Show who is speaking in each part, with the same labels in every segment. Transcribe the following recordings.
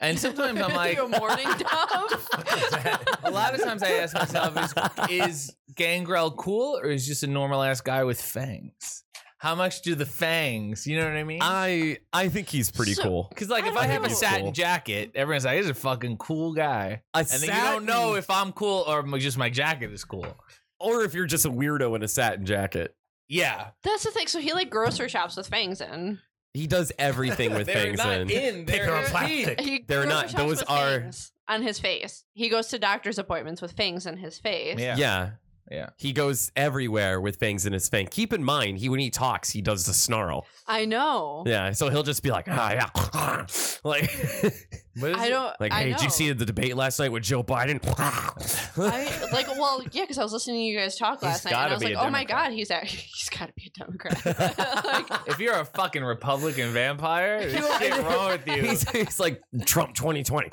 Speaker 1: And sometimes I'm like,
Speaker 2: Your morning dove.
Speaker 1: a lot of times I ask myself, is, is Gangrel cool or is just a normal ass guy with fangs? How much do the fangs? You know what I mean?
Speaker 3: I I think he's pretty
Speaker 2: So-
Speaker 3: cool.
Speaker 1: Because like,
Speaker 2: I
Speaker 1: if I
Speaker 2: don't
Speaker 1: have a
Speaker 2: know.
Speaker 1: satin jacket, everyone's like, "He's a fucking cool guy,"
Speaker 3: A
Speaker 1: and then you don't
Speaker 3: satin-
Speaker 1: know if I'm cool or m- just my jacket is cool.
Speaker 3: or if you're just a weirdo in a satin jacket.
Speaker 1: Yeah,
Speaker 2: That's the thing. So he like grocery shops with fangs in.
Speaker 3: He does everything with
Speaker 1: they're
Speaker 3: things
Speaker 1: not
Speaker 3: in.
Speaker 1: They're
Speaker 2: on
Speaker 1: in.
Speaker 4: plastic.
Speaker 2: He
Speaker 3: They're
Speaker 2: grocery
Speaker 3: not-
Speaker 2: shops
Speaker 3: those
Speaker 2: with
Speaker 3: are-
Speaker 2: fangs on his face. He goes to doctor's appointments with fangs in his face.
Speaker 1: Yeah.
Speaker 3: Yeah.
Speaker 1: Yeah.
Speaker 3: He goes everywhere with fangs in his fang. Keep in mind, he when he talks, he does the snarl.
Speaker 2: I know.
Speaker 3: Yeah. So he'll just be like, ah, yeah. like,
Speaker 1: What is
Speaker 2: I
Speaker 1: it?
Speaker 2: don't.
Speaker 3: like,
Speaker 2: I
Speaker 3: hey,
Speaker 2: know.
Speaker 3: did you see the debate last night with Joe Biden?
Speaker 2: I like well, yeah, because I was listening to you guys talk
Speaker 3: He's
Speaker 2: last night, and
Speaker 3: gotta
Speaker 2: I was
Speaker 3: be
Speaker 2: like,
Speaker 3: a
Speaker 2: "Oh my
Speaker 3: Democrat.
Speaker 2: god, he's at, he's got to be a Democrat." like,
Speaker 1: If you're a fucking Republican vampire, there's shit wrong with you.
Speaker 3: he's, he's like Trump 2020.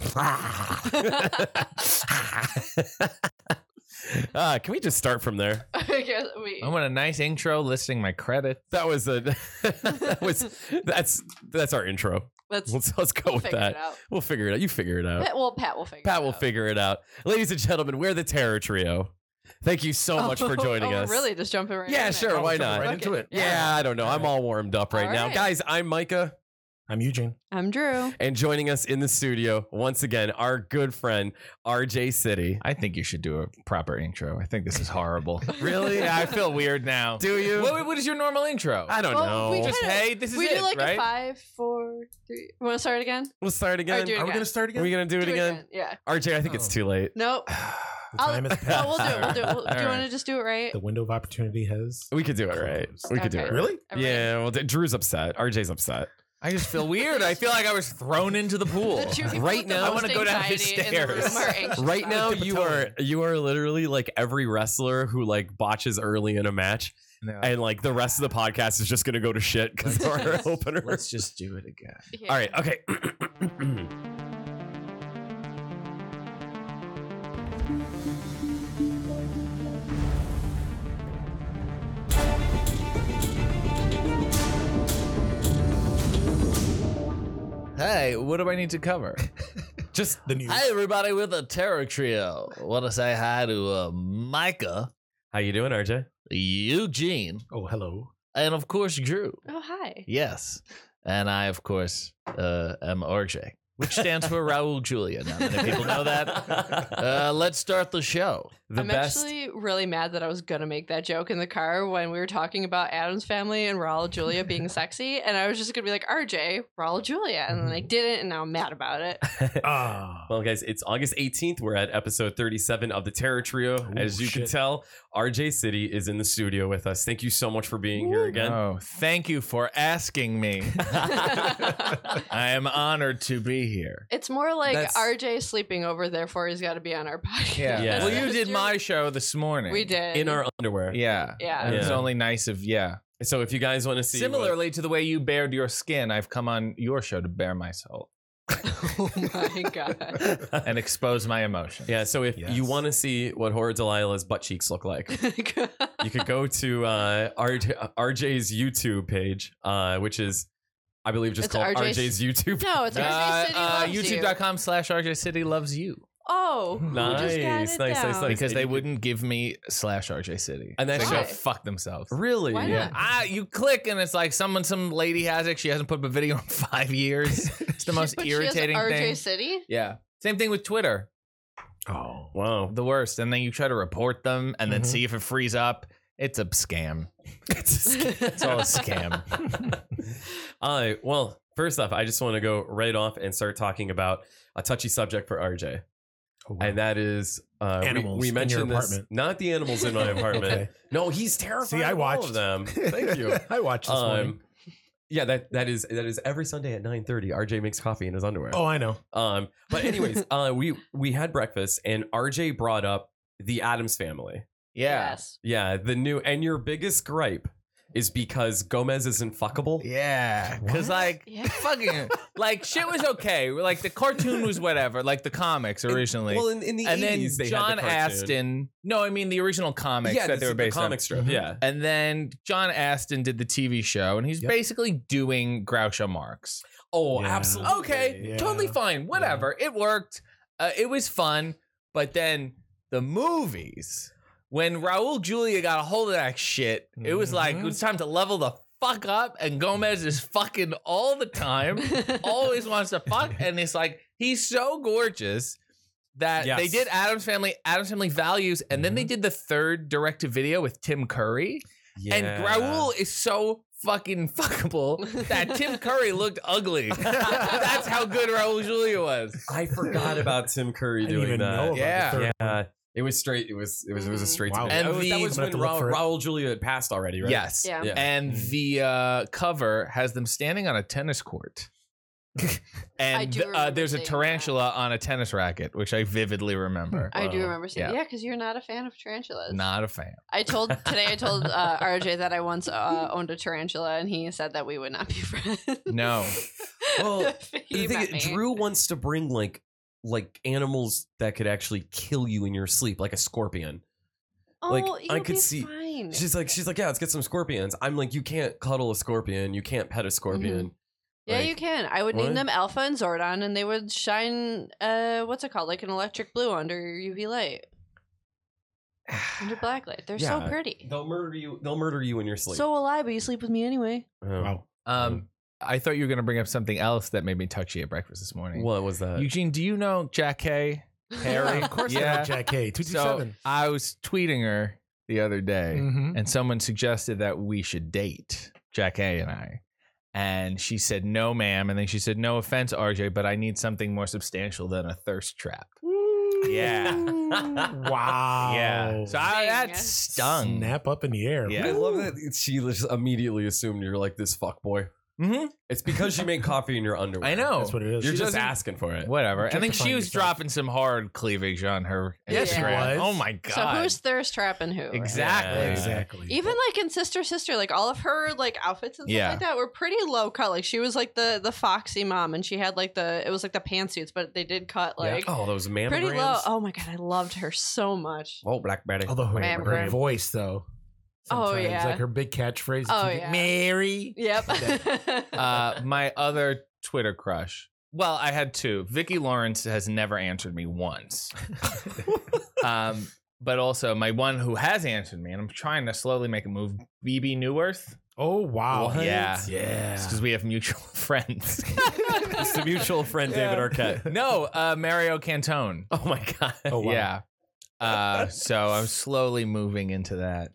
Speaker 3: uh, can we just start from there?
Speaker 2: I guess we.
Speaker 1: I want a nice intro listing my credit.
Speaker 3: That was a that was that's that's our intro.
Speaker 2: Let's
Speaker 3: Let's let's go with
Speaker 2: figure it
Speaker 3: that.
Speaker 2: out.
Speaker 3: We'll figure it out. You figure it out.
Speaker 2: Pat, well, Pat will figure.
Speaker 3: Pat
Speaker 2: it
Speaker 3: will
Speaker 2: out.
Speaker 3: figure it out. Ladies and gentlemen, we're the Terror Trio. Thank you so much for joining
Speaker 2: oh,
Speaker 3: us.
Speaker 2: Really, just jumping right.
Speaker 3: Yeah,
Speaker 2: in it.
Speaker 3: sure,
Speaker 4: Oh,
Speaker 3: why
Speaker 4: jumping
Speaker 3: not?
Speaker 4: Right into
Speaker 2: Okay.
Speaker 4: it.
Speaker 3: Yeah, I don't know. I'm all warmed up right
Speaker 2: All
Speaker 3: now.
Speaker 2: right.
Speaker 3: Guys, I'm Micah,
Speaker 4: I'm Eugene.
Speaker 2: I'm Drew.
Speaker 3: and joining us in the studio once again, our good friend RJ City.
Speaker 1: I think you should do a proper intro. I think this is horrible.
Speaker 3: Really?
Speaker 1: yeah, I feel weird now.
Speaker 3: Do you?
Speaker 1: What, what is your normal intro?
Speaker 3: I don't
Speaker 2: Well,
Speaker 3: know.
Speaker 2: we
Speaker 3: We
Speaker 1: Just
Speaker 2: kinda-
Speaker 1: hey, this is
Speaker 2: we
Speaker 1: it,
Speaker 2: do like
Speaker 1: right?
Speaker 2: a five, four, three. Want to start again?
Speaker 3: will start again.
Speaker 2: do it
Speaker 4: Are we
Speaker 2: again.
Speaker 4: going to start
Speaker 3: Are
Speaker 4: again?
Speaker 3: we gonna do it again?
Speaker 2: Yeah.
Speaker 3: RJ, I think it's
Speaker 4: Oh.
Speaker 3: too late.
Speaker 2: No.
Speaker 4: the
Speaker 2: I'll-
Speaker 4: time has
Speaker 2: No,
Speaker 4: passed.
Speaker 2: we'll do it. We'll do it. We'll-
Speaker 1: All
Speaker 2: do you want
Speaker 1: right.
Speaker 2: to just do it right?
Speaker 4: The window of opportunity has.
Speaker 3: We could do it right. We could do it.
Speaker 2: Okay.
Speaker 3: Right.
Speaker 4: Really?
Speaker 2: Everybody-
Speaker 3: Yeah, well, d- Drew's upset. RJ's upset.
Speaker 1: I just feel weird. I feel like I was thrown into the pool.
Speaker 2: The two people
Speaker 3: Right
Speaker 2: with the
Speaker 3: now- I
Speaker 2: most
Speaker 1: wanna go down the
Speaker 2: anxiety in the room
Speaker 1: stairs.
Speaker 2: are anxious
Speaker 3: Right
Speaker 2: about
Speaker 3: now,
Speaker 2: it.
Speaker 3: you are you are literally like every wrestler who like botches early in a match,
Speaker 1: No.
Speaker 3: and like the rest of the podcast is just gonna go to shit because
Speaker 2: Let's
Speaker 3: our
Speaker 2: just-
Speaker 3: opener.
Speaker 1: Let's just do it again.
Speaker 2: Yeah.
Speaker 3: All right, okay.
Speaker 1: Hey, what do I need to cover?
Speaker 3: just
Speaker 4: The news.
Speaker 1: everybody, with the Terror Trio. Want to say hi to uh, Micah,
Speaker 3: how you doing, RJ?
Speaker 1: Eugene,
Speaker 4: Oh, hello.
Speaker 1: and of course Drew.
Speaker 2: Oh hi.
Speaker 1: Yes. And I, of course, uh, am RJ, which stands for Raul Julia. Not many people know that. Uh, let's start the show.
Speaker 3: the
Speaker 2: I'm
Speaker 3: best.
Speaker 2: actually really mad that I was gonna make that joke in the car when we were talking about Adam's family and Raul Julia being sexy, and I was just gonna be like RJ Raul Julia, and then I didn't, and now I'm mad about it.
Speaker 4: Ah.
Speaker 3: well, guys, it's August 18th. We're at episode 37 of the Terror Trio. As you can
Speaker 4: shit.
Speaker 3: tell, RJ City is in the studio with us. Thank you so much for being here again.
Speaker 1: Oh, thank you for asking me. I am honored to be here.
Speaker 2: It's more like
Speaker 3: That's-
Speaker 2: RJ sleeping over, therefore he's got to be on our podcast.
Speaker 1: Yeah.
Speaker 3: Yeah.
Speaker 1: Well, you
Speaker 2: That's
Speaker 1: did
Speaker 2: your-
Speaker 1: my show this morning.
Speaker 2: We did
Speaker 3: in our underwear.
Speaker 1: Yeah.
Speaker 2: Yeah.
Speaker 1: And It's
Speaker 3: Yeah.
Speaker 1: only nice of, yeah.
Speaker 3: So if you guys want to see what-
Speaker 1: Similarly to the way you bared your skin, I've come on your show to bare my soul
Speaker 2: Oh my god.
Speaker 1: and expose my emotions.
Speaker 3: Yeah, so if
Speaker 4: Yes.
Speaker 3: you want to see what Horror Delilah's butt cheeks look like, you could go to uh, RJ, uh, RJ's YouTube page, uh, which is, I believe, just
Speaker 2: It's
Speaker 3: called
Speaker 2: RJ's
Speaker 3: RJ's, YouTube.
Speaker 2: no, it's RJ City
Speaker 1: Uh, uh,
Speaker 2: loves you.
Speaker 1: YouTube.com slash RJ City loves you.
Speaker 2: Oh, who
Speaker 3: Nice,
Speaker 2: just got it
Speaker 3: nice, nice,
Speaker 2: down?
Speaker 3: nice.
Speaker 1: because
Speaker 3: and
Speaker 1: they
Speaker 3: you could-
Speaker 1: wouldn't give me slash RJ City.
Speaker 3: And that
Speaker 1: they
Speaker 2: show-
Speaker 1: go fuck themselves.
Speaker 3: Really?
Speaker 2: Why
Speaker 1: Yeah.
Speaker 2: not?
Speaker 1: Ah, you click and it's like someone, some lady has it. She hasn't put up a video in five years. It's the
Speaker 2: She-
Speaker 1: most
Speaker 2: but she has
Speaker 1: irritating
Speaker 2: RJ
Speaker 1: thing.
Speaker 2: City.
Speaker 1: Yeah. Same thing with Twitter,
Speaker 4: Oh.
Speaker 3: Wow.
Speaker 1: the worst. And then you try to report them and then
Speaker 3: Mm-hmm.
Speaker 4: Mhm.
Speaker 1: see if it frees up. It's a scam.
Speaker 3: it's a scam.
Speaker 1: It's all a scam.
Speaker 3: uh, well, first off, I just want to go right off and start talking about a touchy subject for RJ,
Speaker 4: Oh, wow.
Speaker 3: and that is uh, we-
Speaker 4: Animals
Speaker 3: We,
Speaker 4: in your
Speaker 3: mentioned this,
Speaker 4: apartment.
Speaker 3: Not the animals in my apartment.
Speaker 4: Okay.
Speaker 3: No, he's terrified.
Speaker 4: See, I
Speaker 3: of all of
Speaker 4: watched.
Speaker 3: them. Thank you.
Speaker 4: I watched this morning.
Speaker 3: Um, yeah, that that is that is every Sunday at nine thirty. RJ makes coffee in his underwear.
Speaker 4: Oh, I know.
Speaker 3: Um, but anyways, uh, we we had breakfast and RJ brought up the Adams family.
Speaker 1: Yeah.
Speaker 2: Yes.
Speaker 3: Yeah, the new and your biggest gripe is because Gomez isn't fuckable.
Speaker 1: Yeah. Because,
Speaker 3: What?
Speaker 1: like,
Speaker 2: Yeah.
Speaker 1: fucking, like, shit was okay. Like, the cartoon was whatever, like the comics originally.
Speaker 3: Well, in, in the
Speaker 1: and then
Speaker 3: 80s, they
Speaker 1: John
Speaker 3: had the cartoon.
Speaker 1: Aston. No, I mean the original comics
Speaker 3: yeah,
Speaker 1: that
Speaker 3: the-
Speaker 1: they were
Speaker 3: the
Speaker 1: based on.
Speaker 3: comic strip.
Speaker 4: Mhm.
Speaker 3: Yeah,
Speaker 1: And then John Aston did the TV show, and he's
Speaker 4: Yep.
Speaker 1: basically doing Groucho Marx. Oh,
Speaker 4: Yeah.
Speaker 1: absolutely. Okay,
Speaker 4: Yeah.
Speaker 1: totally fine. Whatever. It worked. Uh, it was fun. But then the movies, when Raul Julia got a hold of that shit, it was like
Speaker 4: Mm-hmm.
Speaker 3: Mhm.
Speaker 1: it was time to level the fuck up. And Gomez is fucking all the time, always wants to fuck. And it's like he's so gorgeous that
Speaker 3: Yes.
Speaker 1: they did Adam's Family, Adam's Family Values, and
Speaker 4: Mm-hmm.
Speaker 1: then they did the third direct to video with Tim Curry. And Raul is so fucking fuckable that Tim Curry looked ugly. That's how good Raul Julia was.
Speaker 3: I forgot about Tim Curry
Speaker 4: I didn't
Speaker 3: doing
Speaker 4: even
Speaker 3: that.
Speaker 4: know about
Speaker 1: Yeah.
Speaker 4: the third
Speaker 3: yeah, it was straight. It was it was it was a straight.
Speaker 4: Wow.
Speaker 3: to video.
Speaker 1: And
Speaker 3: That was- that
Speaker 1: the-
Speaker 3: was
Speaker 4: I'm
Speaker 3: when
Speaker 4: gonna have to
Speaker 3: Raul,
Speaker 4: look for
Speaker 3: Raul Julia had passed already, right?
Speaker 1: Yes.
Speaker 2: Yeah.
Speaker 3: Yeah. Mm.
Speaker 1: And
Speaker 4: Mhm.
Speaker 1: the uh, cover has them standing on a tennis court.
Speaker 2: I
Speaker 1: and
Speaker 2: do
Speaker 1: th- uh,
Speaker 2: remember
Speaker 1: there's a
Speaker 2: seeing that.
Speaker 1: tarantula on a tennis racket, which I vividly remember.
Speaker 2: I do
Speaker 3: Wow.
Speaker 2: remember seeing,
Speaker 1: Yeah.
Speaker 2: yeah, because you're not a fan of tarantulas.
Speaker 1: Not a fan.
Speaker 2: I told today. I told uh, RJ that I once uh, owned a tarantula, and he said that we would not be friends.
Speaker 1: No.
Speaker 3: Well,
Speaker 2: If he
Speaker 3: The thing
Speaker 2: met
Speaker 3: is,
Speaker 2: me.
Speaker 3: Drew wants to bring like like animals that could actually kill you in your sleep, like a scorpion.
Speaker 2: oh,
Speaker 3: like, I
Speaker 2: you'll
Speaker 3: could
Speaker 2: be
Speaker 3: see-
Speaker 2: Fine.
Speaker 3: She's like, she's like, yeah, let's get some scorpions. I'm like, you can't cuddle a scorpion, you can't pet a scorpion.
Speaker 2: Mm-hmm. yeah,
Speaker 3: like-
Speaker 2: you can. I would name
Speaker 3: What?
Speaker 2: them Alpha and Zordon, and they would shine. Uh, what's it called? Like an electric blue under your UV light, under black light. They're so
Speaker 3: Yeah.
Speaker 2: pretty.
Speaker 3: They'll murder you. They'll murder you in your sleep.
Speaker 2: So will I, but you sleep with me anyway.
Speaker 3: Oh.
Speaker 4: Wow.
Speaker 1: Um, I thought you were going to bring up something else that made me touchy at breakfast this morning.
Speaker 3: What was that?
Speaker 1: Eugene, do you know Jack Hay? Harry?
Speaker 4: Yeah, of course I
Speaker 1: Yeah.
Speaker 4: know Jack Hay.
Speaker 1: So
Speaker 4: 227.
Speaker 1: I was tweeting her the other day.
Speaker 4: Mhm.
Speaker 1: and someone suggested that we should date Jack A and I. And she said, no, ma'am. And then she said, no offense, RJ, but I need something more substantial than a thirst trap. Yeah.
Speaker 4: Wow.
Speaker 1: Yeah. So I,
Speaker 2: Dang.
Speaker 1: that stung.
Speaker 4: Snap up in the air.
Speaker 1: Yeah.
Speaker 3: I love that she just immediately assumed you're like this fuck boy.
Speaker 1: hmm
Speaker 3: It's because you make coffee in your underwear.
Speaker 1: I know.
Speaker 4: That's what it is.
Speaker 3: You're
Speaker 1: She
Speaker 3: just
Speaker 1: doesn't-
Speaker 3: asking for it.
Speaker 1: Whatever. And then she
Speaker 4: Objectifying
Speaker 1: was
Speaker 4: yourself.
Speaker 1: dropping some hard cleavage on her.
Speaker 4: Yeah,
Speaker 2: she
Speaker 1: Instagram.
Speaker 4: was.
Speaker 1: Oh, my God.
Speaker 2: So who's thirst trapping who? right?
Speaker 1: exactly.
Speaker 3: Yeah.
Speaker 4: exactly.
Speaker 2: Even like in Sister Sister, like all of her like outfits and stuff
Speaker 1: Yeah.
Speaker 2: like that were pretty low cut. Like she was like the the foxy mom, and she had like the it was like the pantsuits, but they did cut like
Speaker 3: oh, those mammograms.
Speaker 2: pretty low. Oh my god, I loved her so much.
Speaker 3: Oh, Blackberry.
Speaker 4: Although her,
Speaker 2: Ma'am,
Speaker 4: her
Speaker 2: ma'am.
Speaker 4: voice, though.
Speaker 2: Oh,
Speaker 4: sometimes,
Speaker 2: yeah.
Speaker 4: Like her big catchphrase.
Speaker 2: Oh,
Speaker 4: to the-
Speaker 2: yeah.
Speaker 4: Mary.
Speaker 2: Yep.
Speaker 1: uh, my other Twitter crush. Well, I had two. Vicki Lawrence has never answered me once. um, but also my one who has answered me, and I'm trying to slowly make a move. BB New Earth,
Speaker 4: Oh, wow.
Speaker 1: What? Yeah.
Speaker 4: Yeah.
Speaker 1: because we have mutual friends.
Speaker 3: it's the mutual friend David Arquette.
Speaker 1: no, uh, Mario Cantone.
Speaker 3: Oh my god.
Speaker 4: Oh, wow.
Speaker 1: Yeah. Uh, so I'm slowly moving into that.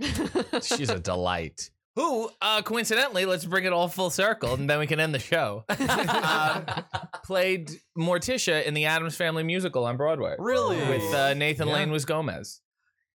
Speaker 1: She's a delight. Who, uh, coincidentally, let's bring it all full circle, and then we can end the show. um,
Speaker 3: Uh,
Speaker 1: played Morticia in the Adams Family musical on Broadway
Speaker 3: Really?
Speaker 1: with uh, Nathan
Speaker 4: Yeah.
Speaker 1: Lane was Gomez.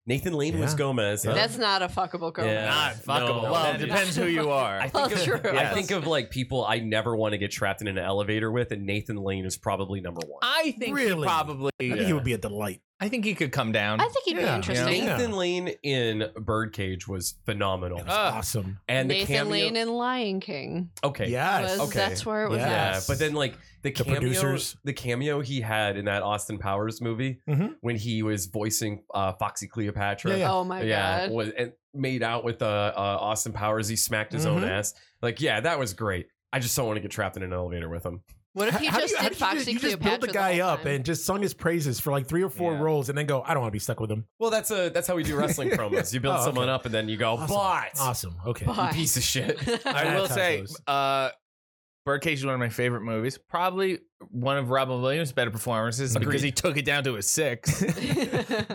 Speaker 3: Nathan Lane was
Speaker 4: Yeah.
Speaker 3: Gomez. huh?
Speaker 2: That's not a fuckable girl.
Speaker 3: Yeah.
Speaker 1: Not fuckable.
Speaker 3: no,
Speaker 1: well,
Speaker 3: that
Speaker 1: it
Speaker 3: is-
Speaker 1: depends who you are.
Speaker 3: I
Speaker 2: Well,
Speaker 3: think, of,
Speaker 2: true.
Speaker 3: I
Speaker 1: Yes.
Speaker 3: think of like people I never want to get trapped in an elevator with, and Nathan Lane is probably number one.
Speaker 1: I think he
Speaker 4: Really?
Speaker 1: probably.
Speaker 4: I think he would be a delight.
Speaker 1: I think he could come down.
Speaker 2: I think he'd
Speaker 4: Yeah.
Speaker 2: be interesting.
Speaker 4: Yeah.
Speaker 3: Nathan Lane in Birdcage was phenomenal,
Speaker 1: Uh,
Speaker 4: awesome.
Speaker 3: and the
Speaker 2: Nathan
Speaker 3: cameo.
Speaker 2: Lane in Lion King.
Speaker 3: okay,
Speaker 4: Yes.
Speaker 2: Was,
Speaker 3: okay.
Speaker 2: That's where it was
Speaker 4: Yeah.
Speaker 2: at.
Speaker 3: Yeah, but then like the,
Speaker 4: The
Speaker 3: cameo,
Speaker 4: producers.
Speaker 3: the cameo he had in that Austin Powers movie
Speaker 4: Mhm.
Speaker 3: when he was voicing uh, Foxy Cleopatra.
Speaker 4: Yeah.
Speaker 2: Oh my
Speaker 3: yeah,
Speaker 2: god.
Speaker 3: was and made out with uh, uh, Austin Powers. He smacked his own
Speaker 4: Mhm.
Speaker 3: ass. Like, yeah, that was great. I just don't want to get trapped in an elevator with him.
Speaker 2: What if he
Speaker 4: How do
Speaker 2: just
Speaker 4: you- how
Speaker 2: did
Speaker 4: did you
Speaker 2: Foxy
Speaker 4: just- you just
Speaker 2: Cleopatra?
Speaker 4: build the guy
Speaker 2: whole
Speaker 4: up
Speaker 2: time?
Speaker 4: and just sung his praises for like three or four
Speaker 1: Yeah.
Speaker 4: roles, and then go, "I don't want to be stuck with him."
Speaker 3: Well, that's a that's how we do wrestling promos. You build
Speaker 4: Oh, okay.
Speaker 3: someone up and then you go,
Speaker 4: Awesome.
Speaker 3: but
Speaker 4: Awesome. Okay.
Speaker 2: But-
Speaker 3: you piece of shit.
Speaker 1: I will
Speaker 4: That's how it
Speaker 1: say,
Speaker 4: goes.
Speaker 1: uh, Birdcage is one of my favorite movies. Probably one of Robin Williams' better performances
Speaker 3: Agreed.
Speaker 1: because he took it down to a six.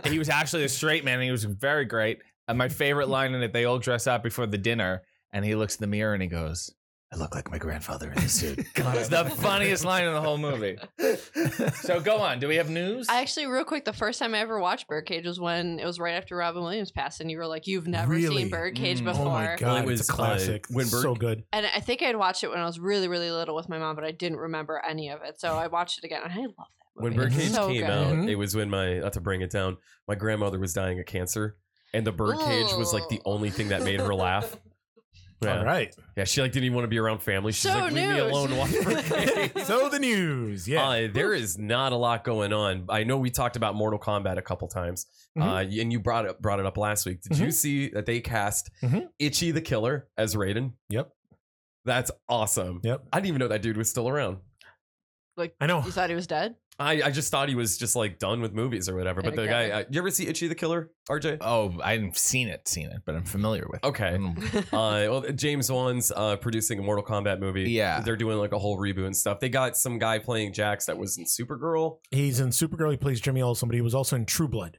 Speaker 1: he was actually a straight man and he was very great. And my favorite line in it, they all dress up before the dinner and he looks in the mirror and he goes, I look like my grandfather in this suit. it's the funniest line in the whole movie.
Speaker 4: Oh
Speaker 1: So go on. Do we have news?
Speaker 2: I actually, real quick, the first time I ever watched Birdcage was when it was right after Robin Williams passed, and you were like, "You've never
Speaker 4: Really?
Speaker 2: seen Birdcage
Speaker 1: Mm.
Speaker 2: before."
Speaker 4: Oh my
Speaker 3: Well, it
Speaker 4: god,
Speaker 3: was,
Speaker 4: it's
Speaker 3: uh,
Speaker 4: a classic.
Speaker 3: when Bird-
Speaker 4: so good.
Speaker 2: And I think I'd watched it when I was really, really little with my mom, but I didn't remember any of it. So I watched it again, and I love that
Speaker 3: when
Speaker 2: movie. It's
Speaker 3: Birdcage
Speaker 2: so
Speaker 3: came
Speaker 2: good.
Speaker 3: out,
Speaker 4: Mhm.
Speaker 3: it was when my not to bring it down. My grandmother was dying of cancer, and the Birdcage was like the
Speaker 2: Ooh.
Speaker 3: only thing that made her laugh. Yeah.
Speaker 4: All right.
Speaker 3: Yeah, she like didn't even want to be around family. She's
Speaker 2: So
Speaker 3: like, leave me
Speaker 2: news.
Speaker 3: alone. and Watch Birdcage.
Speaker 4: So the news. Yeah.
Speaker 3: Uh, there is not a lot going on. I know we talked about Mortal Kombat a couple times,
Speaker 1: Mm-hmm.
Speaker 3: uh, and you brought it brought it
Speaker 1: Mm-hmm.
Speaker 3: up last week. Did you see that they cast
Speaker 4: Mhm.
Speaker 3: Itchy the Killer as Raiden?
Speaker 4: Yep.
Speaker 3: That's awesome.
Speaker 4: Yep.
Speaker 3: I didn't even know that dude was still around.
Speaker 4: I know.
Speaker 2: You thought he was dead?
Speaker 3: I, I just thought he was just like done with movies or whatever. But the
Speaker 2: Okay.
Speaker 3: guy, uh, you ever see Itchy the Killer, RJ?
Speaker 1: Oh, I haven't seen it, seen it, but I'm familiar with. it.
Speaker 3: Okay.
Speaker 1: Mm.
Speaker 3: uh, well, James Wan's uh, producing a Mortal Kombat movie.
Speaker 1: Yeah.
Speaker 3: They're doing like a whole reboot and stuff. They got some guy playing Jax that was in Supergirl.
Speaker 4: He's in Supergirl. He plays Jimmy Olsen, but he was also in True Blood,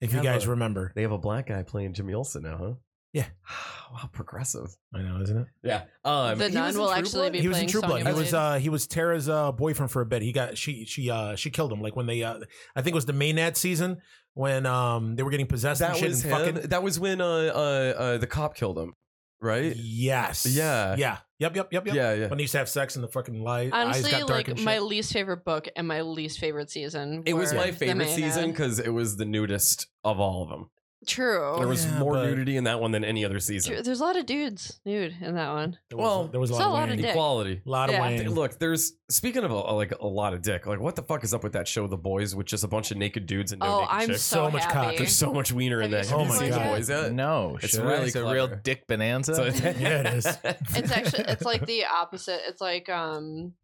Speaker 4: if you
Speaker 3: Yeah,
Speaker 4: guys
Speaker 3: but-
Speaker 4: remember.
Speaker 3: They have a black guy playing Jimmy Olsen now, huh?
Speaker 4: Yeah.
Speaker 3: wow, progressive.
Speaker 4: I know, isn't it?
Speaker 3: Yeah. Um,
Speaker 2: The
Speaker 3: he was
Speaker 2: nun
Speaker 3: in
Speaker 2: will
Speaker 3: True
Speaker 2: actually
Speaker 3: Blood?
Speaker 2: be-
Speaker 4: he was in
Speaker 2: playing
Speaker 4: True Blood.
Speaker 2: Sonya
Speaker 4: He was
Speaker 2: Blade.
Speaker 4: uh, he was Tara's uh, boyfriend for a bit. He got she she uh, she killed him like when they uh, I think it was the Maynard season when um they were getting possessed and
Speaker 3: That
Speaker 4: shit
Speaker 3: was
Speaker 4: and
Speaker 3: him.
Speaker 4: fucking
Speaker 3: That was when uh, uh, uh, the cop killed him, right?
Speaker 4: yes
Speaker 3: Yeah.
Speaker 4: yeah yep yep yep yep
Speaker 3: Yeah, yeah.
Speaker 4: when they used to have sex and the fucking light eyes
Speaker 2: Honestly,
Speaker 4: got dark
Speaker 2: like
Speaker 4: and shit.
Speaker 2: my least favorite book and my least favorite season.
Speaker 3: It was
Speaker 2: were
Speaker 3: my
Speaker 2: the
Speaker 3: favorite
Speaker 2: Maynard.
Speaker 3: season because it was the nudist of all of them.
Speaker 2: True.
Speaker 3: There was
Speaker 4: Yeah,
Speaker 3: more
Speaker 4: but-
Speaker 3: nudity in that one than any other season.
Speaker 2: Oh, True. There's a lot of dudes nude in that one.
Speaker 4: there
Speaker 3: well,
Speaker 4: was, there was a
Speaker 2: it's a
Speaker 4: lot,
Speaker 2: lot
Speaker 4: of
Speaker 2: of
Speaker 4: wayne.
Speaker 2: dick.
Speaker 3: Equality.
Speaker 4: A lot of
Speaker 2: Yeah.
Speaker 4: wayne.
Speaker 3: Th- Look, there's speaking of a, like a lot of dick. Like, what the fuck is up with that show, The Boys, with just a bunch of naked dudes and no
Speaker 2: oh,
Speaker 3: naked
Speaker 2: I'm so,
Speaker 3: chicks?
Speaker 4: So much cock.
Speaker 2: happy.
Speaker 3: There's so much wiener
Speaker 2: Have
Speaker 3: in
Speaker 2: you
Speaker 3: that.
Speaker 2: seen
Speaker 4: Oh my
Speaker 3: seen
Speaker 4: God.
Speaker 3: The Boys yet?
Speaker 1: No,
Speaker 3: It's
Speaker 1: should I?
Speaker 3: really
Speaker 1: it's a real
Speaker 3: clever.
Speaker 1: dick bonanza.
Speaker 3: So-
Speaker 4: Yeah, it is.
Speaker 2: it's actually it's like the opposite it's like um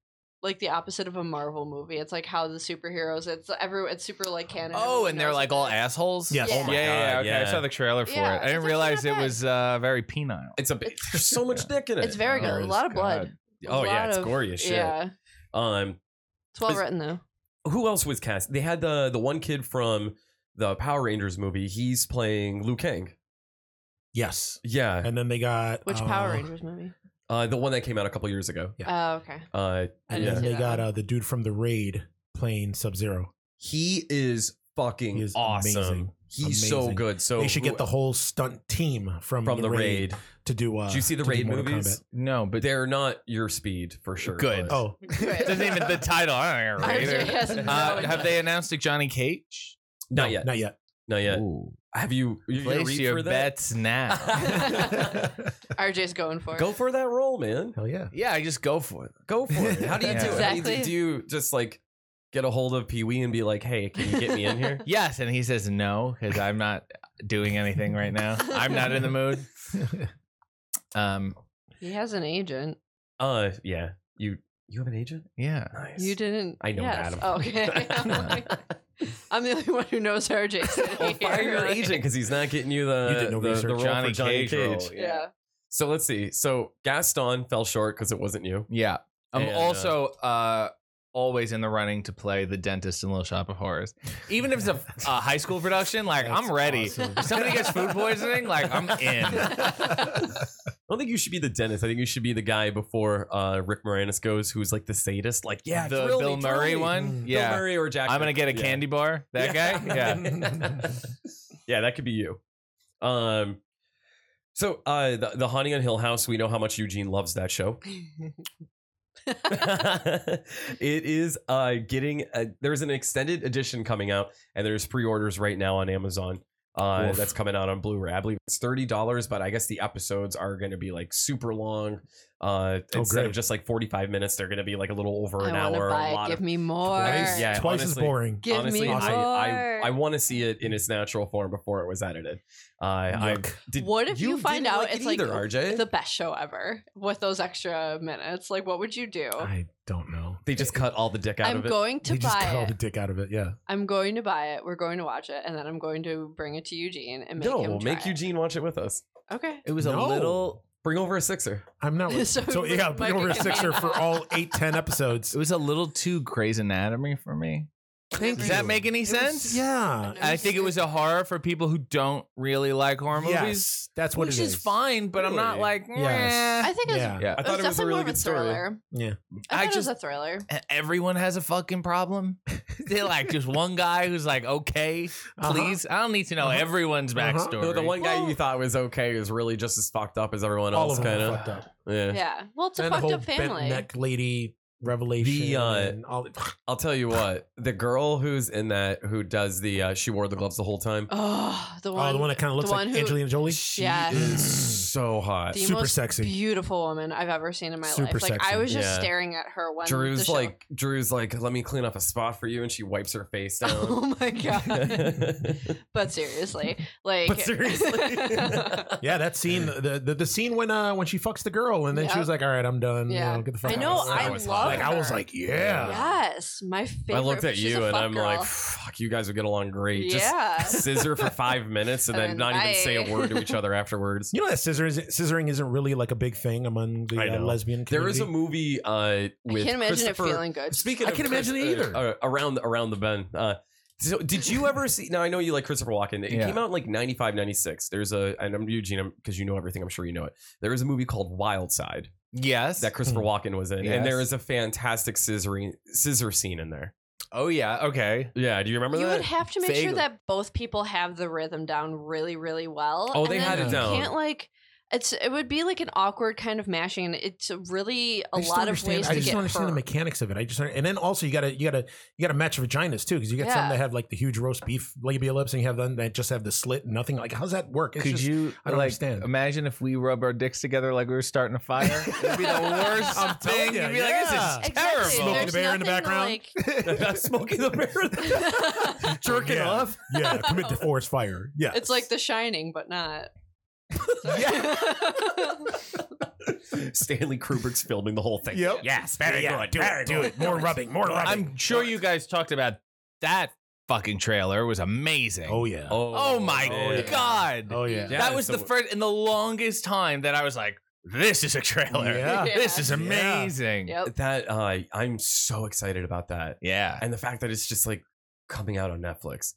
Speaker 2: like the opposite of a marvel movie it's like how the superheroes it's every it's super like canon
Speaker 1: oh, and they're
Speaker 2: Everyone
Speaker 1: like all assholes.
Speaker 4: Yes.
Speaker 2: Yeah. Oh
Speaker 1: Yeah,
Speaker 2: my
Speaker 1: yeah, yeah,
Speaker 3: God,
Speaker 1: okay.
Speaker 3: yeah.
Speaker 1: I saw the trailer for
Speaker 2: Yeah,
Speaker 1: it. I didn't
Speaker 2: it's
Speaker 1: realize
Speaker 2: actually
Speaker 1: it
Speaker 2: not
Speaker 1: was uh, very penile.
Speaker 3: It's a bit. There's so much dick in
Speaker 2: knows
Speaker 3: it.
Speaker 2: it's very good
Speaker 1: Oh,
Speaker 2: a lot
Speaker 1: God.
Speaker 2: of blood
Speaker 3: Oh yeah,
Speaker 2: lot
Speaker 3: it's
Speaker 2: of-
Speaker 3: gory as shit.
Speaker 2: yeah
Speaker 3: Um,
Speaker 2: it's well
Speaker 3: Is-
Speaker 2: written though
Speaker 3: who else was cast? They had the the one kid from the Power Rangers movie. He's playing Liu Kang.
Speaker 4: yes
Speaker 3: Yeah,
Speaker 4: and then they got
Speaker 2: which
Speaker 4: uh,
Speaker 3: Oh.
Speaker 2: power rangers movie
Speaker 3: uh, the one that came out a couple years ago.
Speaker 2: oh okay
Speaker 3: Uh,
Speaker 2: I
Speaker 4: and
Speaker 2: didn't
Speaker 4: then
Speaker 2: see
Speaker 4: they
Speaker 2: that
Speaker 4: got
Speaker 2: one.
Speaker 4: uh, the dude from the raid playing Sub Zero.
Speaker 3: he is fucking
Speaker 4: He is
Speaker 3: awesome.
Speaker 4: amazing.
Speaker 3: He's so
Speaker 4: Amazing.
Speaker 3: good. So
Speaker 4: They should
Speaker 3: who-
Speaker 4: get the whole stunt team from
Speaker 3: from the raid.
Speaker 4: to do. Uh,
Speaker 3: Did you see the
Speaker 4: to do
Speaker 3: raid
Speaker 4: Mortal
Speaker 3: movies?
Speaker 1: No, but
Speaker 3: They're not your speed for sure.
Speaker 1: Good.
Speaker 4: Kombat.
Speaker 3: but-
Speaker 4: Oh,
Speaker 1: it doesn't even the title. I don't
Speaker 2: RJ
Speaker 1: know.
Speaker 2: has no
Speaker 1: Uh, have
Speaker 2: idea.
Speaker 1: they announced a Johnny Cage?
Speaker 3: not
Speaker 4: no,
Speaker 3: yet. Not,
Speaker 4: Not yet.
Speaker 3: yet.
Speaker 1: Ooh.
Speaker 3: Have you? you gonna
Speaker 1: Place
Speaker 3: read
Speaker 1: your
Speaker 3: for that?
Speaker 1: bets now.
Speaker 2: rj's going for it
Speaker 3: Go for that role, man.
Speaker 4: Hell yeah.
Speaker 1: yeah, I just go for it.
Speaker 3: Go for it. How do you do it? I mean,
Speaker 2: Exactly.
Speaker 3: do, do you just like get a hold of Pee Wee and be like, "Hey, can you get me in here?"
Speaker 1: Yes, and he says no because I'm not doing anything right now. I'm not in the mood. Um,
Speaker 2: he has an agent
Speaker 3: Uh, yeah. You you have an agent?
Speaker 1: yeah.
Speaker 3: Nice.
Speaker 2: you didn't
Speaker 3: I know
Speaker 2: yes.
Speaker 3: Adam.
Speaker 2: oh, okay i'm the only one who knows rj's
Speaker 3: well, fire your agent because he's not getting you the
Speaker 4: You did no
Speaker 3: the,
Speaker 4: research.
Speaker 3: the role
Speaker 1: Johnny
Speaker 3: for Johnny Cage.
Speaker 1: Cage role,
Speaker 2: yeah
Speaker 3: So let's see. So Gaston fell short because it wasn't you.
Speaker 1: Yeah. I'm
Speaker 3: And, uh,
Speaker 1: also uh, always in the running to play the dentist in Little Shop of Horrors. Even if it's a, a high school production, like
Speaker 4: That's
Speaker 1: I'm ready.
Speaker 4: awesome.
Speaker 1: If somebody gets food poisoning, like I'm in.
Speaker 3: I don't think you should be the dentist. I think you should be the guy before uh, Rick Moranis goes, who's like the sadist. Like, yeah,
Speaker 1: the
Speaker 3: drill me,
Speaker 1: Bill
Speaker 3: drill
Speaker 1: Murray
Speaker 3: me.
Speaker 1: one.
Speaker 4: Mm.
Speaker 3: Bill
Speaker 1: Yeah.
Speaker 3: Murray or Jack.
Speaker 1: I'm gonna get a
Speaker 3: Yeah.
Speaker 1: candy bar. That guy. Yeah.
Speaker 3: yeah, that could be you. Um, so uh, the the Haunting on Hill House. We know how much Eugene loves that show. it is uh, getting a, there's an extended edition coming out and there's pre-orders right now on amazon uh,
Speaker 1: Oof.
Speaker 3: that's coming out on blu-ray i believe it's $30 but i guess the episodes are going to be like super long uh,
Speaker 4: Oh,
Speaker 3: instead of
Speaker 4: great.
Speaker 3: just like 45 minutes they're going to be like a little over an
Speaker 2: I wanna
Speaker 3: hour
Speaker 2: Buy
Speaker 3: a
Speaker 2: it.
Speaker 3: lot
Speaker 2: Give
Speaker 3: of
Speaker 2: me more.
Speaker 3: Nice. Yeah,
Speaker 4: Twice
Speaker 3: honestly.
Speaker 4: as boring.
Speaker 2: Give
Speaker 3: honestly
Speaker 2: me more.
Speaker 3: I, I, I want to see it in its natural form before it was edited uh, I,
Speaker 4: Yuck.
Speaker 3: did,
Speaker 2: what if you, find
Speaker 3: didn't
Speaker 2: out
Speaker 3: like it
Speaker 2: it's like
Speaker 3: either, rj
Speaker 2: the best show ever with those extra minutes? Like, what would you do?
Speaker 4: I don't know.
Speaker 3: they just cut all the dick out
Speaker 2: I'm
Speaker 3: of it
Speaker 2: going to
Speaker 4: They just cut
Speaker 2: buy
Speaker 4: all the
Speaker 2: it.
Speaker 4: dick out of it. Yeah.
Speaker 2: I'm going to buy it. We're going to watch it, and then I'm going to bring it to Eugene and make
Speaker 3: no
Speaker 2: him
Speaker 3: we'll
Speaker 2: try
Speaker 3: make
Speaker 2: it.
Speaker 3: eugene watch it with us
Speaker 2: Okay.
Speaker 1: It was a
Speaker 4: No.
Speaker 1: little.
Speaker 3: bring over a sixer
Speaker 4: I'm not. With,
Speaker 2: So
Speaker 4: so,
Speaker 2: we
Speaker 4: yeah,
Speaker 2: might
Speaker 4: bring over
Speaker 2: be
Speaker 4: a sixer for all eight, ten episodes.
Speaker 1: It was a little too Grey's Anatomy for me.
Speaker 4: Thank
Speaker 1: Does
Speaker 4: you.
Speaker 1: that make any
Speaker 4: It was-
Speaker 1: sense?
Speaker 4: yeah.
Speaker 1: I think it was a horror for people who don't really like horror movies,
Speaker 4: Yes, that's what
Speaker 1: which
Speaker 4: it
Speaker 1: is fine. But I'm not
Speaker 3: Really?
Speaker 1: like.
Speaker 4: Yes.
Speaker 1: meh.
Speaker 2: I think it was.
Speaker 4: Yeah.
Speaker 1: yeah.
Speaker 3: I thought it was a
Speaker 2: definitely
Speaker 3: really
Speaker 2: more of
Speaker 3: good story.
Speaker 2: thriller.
Speaker 4: Yeah.
Speaker 2: I,
Speaker 1: I
Speaker 2: thought it was
Speaker 1: just-
Speaker 2: a thriller.
Speaker 1: E- everyone has a fucking problem. They're like just one guy who's like, okay,
Speaker 4: Uh-huh.
Speaker 1: please, I don't need to know
Speaker 4: Uh-huh.
Speaker 1: everyone's
Speaker 4: Uh-huh.
Speaker 1: backstory.
Speaker 3: The, the one guy
Speaker 2: Well-
Speaker 3: you thought was okay is really just as fucked up as everyone
Speaker 4: Uh-huh. All
Speaker 3: else,
Speaker 4: of them
Speaker 3: kind
Speaker 4: are
Speaker 3: of.
Speaker 4: fucked up.
Speaker 3: Yeah.
Speaker 2: Yeah. Well, it's a
Speaker 4: and the
Speaker 2: fucked
Speaker 4: whole
Speaker 2: up
Speaker 4: bent
Speaker 2: family.
Speaker 4: neck lady Revelation.
Speaker 3: The, uh,
Speaker 4: and all,
Speaker 3: I'll tell you what, the girl who's in that who does the uh, she wore the gloves the whole time.
Speaker 2: Oh, the one.
Speaker 4: oh, the one that kind of looks
Speaker 2: the
Speaker 4: like
Speaker 2: one who-
Speaker 4: Angelina Jolie.
Speaker 3: She
Speaker 2: Yes.
Speaker 3: is so hot.
Speaker 2: The
Speaker 4: Uh, Super
Speaker 2: most
Speaker 4: sexy.
Speaker 2: Beautiful woman I've ever seen in my
Speaker 4: Super
Speaker 2: life. Like I
Speaker 4: sexy.
Speaker 2: was just
Speaker 3: Yeah.
Speaker 2: staring at her when the
Speaker 3: Drew's
Speaker 2: show-
Speaker 3: like Drew's like, let me clean up a spot for you, and she wipes her face down.
Speaker 2: Oh my god. but seriously, like
Speaker 3: But seriously.
Speaker 4: yeah, that scene, the, the the scene when uh when she fucks the girl and then
Speaker 2: Yeah.
Speaker 4: she was like, "All right, I'm done. you
Speaker 2: Yeah.
Speaker 4: know, get the fuck
Speaker 2: I
Speaker 4: out of
Speaker 2: know.
Speaker 4: here."
Speaker 2: I
Speaker 3: That
Speaker 2: love.
Speaker 3: was hot.
Speaker 4: like I was
Speaker 2: her.
Speaker 4: like, uh, yeah.
Speaker 2: Yes, my favorite.
Speaker 3: I looked at
Speaker 2: she's
Speaker 3: you
Speaker 2: a
Speaker 3: and
Speaker 2: fuck
Speaker 3: I'm like,
Speaker 2: girl.
Speaker 3: fuck, you guys would get along great.
Speaker 2: yeah.
Speaker 3: Just scissor for five minutes and,
Speaker 2: And
Speaker 3: then not
Speaker 2: I-
Speaker 3: even say a word to each other afterwards.
Speaker 4: You know that scissors, scissoring isn't really like a big thing among the
Speaker 3: I
Speaker 4: uh,
Speaker 3: know.
Speaker 4: lesbian community.
Speaker 3: There is a movie uh, with
Speaker 2: I can't imagine it
Speaker 3: Christopher-
Speaker 2: feeling good.
Speaker 3: Speaking,
Speaker 4: I
Speaker 3: of
Speaker 4: can't
Speaker 3: Chris-
Speaker 4: imagine it
Speaker 3: uh,
Speaker 4: either.
Speaker 3: Uh, around around the bend. Uh, so did you ever see? Now I know you like Christopher Walken. It
Speaker 1: Yeah.
Speaker 3: came out in like 95, 96. There's a, and I'm Eugene because you know everything. I'm sure you know it. There is a movie called Wild Side
Speaker 1: Yes.
Speaker 3: that Christopher
Speaker 4: Hmm.
Speaker 3: Walken was in,
Speaker 1: Yes.
Speaker 3: and there is a fantastic scissoring scissor scene in there.
Speaker 1: oh yeah. Okay.
Speaker 3: Yeah, do you remember
Speaker 2: you
Speaker 3: that?
Speaker 2: would have to make sure
Speaker 1: Vaguely.
Speaker 2: that both people have the rhythm down really, really well.
Speaker 3: Oh,
Speaker 2: and
Speaker 3: they
Speaker 2: then
Speaker 3: had
Speaker 4: it
Speaker 2: you
Speaker 3: down.
Speaker 2: Can't like it's. It would be like an awkward kind of mashing, and it's really a
Speaker 4: I just don't
Speaker 2: lot of
Speaker 4: understand-
Speaker 2: ways
Speaker 4: I
Speaker 2: to
Speaker 4: just
Speaker 2: get
Speaker 4: don't understand
Speaker 2: her.
Speaker 4: the mechanics of it. I just don't- and then also you gotta you gotta you gotta match vaginas too because you get
Speaker 2: Yeah.
Speaker 4: some that have like the huge roast beef labia lips and you have them that just have the slit and nothing. Like how's that work? It's
Speaker 1: Could
Speaker 4: just-
Speaker 1: you
Speaker 4: I don't
Speaker 1: like
Speaker 4: understand.
Speaker 1: imagine if we rubbed our dicks together like we were starting a fire? It'd be the worst
Speaker 4: I'm telling
Speaker 1: thing.
Speaker 4: you,
Speaker 1: You'd be like,
Speaker 4: yeah.
Speaker 1: this is
Speaker 2: Exactly.
Speaker 1: terrible.
Speaker 4: Smoking
Speaker 2: There's
Speaker 4: the bear in the
Speaker 2: nothing to,
Speaker 4: background.
Speaker 2: like-
Speaker 3: Smoking the bear, jerking
Speaker 4: Yeah.
Speaker 3: off.
Speaker 4: yeah, commit to forest fire. Yeah,
Speaker 2: it's like The Shining, but not.
Speaker 3: Stanley Kubrick's filming the whole thing.
Speaker 4: Yep.
Speaker 3: Yes,
Speaker 4: Yeah,
Speaker 3: very
Speaker 4: yeah,
Speaker 3: good.
Speaker 4: Do
Speaker 3: very
Speaker 4: it, do
Speaker 3: good.
Speaker 4: it. More rubbing, more rubbing.
Speaker 1: I'm sure you guys talked about that fucking trailer. It was amazing.
Speaker 4: Oh yeah.
Speaker 3: Oh,
Speaker 1: Oh my
Speaker 4: Oh, yeah.
Speaker 1: god.
Speaker 4: Oh yeah.
Speaker 3: Yeah,
Speaker 1: that was
Speaker 3: so-
Speaker 1: the first and the longest time that I was like, this is a trailer.
Speaker 4: Yeah.
Speaker 1: This is
Speaker 4: Yeah.
Speaker 1: amazing.
Speaker 2: Yep.
Speaker 3: That uh, I'm so excited about that,
Speaker 1: Yeah.
Speaker 3: and the fact that it's just like coming out on Netflix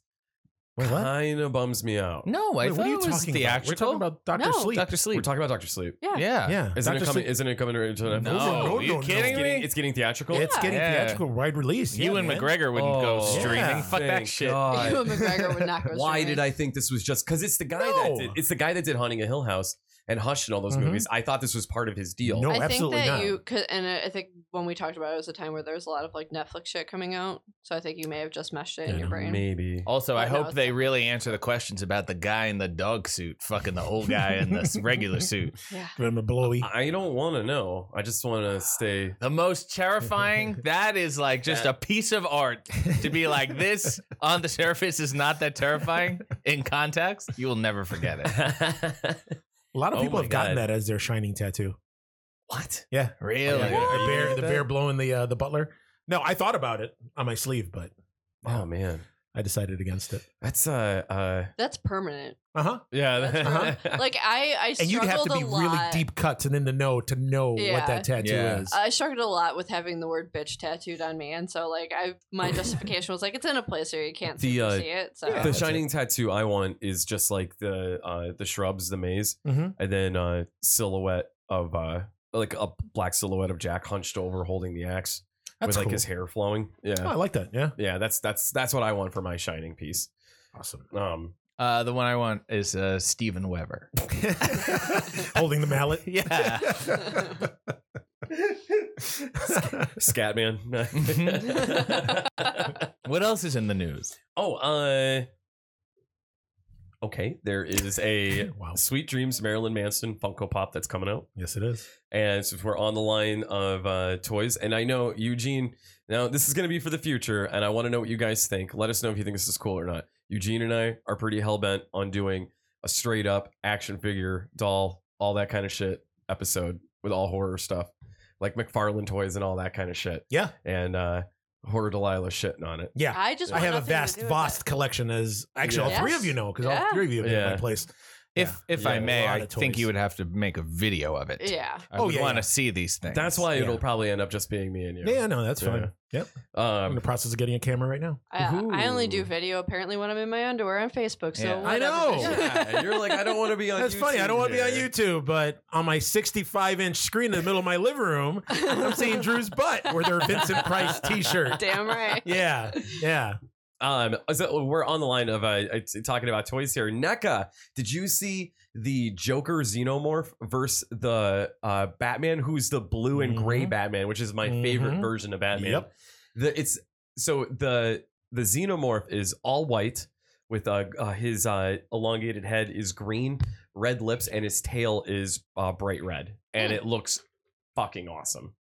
Speaker 4: Wait, what?
Speaker 3: kind of bums me out.
Speaker 1: No, I
Speaker 4: Wait,
Speaker 1: thought
Speaker 4: what are you
Speaker 1: it was
Speaker 4: talking about? We're
Speaker 1: theatrical.
Speaker 4: talking about Doctor
Speaker 2: No.
Speaker 4: Sleep.
Speaker 1: Doctor
Speaker 3: We're
Speaker 1: Sleep.
Speaker 3: talking about Doctor Sleep.
Speaker 2: Yeah.
Speaker 1: yeah.
Speaker 4: yeah,
Speaker 3: Isn't
Speaker 4: Dr.
Speaker 3: it coming?
Speaker 4: Sleep.
Speaker 3: Isn't it coming into
Speaker 1: No,
Speaker 3: Netflix? Oh,
Speaker 4: No, no,
Speaker 1: you kidding
Speaker 4: no,
Speaker 3: It's
Speaker 4: no.
Speaker 1: me?
Speaker 3: getting, it's getting theatrical.
Speaker 4: It's getting
Speaker 1: Yeah.
Speaker 4: theatrical wide release.
Speaker 1: you
Speaker 4: yeah,
Speaker 1: and
Speaker 4: man.
Speaker 1: McGregor wouldn't go
Speaker 3: Oh,
Speaker 1: streaming.
Speaker 4: yeah.
Speaker 1: Fuck that
Speaker 3: Thank
Speaker 1: shit.
Speaker 3: God.
Speaker 2: Ewan McGregor would not go.
Speaker 3: Why
Speaker 2: streaming.
Speaker 3: did I think this was just because it's the guy
Speaker 4: No.
Speaker 3: that did it's the guy that did Haunting a Hill House and Hush and all those
Speaker 4: Mhm.
Speaker 3: movies. I thought this was part of his deal.
Speaker 4: No,
Speaker 2: I think
Speaker 4: absolutely
Speaker 2: that
Speaker 4: not.
Speaker 2: you could, and I I think when we talked about it, it was a time where there was a lot of like Netflix shit coming out. So I think you may have just meshed it in
Speaker 4: Yeah,
Speaker 2: your
Speaker 4: no,
Speaker 2: brain.
Speaker 3: Maybe.
Speaker 1: Also, I
Speaker 2: Oh, no,
Speaker 1: hope
Speaker 2: it's
Speaker 1: they really answer the questions about the guy in the dog suit, fucking the old guy in the s- regular suit.
Speaker 2: Yeah.
Speaker 4: From the blowy.
Speaker 3: I don't want to know. I just want to stay.
Speaker 1: The most terrifying, that is like just
Speaker 3: That-
Speaker 1: a piece of art to be like, this on the surface is not that terrifying. In context, you will never forget it.
Speaker 4: A lot of
Speaker 3: Oh
Speaker 4: people
Speaker 3: my
Speaker 4: have gotten
Speaker 3: God.
Speaker 4: that as their shining tattoo.
Speaker 3: what?
Speaker 1: Really?
Speaker 4: Yeah, the bear, the
Speaker 3: That-
Speaker 4: bear blowing the uh, the butler. No, I thought about it on my sleeve, but
Speaker 3: Oh man,
Speaker 4: I decided against it.
Speaker 3: that's uh, uh
Speaker 2: That's permanent.
Speaker 4: Uh huh.
Speaker 3: yeah.
Speaker 2: That's Like I, I
Speaker 4: And you'd have
Speaker 2: struggled
Speaker 4: to be
Speaker 2: a lot.
Speaker 4: really deep cuts and in the know to know
Speaker 2: Yeah. Uh,
Speaker 4: what that tattoo
Speaker 1: Yeah.
Speaker 4: is.
Speaker 2: I struggled a lot with having the word bitch tattooed on me, and so like I, my justification was like it's in a place where you can't
Speaker 3: The,
Speaker 2: super
Speaker 3: uh,
Speaker 2: see it. So
Speaker 4: yeah.
Speaker 3: the
Speaker 4: that's
Speaker 3: shining tattoo I want is just like the uh the shrubs, the maze,
Speaker 4: Mhm.
Speaker 3: and then uh silhouette of uh like a black silhouette of Jack hunched over holding the axe with
Speaker 4: That's
Speaker 3: like
Speaker 4: cool.
Speaker 3: his hair flowing.
Speaker 4: Oh,
Speaker 3: Yeah.
Speaker 4: I like that. Yeah.
Speaker 3: Yeah, that's that's that's what I want for my shining piece.
Speaker 4: Awesome.
Speaker 3: Um
Speaker 1: Uh, the one I want is uh, Steven Weber.
Speaker 4: Holding the mallet.
Speaker 1: yeah.
Speaker 4: Mm-hmm.
Speaker 3: Scatman.
Speaker 1: What else is in the news?
Speaker 3: oh, uh Okay, there is a
Speaker 4: Wow.
Speaker 3: Sweet Dreams Marilyn Manson Funko Pop that's coming out.
Speaker 4: Yes, it is.
Speaker 3: and since we're on the line of uh, toys, and I know Eugene. Now this is going to be for the future, and I want to know what you guys think. Let us know if you think this is cool or not. Eugene and I are pretty hell bent on doing a straight up action figure, doll, all that kind of shit episode with all horror stuff, like McFarlane toys and all that kind of shit,
Speaker 4: Yeah.
Speaker 3: and uh, horror Delilah shitting on it.
Speaker 4: Yeah.
Speaker 2: I just
Speaker 4: I
Speaker 2: want
Speaker 4: have a
Speaker 2: nothing to
Speaker 4: vast,
Speaker 2: do with
Speaker 4: vast collection. As actually,
Speaker 3: Yeah.
Speaker 4: all three
Speaker 2: Yes.
Speaker 4: of you know, because
Speaker 2: Yeah.
Speaker 4: all three of you have been in
Speaker 3: Yeah.
Speaker 4: my place.
Speaker 1: If if
Speaker 3: Yeah,
Speaker 1: I
Speaker 3: a
Speaker 1: may,
Speaker 4: lot
Speaker 1: I
Speaker 4: of
Speaker 1: think
Speaker 4: toys.
Speaker 1: you would have to make a video of it.
Speaker 2: it. Yeah.
Speaker 1: I
Speaker 4: Oh,
Speaker 1: would
Speaker 4: yeah,
Speaker 1: want to
Speaker 4: yeah.
Speaker 1: see these things.
Speaker 3: That's why
Speaker 4: Yeah.
Speaker 3: it'll probably end up just being me and you.
Speaker 4: Yeah, no, that's fine. Yep. I'm in the
Speaker 3: Um,
Speaker 4: process of getting a camera right now.
Speaker 2: I, I only do
Speaker 3: Ooh.
Speaker 2: video apparently when I'm in my underwear on Facebook. So
Speaker 1: Yeah.
Speaker 2: whatever,
Speaker 4: I know.
Speaker 2: bitch.
Speaker 3: yeah, you're like I don't want to be on.
Speaker 4: That's funny. I don't want to be on
Speaker 3: here.
Speaker 4: YouTube, but on my 65 inch screen in the middle of my living room, I'm seeing Drew's butt with her Vincent Price t shirt.
Speaker 2: Damn right.
Speaker 4: Yeah. Yeah.
Speaker 3: Um, so we're on the line of uh, uh, talking about toys here. NECA, did you see the Joker Xenomorph versus the uh, Batman, who's the blue and gray
Speaker 4: Mhm.
Speaker 3: Batman, which is my favorite
Speaker 4: Mhm.
Speaker 3: version of Batman?
Speaker 4: Yep.
Speaker 3: The, it's so the the Xenomorph is all white with uh, uh, his uh, elongated head is green, red lips, and his tail is uh, bright red, and
Speaker 2: Hmm.
Speaker 3: it looks fucking awesome.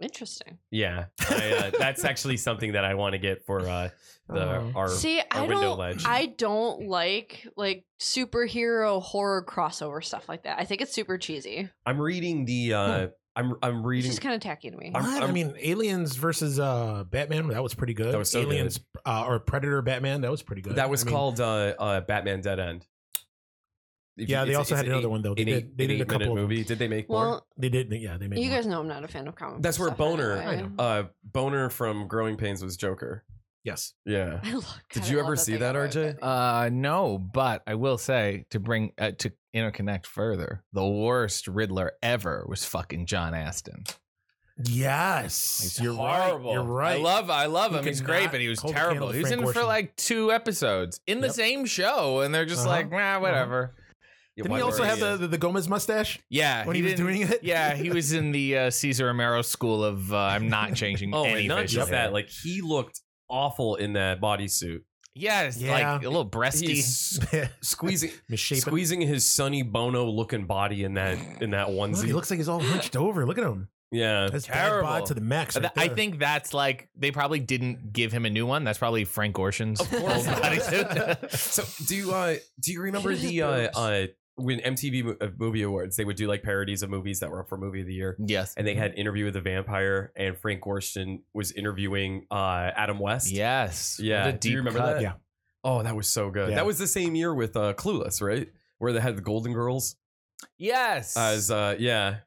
Speaker 2: Interesting.
Speaker 3: Yeah, I, uh, that's actually something that I want to get for uh, the
Speaker 4: Oh.
Speaker 3: our
Speaker 2: See, I
Speaker 3: window
Speaker 2: don't.
Speaker 3: ledge.
Speaker 2: I don't like like superhero horror crossover stuff like that. I think it's super cheesy.
Speaker 3: I'm reading the. Uh, I'm I'm
Speaker 2: It's
Speaker 3: reading.
Speaker 2: just kind of tacky to me.
Speaker 3: I'm-
Speaker 4: What? i
Speaker 3: I'm-
Speaker 4: mean, Aliens versus uh, Batman. That was pretty good.
Speaker 3: That was so
Speaker 4: Aliens Uh, or Predator Batman. That was pretty good.
Speaker 3: that was
Speaker 4: I mean,
Speaker 3: called uh, uh, Batman Dead End. If you-
Speaker 4: Yeah, they
Speaker 3: it's-
Speaker 4: also
Speaker 3: it's
Speaker 4: had
Speaker 3: an
Speaker 4: another
Speaker 3: eight-
Speaker 4: one though. They
Speaker 3: an
Speaker 4: did. They
Speaker 3: an
Speaker 4: did a
Speaker 3: eight-minute
Speaker 4: couple of
Speaker 3: movie.
Speaker 4: movies.
Speaker 3: Did they make more?
Speaker 2: Well,
Speaker 4: They did. Yeah, they made.
Speaker 2: you
Speaker 4: more.
Speaker 2: guys know I'm not a fan of comic. book
Speaker 3: That's where
Speaker 2: stuff
Speaker 3: Boner-
Speaker 2: anyway.
Speaker 4: I know.
Speaker 3: Uh, Boner from Growing Pains was Joker.
Speaker 4: Yes.
Speaker 3: Yeah.
Speaker 2: I look.
Speaker 3: Did
Speaker 2: I
Speaker 3: you
Speaker 2: love
Speaker 3: ever see
Speaker 2: they
Speaker 3: that,
Speaker 2: got away
Speaker 3: RJ?
Speaker 2: with it.
Speaker 1: Uh, no, but I will say to bring uh, to interconnect further, the worst Riddler ever was fucking John Aston.
Speaker 4: Yes.
Speaker 1: He's
Speaker 4: You're
Speaker 1: horrible.
Speaker 4: right. You're right.
Speaker 1: I love I love
Speaker 4: He
Speaker 1: him.
Speaker 4: could
Speaker 1: He's great,
Speaker 4: not
Speaker 1: but he was
Speaker 4: hold the candle
Speaker 1: terrible.
Speaker 4: to
Speaker 1: He was in
Speaker 4: Frank
Speaker 1: for
Speaker 4: Gorshin.
Speaker 1: like two episodes in the
Speaker 4: Yep.
Speaker 1: same show, and they're just
Speaker 4: Uh-huh.
Speaker 1: like, nah, whatever.
Speaker 3: Yeah,
Speaker 4: Didn't
Speaker 3: why
Speaker 4: he also
Speaker 3: were uh,
Speaker 4: have
Speaker 3: you-
Speaker 4: the, the, the Gomez mustache
Speaker 1: Yeah,
Speaker 4: when he, was
Speaker 1: didn't-
Speaker 4: doing it?
Speaker 1: Yeah, he was in the uh, Caesar Romero school of uh, I'm not changing.
Speaker 3: Oh,
Speaker 1: any
Speaker 3: and not
Speaker 1: facial
Speaker 3: just
Speaker 1: hair.
Speaker 3: that. Like he looked awful in that bodysuit.
Speaker 1: yeah, it's
Speaker 4: Yeah.
Speaker 1: like a little breasty.
Speaker 3: He's squeezing,
Speaker 4: misshapen.
Speaker 3: squeezing his Sonny Bono looking body in that in that onesie.
Speaker 4: Look, he looks like he's all hunched over. Look at him.
Speaker 3: yeah.
Speaker 4: That's
Speaker 1: Terrible.
Speaker 4: bad bod to the max. right
Speaker 1: Th- I
Speaker 4: there.
Speaker 1: think that's like they probably didn't give him a new one. That's probably Frank Gorshin's
Speaker 3: Of
Speaker 2: course.
Speaker 1: old bodysuit.
Speaker 3: So do you uh do you remember the uh, uh when MTV Mo- uh, Movie Awards they would do like parodies of movies that were up for Movie of the Year
Speaker 1: yes.
Speaker 3: and they had Interview with the Vampire and Frank Gorshin was interviewing uh Adam West.
Speaker 1: Yes.
Speaker 3: Yeah.
Speaker 1: What a
Speaker 3: Do you
Speaker 1: deep
Speaker 3: remember
Speaker 1: cut.
Speaker 3: that?
Speaker 4: Yeah.
Speaker 3: Oh, that was so good.
Speaker 4: Yeah.
Speaker 3: That was the same year with uh Clueless, right? Where they had the Golden Girls
Speaker 1: Yes.
Speaker 3: as uh yeah.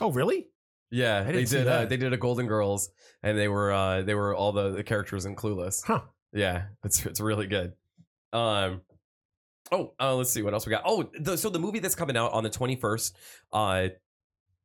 Speaker 4: Oh, really?
Speaker 3: Yeah, they
Speaker 4: didn't see
Speaker 3: did. Uh,
Speaker 4: that.
Speaker 3: they did a Golden Girls, and they were uh, they were all the, the characters in Clueless.
Speaker 4: Huh.
Speaker 3: Yeah, it's it's really good. Um, oh, uh, let's see what else we got. Oh, the, so the movie that's coming out on the twenty first, uh,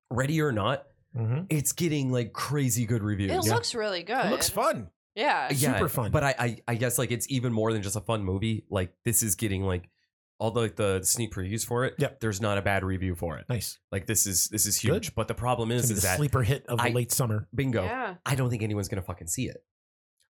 Speaker 3: Ready or Not,
Speaker 4: Mm-hmm.
Speaker 3: it's getting like crazy good reviews. Uh,
Speaker 2: It looks really good.
Speaker 4: It looks fun.
Speaker 2: Yeah.
Speaker 3: Yeah,
Speaker 4: Super fun.
Speaker 3: but I, I I guess like it's even more than just a fun movie. Like this is getting like all the the sneak previews for it.
Speaker 4: Yep.
Speaker 3: there's not a bad review for it.
Speaker 4: nice.
Speaker 3: Like this is this is
Speaker 4: Good.
Speaker 3: huge. But the problem
Speaker 4: It's
Speaker 3: is
Speaker 4: gonna be
Speaker 3: is
Speaker 4: the
Speaker 3: that
Speaker 4: sleeper hit of the
Speaker 3: I-
Speaker 4: late summer.
Speaker 3: bingo.
Speaker 2: Yeah.
Speaker 3: I don't think anyone's gonna fucking see it.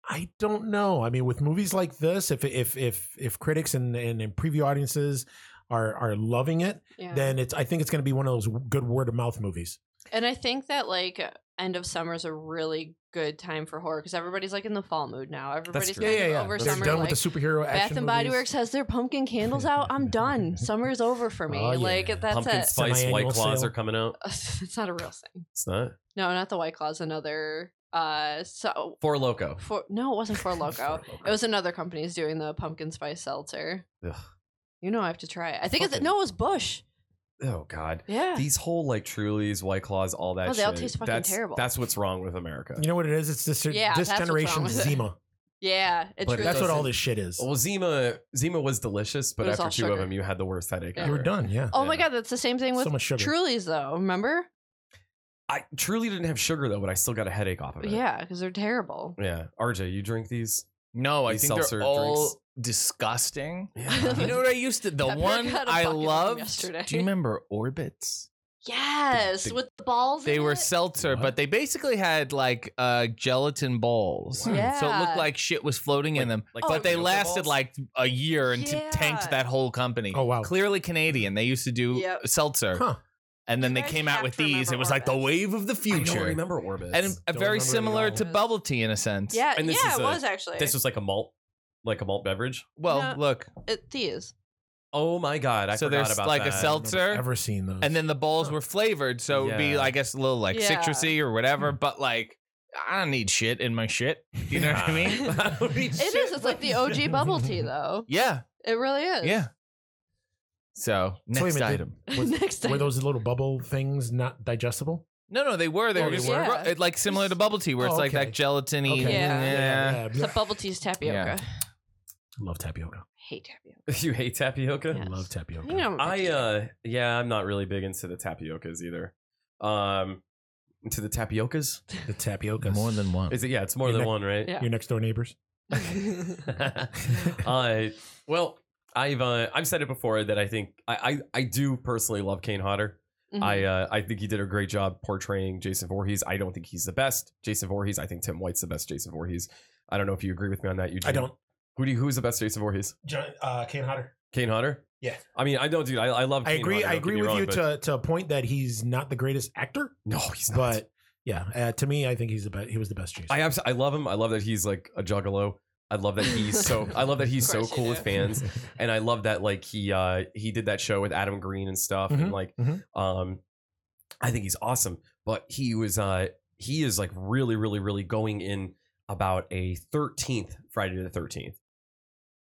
Speaker 4: I don't know. I mean, with movies like this, if if if if critics and and, and preview audiences are are loving it,
Speaker 2: Yeah.
Speaker 4: then it's. I think it's going to be one of those good word of mouth movies.
Speaker 2: And I think that like end of summer is a really good time for horror because everybody's like in the fall mood now. Everybody's
Speaker 3: true.
Speaker 2: kind
Speaker 3: Yeah,
Speaker 2: of
Speaker 3: yeah, yeah.
Speaker 2: over
Speaker 3: They're
Speaker 4: They're
Speaker 2: summer.
Speaker 4: done
Speaker 2: like,
Speaker 4: with the superhero action.
Speaker 2: Bath and Body
Speaker 4: movies.
Speaker 2: Works has their pumpkin candles out. I'm done. Summer is over for me.
Speaker 4: Oh, yeah.
Speaker 2: Like that's
Speaker 3: pumpkin
Speaker 2: it.
Speaker 3: spice white
Speaker 4: Semi-annual
Speaker 3: claws
Speaker 4: sale.
Speaker 3: are coming out.
Speaker 2: it's not a real thing.
Speaker 3: It's not
Speaker 2: No, not the White Claws. Another. Uh, so
Speaker 3: Four Loco.
Speaker 2: for no, it wasn't for Loco.
Speaker 3: Four Loko.
Speaker 2: it was another company's doing the pumpkin spice seltzer.
Speaker 3: Ugh.
Speaker 2: You know, I have to try it. I think it's
Speaker 3: Fucking-
Speaker 2: no, it was Bush.
Speaker 3: Oh God.
Speaker 2: Yeah.
Speaker 3: These whole like Trulies, White Claws, all that.
Speaker 2: Oh, they all
Speaker 3: shit,
Speaker 2: taste fucking
Speaker 3: that's,
Speaker 2: terrible.
Speaker 3: That's what's wrong with America.
Speaker 4: You know what it is? It's this,
Speaker 2: Yeah,
Speaker 4: this
Speaker 2: that's what's wrong
Speaker 4: generation's
Speaker 2: with it.
Speaker 4: Zima.
Speaker 2: yeah, it
Speaker 3: But
Speaker 2: truly
Speaker 4: That's what all
Speaker 2: is.
Speaker 4: this shit is.
Speaker 3: well, Zima, Zima was delicious, but
Speaker 2: It was
Speaker 3: after
Speaker 2: all
Speaker 3: two of
Speaker 2: sugar.
Speaker 3: them, you had the worst headache.
Speaker 2: Yeah.
Speaker 4: You
Speaker 3: ever.
Speaker 4: were done. Yeah.
Speaker 2: Oh my
Speaker 3: Yeah.
Speaker 2: god, that's the same thing with
Speaker 4: So much sugar.
Speaker 2: Trulies though. Remember?
Speaker 3: I truly didn't have sugar though, but I still got a headache off of it.
Speaker 2: Yeah, because they're terrible.
Speaker 3: Yeah. RJ, you drink these?
Speaker 1: No, I
Speaker 3: These
Speaker 1: think
Speaker 3: seltzer
Speaker 1: they're all
Speaker 3: drinks.
Speaker 1: disgusting.
Speaker 2: Yeah.
Speaker 1: You know what I used to? The
Speaker 2: Pepper
Speaker 1: one
Speaker 2: got a
Speaker 1: I
Speaker 2: bucket of them
Speaker 1: loved.
Speaker 2: yesterday.
Speaker 1: Do you remember Orbits?
Speaker 2: Yes,
Speaker 3: The- the-
Speaker 2: with the balls.
Speaker 1: They
Speaker 2: in
Speaker 1: were
Speaker 2: it.
Speaker 1: seltzer,
Speaker 3: What?
Speaker 1: but they basically had like uh, gelatin balls.
Speaker 2: Wow.
Speaker 1: So it
Speaker 2: Yeah.
Speaker 1: looked like shit was floating in them.
Speaker 3: like
Speaker 2: Oh,
Speaker 1: But they
Speaker 3: tapioca
Speaker 1: lasted
Speaker 3: balls?
Speaker 1: like a year and t-
Speaker 2: Yeah.
Speaker 1: tanked that whole company.
Speaker 4: Oh wow.
Speaker 1: Clearly Canadian. They used to do
Speaker 2: Yep.
Speaker 1: seltzer.
Speaker 4: Huh.
Speaker 1: And then
Speaker 2: You
Speaker 1: they
Speaker 2: guys
Speaker 1: came out
Speaker 2: have
Speaker 1: with
Speaker 2: to
Speaker 1: these.
Speaker 2: remember
Speaker 1: It was like the
Speaker 2: Orbits.
Speaker 1: wave of the
Speaker 3: I don't
Speaker 1: future.
Speaker 3: remember Orbis.
Speaker 1: And uh,
Speaker 4: Don't remember
Speaker 1: very
Speaker 4: it at
Speaker 1: similar
Speaker 4: all.
Speaker 1: to bubble tea in a sense.
Speaker 2: Yeah,
Speaker 3: And this
Speaker 2: yeah,
Speaker 3: is
Speaker 2: it
Speaker 3: a-
Speaker 2: was actually.
Speaker 3: this was like a malt, like a malt beverage.
Speaker 1: Well,
Speaker 2: No.
Speaker 1: look.
Speaker 2: it, these.
Speaker 3: Oh my God. I
Speaker 1: So
Speaker 3: forgot
Speaker 1: there's
Speaker 3: about
Speaker 1: like a
Speaker 3: that.
Speaker 1: sel-
Speaker 4: I don't remember
Speaker 1: Seltzer,
Speaker 4: Ever seen those?
Speaker 1: And then the balls were flavored, so it would be,
Speaker 3: Yeah.
Speaker 1: I guess, a little like
Speaker 2: Yeah.
Speaker 1: citrusy or whatever. But like, I don't need shit in my shit. You know what I mean? I don't need
Speaker 2: It
Speaker 1: shit
Speaker 2: is. It's
Speaker 1: in
Speaker 2: like
Speaker 1: my
Speaker 2: the OG bubble tea though.
Speaker 1: Yeah,
Speaker 2: It really is.
Speaker 1: yeah. So
Speaker 4: So wait a
Speaker 1: next
Speaker 4: minute,
Speaker 1: item.
Speaker 4: did- was-
Speaker 2: Next
Speaker 4: were
Speaker 2: time.
Speaker 4: those little bubble things not digestible?
Speaker 1: No, no, they were. They
Speaker 4: Oh,
Speaker 1: were
Speaker 4: they
Speaker 1: just
Speaker 2: were? Yeah.
Speaker 1: it- like similar to bubble tea, where it's
Speaker 4: Oh,
Speaker 1: like
Speaker 4: okay.
Speaker 1: that gelatiny.
Speaker 4: Okay.
Speaker 2: Yeah.
Speaker 1: yeah.
Speaker 2: the bubble tea's tapioca.
Speaker 1: Yeah.
Speaker 4: Love tapioca.
Speaker 2: Hate tapioca.
Speaker 3: you hate tapioca?
Speaker 2: Yes.
Speaker 4: Love tapioca.
Speaker 2: You know,
Speaker 3: I uh yeah, I'm not really big into the tapiocas either. Um to the tapiocas?
Speaker 4: The tapioca.
Speaker 1: More than one.
Speaker 3: Is it yeah, it's more than
Speaker 4: Your
Speaker 3: one,
Speaker 4: neck-
Speaker 3: right?
Speaker 2: Yeah.
Speaker 4: your next door neighbors.
Speaker 3: uh, well, I've uh, I've said it before that I think I I, I do personally love Kane Hodder. I uh, I think he did a great job portraying Jason Voorhees. I don't think he's the best Jason Voorhees. I think Tim White's the best Jason Voorhees. I don't know if you agree with me on that. Eugene.
Speaker 4: I don't.
Speaker 3: Who do you, who's the best Jason Voorhees?
Speaker 4: John, uh, Kane Hodder.
Speaker 3: Kane Hodder.
Speaker 4: Yeah.
Speaker 3: I mean, I don't, dude. I, I love.
Speaker 4: I
Speaker 3: Kane
Speaker 4: agree.
Speaker 3: Hodder,
Speaker 4: I
Speaker 3: don't get
Speaker 4: agree
Speaker 3: me
Speaker 4: with
Speaker 3: wrong,
Speaker 4: you
Speaker 3: but-
Speaker 4: to to a point that he's not the greatest actor,
Speaker 3: No, he's not.
Speaker 4: but yeah, uh, to me, I think he's the best. He was the best Jason.
Speaker 3: I abs- I love him. I love that he's like a juggalo. I love that he's so. I love that he's
Speaker 2: Of
Speaker 3: so
Speaker 2: course you
Speaker 3: cool with
Speaker 2: do.
Speaker 3: fans, and I love that like he uh he did that show with Adam Green and stuff, and like
Speaker 4: mhm.
Speaker 3: um, I think he's awesome. But he was uh he is like really really really going in about a thirteenth Friday the thirteenth.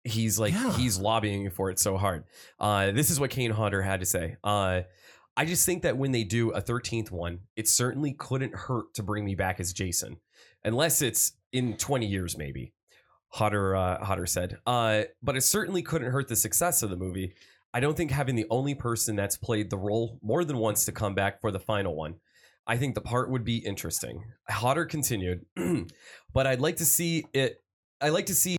Speaker 3: He's like
Speaker 4: Yeah.
Speaker 3: he's lobbying for it so hard. Uh, this is what Kane Hodder had to say. Uh, I just think that when they do a 13th one, it certainly couldn't hurt to bring me back as Jason, unless it's in 20 years, maybe. Hodder, uh, Hodder said. Uh, but it certainly couldn't hurt the success of the movie. I don't think having the only person that's played the role more than once to come back for the final one. I think the part would be interesting. Hodder continued, but I'd like to see it. I'd like to see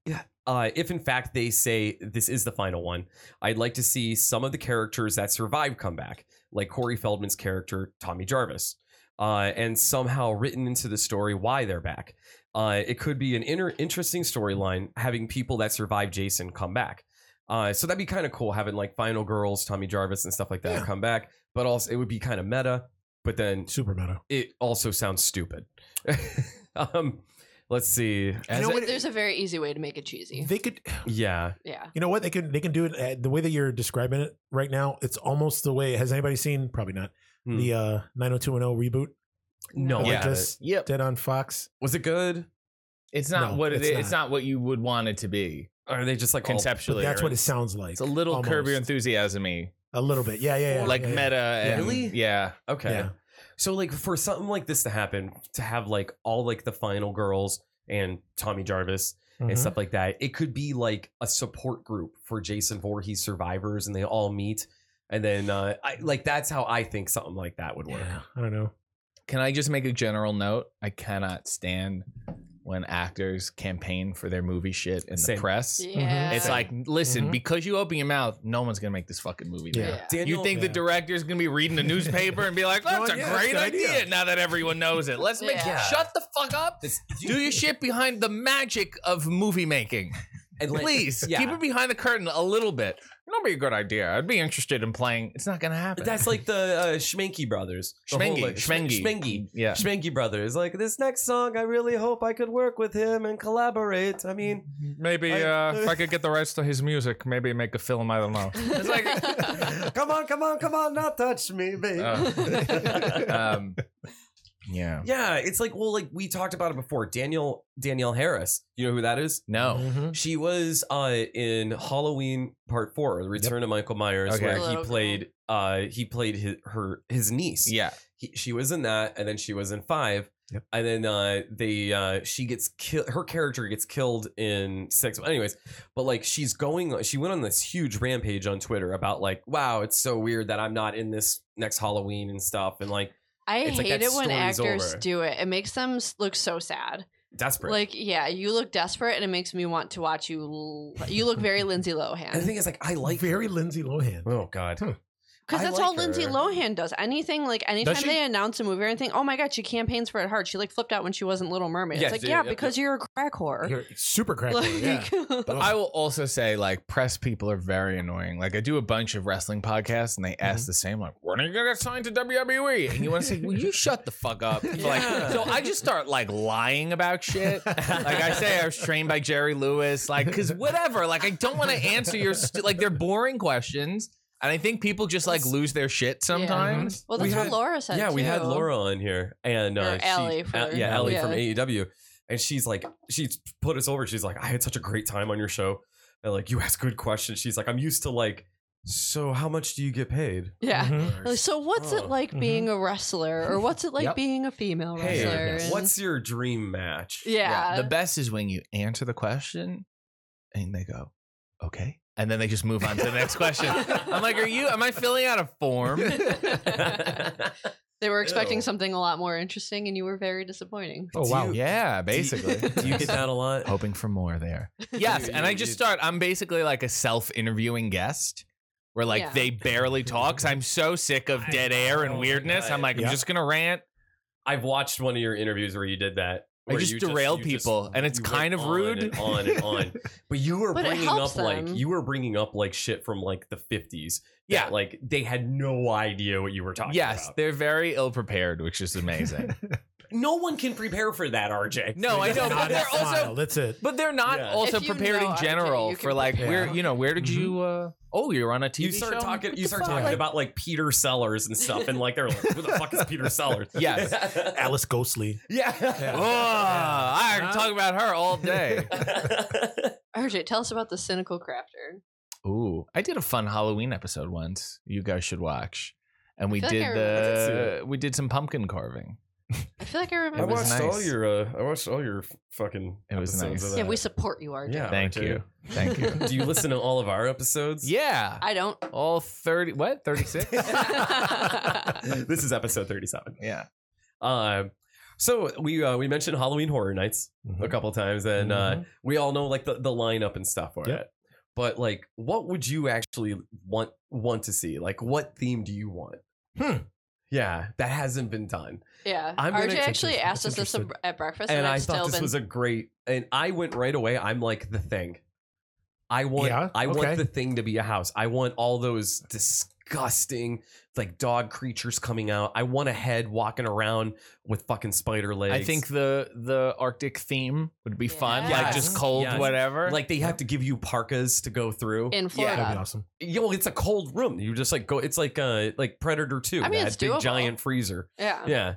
Speaker 3: uh, if, in fact, they say this is the final one. I'd like to see some of the characters that survive come back like Corey Feldman's character, Tommy Jarvis, uh, and somehow written into the story why they're back. Uh, it could be an inter- interesting storyline having people that survive Jason come back. Uh, so that'd be kind of cool having like Final Girls, Tommy Jarvis, and stuff like that
Speaker 4: Yeah.
Speaker 3: come back. But also, it would be kind of meta. But then
Speaker 4: Super meta.
Speaker 3: it also sounds stupid. um, let's see.
Speaker 1: As
Speaker 4: know
Speaker 1: it-
Speaker 4: what-
Speaker 2: Mm-hmm. There's a very easy way to make it cheesy.
Speaker 4: They could.
Speaker 3: Yeah,
Speaker 2: Yeah.
Speaker 4: You know what? They can. They can do it uh, the way that you're describing it right now. It's almost the way. Has anybody seen? Probably not.
Speaker 3: Hmm.
Speaker 4: The uh, 90210 reboot
Speaker 3: no,
Speaker 4: Like
Speaker 1: yeah.
Speaker 4: this?
Speaker 1: Yep.
Speaker 4: did on Fox. Oh,
Speaker 3: was it good?
Speaker 1: It's not
Speaker 4: No,
Speaker 1: what it
Speaker 4: it's
Speaker 1: is.
Speaker 4: not.
Speaker 1: It's not what you would want it to be
Speaker 3: Or are they just like all-
Speaker 1: conceptually.
Speaker 4: But that's
Speaker 1: or-
Speaker 4: what it sounds like.
Speaker 1: It's a little
Speaker 4: almost.
Speaker 1: Curb Your Enthusiasm y,
Speaker 4: A little bit. Yeah. Yeah. yeah
Speaker 1: like
Speaker 4: yeah, yeah.
Speaker 1: meta. And,
Speaker 3: Really?
Speaker 1: Yeah.
Speaker 3: okay.
Speaker 4: Yeah.
Speaker 3: So like for something like this to happen, to have like all like the final girls and Tommy Jarvis and
Speaker 4: Mhm.
Speaker 3: stuff like that, it could be like a support group for Jason Voorhees survivors, and they all meet, and then uh, I, like that's how I think something like that would work.
Speaker 4: Yeah. I don't know.
Speaker 1: Can I just make a general note? I cannot stand when actors campaign for their movie shit in
Speaker 3: Same.
Speaker 1: the press.
Speaker 3: Mm-hmm.
Speaker 2: Yeah.
Speaker 1: It's like, listen,
Speaker 4: Mhm.
Speaker 1: because you open your mouth, no one's gonna make this fucking movie. now.
Speaker 2: Yeah.
Speaker 3: Daniel,
Speaker 1: You think the
Speaker 4: Yeah.
Speaker 1: director's gonna be reading the newspaper and be like,
Speaker 4: No,
Speaker 1: "That's a
Speaker 4: yeah,
Speaker 1: great
Speaker 4: that's a good
Speaker 1: idea.
Speaker 4: idea."
Speaker 1: Now that everyone knows it, let's make
Speaker 2: Yeah.
Speaker 1: shut the fuck up.
Speaker 3: This-
Speaker 1: Do your shit behind the magic of movie making,
Speaker 3: and like-
Speaker 1: please.
Speaker 3: yeah.
Speaker 1: Keep it behind the curtain a little bit. That'd be a good idea. I'd be interested in playing. It's not gonna happen.
Speaker 3: That's like the uh, Schmenke brothers, The whole,
Speaker 1: Schmengi,
Speaker 3: like,
Speaker 1: Schmengi,
Speaker 3: Schmengi,
Speaker 1: Yeah.
Speaker 3: Schmengi brothers. Like this next song, I really hope I could work with him and collaborate. I mean,
Speaker 1: Maybe
Speaker 3: I-
Speaker 1: uh, if I could get the rights to his music, maybe make a film. I don't know. It's like,
Speaker 3: come on, come on, come on, not touch me, baby.
Speaker 1: Uh, um, yeah.
Speaker 3: yeah, it's like well, like we talked about it before. Daniel Danielle Harris, you know who that is?
Speaker 1: No.
Speaker 4: Mhm.
Speaker 3: She was uh, in Halloween Part Four, The Return of Michael Myers,
Speaker 1: Okay.
Speaker 3: where he
Speaker 2: Hello,
Speaker 3: played uh, he played his, her his niece.
Speaker 1: Yeah.
Speaker 3: he, she was in that, and then she was in Five,
Speaker 4: Yep.
Speaker 3: and then uh, they uh, she gets killed. Her character gets killed in Six. Anyways, but like she's going, she went on this huge rampage on Twitter about like, wow, it's so weird that I'm not in this next Halloween and stuff, and like
Speaker 2: I
Speaker 3: It's like
Speaker 2: hate
Speaker 3: that
Speaker 2: it when
Speaker 3: story's
Speaker 2: actors
Speaker 3: over.
Speaker 2: do it. It makes them s- look so sad.
Speaker 3: desperate.
Speaker 2: Like, yeah, you look desperate, and it makes me want to watch you. l- You look very Lindsay
Speaker 3: and the
Speaker 2: Lohan
Speaker 3: thing is, like, I like
Speaker 4: very
Speaker 3: her.
Speaker 4: Lindsay Lohan.
Speaker 3: Oh God.
Speaker 4: Hmm.
Speaker 2: because
Speaker 3: I
Speaker 2: that's
Speaker 3: like
Speaker 2: all Lindsay
Speaker 3: her.
Speaker 2: Lohan does. Anything like anytime
Speaker 1: she?
Speaker 2: they announce a movie or anything, oh my god, she campaigns for it hard. She like flipped out when she wasn't Little Mermaid.
Speaker 3: Yes,
Speaker 2: it's like
Speaker 3: yeah,
Speaker 2: yeah,
Speaker 3: yep,
Speaker 2: because you're a crack whore.
Speaker 4: You're super crack.
Speaker 2: like,
Speaker 4: yeah.
Speaker 1: But I will also say, like, press people are very annoying. Like, I do a bunch of wrestling podcasts, and they ask the same, like, "When are you gonna get signed to WWE?" And you want to say, "Will you shut the fuck up?" Like,
Speaker 3: Yeah.
Speaker 1: so I just start like lying about shit. like I say, I was trained by Jerry Lewis, like, because whatever. Like, I don't want to answer your st- like they're boring questions, and I think people just like lose their shit sometimes.
Speaker 2: well,
Speaker 3: We
Speaker 2: that's what
Speaker 3: had-
Speaker 2: Laura said.
Speaker 3: yeah, we had
Speaker 2: too.
Speaker 3: Laura on here, and uh,
Speaker 2: Or Ally
Speaker 3: she,
Speaker 2: for-
Speaker 3: uh, yeah, Ellie
Speaker 2: Yeah.
Speaker 3: from AEW, and she's like, she put us over. She's like, I had such a great time on your show, and like, you ask good questions. She's like, I'm used to like, so how much do you get paid?
Speaker 2: Yeah.
Speaker 1: Mm-hmm.
Speaker 4: Hmm?
Speaker 2: Like, So what's
Speaker 3: Oh.
Speaker 2: it like being a wrestler, or what's it like
Speaker 1: Yep.
Speaker 2: being a female
Speaker 3: Hey,
Speaker 2: wrestler?
Speaker 4: Yes.
Speaker 2: and-
Speaker 3: what's your dream match?
Speaker 2: yeah,
Speaker 1: The best is when you answer the question and they go, okay. And then they just move on to the next question. I'm like, are you, am I filling out a form?
Speaker 2: They were expecting
Speaker 3: Ew.
Speaker 2: something a lot more interesting, and you were very disappointing.
Speaker 4: Oh
Speaker 3: Do
Speaker 4: wow.
Speaker 3: you-
Speaker 1: Yeah, basically.
Speaker 3: Do you get that a lot?
Speaker 1: Hoping for more there. Yes,
Speaker 3: You-
Speaker 1: and I
Speaker 3: you-
Speaker 1: just
Speaker 3: you-
Speaker 1: start. I'm basically like a self-interviewing guest, where like
Speaker 2: Yeah.
Speaker 1: they barely talk. 'cause I'm so sick of dead air
Speaker 3: Oh
Speaker 1: and
Speaker 3: my
Speaker 1: weirdness.
Speaker 3: God.
Speaker 1: I'm like,
Speaker 4: Yeah.
Speaker 1: I'm just gonna rant.
Speaker 3: I've watched one of your interviews where you did that.
Speaker 1: I
Speaker 3: where
Speaker 1: just
Speaker 3: you
Speaker 1: derail
Speaker 3: you
Speaker 1: people, and it's
Speaker 3: you
Speaker 1: kind
Speaker 3: went
Speaker 1: of
Speaker 3: on
Speaker 1: rude.
Speaker 3: and on and on. But you were
Speaker 2: But it
Speaker 3: bringing up
Speaker 2: helps
Speaker 3: like
Speaker 2: them.
Speaker 3: you were bringing up like shit from like the fifties.
Speaker 1: Yeah.
Speaker 3: like they had no idea what you were talking
Speaker 1: Yes,
Speaker 3: about.
Speaker 1: they're very ill-prepared, which is amazing.
Speaker 3: no one can prepare for that, RJ.
Speaker 1: No, I know,
Speaker 4: Just
Speaker 1: but
Speaker 4: nod
Speaker 1: they're
Speaker 4: and smile,
Speaker 1: also
Speaker 4: That's it.
Speaker 1: but they're not
Speaker 3: Yeah. Mm-hmm.
Speaker 1: also
Speaker 2: If you
Speaker 1: prepared
Speaker 2: know
Speaker 1: in
Speaker 2: RJ,
Speaker 1: general
Speaker 2: you
Speaker 1: for
Speaker 2: can
Speaker 1: like
Speaker 4: prepare.
Speaker 1: where you know where did you uh oh you're on a TV
Speaker 3: You start
Speaker 1: show?
Speaker 3: talking.
Speaker 1: What
Speaker 3: You
Speaker 1: the
Speaker 3: start
Speaker 1: fuck?
Speaker 3: talking about like Peter Sellers and stuff, and like they're like, "Who the fuck is Peter Sellers?"
Speaker 1: Yes.
Speaker 4: Alice Ghostly.
Speaker 3: yeah.
Speaker 1: Oh,
Speaker 4: Yeah.
Speaker 1: I can
Speaker 4: Huh?
Speaker 1: talk about her all day.
Speaker 2: RJ, tell us about the cynical crafter.
Speaker 1: Ooh, I did a fun Halloween episode once. You guys should watch. And we
Speaker 2: feel like
Speaker 1: did
Speaker 2: I remember-
Speaker 3: I did
Speaker 1: the we did some pumpkin carving.
Speaker 2: I feel like I
Speaker 3: I
Speaker 1: It
Speaker 2: remember.
Speaker 1: was
Speaker 3: watched all
Speaker 1: nice.
Speaker 3: your. Uh, I watched all your f- fucking.
Speaker 1: It was
Speaker 3: episodes
Speaker 1: nice.
Speaker 3: Of
Speaker 2: yeah, we
Speaker 3: that.
Speaker 2: support you, RJ.
Speaker 3: Yeah.
Speaker 1: Thank
Speaker 3: okay.
Speaker 1: you, thank you.
Speaker 3: Do you listen to all of our episodes?
Speaker 1: yeah,
Speaker 2: I don't.
Speaker 1: all thirty. What thirty six?
Speaker 3: this is episode thirty-seven.
Speaker 1: yeah,
Speaker 3: Uh, so we uh, we mentioned Halloween Horror Nights
Speaker 4: Mm-hmm.
Speaker 3: a couple times, and uh, we all know like the, the lineup and stuff for
Speaker 4: Yep.
Speaker 3: it. But like, what would you actually want want to see? Like, what theme do you want?
Speaker 4: Hmm.
Speaker 3: Yeah, that hasn't been done,
Speaker 2: Yeah,
Speaker 3: I'm gonna-
Speaker 2: RJ
Speaker 3: That's
Speaker 2: actually
Speaker 3: interesting.
Speaker 2: asked us
Speaker 3: That's
Speaker 2: this
Speaker 3: interesting.
Speaker 2: at breakfast,
Speaker 3: and
Speaker 2: and, I've
Speaker 3: I
Speaker 2: still
Speaker 3: thought this
Speaker 2: been.
Speaker 3: was a great. And I went right away. I'm like the thing. I want.
Speaker 4: Yeah,
Speaker 3: I
Speaker 4: okay.
Speaker 3: want the thing to be a house. I want all those disgusting like dog creatures coming out. I want a head walking around with fucking spider legs.
Speaker 1: I think the the Arctic theme would be fun, like
Speaker 3: Yes.
Speaker 1: just cold,
Speaker 3: Yes.
Speaker 1: whatever.
Speaker 3: Like they have to give you parkas to go through.
Speaker 2: in
Speaker 4: That'd be
Speaker 2: Florida.
Speaker 4: awesome.
Speaker 3: Yo, it's a cold room. You just like go. It's like uh like Predator Two.
Speaker 2: I mean,
Speaker 3: that
Speaker 2: it's
Speaker 3: big
Speaker 2: doable.
Speaker 3: giant freezer.
Speaker 2: Yeah. yeah.
Speaker 3: Yeah,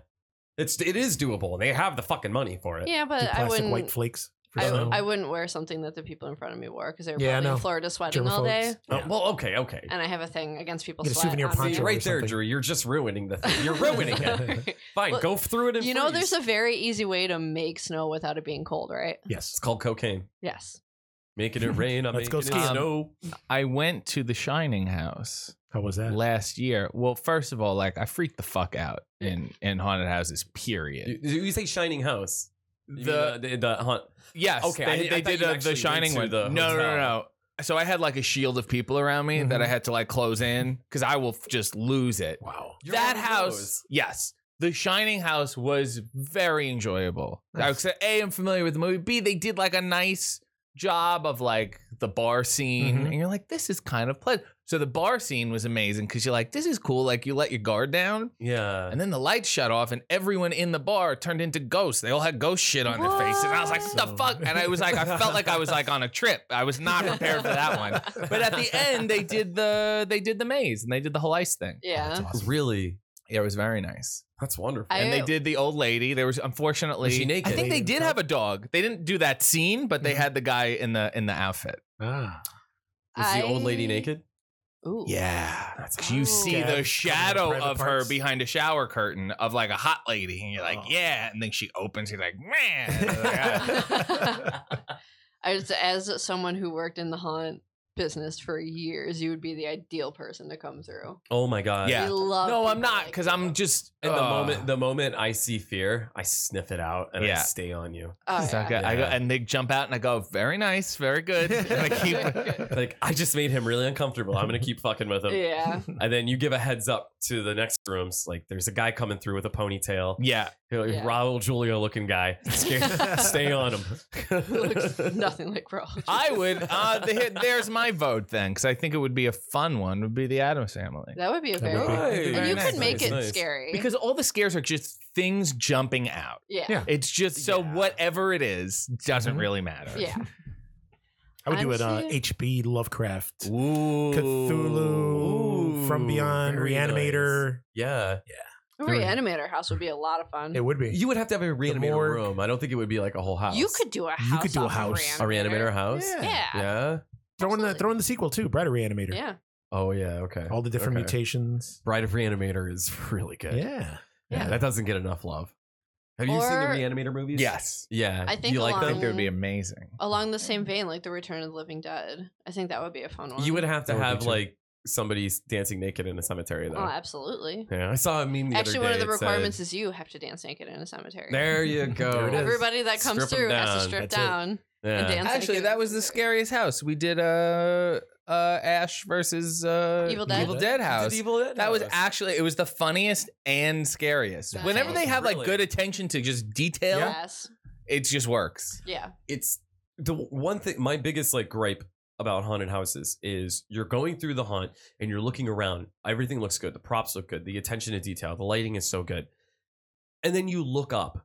Speaker 3: it's it is doable. They have the fucking money for it.
Speaker 4: Do
Speaker 2: but I
Speaker 4: plastic white
Speaker 2: wouldn't.
Speaker 4: flakes. For
Speaker 2: I,
Speaker 3: Uh-huh.
Speaker 4: snow.
Speaker 2: I wouldn't wear something that the people in front of me wore because they were
Speaker 4: Yeah, I
Speaker 2: probably in
Speaker 4: know.
Speaker 2: Florida sweating all
Speaker 4: Germaphobes.
Speaker 2: day.
Speaker 3: Oh, well, okay, okay.
Speaker 2: And I have a thing against people
Speaker 4: Get a
Speaker 2: sweat
Speaker 4: souvenir
Speaker 2: on me.
Speaker 4: poncho.
Speaker 3: right there,
Speaker 4: something.
Speaker 3: Drew. You're just ruining the thing. You're ruining it. Fine,
Speaker 2: Well,
Speaker 3: go through it. And
Speaker 2: you know, there's
Speaker 3: freeze.
Speaker 2: a very easy way to make snow without it being cold, right?
Speaker 4: Yes.
Speaker 3: It's called cocaine.
Speaker 2: Yes.
Speaker 3: Making it rain. I'm
Speaker 4: Let's go
Speaker 3: making it
Speaker 1: skiing.
Speaker 3: snow.
Speaker 1: I went to the Shining house
Speaker 4: How was that?
Speaker 1: last year. Well, first of all, like I freaked the fuck out in in haunted houses. Period.
Speaker 3: You, you say shining house. You
Speaker 1: The-
Speaker 3: mean uh, the, the hunt.
Speaker 1: Yes.
Speaker 3: Okay, I
Speaker 1: They,
Speaker 3: did- I
Speaker 1: they
Speaker 3: thought
Speaker 1: did
Speaker 3: you
Speaker 1: uh,
Speaker 3: actually
Speaker 1: the
Speaker 3: went
Speaker 1: Shining
Speaker 3: to
Speaker 1: one. no,
Speaker 3: the
Speaker 1: no,
Speaker 3: hotel. Mm-hmm.
Speaker 1: no, no. So I had like a shield of people around me that
Speaker 4: Mhm.
Speaker 1: I had to like close in because I will f- just lose it.
Speaker 4: Wow.
Speaker 3: You're
Speaker 1: that
Speaker 3: one of
Speaker 1: house,
Speaker 3: those.
Speaker 1: yes. The Shining house was very enjoyable. I would say A, I'm familiar with the movie. B, they did like a nice job of like the bar scene,
Speaker 3: Mm-hmm.
Speaker 4: Mhm.
Speaker 1: and you're like, this is kind of pleasant. So the bar scene was amazing because you're like, this is cool. Like you let your guard down,
Speaker 3: Yeah.
Speaker 1: and then the lights shut off, and everyone in the bar turned into ghosts. They all had ghost shit on their faces. And I was like, what the
Speaker 4: What?
Speaker 1: fuck? And I was like, I felt like I was like on a trip. I was not prepared for that one. But at the end, they did the they did the maze and they did the whole ice thing.
Speaker 2: Yeah.
Speaker 3: really,
Speaker 1: Yeah, it was very nice.
Speaker 3: that's wonderful.
Speaker 2: I-
Speaker 1: and they did the old lady. There was unfortunately
Speaker 3: Was she naked?
Speaker 1: I think they
Speaker 4: Naked
Speaker 1: did
Speaker 4: and
Speaker 1: have a dog. They didn't do that scene, but they
Speaker 4: Mhm.
Speaker 1: had the guy in the in the outfit.
Speaker 4: Ah.
Speaker 3: Is the old lady
Speaker 2: I-
Speaker 3: naked?
Speaker 2: Ooh.
Speaker 1: Yeah.
Speaker 3: That's
Speaker 1: You see
Speaker 4: Dad
Speaker 1: the
Speaker 4: covering
Speaker 1: shadow
Speaker 4: private
Speaker 1: of her
Speaker 4: parts.
Speaker 1: behind a shower curtain of like a hot lady, and you're like,
Speaker 4: Oh.
Speaker 1: yeah. And then she opens, you're like, man.
Speaker 2: I just, as someone who worked in the haunt business for years, you would be the ideal person to come through.
Speaker 3: oh my god.
Speaker 1: Yeah.
Speaker 2: We love
Speaker 1: no, I'm
Speaker 2: people
Speaker 1: not,
Speaker 2: like
Speaker 1: because
Speaker 2: you.
Speaker 1: I'm just
Speaker 3: And the
Speaker 1: uh,
Speaker 3: moment the moment I see fear, I sniff it out and I
Speaker 1: Yeah.
Speaker 3: stay on you.
Speaker 2: Oh,
Speaker 1: So I
Speaker 2: yeah.
Speaker 1: go- I go-
Speaker 3: Yeah.
Speaker 1: and they jump out, and I go, very nice, very good. And I keep.
Speaker 3: Like I just made him really uncomfortable. I'm gonna keep fucking with him.
Speaker 2: Yeah.
Speaker 3: And then you give a heads up to the next rooms. Like there's a guy coming through with a ponytail,
Speaker 1: Yeah,
Speaker 3: Like,
Speaker 2: Yeah.
Speaker 3: Raul Julia looking guy. Stay stay on him.
Speaker 2: Who looks nothing like Raul.
Speaker 1: I would. Uh, the, there's my vote then, because I think it would be a fun one. Would be the Adams Family.
Speaker 2: That would be a
Speaker 4: That would
Speaker 2: very.
Speaker 4: be-
Speaker 2: And
Speaker 1: Very
Speaker 2: you
Speaker 1: nice.
Speaker 2: could make it
Speaker 3: Nice.
Speaker 2: scary.
Speaker 1: Because all the scares are just things jumping out.
Speaker 2: yeah.
Speaker 4: Yeah.
Speaker 1: It's just so
Speaker 3: Yeah.
Speaker 1: whatever it is doesn't
Speaker 4: Mhm.
Speaker 1: really matter.
Speaker 2: Yeah.
Speaker 4: I would do it. Uh,
Speaker 2: Honestly-
Speaker 4: H.B. Lovecraft.
Speaker 1: Ooh.
Speaker 4: Cthulhu, From Beyond,
Speaker 3: very nice.
Speaker 4: Reanimator.
Speaker 3: Yeah.
Speaker 2: A
Speaker 4: Very-
Speaker 2: reanimator house would be a lot of fun.
Speaker 4: It would be.
Speaker 3: You would have to have a reanimator
Speaker 4: morgue.
Speaker 3: room. I don't think it would be like a whole house.
Speaker 2: You could do a house.
Speaker 4: You could do a
Speaker 2: off of
Speaker 4: house.
Speaker 3: a reanimator house?
Speaker 2: Yeah.
Speaker 3: Yeah.
Speaker 4: throw in the
Speaker 2: absolutely.
Speaker 4: throw in the sequel too. Bride of Reanimator.
Speaker 2: Yeah.
Speaker 3: Oh yeah, okay.
Speaker 4: All the different
Speaker 3: Okay.
Speaker 4: mutations.
Speaker 3: Bride of Reanimator is really good.
Speaker 4: Yeah.
Speaker 3: Yeah,
Speaker 2: Yeah.
Speaker 3: that doesn't get enough love. Have you seen the
Speaker 2: Or-
Speaker 3: Reanimator movies?
Speaker 1: Yes.
Speaker 3: Yeah.
Speaker 2: I think
Speaker 3: you like
Speaker 1: I
Speaker 2: along-
Speaker 1: think
Speaker 3: them?
Speaker 1: it would be amazing.
Speaker 2: oh, Along the same vein, like the Return of the Living Dead. I think that would be a fun one.
Speaker 3: You would have to
Speaker 4: That would be
Speaker 3: have
Speaker 4: too.
Speaker 3: like somebody's dancing naked in a cemetery though.
Speaker 2: Oh, absolutely.
Speaker 3: yeah, I saw a meme. The
Speaker 2: Actually,
Speaker 3: other
Speaker 2: one
Speaker 3: day,
Speaker 2: of the
Speaker 3: it said-
Speaker 2: requirements is you have to dance naked in a cemetery.
Speaker 3: there you go.
Speaker 4: There it is.
Speaker 2: Everybody that comes
Speaker 3: Strip 'em
Speaker 2: through has
Speaker 3: down,
Speaker 2: to strip
Speaker 4: that's it.
Speaker 2: down
Speaker 3: Yeah.
Speaker 2: and dance.
Speaker 1: Actually,
Speaker 2: naked.
Speaker 1: that was the scariest house. We did uh uh Ash versus uh
Speaker 2: Evil Dead?
Speaker 1: house.
Speaker 3: Evil Dead
Speaker 1: that was
Speaker 3: house.
Speaker 1: actually it was the funniest and scariest.
Speaker 2: That's
Speaker 1: Whenever they
Speaker 3: awesome.
Speaker 1: have
Speaker 3: Really?
Speaker 1: like good attention to just detail,
Speaker 2: Yes.
Speaker 1: it just works.
Speaker 2: Yeah.
Speaker 3: it's the one thing my biggest like gripe about haunted houses is you're going through the haunt and you're looking around everything looks good the props look good the attention to detail the lighting is so good and then you look up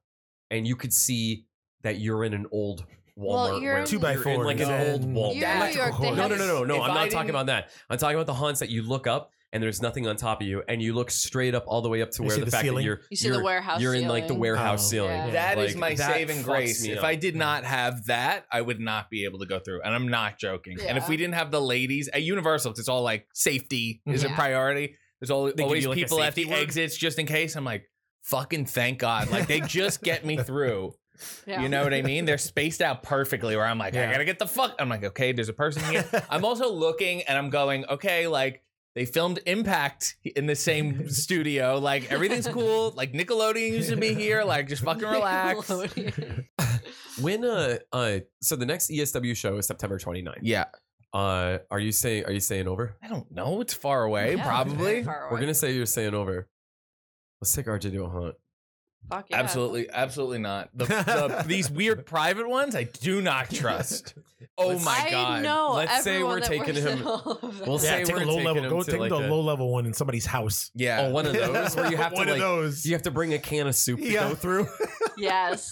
Speaker 3: and you could see that you're in an old Walmart
Speaker 2: Well, you're
Speaker 3: where-
Speaker 2: in- Two
Speaker 4: by
Speaker 3: you're in like
Speaker 4: fours
Speaker 3: an old
Speaker 4: and-
Speaker 3: Walmart
Speaker 2: You're in New York, they
Speaker 3: Oh, no
Speaker 2: have-
Speaker 3: no no no no
Speaker 1: If
Speaker 3: I'm
Speaker 1: I
Speaker 3: not talking
Speaker 1: didn't-
Speaker 3: about that I'm talking about the haunts that you look up and there's nothing on top of you and you look straight up all the way up to
Speaker 4: You
Speaker 3: where
Speaker 4: see
Speaker 3: the,
Speaker 4: the
Speaker 3: fact that
Speaker 4: ceiling?
Speaker 3: you're
Speaker 2: You see
Speaker 3: you're,
Speaker 2: the warehouse
Speaker 3: you're in like the
Speaker 2: ceiling.
Speaker 3: warehouse
Speaker 4: Oh.
Speaker 3: ceiling
Speaker 2: Yeah.
Speaker 1: That is
Speaker 3: Like,
Speaker 1: my
Speaker 3: that
Speaker 1: saving
Speaker 3: fucks
Speaker 1: grace.
Speaker 3: me
Speaker 1: If
Speaker 3: up.
Speaker 1: I did not have that, I would not be able to go through. And I'm not joking. And if
Speaker 2: Yeah.
Speaker 1: we didn't have the ladies at Universal, 'cause it's all like safety is a
Speaker 2: Yeah.
Speaker 1: priority. There's al-
Speaker 3: give
Speaker 1: always
Speaker 3: you, like, a
Speaker 1: people at
Speaker 3: safety
Speaker 1: the
Speaker 3: word?
Speaker 1: exits just in case. I'm like, fucking thank God. Like they just get me through.
Speaker 2: Yeah.
Speaker 1: You know what I mean? They're spaced out perfectly where I'm like, I
Speaker 4: Yeah.
Speaker 1: gotta get the fuck. I'm like, okay, there's a person here. I'm also looking and I'm going, okay, like they filmed Impact in the same studio. Like everything's cool. Like Nickelodeon used to be here. Like just fucking relax.
Speaker 2: Nickelodeon.
Speaker 3: When uh uh so the next ESW show is September 29th.
Speaker 1: Yeah.
Speaker 3: Uh are you saying are you staying over?
Speaker 1: I don't know. It's far away,
Speaker 2: Yeah, very
Speaker 1: probably.
Speaker 2: far away.
Speaker 3: We're gonna say you're staying over. Let's take RJ to a hunt.
Speaker 2: Fuck yeah.
Speaker 1: Absolutely, absolutely not. The, the, these weird private ones, I do not trust. Oh
Speaker 3: Let's-
Speaker 1: my
Speaker 2: I
Speaker 1: god!
Speaker 2: know.
Speaker 3: Let's say
Speaker 2: everyone
Speaker 3: we're
Speaker 2: that
Speaker 3: taking
Speaker 2: works
Speaker 3: him-
Speaker 2: in all of that.
Speaker 3: We'll
Speaker 4: Yeah,
Speaker 3: say
Speaker 4: take a
Speaker 3: we're
Speaker 4: low
Speaker 3: taking
Speaker 4: level.
Speaker 3: him
Speaker 4: Go
Speaker 3: to,
Speaker 4: take
Speaker 3: like,
Speaker 4: the
Speaker 3: a-
Speaker 4: low level one in somebody's house.
Speaker 1: Yeah.
Speaker 3: Oh, one of those where you have to
Speaker 4: one
Speaker 3: like
Speaker 4: of those.
Speaker 3: you have to bring a can of soup to
Speaker 4: Yeah.
Speaker 3: go through.
Speaker 2: yes.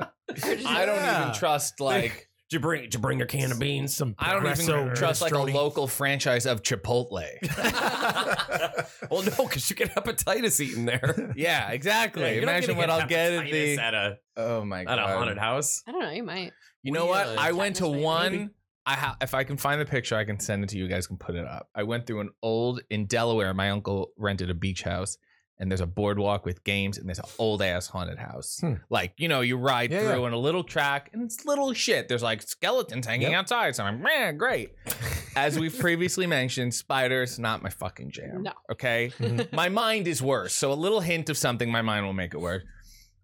Speaker 1: I don't
Speaker 4: Yeah.
Speaker 1: even trust like
Speaker 3: Did you bring did you bring a can of beans?
Speaker 4: Some
Speaker 1: I don't even
Speaker 4: Progresso
Speaker 1: trust like a
Speaker 4: Stroni.
Speaker 1: local franchise of Chipotle.
Speaker 3: well, no, because you get hepatitis eating there.
Speaker 1: yeah, exactly.
Speaker 3: Yeah, you're not
Speaker 1: Imagine
Speaker 3: gonna
Speaker 1: what I'll get at
Speaker 3: hepatitis
Speaker 1: the.
Speaker 3: at a
Speaker 1: Oh my
Speaker 3: at
Speaker 1: god!
Speaker 3: a haunted house.
Speaker 2: I don't know. You might.
Speaker 1: You know what?
Speaker 3: Yeah.
Speaker 1: I went to
Speaker 2: Technically,
Speaker 1: one. I ha- if I can find the picture, I can send it to you. you guys. Can put it up. I went through an old in Delaware. My uncle rented a beach house, and there's a boardwalk with games, and there's an old ass haunted house.
Speaker 4: Hmm.
Speaker 1: Like you know, you ride
Speaker 4: Yeah,
Speaker 1: through in a little track, and it's little shit. There's like skeletons hanging
Speaker 4: Yep.
Speaker 1: outside. So I'm man, great. As we've previously mentioned, spiders not my fucking jam.
Speaker 2: No.
Speaker 1: Okay,
Speaker 3: Mm-hmm.
Speaker 1: my mind is worse. So a little hint of something, my mind will make it worse.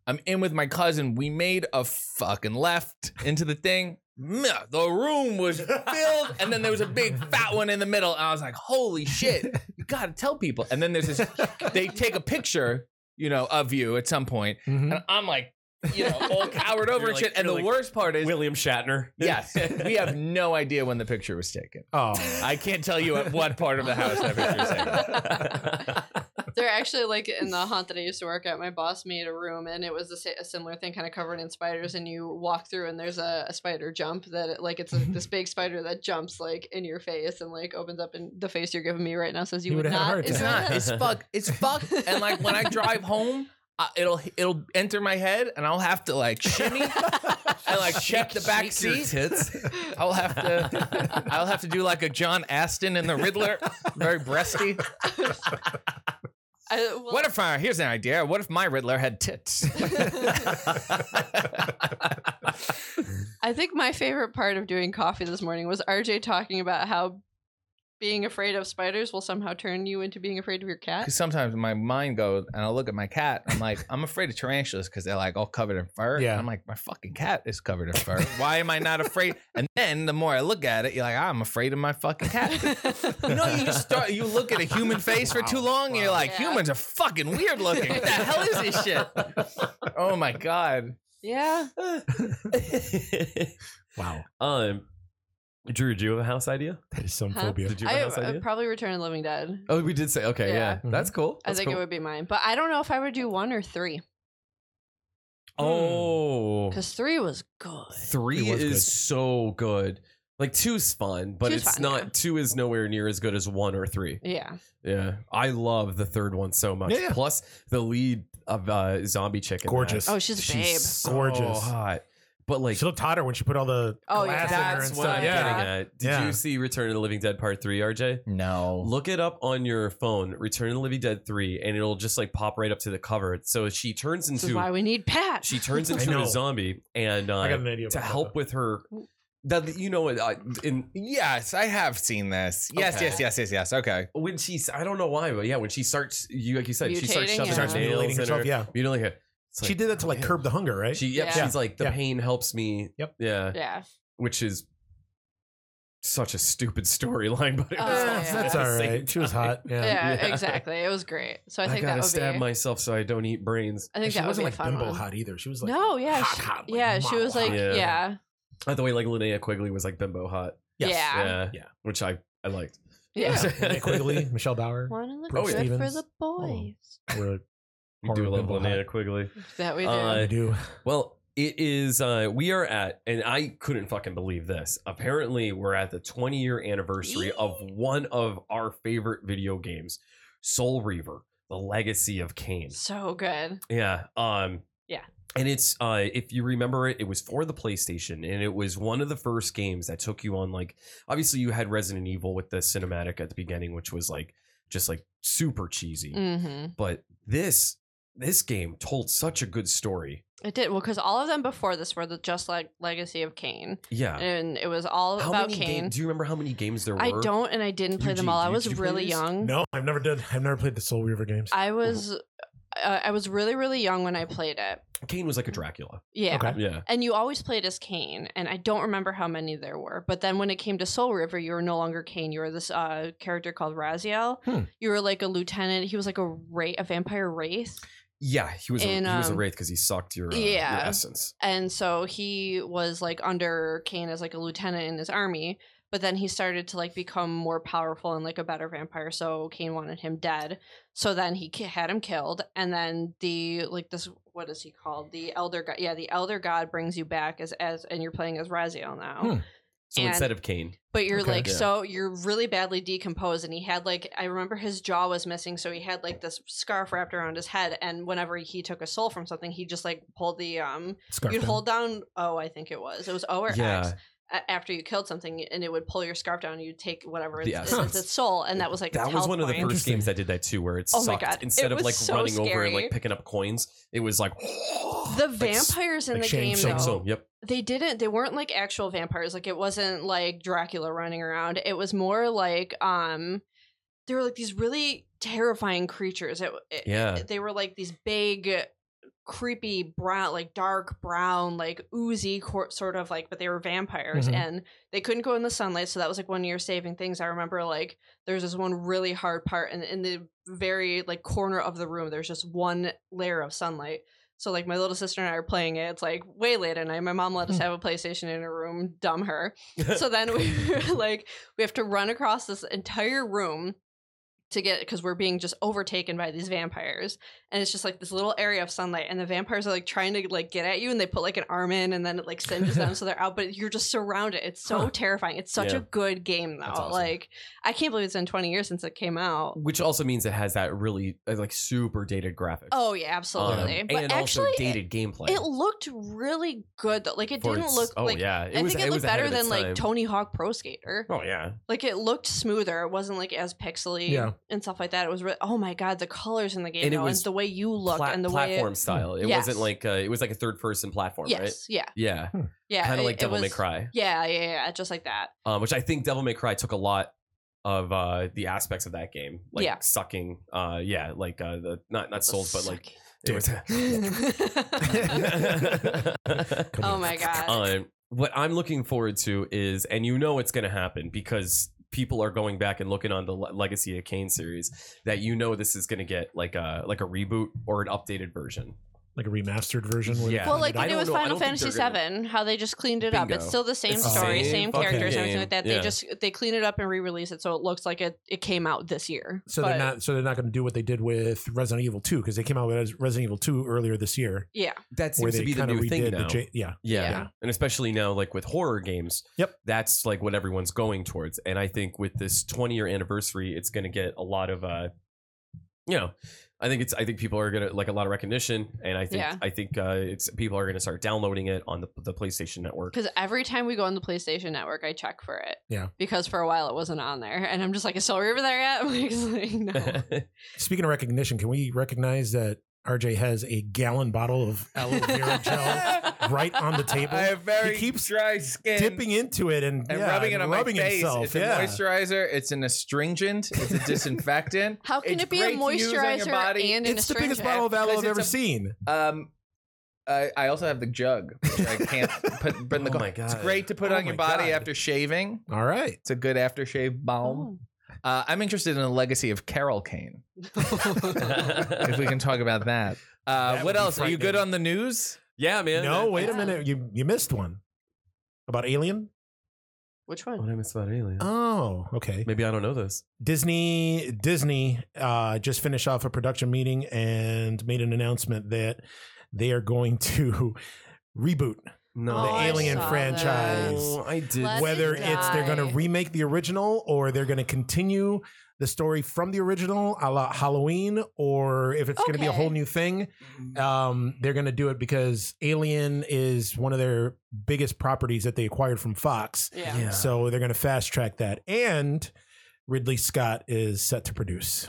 Speaker 1: I'm in with my cousin. We made a fucking left into the thing. Meh, The room was filled, and then there was a big fat one in the middle. And I was like, holy shit, you gotta tell people. And then there's this, they take a picture, you know, of you at some point,
Speaker 4: Mhm.
Speaker 1: And I'm like, you know, all cowered over
Speaker 3: You're
Speaker 1: and
Speaker 3: like-
Speaker 1: shit. And the
Speaker 3: you're like-
Speaker 1: worst part is,
Speaker 3: William Shatner.
Speaker 1: yes, we have no idea when the picture was taken.
Speaker 4: Oh,
Speaker 1: I can't tell you at what part of the house that picture was taken.
Speaker 2: They're actually like in the haunt that I used to work at. My boss made a room, and it was a, si- a similar thing, kind of covered in spiders. And you walk through, and there's a, a spider jump that, it- like, it's a, this big spider that jumps like in your face and like opens up, and the face you're giving me right now says you
Speaker 4: You
Speaker 2: would
Speaker 4: would've had a
Speaker 2: not.
Speaker 4: heart
Speaker 2: is
Speaker 1: It's
Speaker 4: attack.
Speaker 2: that-
Speaker 1: not. It's fuck. It's fuck. And like when I drive home, uh, it'll it'll enter my head, and I'll have to like shimmy and like check the back seat.
Speaker 3: tits.
Speaker 1: I'll have to I'll have to do like a John Aston in the Riddler, very breasty.
Speaker 2: I, well,
Speaker 1: What if uh, here's an idea? What if my Riddler had tits?
Speaker 2: I think my favorite part of doing coffee this morning was RJ talking about how being afraid of spiders will somehow turn you into being afraid of your cat.
Speaker 1: Because sometimes my mind goes and I look at my cat. I'm like, I'm afraid of tarantulas because they're like all covered in fur.
Speaker 4: Yeah.
Speaker 1: And I'm like, my fucking cat is covered in fur. Why am I not afraid? And then the more I look at it, you're like, I'm afraid of my fucking cat. You know, you just start. You look at a human face for too long, and you're like,
Speaker 2: Yeah.
Speaker 1: humans are fucking weird looking. What the hell is this shit? Oh my god.
Speaker 2: yeah.
Speaker 4: wow.
Speaker 3: um, Drew, do you have a house idea?
Speaker 4: That is some
Speaker 2: Huh?
Speaker 4: phobia.
Speaker 3: Did you have a
Speaker 2: I,
Speaker 3: house idea?
Speaker 2: I'd probably return to Living Dead.
Speaker 3: Oh, we did say okay. Yeah,
Speaker 2: Yeah. Mm-hmm.
Speaker 3: that's cool.
Speaker 2: I
Speaker 3: That's
Speaker 2: think
Speaker 3: cool.
Speaker 2: it would be mine, but I don't know if I would do one or three
Speaker 3: Oh,
Speaker 2: because three was good.
Speaker 3: three
Speaker 4: It
Speaker 3: is
Speaker 4: was good.
Speaker 3: so good. Like two's fun, but
Speaker 2: Two's
Speaker 3: it's
Speaker 2: fun,
Speaker 3: not.
Speaker 2: yeah.
Speaker 3: Two is nowhere near as good as one or three.
Speaker 2: Yeah,
Speaker 3: Yeah, I love the third one so much.
Speaker 4: Yeah, yeah.
Speaker 3: Plus the lead of uh, zombie chicken.
Speaker 4: Gorgeous.
Speaker 2: Oh, she's a babe.
Speaker 3: so
Speaker 4: Gorgeous.
Speaker 3: hot. But like
Speaker 4: she looked hotter when she put all the
Speaker 2: Oh,
Speaker 4: glass
Speaker 2: yeah.
Speaker 4: in her
Speaker 3: that's
Speaker 4: and
Speaker 3: what
Speaker 4: stuff.
Speaker 3: I'm
Speaker 4: yeah.
Speaker 3: getting at. Did
Speaker 4: Yeah.
Speaker 3: you see Return of the Living Dead Part Three, RJ?
Speaker 1: No.
Speaker 3: Look it up on your phone, Return of the Living Dead 3, and it'll just like pop right up to the cover. So she turns
Speaker 2: this is
Speaker 3: into
Speaker 2: why we need Pat.
Speaker 3: she turns
Speaker 4: I
Speaker 3: into
Speaker 4: know.
Speaker 3: a zombie and
Speaker 4: I got
Speaker 3: uh,
Speaker 4: an idea
Speaker 3: to
Speaker 4: about that,
Speaker 3: help with her that you know what I, in
Speaker 1: Yes, I have seen this. Yes,
Speaker 3: Okay.
Speaker 1: yes, yes, yes, yes. Okay.
Speaker 3: when she's I don't know why, but yeah, when she starts you like you said, she starts
Speaker 2: Mutating,
Speaker 3: shoving
Speaker 2: yeah.
Speaker 3: her
Speaker 4: Starts
Speaker 3: nails
Speaker 4: mutilating
Speaker 3: in her.
Speaker 4: herself. Yeah,
Speaker 3: You know, like a, it's
Speaker 4: she
Speaker 3: like,
Speaker 4: did that to like
Speaker 3: man.
Speaker 4: curb the hunger, right?
Speaker 3: She yep,
Speaker 2: Yeah.
Speaker 3: she's like the
Speaker 4: Yeah.
Speaker 3: pain helps me.
Speaker 4: Yep.
Speaker 3: Yeah,
Speaker 2: Yeah.
Speaker 3: which is such a stupid storyline, but it was
Speaker 2: Oh,
Speaker 3: awesome
Speaker 4: Eh,
Speaker 2: yeah.
Speaker 3: at
Speaker 4: That's
Speaker 3: the
Speaker 4: all
Speaker 3: same
Speaker 4: right. She was
Speaker 3: time.
Speaker 4: hot. Yeah.
Speaker 2: yeah.
Speaker 3: Yeah.
Speaker 2: Exactly. It was great. So I
Speaker 3: I,
Speaker 2: think that
Speaker 3: gotta
Speaker 2: would
Speaker 3: stab
Speaker 2: be.
Speaker 3: myself so I don't eat brains.
Speaker 2: I think
Speaker 4: she
Speaker 2: that would be
Speaker 4: wasn't
Speaker 2: a
Speaker 4: like
Speaker 2: fun
Speaker 4: bimbo
Speaker 2: one.
Speaker 4: hot either. She was like
Speaker 2: no. Yeah.
Speaker 4: hot,
Speaker 2: she,
Speaker 4: hot, like,
Speaker 2: yeah. She
Speaker 4: model
Speaker 2: was like.
Speaker 4: hot.
Speaker 3: Yeah.
Speaker 2: Yeah. Yeah.
Speaker 3: By Uh, the way, like Linnea Quigley was like bimbo hot.
Speaker 4: Yes.
Speaker 2: Yeah.
Speaker 3: Yeah,
Speaker 4: Yeah.
Speaker 3: which I I liked.
Speaker 2: yeah.
Speaker 4: Nick Quigley, Michelle Bauer.
Speaker 2: Want to look
Speaker 3: Oh,
Speaker 2: good
Speaker 4: Brooke
Speaker 2: for
Speaker 4: Stevens.
Speaker 2: the boys.
Speaker 4: We're-
Speaker 3: We do
Speaker 4: Horror
Speaker 3: love
Speaker 4: bimbo
Speaker 3: Linnea
Speaker 4: hot.
Speaker 3: Quigley.
Speaker 2: That we do.
Speaker 3: Uh,
Speaker 4: I do.
Speaker 3: Well, it is. Uh, we are at, and I couldn't fucking believe this. Apparently, we're at the 20 year anniversary of one of our favorite video games, Soul Reaver: The Legacy of Kain.
Speaker 2: so good.
Speaker 3: Yeah. Um.
Speaker 2: Yeah.
Speaker 3: And it's uh, if you remember it, it was for the PlayStation, and it was one of the first games that took you on like. Obviously, you had Resident Evil with the cinematic at the beginning, which was like just like super cheesy.
Speaker 2: Mm-hmm.
Speaker 3: But this this game told such a good story.
Speaker 2: It did well because all of them before this were the just like legacy of Kane,
Speaker 3: Yeah.
Speaker 2: and it was all about
Speaker 3: many
Speaker 2: Kane.
Speaker 3: Games, do you remember how many games there were?
Speaker 2: I don't, and I didn't play them
Speaker 3: Eugene,
Speaker 2: all. I
Speaker 3: did
Speaker 2: was
Speaker 3: you play Uh-huh.
Speaker 2: really
Speaker 3: these?
Speaker 2: young.
Speaker 4: No, I've never did. I've never played the Soul Reaver games.
Speaker 2: I was, uh, I was really really young when I played it.
Speaker 3: Kane was like a Dracula.
Speaker 2: Yeah.
Speaker 4: Okay.
Speaker 3: Yeah.
Speaker 2: And you always played as Kane, and I don't remember how many there were. But then when it came to Soul River, you were no longer Kane. You were this uh, character called Raziel.
Speaker 4: Hmm.
Speaker 2: You were like a lieutenant. He was like a wraith, a vampire wraith.
Speaker 3: Yeah, he was
Speaker 2: And,
Speaker 3: a, he was a
Speaker 2: um,
Speaker 3: wraith because he sucked your, uh,
Speaker 2: yeah.
Speaker 3: your essence.
Speaker 2: and so he was like under Kane as like a lieutenant in his army. But then he started to like become more powerful and like a better vampire. So Kane wanted him dead. So then he ki- had him killed. And then the like this what is he called? The elder god. Yeah, the elder god brings you back as as and you're playing as Raziel now.
Speaker 4: Hmm.
Speaker 3: So
Speaker 2: and-
Speaker 3: instead of Kane,
Speaker 2: But you're
Speaker 4: Okay.
Speaker 2: like
Speaker 3: Yeah.
Speaker 2: so you're really badly decomposed, and he had like I remember his jaw was missing, so he had like this scarf wrapped around his head. And whenever he took a soul from something, he just like pulled the um
Speaker 4: Scarf
Speaker 2: You'd
Speaker 4: down.
Speaker 2: hold down O, I think it was. It was O or
Speaker 3: Yeah.
Speaker 2: X a- after you killed something, and it would pull your scarf down. and You'd take whatever
Speaker 3: The
Speaker 2: it's,
Speaker 3: essence.
Speaker 2: it's its soul, and that was like
Speaker 3: that
Speaker 2: its
Speaker 3: was
Speaker 2: health
Speaker 3: one of the
Speaker 2: point.
Speaker 3: first
Speaker 4: Interesting.
Speaker 3: games that did that too, where it
Speaker 2: Oh my
Speaker 3: sucked.
Speaker 2: God,
Speaker 3: Instead
Speaker 2: it
Speaker 3: of
Speaker 2: was
Speaker 3: like
Speaker 2: so
Speaker 3: running over and
Speaker 2: scary.
Speaker 3: like picking up coins, it was like
Speaker 2: The
Speaker 3: like,
Speaker 2: vampires in
Speaker 4: like
Speaker 2: the
Speaker 4: Shang
Speaker 2: game,
Speaker 4: Tsung.
Speaker 2: though,
Speaker 3: So yep,
Speaker 2: they didn't. They weren't like actual vampires. Like it wasn't like Dracula running around. It was more like um, they were like these really terrifying creatures. It, it
Speaker 3: yeah.
Speaker 2: they were like these big creepy brown like dark brown like oozy cor- sort of like but they were vampires
Speaker 4: Mhm.
Speaker 2: and they couldn't go in the sunlight so that was like one of your saving things i remember like there's this one really hard part and in the very like corner of the room there's just one layer of sunlight so like my little sister and i are playing it it's like way late at night my mom let us have a playstation in her room dumb her so then we were like we have to run across this entire room to get because we're being just overtaken by these vampires and it's just like this little area of sunlight and the vampires are like trying to like get at you and they put like an arm in and then it like singes them so they're out but you're just surrounded it's so
Speaker 4: Huh.
Speaker 2: terrifying it's such
Speaker 3: Yeah.
Speaker 2: a good game though
Speaker 3: That's awesome. Mm.
Speaker 2: like i can't believe it's been 20 years since it came out
Speaker 3: which also means it has that really uh, like super dated graphics.
Speaker 2: oh yeah
Speaker 3: Um,
Speaker 2: absolutely but
Speaker 3: and
Speaker 2: actually
Speaker 3: also
Speaker 2: it-
Speaker 3: dated gameplay.
Speaker 2: it, looked really good though like it
Speaker 3: for
Speaker 2: didn't
Speaker 3: its-
Speaker 2: look
Speaker 3: Oh
Speaker 2: like
Speaker 3: yeah,
Speaker 2: i think it, looked
Speaker 3: was ahead
Speaker 2: better
Speaker 3: of its
Speaker 2: than like
Speaker 3: time.
Speaker 2: tony hawk pro skater
Speaker 3: Oh yeah,
Speaker 2: Like it looked smoother. It wasn't like as pixely
Speaker 4: Yeah.
Speaker 2: and stuff like that. It was re- oh my god, the colors in the game
Speaker 3: And
Speaker 2: and,
Speaker 3: it
Speaker 2: though, and
Speaker 3: was
Speaker 2: the way you look
Speaker 3: Pla-
Speaker 2: and the
Speaker 3: platform
Speaker 2: way it,
Speaker 3: style. It
Speaker 2: Yes.
Speaker 3: wasn't like uh, it was like a third person platform,
Speaker 2: yes,
Speaker 3: right?
Speaker 2: yeah,
Speaker 3: Yeah,
Speaker 2: yeah,
Speaker 3: kind
Speaker 2: it-
Speaker 3: of like
Speaker 2: it
Speaker 3: Devil May
Speaker 2: was-
Speaker 3: Cry,
Speaker 2: Yeah, yeah, yeah, just like that.
Speaker 3: um, which I think Devil May Cry took a lot of uh, the aspects of that game, like
Speaker 2: Yeah.
Speaker 3: sucking. Uh, yeah, like uh, the not not souls, but like it was-
Speaker 4: Come
Speaker 2: oh
Speaker 4: on.
Speaker 2: my god,
Speaker 3: um, what I'm looking forward to is, and you know it's going to happen because people are going back and looking on the Le- Legacy of Kane series that you know this is going to get like a like a reboot or an updated version.
Speaker 4: like a remastered version. where they
Speaker 3: Yeah.
Speaker 2: Well,
Speaker 4: cleaned
Speaker 2: like
Speaker 4: it
Speaker 2: they
Speaker 3: I
Speaker 2: do
Speaker 3: don't
Speaker 4: up.
Speaker 2: with
Speaker 3: know. I
Speaker 2: Final
Speaker 3: don't think
Speaker 2: Fantasy
Speaker 3: they're
Speaker 2: VII, how they just cleaned it up.
Speaker 3: Bingo.
Speaker 2: It's still the same
Speaker 3: It's
Speaker 4: the
Speaker 2: story,
Speaker 4: same
Speaker 2: same,
Speaker 3: fucking
Speaker 2: characters, and
Speaker 3: game.
Speaker 2: everything like that.
Speaker 3: Yeah.
Speaker 2: They just they clean it up and re-release it, so it looks like it it came out this year.
Speaker 4: so
Speaker 2: But-
Speaker 4: they're not. So they're not going to do what they did with Resident Evil Two because they came out with Res- Resident Evil Two earlier this year,
Speaker 2: Yeah,
Speaker 3: That
Speaker 4: where
Speaker 3: seems
Speaker 4: they
Speaker 3: to be the
Speaker 4: kind of
Speaker 3: new
Speaker 4: redid
Speaker 3: thing
Speaker 4: the.
Speaker 3: now.
Speaker 4: cha- yeah,
Speaker 3: Yeah.
Speaker 2: Yeah.
Speaker 3: And especially now, like with horror games,
Speaker 4: Yep.
Speaker 3: that's like what everyone's going towards. And I think with this 20 year anniversary, it's going to get a lot of, uh, you know, I think it's, I think people are going to like a lot of recognition. And I think,
Speaker 2: Yeah.
Speaker 3: I think, uh, it's people are going to start downloading it on the, the PlayStation Network.
Speaker 2: Because every time we go on the PlayStation Network, I check for it.
Speaker 4: Yeah.
Speaker 2: Because for a while it wasn't on there, and I'm just like, "Is Soul River there yet?" I'm like, it's like, "No."
Speaker 4: Speaking of recognition, can we recognize that RJ has a gallon bottle of aloe vera gel right on the table.
Speaker 1: I have very
Speaker 4: He keeps
Speaker 1: dry skin.
Speaker 4: dipping into it and,
Speaker 1: and
Speaker 4: yeah,
Speaker 1: rubbing it
Speaker 4: and
Speaker 1: on
Speaker 4: rubbing
Speaker 1: my face.
Speaker 4: himself.
Speaker 1: It's
Speaker 4: yeah.
Speaker 1: a moisturizer. It's an astringent. It's a disinfectant.
Speaker 2: How can
Speaker 1: It's
Speaker 2: it be a
Speaker 1: great to use on your
Speaker 2: moisturizer
Speaker 1: body.
Speaker 2: and an
Speaker 4: it's the biggest
Speaker 2: astringent?
Speaker 4: bottle of
Speaker 1: because
Speaker 4: aloe I've
Speaker 1: it's
Speaker 4: ever
Speaker 1: a-
Speaker 4: seen.
Speaker 1: Um, I, I also have the jug. Which I can't put, put in the.
Speaker 3: Oh my god,
Speaker 1: It's great to put
Speaker 4: Oh
Speaker 1: on your
Speaker 4: my
Speaker 1: body
Speaker 4: God.
Speaker 1: after shaving.
Speaker 4: All right.
Speaker 1: It's a good aftershave balm.
Speaker 2: Oh.
Speaker 1: Uh, I'm interested in the legacy of Carol Kane. if we can talk about that. Uh,
Speaker 4: That would
Speaker 1: what
Speaker 4: be
Speaker 1: else? Are you good
Speaker 4: frightening.
Speaker 1: on the news?
Speaker 3: yeah, man.
Speaker 4: No, wait a
Speaker 2: yeah.
Speaker 4: minute. You you missed one. About Alien?
Speaker 2: Which
Speaker 3: What
Speaker 2: one?
Speaker 3: I miss about Alien?
Speaker 4: Oh, okay.
Speaker 3: Maybe I don't know this.
Speaker 4: Disney Disney uh, just finished off a production meeting and made an announcement that they are going to reboot
Speaker 3: No,
Speaker 2: Oh,
Speaker 4: the
Speaker 2: I
Speaker 4: Alien
Speaker 2: saw
Speaker 4: franchise.
Speaker 2: that.
Speaker 3: I did.
Speaker 2: Let
Speaker 4: Whether
Speaker 2: it
Speaker 4: it's they're going
Speaker 2: die.
Speaker 4: to remake the original or they're going to continue the story from the original, a la Halloween, or if it's going to be a
Speaker 2: Okay.
Speaker 4: whole new thing, um, they're going to do it because Alien is one of their biggest properties that they acquired from Fox.
Speaker 2: Yeah.
Speaker 3: Yeah.
Speaker 4: So they're going to fast track that. And Ridley Scott is set to produce.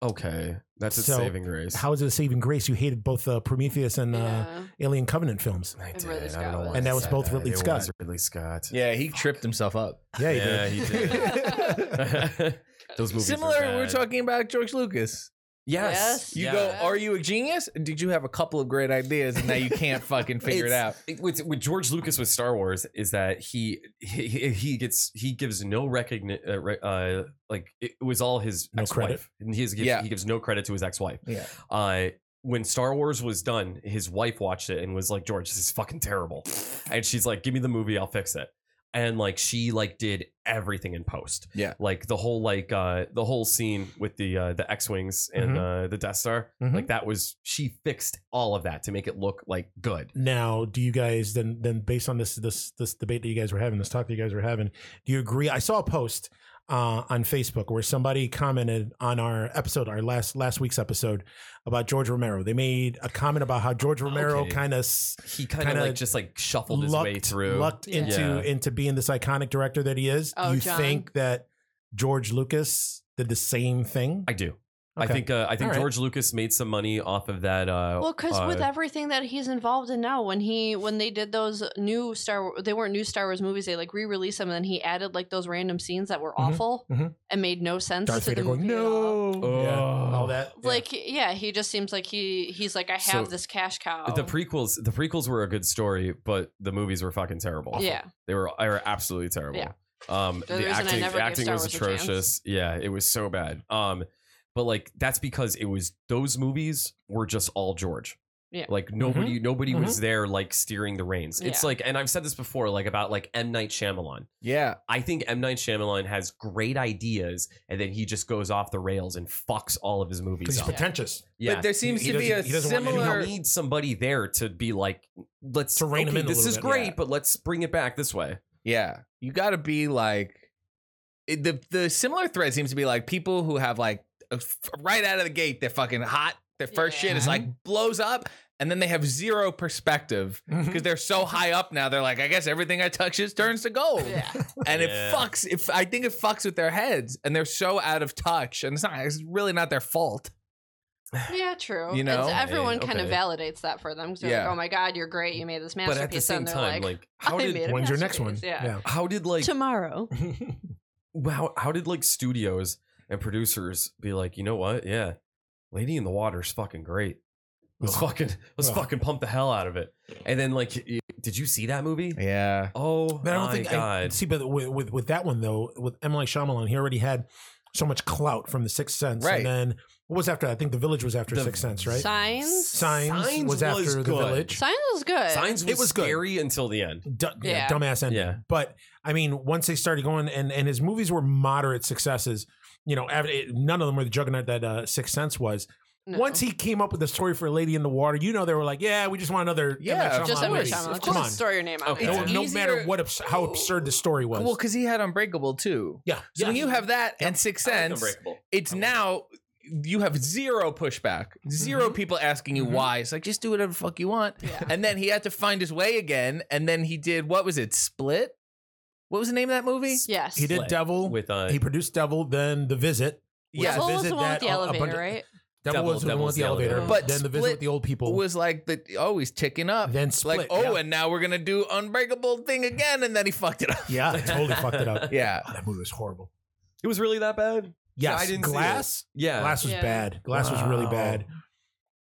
Speaker 3: Okay, that's its
Speaker 4: So,
Speaker 3: saving grace.
Speaker 4: How is it a saving grace? You hated both uh, Prometheus and uh,
Speaker 2: Yeah.
Speaker 4: Alien Covenant films.
Speaker 3: I
Speaker 2: And
Speaker 3: did.
Speaker 2: Ridley
Speaker 3: I don't
Speaker 2: Scott
Speaker 3: know
Speaker 2: was-
Speaker 3: why
Speaker 4: And that
Speaker 3: I
Speaker 4: was
Speaker 3: said
Speaker 4: both Ridley
Speaker 3: It
Speaker 4: Scott.
Speaker 3: was Ridley Scott.
Speaker 1: Yeah, he tripped himself up.
Speaker 4: Yeah, you
Speaker 3: yeah,
Speaker 4: did.
Speaker 3: he did. Those movies are
Speaker 1: Similar, we we're
Speaker 3: bad.
Speaker 1: talking about George Lucas.
Speaker 3: Yes,
Speaker 2: Yes.
Speaker 1: You
Speaker 3: yeah.
Speaker 1: go, are you a genius? Did you have a couple of great ideas and now you can't fucking figure it out?
Speaker 3: It's- it- with, with George Lucas with Star Wars is that he he, he- he gets he gives no recognition uh, re- uh, like it was all his
Speaker 4: No
Speaker 3: ex-wife.
Speaker 4: credit.
Speaker 3: And he gives,
Speaker 1: Yeah.
Speaker 3: he gives no credit to his ex-wife.
Speaker 1: Yeah.
Speaker 3: Uh, when Star Wars was done, his wife watched it and was like, "George, this is fucking terrible," and she's like, "Give me the movie, I'll fix it." And like she like did everything in post.
Speaker 1: Yeah.
Speaker 3: like the whole like uh the whole scene with the uh, the X wings and uh, the Death Star.
Speaker 4: Mhm.
Speaker 3: Like that was she fixed all of that to make it look like good.
Speaker 4: Now, do you guys then then based on this this this debate that you guys were having, this talk that you guys were having, do you agree? I saw a post uh, on Facebook where somebody commented on our episode, our last last week's episode about George Romero. They made a comment about how George Romero
Speaker 3: Okay.
Speaker 4: kind of
Speaker 3: he kind of
Speaker 4: kinda
Speaker 3: like just like shuffled his way
Speaker 4: lucked,
Speaker 3: through.
Speaker 4: lucked
Speaker 2: Yeah.
Speaker 4: into
Speaker 3: Yeah.
Speaker 4: into being this iconic director that he is.
Speaker 2: Oh,
Speaker 4: do you
Speaker 2: John.
Speaker 4: think that George Lucas did the same thing?
Speaker 3: I do. I
Speaker 4: Okay.
Speaker 3: think uh, I think
Speaker 4: All right.
Speaker 3: George Lucas made some money off of that.
Speaker 4: Oh,
Speaker 3: Uh,
Speaker 2: Well, because
Speaker 3: uh,
Speaker 2: with everything that he's involved in now, when he when they did those new Star Wa- they weren't new Star Wars movies, they like re-released them, and then he added like those random scenes that were awful
Speaker 4: mhm.
Speaker 2: and made no sense
Speaker 4: Darth
Speaker 2: to
Speaker 4: Vader
Speaker 2: the
Speaker 4: going
Speaker 2: movie at all.
Speaker 4: no, yeah, all that yeah.
Speaker 2: Like, yeah, he just seems like he he's like I have
Speaker 3: So,
Speaker 2: this cash cow.
Speaker 3: the prequels, the prequels were a good story, but the movies were fucking terrible.
Speaker 2: yeah,
Speaker 3: they were they were absolutely terrible.
Speaker 2: Yeah.
Speaker 3: Um,
Speaker 2: The
Speaker 3: the,
Speaker 2: reason I
Speaker 3: acting
Speaker 2: never
Speaker 3: the
Speaker 2: gave
Speaker 3: acting
Speaker 2: Star
Speaker 3: was
Speaker 2: Wars a chance.
Speaker 3: atrocious. Yeah, it was so bad. Um, but like that's because it was those movies were just all George.
Speaker 2: Yeah.
Speaker 3: Like
Speaker 4: Mm-hmm.
Speaker 3: nobody nobody was there like steering the reins. It's
Speaker 2: Yeah.
Speaker 3: like and I've said this before like about like M Night Shyamalan.
Speaker 1: Yeah.
Speaker 3: I think M Night Shyamalan has great ideas, and then he just goes off the rails and fucks all of his
Speaker 4: because
Speaker 3: movies
Speaker 4: he's
Speaker 3: up.
Speaker 4: pretentious.
Speaker 3: Yeah,
Speaker 1: But there seems
Speaker 4: He
Speaker 1: to be a
Speaker 4: doesn't- he doesn't want any
Speaker 1: similar.
Speaker 3: you need somebody there to be like, let's
Speaker 4: To rein him
Speaker 3: okay,
Speaker 4: in a
Speaker 3: This
Speaker 4: little
Speaker 3: is
Speaker 4: bit,
Speaker 3: great,
Speaker 1: yeah.
Speaker 3: but let's bring it back this way.
Speaker 1: Yeah, you got to be like it- the the similar thread seems to be like people who have like a f- right out of the gate they're fucking hot. Their first shit is
Speaker 4: Yeah.
Speaker 1: like blows up, and then they have zero perspective
Speaker 4: Mm-hmm.
Speaker 1: because they're so high up now. They're like, I guess everything I touches turns to gold,
Speaker 2: yeah.
Speaker 1: and
Speaker 3: Yeah.
Speaker 1: it fucks. If I think it fucks with their heads, and they're so out of touch, and it's not. It's really not their fault.
Speaker 2: Yeah, true.
Speaker 1: You
Speaker 2: And
Speaker 1: know?
Speaker 2: everyone
Speaker 3: Hey,
Speaker 2: kind of
Speaker 3: okay.
Speaker 2: validates that for them. 'cause they're
Speaker 1: Yeah.
Speaker 2: like, oh my god, you're great. You made this masterpiece.
Speaker 3: But at the same
Speaker 2: and they're
Speaker 3: time, like,
Speaker 2: like,
Speaker 3: how
Speaker 2: I
Speaker 3: did
Speaker 2: made a
Speaker 4: When's your next one?
Speaker 2: masterpiece, Yeah.
Speaker 3: how did like
Speaker 2: Tomorrow.
Speaker 3: wow how did like studios and producers be like, you know what? Yeah, Lady in the Water's fucking great. Let's
Speaker 4: Ugh.
Speaker 3: fucking let's
Speaker 4: Ugh.
Speaker 3: fucking pump the hell out of it. And then like, y- y- did you see that movie?
Speaker 1: Yeah,
Speaker 3: Oh
Speaker 4: But I don't
Speaker 3: my
Speaker 4: think I
Speaker 3: god!
Speaker 4: see. But with, with with that one though, with Emily Shyamalan, he already had so much clout from The Sixth Sense,
Speaker 1: Right.
Speaker 4: and then what was after? that? I think The Village was after
Speaker 3: The
Speaker 4: Sixth Sense, right?
Speaker 2: Signs.
Speaker 4: Signs,
Speaker 3: Signs
Speaker 4: was after
Speaker 3: was
Speaker 4: The
Speaker 3: good.
Speaker 4: Village.
Speaker 2: Signs was good.
Speaker 3: Signs was,
Speaker 4: It was good.
Speaker 3: scary until the end.
Speaker 4: Du- yeah,
Speaker 2: Yeah.
Speaker 4: dumbass ending.
Speaker 3: Yeah.
Speaker 4: But I mean, once they started going, and and his movies were moderate successes. You know, av- it- none of them were the juggernaut that uh, Sixth Sense was.
Speaker 2: No.
Speaker 4: Once he came up with the story for Lady in the Water, you know, they were like, "Yeah, we just want another M.
Speaker 1: Yeah,
Speaker 4: Night
Speaker 1: of
Speaker 2: just
Speaker 1: course,
Speaker 4: Shyamalan
Speaker 2: under
Speaker 4: movie.
Speaker 2: Shyamalan.
Speaker 4: Come on,
Speaker 2: Just story name on
Speaker 3: Okay.
Speaker 2: it.
Speaker 4: no,
Speaker 1: It's
Speaker 4: no
Speaker 1: easier-
Speaker 4: matter what abs- how absurd the story was.
Speaker 1: well, because he had Unbreakable too.
Speaker 4: yeah,
Speaker 1: So when you have that and Sixth Sense, it's
Speaker 3: I like
Speaker 1: now you have zero pushback, 0 people asking you
Speaker 4: Mhm.
Speaker 1: why. It's like just do whatever the fuck you want.
Speaker 2: Yeah.
Speaker 1: And then he had to find his way again, and then he did what was it? Split. What was the name of that movie?
Speaker 2: Yes.
Speaker 4: he did
Speaker 3: Split
Speaker 4: Devil
Speaker 3: with uh,
Speaker 4: he produced Devil, then The Visit. which
Speaker 1: Yeah.
Speaker 2: Devil was
Speaker 4: Visit
Speaker 2: the one with
Speaker 4: that
Speaker 2: the
Speaker 4: a- a
Speaker 2: elevator,
Speaker 4: bunch of-
Speaker 2: right?
Speaker 4: Devil,
Speaker 3: Devil-
Speaker 4: was the one
Speaker 3: Devil's
Speaker 4: with the,
Speaker 3: the
Speaker 4: elevator,
Speaker 2: elevator.
Speaker 1: But
Speaker 4: then the visit
Speaker 1: Split
Speaker 4: with the old people,
Speaker 1: was like the always ticking up.
Speaker 4: then split.
Speaker 1: like, oh,
Speaker 4: yeah.
Speaker 1: and now we're gonna do unbreakable thing again, and then he fucked it up.
Speaker 4: yeah, I totally fucked it up.
Speaker 1: Yeah.
Speaker 4: Oh, that movie was horrible.
Speaker 3: It was really that bad?
Speaker 4: Yes,
Speaker 3: I didn't see it.
Speaker 4: Glass.
Speaker 3: Yeah.
Speaker 4: Glass was
Speaker 2: Yeah.
Speaker 4: bad. Glass was really
Speaker 1: Wow.
Speaker 4: bad.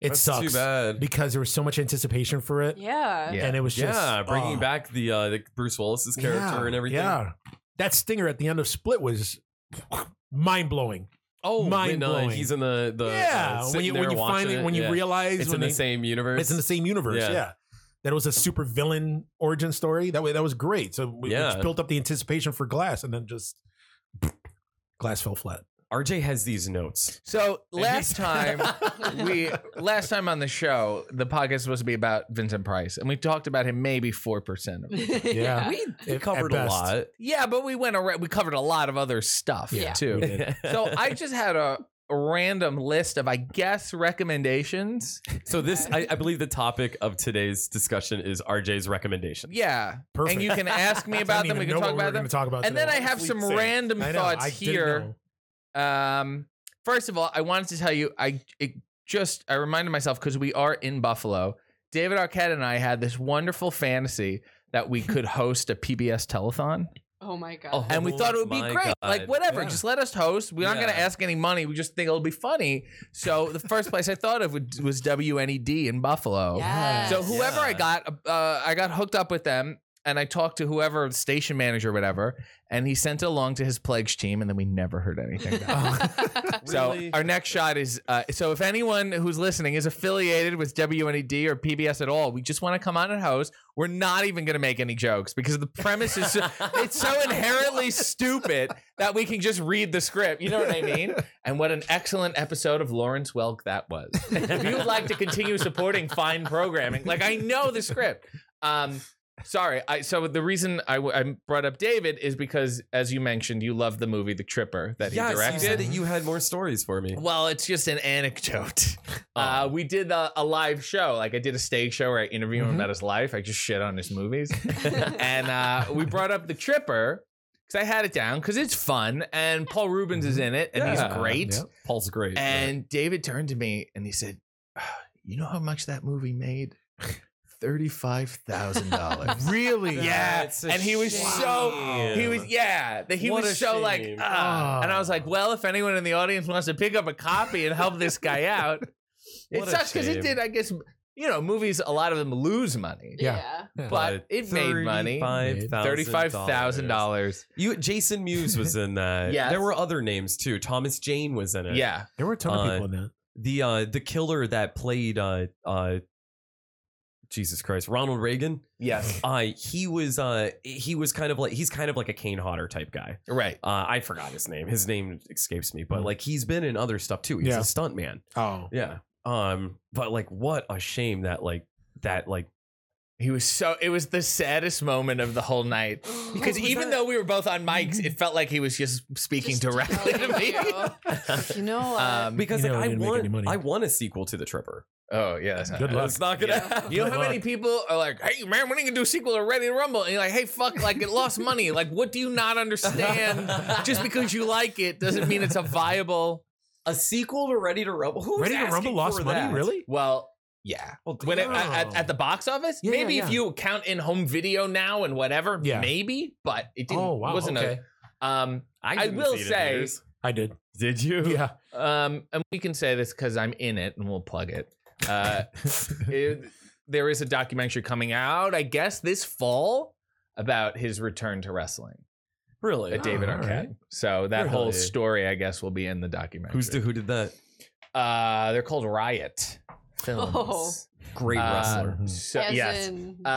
Speaker 4: It
Speaker 3: That's
Speaker 4: sucks
Speaker 3: Too bad.
Speaker 4: because there was so much anticipation for it,
Speaker 2: Yeah.
Speaker 1: Yeah.
Speaker 4: and it was just
Speaker 3: yeah, bringing
Speaker 4: oh,
Speaker 3: back the uh, the Bruce Willis's character
Speaker 4: yeah,
Speaker 3: and everything.
Speaker 4: Yeah, that stinger at the end of Split was mind blowing.
Speaker 3: Oh, when, uh,
Speaker 4: Mind-blowing.
Speaker 3: he's in the the
Speaker 4: yeah,
Speaker 3: uh,
Speaker 4: when
Speaker 3: sitting
Speaker 4: you
Speaker 3: there
Speaker 4: when you
Speaker 3: watching
Speaker 4: finally
Speaker 3: it.
Speaker 4: when you
Speaker 3: Yeah.
Speaker 4: realize
Speaker 3: it's
Speaker 4: when
Speaker 3: in the
Speaker 4: they-
Speaker 3: same universe.
Speaker 4: it's in the same universe.
Speaker 3: Yeah.
Speaker 4: Yeah. That it was a super villain origin story. That way, that was great. So we,
Speaker 3: Yeah.
Speaker 4: which built up the anticipation for Glass, and then just Glass fell flat.
Speaker 3: RJ has these notes.
Speaker 1: So
Speaker 3: And
Speaker 1: last
Speaker 3: he's-
Speaker 1: time we last time on the show, the podcast was supposed to be about Vincent Price, and we talked about him maybe four percent.
Speaker 4: Yeah.
Speaker 3: we
Speaker 4: At- at
Speaker 3: covered a
Speaker 4: best.
Speaker 3: lot.
Speaker 1: Yeah, but we went around. We covered a lot of other stuff
Speaker 2: Yeah.
Speaker 4: We
Speaker 1: too.
Speaker 4: did.
Speaker 1: So I just had a random list of, I guess, recommendations.
Speaker 3: So this, I, I believe, the topic of today's discussion is RJ's recommendation.
Speaker 1: Yeah,
Speaker 4: Perfect.
Speaker 1: and you can ask me
Speaker 4: I
Speaker 1: about
Speaker 4: didn't
Speaker 1: them. We can
Speaker 4: even know
Speaker 1: talk
Speaker 4: what we were
Speaker 1: about them.
Speaker 4: gonna talk about
Speaker 1: And
Speaker 4: today.
Speaker 1: then I have
Speaker 4: Honestly,
Speaker 1: some
Speaker 4: same.
Speaker 1: random
Speaker 4: I know,
Speaker 1: thoughts
Speaker 4: I didn't
Speaker 1: here.
Speaker 4: know.
Speaker 1: Um, first of all, I wanted to tell you, I it just I reminded myself because we are in Buffalo. David Arquette and I had this wonderful fantasy that we could host a PBS telethon,
Speaker 2: Oh my god.
Speaker 3: Oh,
Speaker 1: and we thought it would be
Speaker 3: my
Speaker 1: great. Like
Speaker 3: God.
Speaker 1: whatever,
Speaker 4: Yeah.
Speaker 1: just let us host. We're not going to
Speaker 3: Yeah.
Speaker 1: ask any money. We just think it'll be funny. So the first place I thought of would- was WNED in Buffalo.
Speaker 2: Yes.
Speaker 1: So whoever I
Speaker 3: Yeah.
Speaker 1: got, uh, I got hooked up with them, and I talked to whoever station manager, or whatever, and he sent it along to his pledge team, and then we never heard anything. Back.
Speaker 3: Really?
Speaker 1: So our next shot is. Uh, so if anyone who's listening is affiliated with WNED or PBS at all, we just want to come on and host. We're not even going to make any jokes because the premise is so, it's so inherently stupid that we can just read the script. You know what I mean? And what an excellent episode of Lawrence Welk that was. If you would like to continue supporting fine programming, like I know the script. Um, sorry. I, so the reason I, w- I brought up David is because, as you mentioned, you love the movie The Tripper that
Speaker 3: yes,
Speaker 1: he
Speaker 3: you
Speaker 1: directed.
Speaker 3: said that you had more stories for me.
Speaker 1: Well, it's just an anecdote.
Speaker 3: Oh.
Speaker 1: Uh, we did a, a live show. Like I did a stage show where I interview him
Speaker 4: Mhm.
Speaker 1: about his life. I just shit on his movies, and uh, we brought up the Tripper because I had it down because it's fun, and Paul Rubens is in it, and
Speaker 3: Yeah.
Speaker 1: he's great.
Speaker 4: Yeah.
Speaker 3: Paul's great.
Speaker 1: And David turned to me and he said, "Ah, "You know how much that movie made? Thirty-five thousand dollars."
Speaker 4: Really?
Speaker 1: Yeah,
Speaker 3: That's a
Speaker 1: and he was so
Speaker 3: shame.
Speaker 1: he was yeah that he
Speaker 3: What
Speaker 1: was
Speaker 3: a
Speaker 1: so like
Speaker 3: shame.
Speaker 1: ah.
Speaker 4: Ah.
Speaker 1: and I was like, well, if anyone in the audience wants to pick up a copy and help this guy out, it
Speaker 3: What a
Speaker 1: sucks because it
Speaker 3: shame.
Speaker 1: did. I guess you know movies. A lot of them lose money,
Speaker 4: Yeah.
Speaker 2: yeah.
Speaker 1: but it made money. Thirty-five thousand dollars.
Speaker 3: You, Jason Mewes was in that.
Speaker 1: Yes.
Speaker 3: there were other names too. Thomas Jane was in it.
Speaker 1: Yeah,
Speaker 4: There were a ton
Speaker 3: Uh,
Speaker 4: of people in that.
Speaker 3: the uh, the killer that played uh, uh, Jesus Christ, Ronald Reagan.
Speaker 1: yes,
Speaker 3: Uh, he was uh, he was kind of like he's kind of like a Kane Hodder type guy.
Speaker 1: right.
Speaker 3: Uh, I forgot his name. His name escapes me,
Speaker 1: Hmm.
Speaker 3: but
Speaker 4: Mm.
Speaker 3: like he's been in other stuff too. He's
Speaker 4: Yeah.
Speaker 3: a stunt man.
Speaker 4: Oh,
Speaker 3: Yeah. Um, but like, what a shame that like that like
Speaker 1: He was so. It was the saddest moment of the whole night because
Speaker 3: What was
Speaker 1: even
Speaker 3: that?
Speaker 1: though we were both on mics, it felt like he was just speaking
Speaker 2: Just
Speaker 1: directly to
Speaker 2: telling
Speaker 1: me.
Speaker 2: you. You know what?
Speaker 1: Um,
Speaker 3: because
Speaker 4: You know,
Speaker 3: like,
Speaker 4: it
Speaker 3: I
Speaker 4: didn't make any
Speaker 3: want
Speaker 4: money.
Speaker 3: I want a sequel to the Tripper.
Speaker 1: oh yeah, that's not
Speaker 4: Good luck.
Speaker 3: It's not gonna.
Speaker 2: Yeah.
Speaker 3: happen.
Speaker 1: You know
Speaker 4: Good
Speaker 1: how many
Speaker 4: luck.
Speaker 1: people are like, "Hey man, when are you gonna do a sequel to Ready to Rumble?" And you're like, "Hey fuck, like it lost money. Like what do you not understand? Just because you like it doesn't mean it's a viable."
Speaker 3: a sequel to Ready to Rumble. Who's
Speaker 4: Ready to
Speaker 3: asking
Speaker 4: Rumble lost
Speaker 3: for
Speaker 4: money?
Speaker 3: that?
Speaker 4: Really?
Speaker 1: Well, yeah.
Speaker 3: Well,
Speaker 1: When it,
Speaker 3: damn.
Speaker 1: at, at the box office,
Speaker 4: Yeah,
Speaker 1: maybe
Speaker 4: yeah,
Speaker 1: if
Speaker 4: yeah.
Speaker 1: you count in home video now and whatever,
Speaker 4: Yeah.
Speaker 1: maybe. But it didn't.
Speaker 4: Oh wow.
Speaker 1: Wasn't
Speaker 4: okay.
Speaker 1: a. Um, I
Speaker 3: didn't
Speaker 1: will
Speaker 3: see it in
Speaker 1: say-
Speaker 3: theaters.
Speaker 4: I did.
Speaker 3: did you?
Speaker 4: Yeah.
Speaker 1: um, and we can say this because I'm in it, and we'll plug it. Uh, it, there is a documentary coming out, I guess, this fall about his return to wrestling.
Speaker 3: really?
Speaker 1: uh, David
Speaker 4: all
Speaker 1: Arquette.
Speaker 4: right.
Speaker 1: So that
Speaker 3: Really?
Speaker 1: whole story, I guess, will be in the documentary.
Speaker 3: Who's the, who did that?
Speaker 1: Uh, they're called Riot Films.
Speaker 2: Oh.
Speaker 3: Great
Speaker 1: Uh,
Speaker 3: wrestler.
Speaker 1: So,
Speaker 2: As
Speaker 1: yes.
Speaker 2: in, be
Speaker 1: Uh,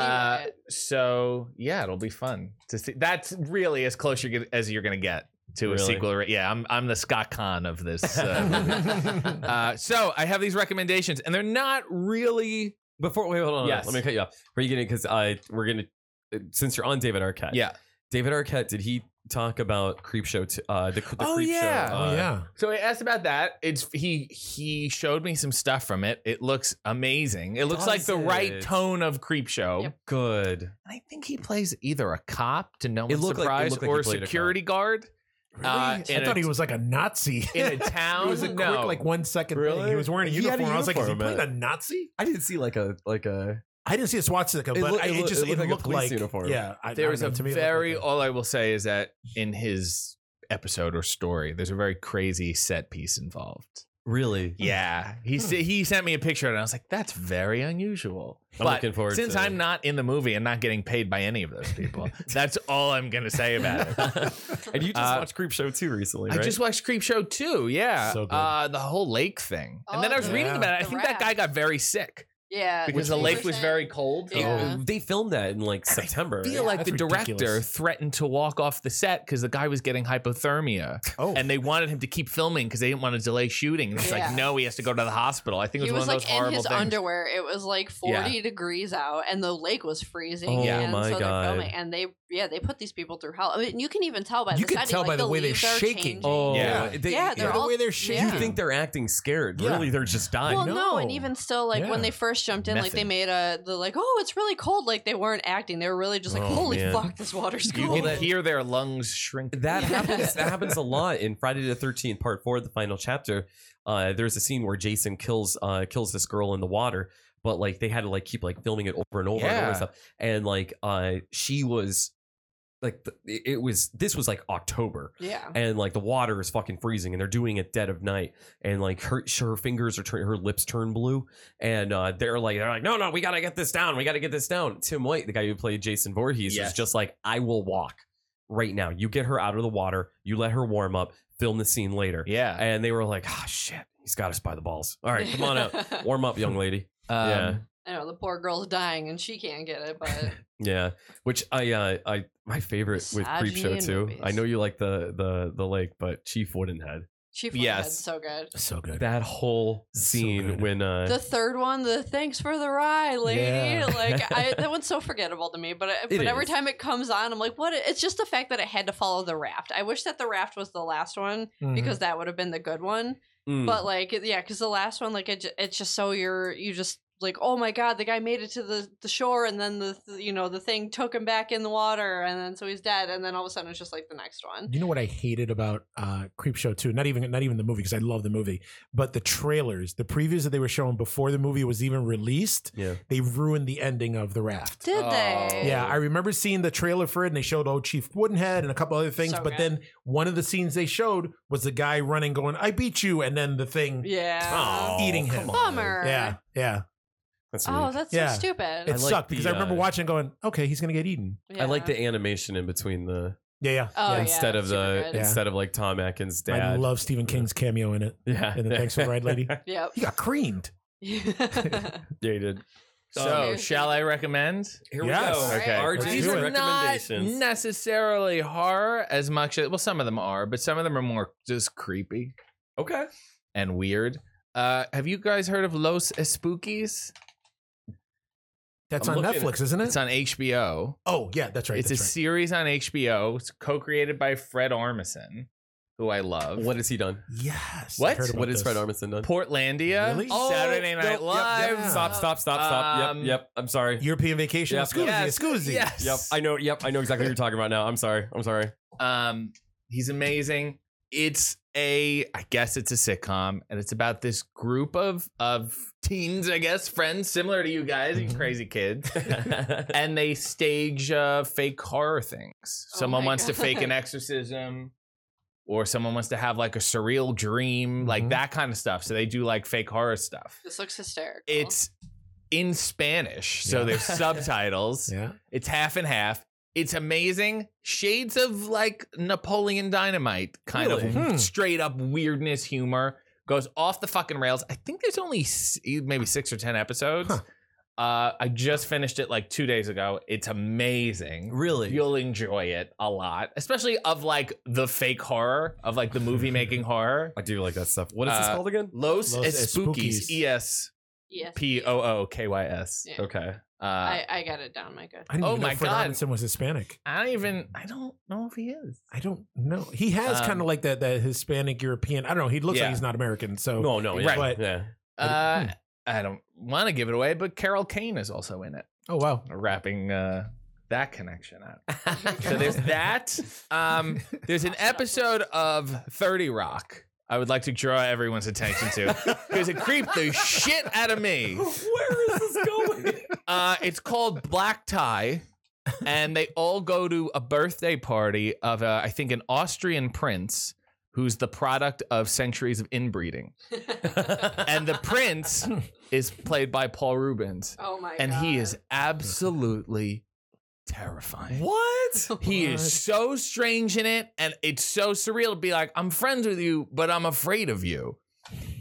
Speaker 2: right.
Speaker 1: so yeah, it'll be fun to see. That's really as close you're, gonna- as you're gonna get to a
Speaker 3: Really?
Speaker 1: sequel. Yeah, I'm I'm the Scott Kahn of this. Uh, movie. uh, so I have these recommendations, and they're not really.
Speaker 3: Before wait, hold on.
Speaker 1: Yes.
Speaker 3: Let me cut you off. Are you getting because I we're gonna uh, since you're on David Arquette.
Speaker 1: Yeah.
Speaker 3: David Arquette. Did he talk about Creep Show? T- uh, the, the
Speaker 1: Oh,
Speaker 3: Creep
Speaker 1: yeah.
Speaker 3: Show.
Speaker 4: oh
Speaker 3: uh,
Speaker 4: yeah.
Speaker 1: So I asked about that. It's he he showed me some stuff from it. It looks amazing. It looks like the
Speaker 3: Does
Speaker 1: right
Speaker 3: it?
Speaker 1: tone of Creep Show.
Speaker 2: Yep.
Speaker 3: Good.
Speaker 1: And I think he plays either a cop to no
Speaker 3: It
Speaker 1: one's
Speaker 3: looked like- it
Speaker 1: surprise
Speaker 3: looked like
Speaker 1: or
Speaker 3: he
Speaker 1: a
Speaker 3: played a
Speaker 1: security guard. Uh,
Speaker 4: Really?
Speaker 1: in
Speaker 4: I thought
Speaker 1: a-
Speaker 4: he was like a Nazi.
Speaker 1: in a
Speaker 4: it
Speaker 1: town.
Speaker 4: was a quick,
Speaker 1: no,
Speaker 4: like one second thing.
Speaker 3: Really?
Speaker 4: He was wearing a
Speaker 3: He had
Speaker 4: uniform.
Speaker 3: a
Speaker 4: I was like, is he
Speaker 3: uniform,
Speaker 4: playing a Nazi?
Speaker 3: I didn't see like a like a
Speaker 4: I didn't see a swastika,
Speaker 3: It
Speaker 4: but
Speaker 3: loo-
Speaker 4: I,
Speaker 3: it
Speaker 4: it
Speaker 3: loo-
Speaker 4: just it looked,
Speaker 3: a police
Speaker 4: like
Speaker 3: uniform.
Speaker 4: Yeah, I,
Speaker 1: there
Speaker 4: I
Speaker 1: was
Speaker 4: don't
Speaker 1: a
Speaker 4: know, to me it looked
Speaker 1: very.
Speaker 4: like
Speaker 1: all I will say is that in his episode or story, there's a very crazy set piece involved.
Speaker 3: really.
Speaker 1: Yeah,
Speaker 3: Hmm.
Speaker 1: he s- he sent me a picture and I was like, "That's very unusual."
Speaker 3: I'm
Speaker 1: but
Speaker 3: looking forward
Speaker 1: since
Speaker 3: to-
Speaker 1: I'm not in the movie and not getting paid by any of those people, that's all I'm gonna say about it.
Speaker 3: and you just
Speaker 1: Uh,
Speaker 3: watched Creep Show too recently,
Speaker 1: I
Speaker 3: right?
Speaker 1: just watched Creep Show too. Yeah,
Speaker 4: So good.
Speaker 1: Uh, the whole lake thing, and then I
Speaker 2: Oh,
Speaker 1: was reading
Speaker 4: yeah.
Speaker 1: about it. I
Speaker 2: The
Speaker 1: think that
Speaker 2: raft.
Speaker 1: guy got very sick
Speaker 2: Yeah,
Speaker 1: because the lake was very cold.
Speaker 2: Yeah.
Speaker 3: Oh, they filmed that in like September.
Speaker 1: I feel like
Speaker 4: that's
Speaker 1: the director
Speaker 4: ridiculous.
Speaker 1: threatened to walk off the set because the guy was getting hypothermia,
Speaker 4: Oh,
Speaker 1: and they wanted him to keep filming because they didn't want to delay shooting. And it's
Speaker 2: Yeah.
Speaker 1: like, no, he has to go to the hospital. I think it
Speaker 2: He
Speaker 1: was,
Speaker 2: was
Speaker 1: one of
Speaker 2: like
Speaker 1: those
Speaker 2: in
Speaker 1: horrible
Speaker 2: his
Speaker 1: things.
Speaker 2: underwear. It was like
Speaker 1: Yeah.
Speaker 2: 40 degrees out, and the lake was freezing.
Speaker 3: Oh
Speaker 2: and
Speaker 3: my
Speaker 2: so
Speaker 3: God.
Speaker 2: They're filming, and they, yeah, they put these people through hell. I mean, you can even tell by
Speaker 4: You
Speaker 2: the
Speaker 4: can
Speaker 2: setting,
Speaker 4: tell
Speaker 2: like,
Speaker 4: by the way they're
Speaker 2: leaves are
Speaker 4: shaking.
Speaker 2: changing.
Speaker 3: Oh,
Speaker 1: Yeah.
Speaker 3: they-
Speaker 2: Yeah, they're
Speaker 4: the
Speaker 2: all-
Speaker 4: way they're
Speaker 2: yeah.
Speaker 4: shaking.
Speaker 3: You think they're acting scared?
Speaker 4: Yeah.
Speaker 3: Really, they're just dying.
Speaker 2: well, no, and
Speaker 4: know.
Speaker 2: even still, like
Speaker 4: Yeah.
Speaker 2: when they first jumped in, like they
Speaker 1: Method.
Speaker 2: made a the like, oh, it's really cold. Like they weren't acting; they were really just like,
Speaker 3: Oh,
Speaker 2: holy
Speaker 3: man.
Speaker 2: fuck, this water's
Speaker 1: You
Speaker 2: cold.
Speaker 1: can hear their lungs shrink.
Speaker 3: That
Speaker 2: Yeah.
Speaker 3: happens. That happens a lot in Friday the Thirteenth Part Four, the final chapter. Uh, there's a scene where Jason kills uh, kills this girl in the water, but like they had to like keep like filming it over and over and over
Speaker 1: Yeah.
Speaker 3: and stuff. And like uh, she was like th- it- it was this was like October,
Speaker 2: yeah,
Speaker 3: and like the water is fucking freezing, and they're doing it dead of night, and like her her fingers are turn her lips turn blue, and uh, they're like they're like no no we gotta get this down we gotta get this down. Tim White, the guy who played Jason Voorhees,
Speaker 1: Yes.
Speaker 3: was just like I will walk right now. You get her out of the water, you let her warm up, film the scene later,
Speaker 1: Yeah.
Speaker 3: and they were like ah shit he's got us by the balls. All right, come on out, warm up, young lady.
Speaker 1: Um,
Speaker 3: Yeah.
Speaker 2: I know the poor girl's dying and she can't get it, but
Speaker 3: Yeah, which I uh, I my favorite with Creep
Speaker 2: Misogyny
Speaker 3: Show
Speaker 2: in
Speaker 3: too.
Speaker 2: movies.
Speaker 3: I know you like the the the lake, but Chief Woodenhead.
Speaker 2: she
Speaker 1: Yes.
Speaker 2: yes. so good.
Speaker 4: so good.
Speaker 3: That whole
Speaker 4: That's so
Speaker 3: scene
Speaker 4: good.
Speaker 3: when uh
Speaker 2: The third one, the thanks for the ride, lady.
Speaker 4: Yeah.
Speaker 2: Like I, that one's so forgettable to me. But I,
Speaker 3: It
Speaker 2: but every
Speaker 3: is.
Speaker 2: time it comes on, I'm like, what? It's just the fact that it had to follow the raft. I wish that the raft was the last one
Speaker 4: Mhm.
Speaker 2: because that would have been the good one.
Speaker 4: Mm-hmm.
Speaker 3: mm,
Speaker 2: But like, it- yeah, because the last one, like, it, ju- it's just so you're you just like, oh my god, the guy made it to the the shore, and then the th- you know the thing took him back in the water, and then so he's dead, and then all of a sudden it's just like the next one.
Speaker 4: You know what I hated about uh, Creep Show too? Not even not even the movie because I love the movie, but the trailers, the previews that they were showing before the movie was even released,
Speaker 3: yeah.
Speaker 4: they ruined the ending of the raft.
Speaker 2: Did
Speaker 1: Oh.
Speaker 2: they?
Speaker 4: Yeah, I remember seeing the trailer for it, and they showed old Chief Woodenhead and a couple other things.
Speaker 2: So
Speaker 4: but
Speaker 2: good.
Speaker 4: then one of the scenes they showed was the guy running, going, "I beat you," and then the thing
Speaker 2: yeah.
Speaker 4: eating him.
Speaker 2: Bummer.
Speaker 4: Yeah, yeah,
Speaker 3: That's
Speaker 2: Oh,
Speaker 3: weird.
Speaker 2: that's
Speaker 4: Yeah.
Speaker 2: so stupid.
Speaker 4: it
Speaker 3: like
Speaker 4: sucked because
Speaker 3: the,
Speaker 4: I remember
Speaker 3: uh,
Speaker 4: watching, and going, "Okay, he's gonna get eaten."
Speaker 3: I like
Speaker 2: Yeah.
Speaker 3: the animation in between the
Speaker 4: Yeah, yeah.
Speaker 2: Oh,
Speaker 4: yeah.
Speaker 2: yeah.
Speaker 3: instead of the
Speaker 2: super good.
Speaker 3: instead of like Tom Atkins' dad.
Speaker 4: I love Stephen
Speaker 3: Yeah.
Speaker 4: King's cameo in it.
Speaker 3: yeah.
Speaker 4: And the thanks for the ride, lady. He got creamed.
Speaker 2: Yep.
Speaker 3: Dated.
Speaker 1: So, shall I recommend?
Speaker 3: Here
Speaker 4: we Yes. go.
Speaker 2: Okay.
Speaker 3: RG's
Speaker 4: Oh. Let's
Speaker 1: These
Speaker 4: do it.
Speaker 1: are not necessarily horror as much as well, some of them are, but some of them are more just creepy
Speaker 3: okay.
Speaker 1: and weird. Uh, have you guys heard of Los Espookies?
Speaker 4: That's
Speaker 3: I'm
Speaker 4: on
Speaker 3: looking
Speaker 4: Netflix, isn't it?
Speaker 1: It's on HBO.
Speaker 4: oh, yeah, that's right.
Speaker 1: it's a
Speaker 4: that's right.
Speaker 1: series on HBO. It's co-created by Fred Armisen, who I love.
Speaker 3: What has he done?
Speaker 4: Yes.
Speaker 1: What?
Speaker 4: I heard about
Speaker 3: What has
Speaker 4: this.
Speaker 3: Fred Armisen done?
Speaker 1: Portlandia,
Speaker 4: Really?
Speaker 1: Saturday
Speaker 3: Oh,
Speaker 1: Night
Speaker 3: nope,
Speaker 1: Live.
Speaker 3: Yep, yep. Stop,
Speaker 2: Oh,
Speaker 3: stop, stop, stop.
Speaker 1: Um,
Speaker 3: yep, yep. I'm sorry.
Speaker 4: European vacation.
Speaker 3: Yep.
Speaker 4: Excuse
Speaker 1: Yes.
Speaker 4: me. Excuse me.
Speaker 1: Yes.
Speaker 3: Yep. I know. Yep. I know exactly what you're talking about now. I'm sorry. I'm sorry.
Speaker 1: Um, he's amazing. It's a, I guess it's a sitcom, and it's about this group of of teens, I guess, friends similar to you guys, you
Speaker 4: Mhm.
Speaker 1: crazy kids, and they stage uh, fake horror things.
Speaker 2: Oh
Speaker 1: Someone
Speaker 2: my
Speaker 1: wants to fake
Speaker 2: God.
Speaker 1: an exorcism, or someone wants to have like a surreal dream, like
Speaker 4: Mhm.
Speaker 1: that kind of stuff. So they do like fake horror stuff.
Speaker 2: this looks hysterical.
Speaker 1: It's in Spanish, so
Speaker 4: Yeah.
Speaker 1: there's subtitles.
Speaker 4: Yeah.
Speaker 1: It's half and half. It's amazing. Shades of like Napoleon Dynamite kind of
Speaker 4: Really? Hmm.
Speaker 1: straight up weirdness humor goes off the fucking rails. I think there's only s- maybe six or ten episodes.
Speaker 4: Huh.
Speaker 1: Uh, I just finished it like two days ago. It's amazing.
Speaker 3: really.
Speaker 1: You'll enjoy it a lot, especially of like the fake horror of like the movie making horror.
Speaker 3: I do like that stuff. What is this
Speaker 1: Uh,
Speaker 3: called again?
Speaker 1: Los,
Speaker 4: Los
Speaker 1: Espookies,
Speaker 4: Espookies.
Speaker 1: E S
Speaker 2: yes.
Speaker 1: P O O K Y S.
Speaker 2: Yeah.
Speaker 3: Okay.
Speaker 1: Uh,
Speaker 2: I, I got it down, my good.
Speaker 4: I didn't
Speaker 1: Oh
Speaker 4: even know
Speaker 1: my
Speaker 4: Fred
Speaker 1: God.
Speaker 4: Armisen was Hispanic.
Speaker 1: I don't even. I don't know if he is.
Speaker 4: I don't know. He has
Speaker 1: Um,
Speaker 4: kind of like that that Hispanic European. I don't know. He looks
Speaker 1: Yeah.
Speaker 4: like he's not American. So
Speaker 3: No, no, yeah,
Speaker 1: Right.
Speaker 4: But-
Speaker 3: yeah.
Speaker 1: Uh, I don't want to give it away, but Carol Kane is also in it,
Speaker 4: oh wow.
Speaker 1: rapping uh, that connection out. So there's that. Um, there's an episode of 30 Rock. I would like to draw everyone's attention to because it creeped the shit out of me.
Speaker 3: Where is this going?
Speaker 1: Uh, it's called Black Tie, and they all go to a birthday party of, uh, I think, an Austrian prince who's the product of centuries of inbreeding. And the prince is played by Paul Rubens,
Speaker 2: oh my
Speaker 1: and
Speaker 2: god.
Speaker 1: he is absolutely terrifying.
Speaker 3: what?
Speaker 1: He is so strange in it, and it's so surreal to be like, I'm friends with you, but I'm afraid of you.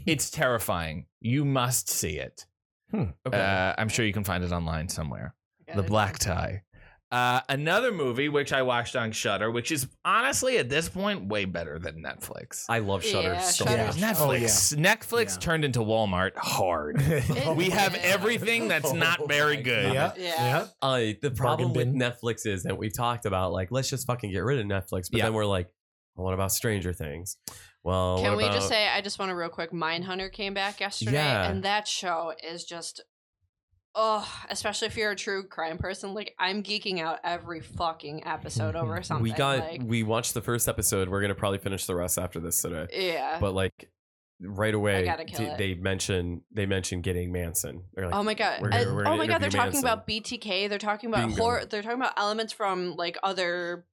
Speaker 1: It's terrifying. You must see it.
Speaker 3: Okay.
Speaker 1: Uh, I'm sure you can find it online somewhere.
Speaker 2: Got
Speaker 1: The
Speaker 2: it.
Speaker 1: Black Tie. Uh, another movie which I watched on Shutter, which is honestly at this point way better than Netflix.
Speaker 3: I love Shutter
Speaker 2: Yeah,
Speaker 3: so
Speaker 2: Shudder.
Speaker 3: much.
Speaker 1: Netflix,
Speaker 4: Oh, yeah.
Speaker 1: Netflix
Speaker 4: Yeah.
Speaker 1: turned into Walmart hard.
Speaker 2: It-
Speaker 1: We have
Speaker 2: Yeah.
Speaker 1: everything that's not very good.
Speaker 4: Oh Yeah.
Speaker 2: Yeah.
Speaker 3: I the problem with
Speaker 4: Bargain bin.
Speaker 3: Netflix is that we've talked about like let's just fucking get rid of Netflix, but
Speaker 1: Yeah.
Speaker 3: then we're like, well, what about Stranger Things? Well,
Speaker 2: Can
Speaker 3: what
Speaker 2: we just
Speaker 3: about-
Speaker 2: say I just want to real quick Mindhunter came back yesterday
Speaker 3: Yeah.
Speaker 2: and that show is just oh, especially if you're a true crime person, like I'm geeking out every fucking episode over something.
Speaker 3: we got
Speaker 2: like,
Speaker 3: we watched the first episode. We're gonna probably finish the rest after this today,
Speaker 2: yeah.
Speaker 3: but like right away
Speaker 2: gotta kill
Speaker 3: d-
Speaker 2: it.
Speaker 3: they mention they mention getting Manson. They're like,
Speaker 2: Oh my god!
Speaker 3: we're gonna-
Speaker 2: Uh,
Speaker 3: we're gonna
Speaker 2: oh my god! They're talking
Speaker 3: interview Manson.
Speaker 2: about BTK. They're talking about
Speaker 3: Bingo.
Speaker 2: horror. They're talking about elements from like other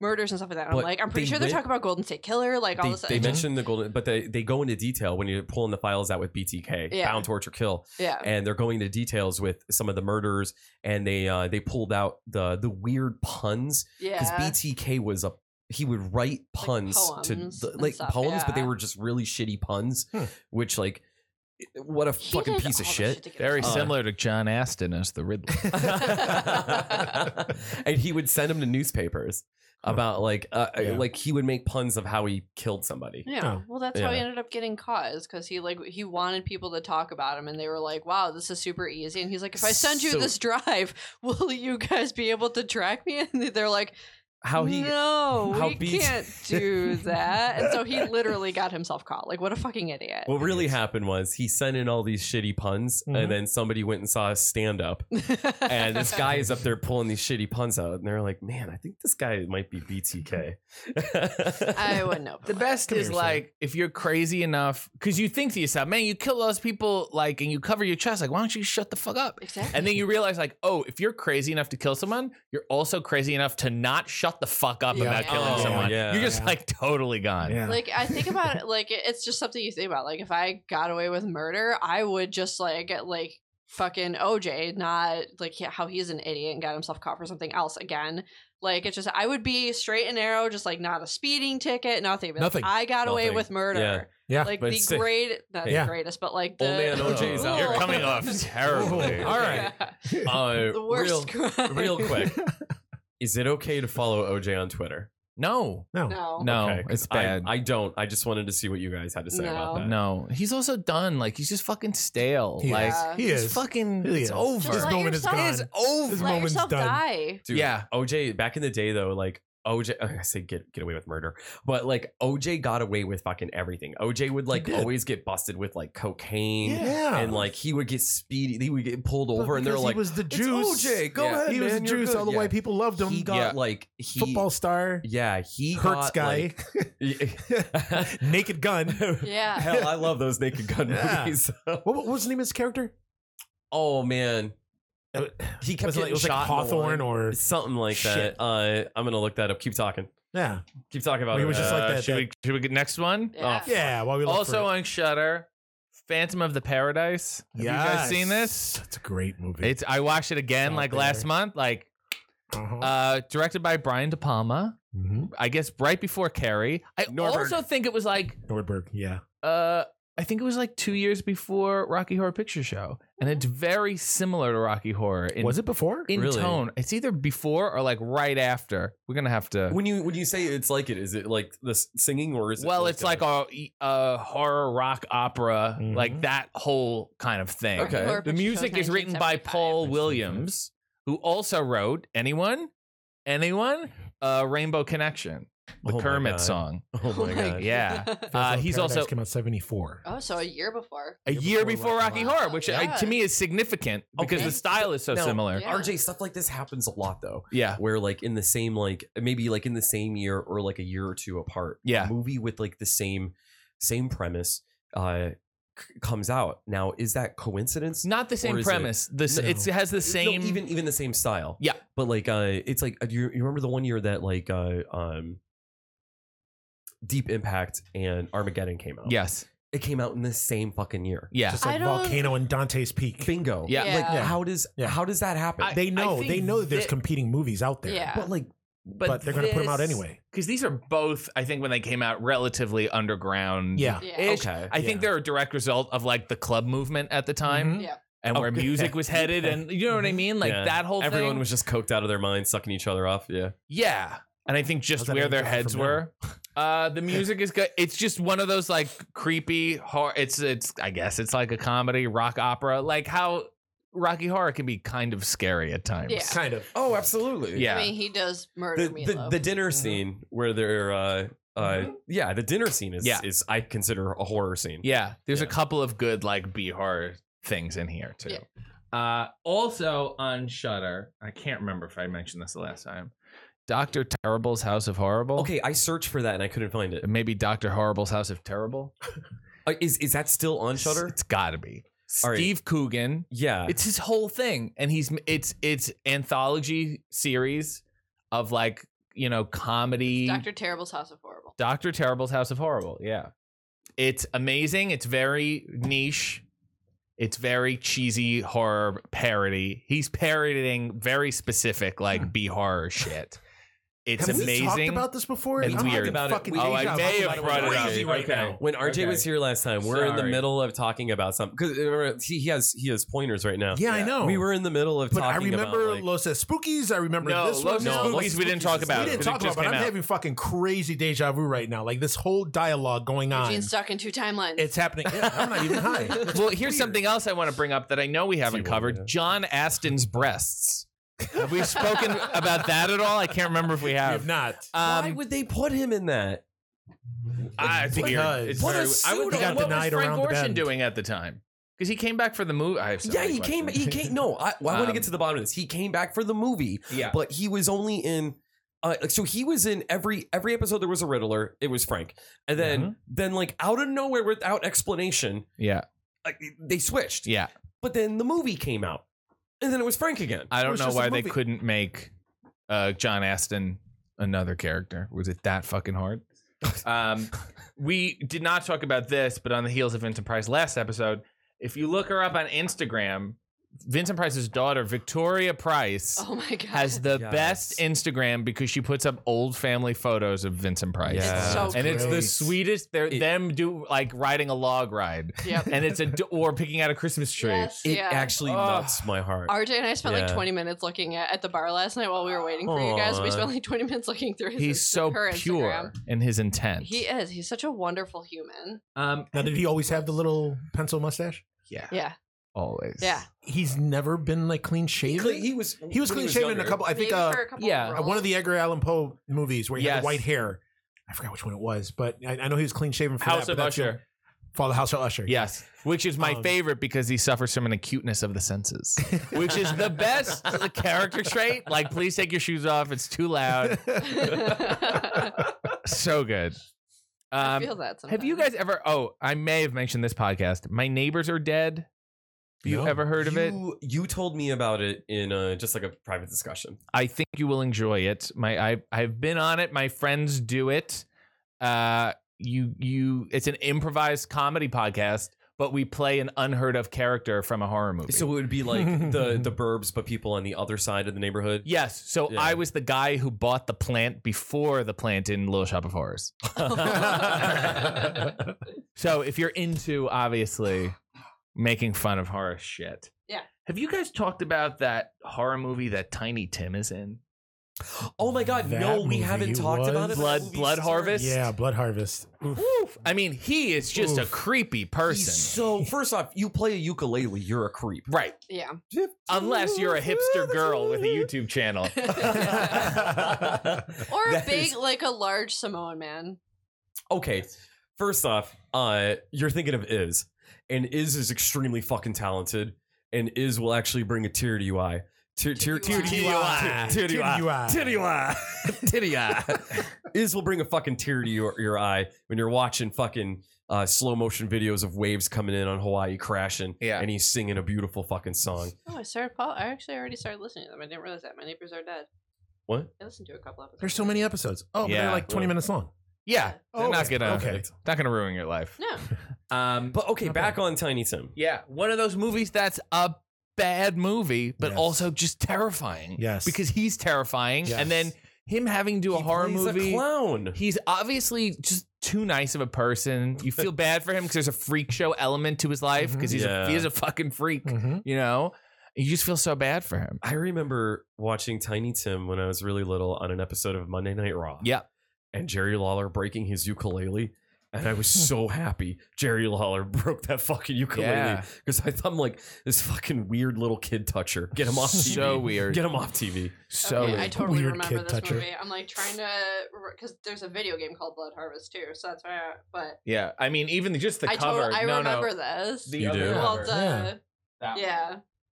Speaker 2: murders and stuff like that. And I'm
Speaker 3: But
Speaker 2: like, I'm pretty
Speaker 3: they
Speaker 2: sure they're
Speaker 3: went-
Speaker 2: talking about Golden State Killer. Like all
Speaker 3: they,
Speaker 2: this.
Speaker 3: they
Speaker 4: Mm-hmm.
Speaker 2: I just-
Speaker 3: mention the golden, but they, they go into detail when you're pulling the files out with BTK,
Speaker 2: Yeah.
Speaker 3: bound, torture, kill,
Speaker 2: yeah.
Speaker 3: and they're going into details with some of the murders, and they uh, they pulled out the the weird puns because
Speaker 2: Yeah.
Speaker 3: BTK was a he would write puns to
Speaker 2: poems
Speaker 3: the-
Speaker 2: and
Speaker 3: like
Speaker 2: stuff,
Speaker 3: poems, but they
Speaker 2: yeah.
Speaker 3: were just really shitty puns,
Speaker 4: Hmm.
Speaker 3: which like what a
Speaker 2: He
Speaker 3: fucking
Speaker 2: did
Speaker 3: piece of
Speaker 2: all the
Speaker 3: shit.
Speaker 2: to get
Speaker 1: Very
Speaker 2: this.
Speaker 3: Uh,
Speaker 1: similar to John Aston as the Riddler.
Speaker 3: and he would send them to newspapers about like uh,
Speaker 4: Yeah.
Speaker 3: like he would make puns of how he killed somebody.
Speaker 2: Yeah.
Speaker 4: Oh.
Speaker 2: Well, that's how he
Speaker 3: Yeah.
Speaker 2: ended up getting caught because he like he wanted people to talk about him, and they were like, "Wow, this is super easy." And he's like, "If I send you
Speaker 3: So-
Speaker 2: this drive, will you guys be able to track me?" And they're like,
Speaker 3: How he
Speaker 2: no,
Speaker 3: how
Speaker 2: we
Speaker 3: BT
Speaker 2: can't do that. And so he literally got himself caught. Like, what a fucking idiot.
Speaker 3: what really happened was he sent in all these shitty puns,
Speaker 4: Mhm.
Speaker 3: and then somebody went and saw a stand up, and this guy is up there pulling these shitty puns out, and they're like, "Man, I think this guy might be BTK."
Speaker 2: I wouldn't know.
Speaker 1: The best
Speaker 4: Come
Speaker 1: is
Speaker 4: here, Sam.
Speaker 1: like if you're crazy enough, because you think to yourself, man, you kill those people, like, and you cover your chest, like, why don't you shut the fuck up?
Speaker 2: Exactly.
Speaker 1: And then you realize, like, oh, if you're crazy enough to kill someone, you're also crazy enough to not shut the fuck up
Speaker 4: Yeah.
Speaker 1: about killing
Speaker 2: Oh,
Speaker 1: someone.
Speaker 3: yeah.
Speaker 1: You're just
Speaker 4: Yeah.
Speaker 1: like totally gone.
Speaker 4: Yeah.
Speaker 2: like I think about it, like it- it's just something you think about. Like if I got away with murder, I would just like like fucking OJ, not like he- how he's an idiot and got himself caught for something else again. Like it's just I would be straight and narrow, just like not a speeding ticket, nothing. But
Speaker 4: Nothing.
Speaker 2: I got away
Speaker 3: Nothing.
Speaker 2: with murder.
Speaker 4: Yeah. Yeah.
Speaker 2: like
Speaker 3: But
Speaker 2: the
Speaker 3: still-
Speaker 2: great, not
Speaker 4: Yeah.
Speaker 2: the greatest, but like the
Speaker 3: Old
Speaker 1: Oh,
Speaker 3: man OJ's out.
Speaker 1: You're coming off terribly.
Speaker 4: All right.
Speaker 3: Uh,
Speaker 2: the worst
Speaker 3: real-
Speaker 2: crime.
Speaker 3: real quick. Is it okay to follow OJ on Twitter?
Speaker 1: No,
Speaker 4: No.
Speaker 2: No.
Speaker 1: no,
Speaker 3: Okay, 'cause
Speaker 1: it's
Speaker 3: I-
Speaker 1: bad.
Speaker 3: I, don't. I just wanted to see what you guys had to say about
Speaker 2: No.
Speaker 3: that.
Speaker 1: no, he's also done. Like, he's just fucking stale.
Speaker 4: He
Speaker 1: like,
Speaker 4: is.
Speaker 2: Yeah.
Speaker 4: He
Speaker 1: he's
Speaker 4: is.
Speaker 1: fucking,
Speaker 4: He
Speaker 1: it's
Speaker 4: is.
Speaker 1: over.
Speaker 4: This
Speaker 2: Just let
Speaker 4: moment is
Speaker 2: yourself-
Speaker 4: gone.
Speaker 1: it is over.
Speaker 4: This
Speaker 2: Let
Speaker 4: moment's
Speaker 2: yourself
Speaker 4: done.
Speaker 2: die.
Speaker 3: Oh, Dude,
Speaker 1: Yeah.
Speaker 3: OJ back in the day though, like OJ I say get get away with murder. But like OJ got away with fucking everything. OJ would like
Speaker 4: did.
Speaker 3: always get busted with like cocaine
Speaker 4: Yeah.
Speaker 3: and like he would get speedy he would get pulled
Speaker 4: But
Speaker 3: over and they're
Speaker 4: because
Speaker 3: like
Speaker 4: he was the
Speaker 3: "It's
Speaker 4: juice.
Speaker 3: OJ, go
Speaker 1: Yeah.
Speaker 3: ahead.
Speaker 4: He was the
Speaker 3: man, you're
Speaker 4: juice.
Speaker 3: good."
Speaker 4: All the
Speaker 3: yeah.
Speaker 4: white people loved him.
Speaker 3: He got
Speaker 1: Yeah.
Speaker 3: like he
Speaker 4: Football star,
Speaker 3: Yeah, he
Speaker 4: Hertz
Speaker 3: got,
Speaker 4: guy,
Speaker 3: like-
Speaker 4: Naked Gun.
Speaker 2: Yeah.
Speaker 3: Hell, I love those naked gun
Speaker 4: Yeah.
Speaker 3: movies.
Speaker 4: What, what was the name of his character?
Speaker 3: oh man.
Speaker 4: It
Speaker 3: He kept
Speaker 4: was like,
Speaker 3: getting
Speaker 4: it was like
Speaker 3: shot in the
Speaker 4: Hawthorne
Speaker 3: leg.
Speaker 4: or
Speaker 3: something like
Speaker 4: Shit.
Speaker 3: that. Uh, I'm gonna look that up. Keep talking.
Speaker 4: yeah,
Speaker 3: Keep talking about
Speaker 4: Well, he
Speaker 3: it.
Speaker 4: was just
Speaker 3: Uh,
Speaker 4: like that-
Speaker 1: Should
Speaker 4: that-
Speaker 1: we, should we get next one?
Speaker 2: Yeah.
Speaker 1: Oh,
Speaker 4: yeah. While we look
Speaker 1: also
Speaker 4: for it.
Speaker 1: on Shutter, Phantom of the Paradise. Have you guys seen this?
Speaker 4: It's a great movie.
Speaker 1: It's I watched it again
Speaker 4: Out
Speaker 1: like
Speaker 4: there.
Speaker 1: last month. Like
Speaker 4: Uh-huh.
Speaker 1: uh directed by Brian De Palma.
Speaker 4: Mhm.
Speaker 1: I guess right before Carrie. I
Speaker 4: Norberg.
Speaker 1: also think it was like
Speaker 4: Nordberg. Yeah,
Speaker 1: uh I think it was like two years before Rocky Horror Picture Show. And it's very similar to Rocky Horror in,
Speaker 4: was it before?
Speaker 1: in
Speaker 3: Really?
Speaker 1: tone. It's either before or like right after. We're gonna have to
Speaker 3: when you when you say it's like it, is it like the s- singing or is it?
Speaker 1: well, it's like a, e, a horror rock opera,
Speaker 4: Mhm.
Speaker 1: like that whole kind of thing.
Speaker 3: Mm-hmm. Okay.
Speaker 2: Horror
Speaker 1: The
Speaker 2: Picture
Speaker 1: music
Speaker 2: Show's
Speaker 1: is written by
Speaker 2: 1975.
Speaker 1: Paul Williams, who also wrote anyone, anyone, uh, Rainbow Connection. the
Speaker 3: Oh my
Speaker 1: Kermit
Speaker 3: God.
Speaker 1: song.
Speaker 3: Oh my god.
Speaker 1: Yeah. Uh, he's
Speaker 4: Paradise
Speaker 1: also
Speaker 4: came out seventy four.
Speaker 2: Oh, so a year before.
Speaker 1: a year before Rocky
Speaker 2: Horror.
Speaker 1: Horror, which I, to me is significant because
Speaker 3: Okay.
Speaker 1: the style is so
Speaker 3: Now-
Speaker 1: similar.
Speaker 2: Yeah.
Speaker 3: RJ, stuff like this happens a lot though.
Speaker 1: Yeah.
Speaker 3: Where like in the same like maybe like in the same year or like a year or two apart.
Speaker 1: Yeah.
Speaker 3: A movie with like the same same premise uh c- comes out. Now, is that coincidence?
Speaker 1: It's not the
Speaker 3: Or
Speaker 1: same
Speaker 3: is it-
Speaker 1: premise. This
Speaker 3: No.
Speaker 1: it has the
Speaker 3: No,
Speaker 1: same.
Speaker 3: even even the same style.
Speaker 1: Yeah.
Speaker 3: But like uh it's like uh, do you, you remember the one year that like uh um Deep Impact and Armageddon came out.
Speaker 1: yes.
Speaker 3: It came out in the same fucking year.
Speaker 1: Yeah.
Speaker 4: Just
Speaker 2: I
Speaker 4: like
Speaker 2: don't-
Speaker 4: Volcano and Dante's Peak.
Speaker 3: Bingo.
Speaker 1: Yeah.
Speaker 3: Like
Speaker 2: Yeah.
Speaker 3: how does
Speaker 4: Yeah.
Speaker 3: how does that happen?
Speaker 1: I-
Speaker 4: they know.
Speaker 1: think
Speaker 4: They know that there's
Speaker 1: that-
Speaker 4: competing movies out there.
Speaker 2: Yeah.
Speaker 3: but like
Speaker 1: But,
Speaker 4: But, they're going to put them out anyway.
Speaker 1: Because these are both, I think, when they came out, relatively underground.
Speaker 4: Yeah.
Speaker 2: Yeah.
Speaker 1: Ish.
Speaker 3: Okay.
Speaker 1: I think
Speaker 4: Yeah.
Speaker 1: they're a direct result of like the club movement at the time
Speaker 4: Mhm.
Speaker 2: Yeah.
Speaker 1: and where
Speaker 3: Okay.
Speaker 1: music was headed, and you know what I mean, like
Speaker 3: Yeah.
Speaker 1: that whole
Speaker 3: Everyone
Speaker 1: thing.
Speaker 3: was just coked out of their mind, sucking each other off. Yeah.
Speaker 1: yeah, and I think just
Speaker 4: How's that
Speaker 1: where
Speaker 4: any
Speaker 1: their
Speaker 4: different
Speaker 1: heads
Speaker 4: from now?
Speaker 1: were. Uh, the music is good. It's just one of those like creepy horror. It's it's I guess it's like a comedy rock opera, like how Rocky Horror can be kind of scary at times.
Speaker 2: Yeah.
Speaker 4: Kind of.
Speaker 3: Oh, absolutely.
Speaker 1: Yeah.
Speaker 2: I mean, he does murder
Speaker 3: The,
Speaker 2: me.
Speaker 3: the, the dinner scene where they're, uh, uh, yeah, the dinner scene is,
Speaker 1: Yeah.
Speaker 3: is I consider a horror scene.
Speaker 1: Yeah, there's a
Speaker 3: Yeah.
Speaker 1: couple of good like B horror things in here too. Uh, also on Shutter, I can't remember if I mentioned this the last time. Doctor Terrible's House of Horrible.
Speaker 3: Okay, I searched for that and I couldn't find it.
Speaker 1: maybe Doctor Horrible's House of Terrible.
Speaker 3: Uh, is is that still on Shutter?
Speaker 1: It's got to be
Speaker 3: All right. Uh.
Speaker 1: Steve Coogan.
Speaker 3: Yeah.
Speaker 1: It's his whole thing, and he's it's it's anthology series of like you know comedy.
Speaker 2: Doctor Terrible's House of Horrible.
Speaker 1: Doctor Terrible's House of Horrible. Yeah. It's amazing. It's very niche. It's very cheesy horror parody. He's parodying very specific like B horror shit. It's
Speaker 4: Have
Speaker 1: amazing.
Speaker 4: Hmm. we talked about this before?
Speaker 1: and
Speaker 4: I'm
Speaker 1: weird.
Speaker 4: having
Speaker 3: About it.
Speaker 4: fucking
Speaker 3: We-
Speaker 1: oh,
Speaker 4: deja
Speaker 1: I
Speaker 4: vu
Speaker 1: may
Speaker 4: about
Speaker 1: have
Speaker 4: it.
Speaker 1: brought it up.
Speaker 4: Crazy right
Speaker 1: Okay.
Speaker 4: now.
Speaker 3: when RJ
Speaker 1: Okay.
Speaker 3: was here last time, we're in the
Speaker 1: Sorry.
Speaker 3: middle of talking about something because uh, he, he has he has pointers right now.
Speaker 4: Yeah, I know.
Speaker 3: We were in the middle of
Speaker 4: But I
Speaker 3: talking
Speaker 4: remember
Speaker 3: about like,
Speaker 4: Los Spookies. I remember
Speaker 1: No,
Speaker 4: this
Speaker 1: Los
Speaker 4: one.
Speaker 3: No,
Speaker 1: Spookies we didn't talk about.
Speaker 4: We didn't
Speaker 1: it
Speaker 4: talk about,
Speaker 1: just
Speaker 4: but
Speaker 1: came
Speaker 4: I'm
Speaker 1: out.
Speaker 4: having fucking crazy deja vu right now. Like this whole dialogue going on.
Speaker 2: Eugene's stuck in two timelines.
Speaker 4: It's happening. Yeah, I'm not even high.
Speaker 1: Well, here's something else I want to bring up that I know we haven't
Speaker 3: T1,
Speaker 1: covered.
Speaker 3: yeah.
Speaker 1: John Aston's breasts. Have we spoken about that at all? I can't remember if we
Speaker 4: If
Speaker 1: have.
Speaker 4: not,
Speaker 3: why
Speaker 1: Um,
Speaker 3: would they put him in that?
Speaker 1: Ah, it's
Speaker 4: Because-
Speaker 1: weird. It's
Speaker 3: What
Speaker 1: very, I
Speaker 3: a
Speaker 1: would
Speaker 3: pseudo-
Speaker 1: think
Speaker 3: He got
Speaker 1: what was
Speaker 4: denied
Speaker 1: Frank
Speaker 4: around the
Speaker 1: Gorshin
Speaker 4: bend.
Speaker 1: doing at the time? Because he came back for the movie. I have so
Speaker 3: yeah,
Speaker 1: many
Speaker 3: he came.
Speaker 1: questions.
Speaker 3: He came. No, I, well, I want to
Speaker 1: Um,
Speaker 3: get to the bottom of this. He came back for the movie,
Speaker 1: Yeah,
Speaker 3: but he was only in. Uh, like, so he was in every every episode. There was a Riddler. It was Frank, and then
Speaker 1: Mhm.
Speaker 3: then like out of nowhere, without explanation,
Speaker 1: yeah,
Speaker 3: like they switched.
Speaker 1: yeah.
Speaker 3: But then the movie came out, and then it was Frank again.
Speaker 1: I
Speaker 3: It
Speaker 1: don't
Speaker 3: was
Speaker 1: know
Speaker 3: just a
Speaker 1: why they
Speaker 3: movie.
Speaker 1: couldn't make uh, John Aston another character. Was it that fucking hard? um, we did not talk about this, but on the heels of Vincent Price last episode, if you look her up on Instagram, Vincent Price's daughter Victoria Price.
Speaker 2: oh my god.
Speaker 1: Has the
Speaker 3: Yes.
Speaker 1: best Instagram because she puts up old family photos of Vincent Price.
Speaker 3: It's
Speaker 2: It's so
Speaker 1: and it's the
Speaker 4: Great.
Speaker 1: sweetest. They're
Speaker 3: It-
Speaker 1: them do like riding a log ride,
Speaker 2: Yep.
Speaker 1: and it's a d- or picking out a Christmas tree.
Speaker 2: Yes,
Speaker 3: It
Speaker 2: yeah.
Speaker 3: actually
Speaker 1: Oh.
Speaker 3: melts my heart.
Speaker 2: RJ and I spent like
Speaker 3: Yeah.
Speaker 2: 20 minutes looking at, at the bar last night while we were waiting for you guys. We
Speaker 3: Aw.
Speaker 2: spent like 20 minutes looking through his
Speaker 1: He's
Speaker 2: Insta-
Speaker 1: so
Speaker 2: her
Speaker 1: pure
Speaker 2: Instagram.
Speaker 1: in his intent.
Speaker 2: He is. He's such a wonderful human.
Speaker 1: um,
Speaker 4: now did he always have the little pencil mustache?
Speaker 1: yeah,
Speaker 2: Yeah.
Speaker 1: always.
Speaker 2: Yeah.
Speaker 4: He's never been like clean shaven.
Speaker 3: Cle- was
Speaker 4: He was
Speaker 3: when
Speaker 4: clean shaven in a
Speaker 3: younger.
Speaker 4: couple. I think
Speaker 2: Maybe
Speaker 4: uh,
Speaker 2: for a couple
Speaker 1: yeah,
Speaker 2: roles.
Speaker 4: one of the Edgar Allan Poe movies where he had
Speaker 1: Yes.
Speaker 4: the white hair. I forgot which one it was, but I, I know he was clean shaven for
Speaker 1: House
Speaker 4: that,
Speaker 1: of
Speaker 4: but that's the-
Speaker 1: Usher.
Speaker 4: For the House of Usher.
Speaker 1: Yes, which is my
Speaker 4: Um,
Speaker 1: favorite because he suffers from an acuteness of the senses, which is the best character trait. Like, please take your shoes off; it's too loud. So good.
Speaker 2: I
Speaker 1: Um,
Speaker 2: feel that sometimes.
Speaker 1: have you guys ever? Oh, I may have mentioned this podcast. My neighbors are dead. Have you
Speaker 4: No.
Speaker 1: ever heard of it?
Speaker 3: You, you told me about it in uh just like a private discussion.
Speaker 1: I think you will enjoy it. My I I've been on it. My friends do it. Uh, you you. It's an improvised comedy podcast, but we play an unheard of character from a horror movie.
Speaker 3: So it would be like the the burbs, but people on the other side of the neighborhood.
Speaker 1: yes, so
Speaker 3: Yeah.
Speaker 1: I was the guy who bought the plant before the plant in Little Shop of Horrors. So if you're into obviously making fun of horror shit,
Speaker 2: Yeah.
Speaker 1: Have you guys talked about that horror movie that Tiny Tim is in?
Speaker 3: Oh my god,
Speaker 4: That
Speaker 3: no, we
Speaker 4: movie
Speaker 3: haven't talked
Speaker 4: was-
Speaker 3: about it. That
Speaker 1: Blood-
Speaker 3: movie
Speaker 1: Blood
Speaker 3: sucks.
Speaker 1: Harvest?
Speaker 4: Yeah, Blood Harvest. Oof.
Speaker 1: Oof. I mean, he is just
Speaker 4: Oof.
Speaker 1: a creepy
Speaker 3: He's
Speaker 1: person.
Speaker 3: so first off, you play a ukulele, you're a creep.
Speaker 1: right.
Speaker 2: Yeah.
Speaker 1: Unless you're a hipster girl with a YouTube channel.
Speaker 2: Or a
Speaker 3: That
Speaker 2: big,
Speaker 3: is-
Speaker 2: like a large Samoan man.
Speaker 3: okay. First off, uh, you're thinking of Iz, and Iz is extremely fucking talented, and Iz will actually bring a tear to your eye. Tear, tear, tear, to your eye. tear to your eye. Tear to your eye. Tear to your eye. Iz will bring a fucking tear to your, your eye when you're watching fucking uh, slow motion videos of waves coming in on Hawaii crashing,
Speaker 1: Yeah.
Speaker 3: and he's singing a beautiful fucking song.
Speaker 2: Oh, I started. Paul. I actually already started listening to them. I didn't realize that my neighbors are dead.
Speaker 3: What?
Speaker 2: I listened to a couple episodes.
Speaker 4: There's so many episodes. Oh, but
Speaker 1: Yeah.
Speaker 4: they're like 20
Speaker 3: Yeah.
Speaker 4: minutes long.
Speaker 1: Yeah.
Speaker 4: Oh,
Speaker 1: they're not
Speaker 4: okay.
Speaker 1: gonna
Speaker 4: Okay.
Speaker 1: it's not gonna ruin your life.
Speaker 2: No.
Speaker 1: Um
Speaker 3: But okay,
Speaker 4: Not
Speaker 3: back on Tiny Tim.
Speaker 1: yeah, one of those movies that's a bad movie, but
Speaker 4: Yes.
Speaker 1: also just terrifying.
Speaker 4: Yes.
Speaker 1: Because he's terrifying.
Speaker 4: Yes.
Speaker 1: And then him having to do a
Speaker 3: He
Speaker 1: horror
Speaker 3: plays
Speaker 1: movie.
Speaker 3: A clown.
Speaker 1: He's obviously just too nice of a person. You feel bad for him because there's a freak show element to his life because he's
Speaker 3: Yeah.
Speaker 1: a, he is a fucking freak.
Speaker 4: Mhm.
Speaker 1: You know, you just feel so bad for him.
Speaker 3: I remember watching Tiny Tim when I was really little on an episode of Monday Night Raw.
Speaker 1: Yeah.
Speaker 3: And Jerry Lawler breaking his ukulele. And I was so happy Jerry Lawler broke that fucking ukulele
Speaker 1: Yeah.
Speaker 3: because I thought, I'm like, this fucking weird little kid toucher. Get him off TV.
Speaker 1: So weird.
Speaker 3: Get him off TV.
Speaker 1: So
Speaker 2: okay,
Speaker 1: weird.
Speaker 2: I totally
Speaker 4: Weird
Speaker 2: remember
Speaker 4: kid
Speaker 2: this
Speaker 4: toucher.
Speaker 2: movie. I'm like trying to because there's a video game called Blood Harvest too, so that's why. I, but
Speaker 1: yeah, I mean, even the, just the
Speaker 2: I
Speaker 1: cover.
Speaker 2: totally I
Speaker 1: no,
Speaker 2: remember
Speaker 1: no,
Speaker 2: this.
Speaker 1: The
Speaker 3: You
Speaker 1: other
Speaker 3: do?
Speaker 1: cover.
Speaker 2: well, the,
Speaker 1: That one.
Speaker 2: yeah.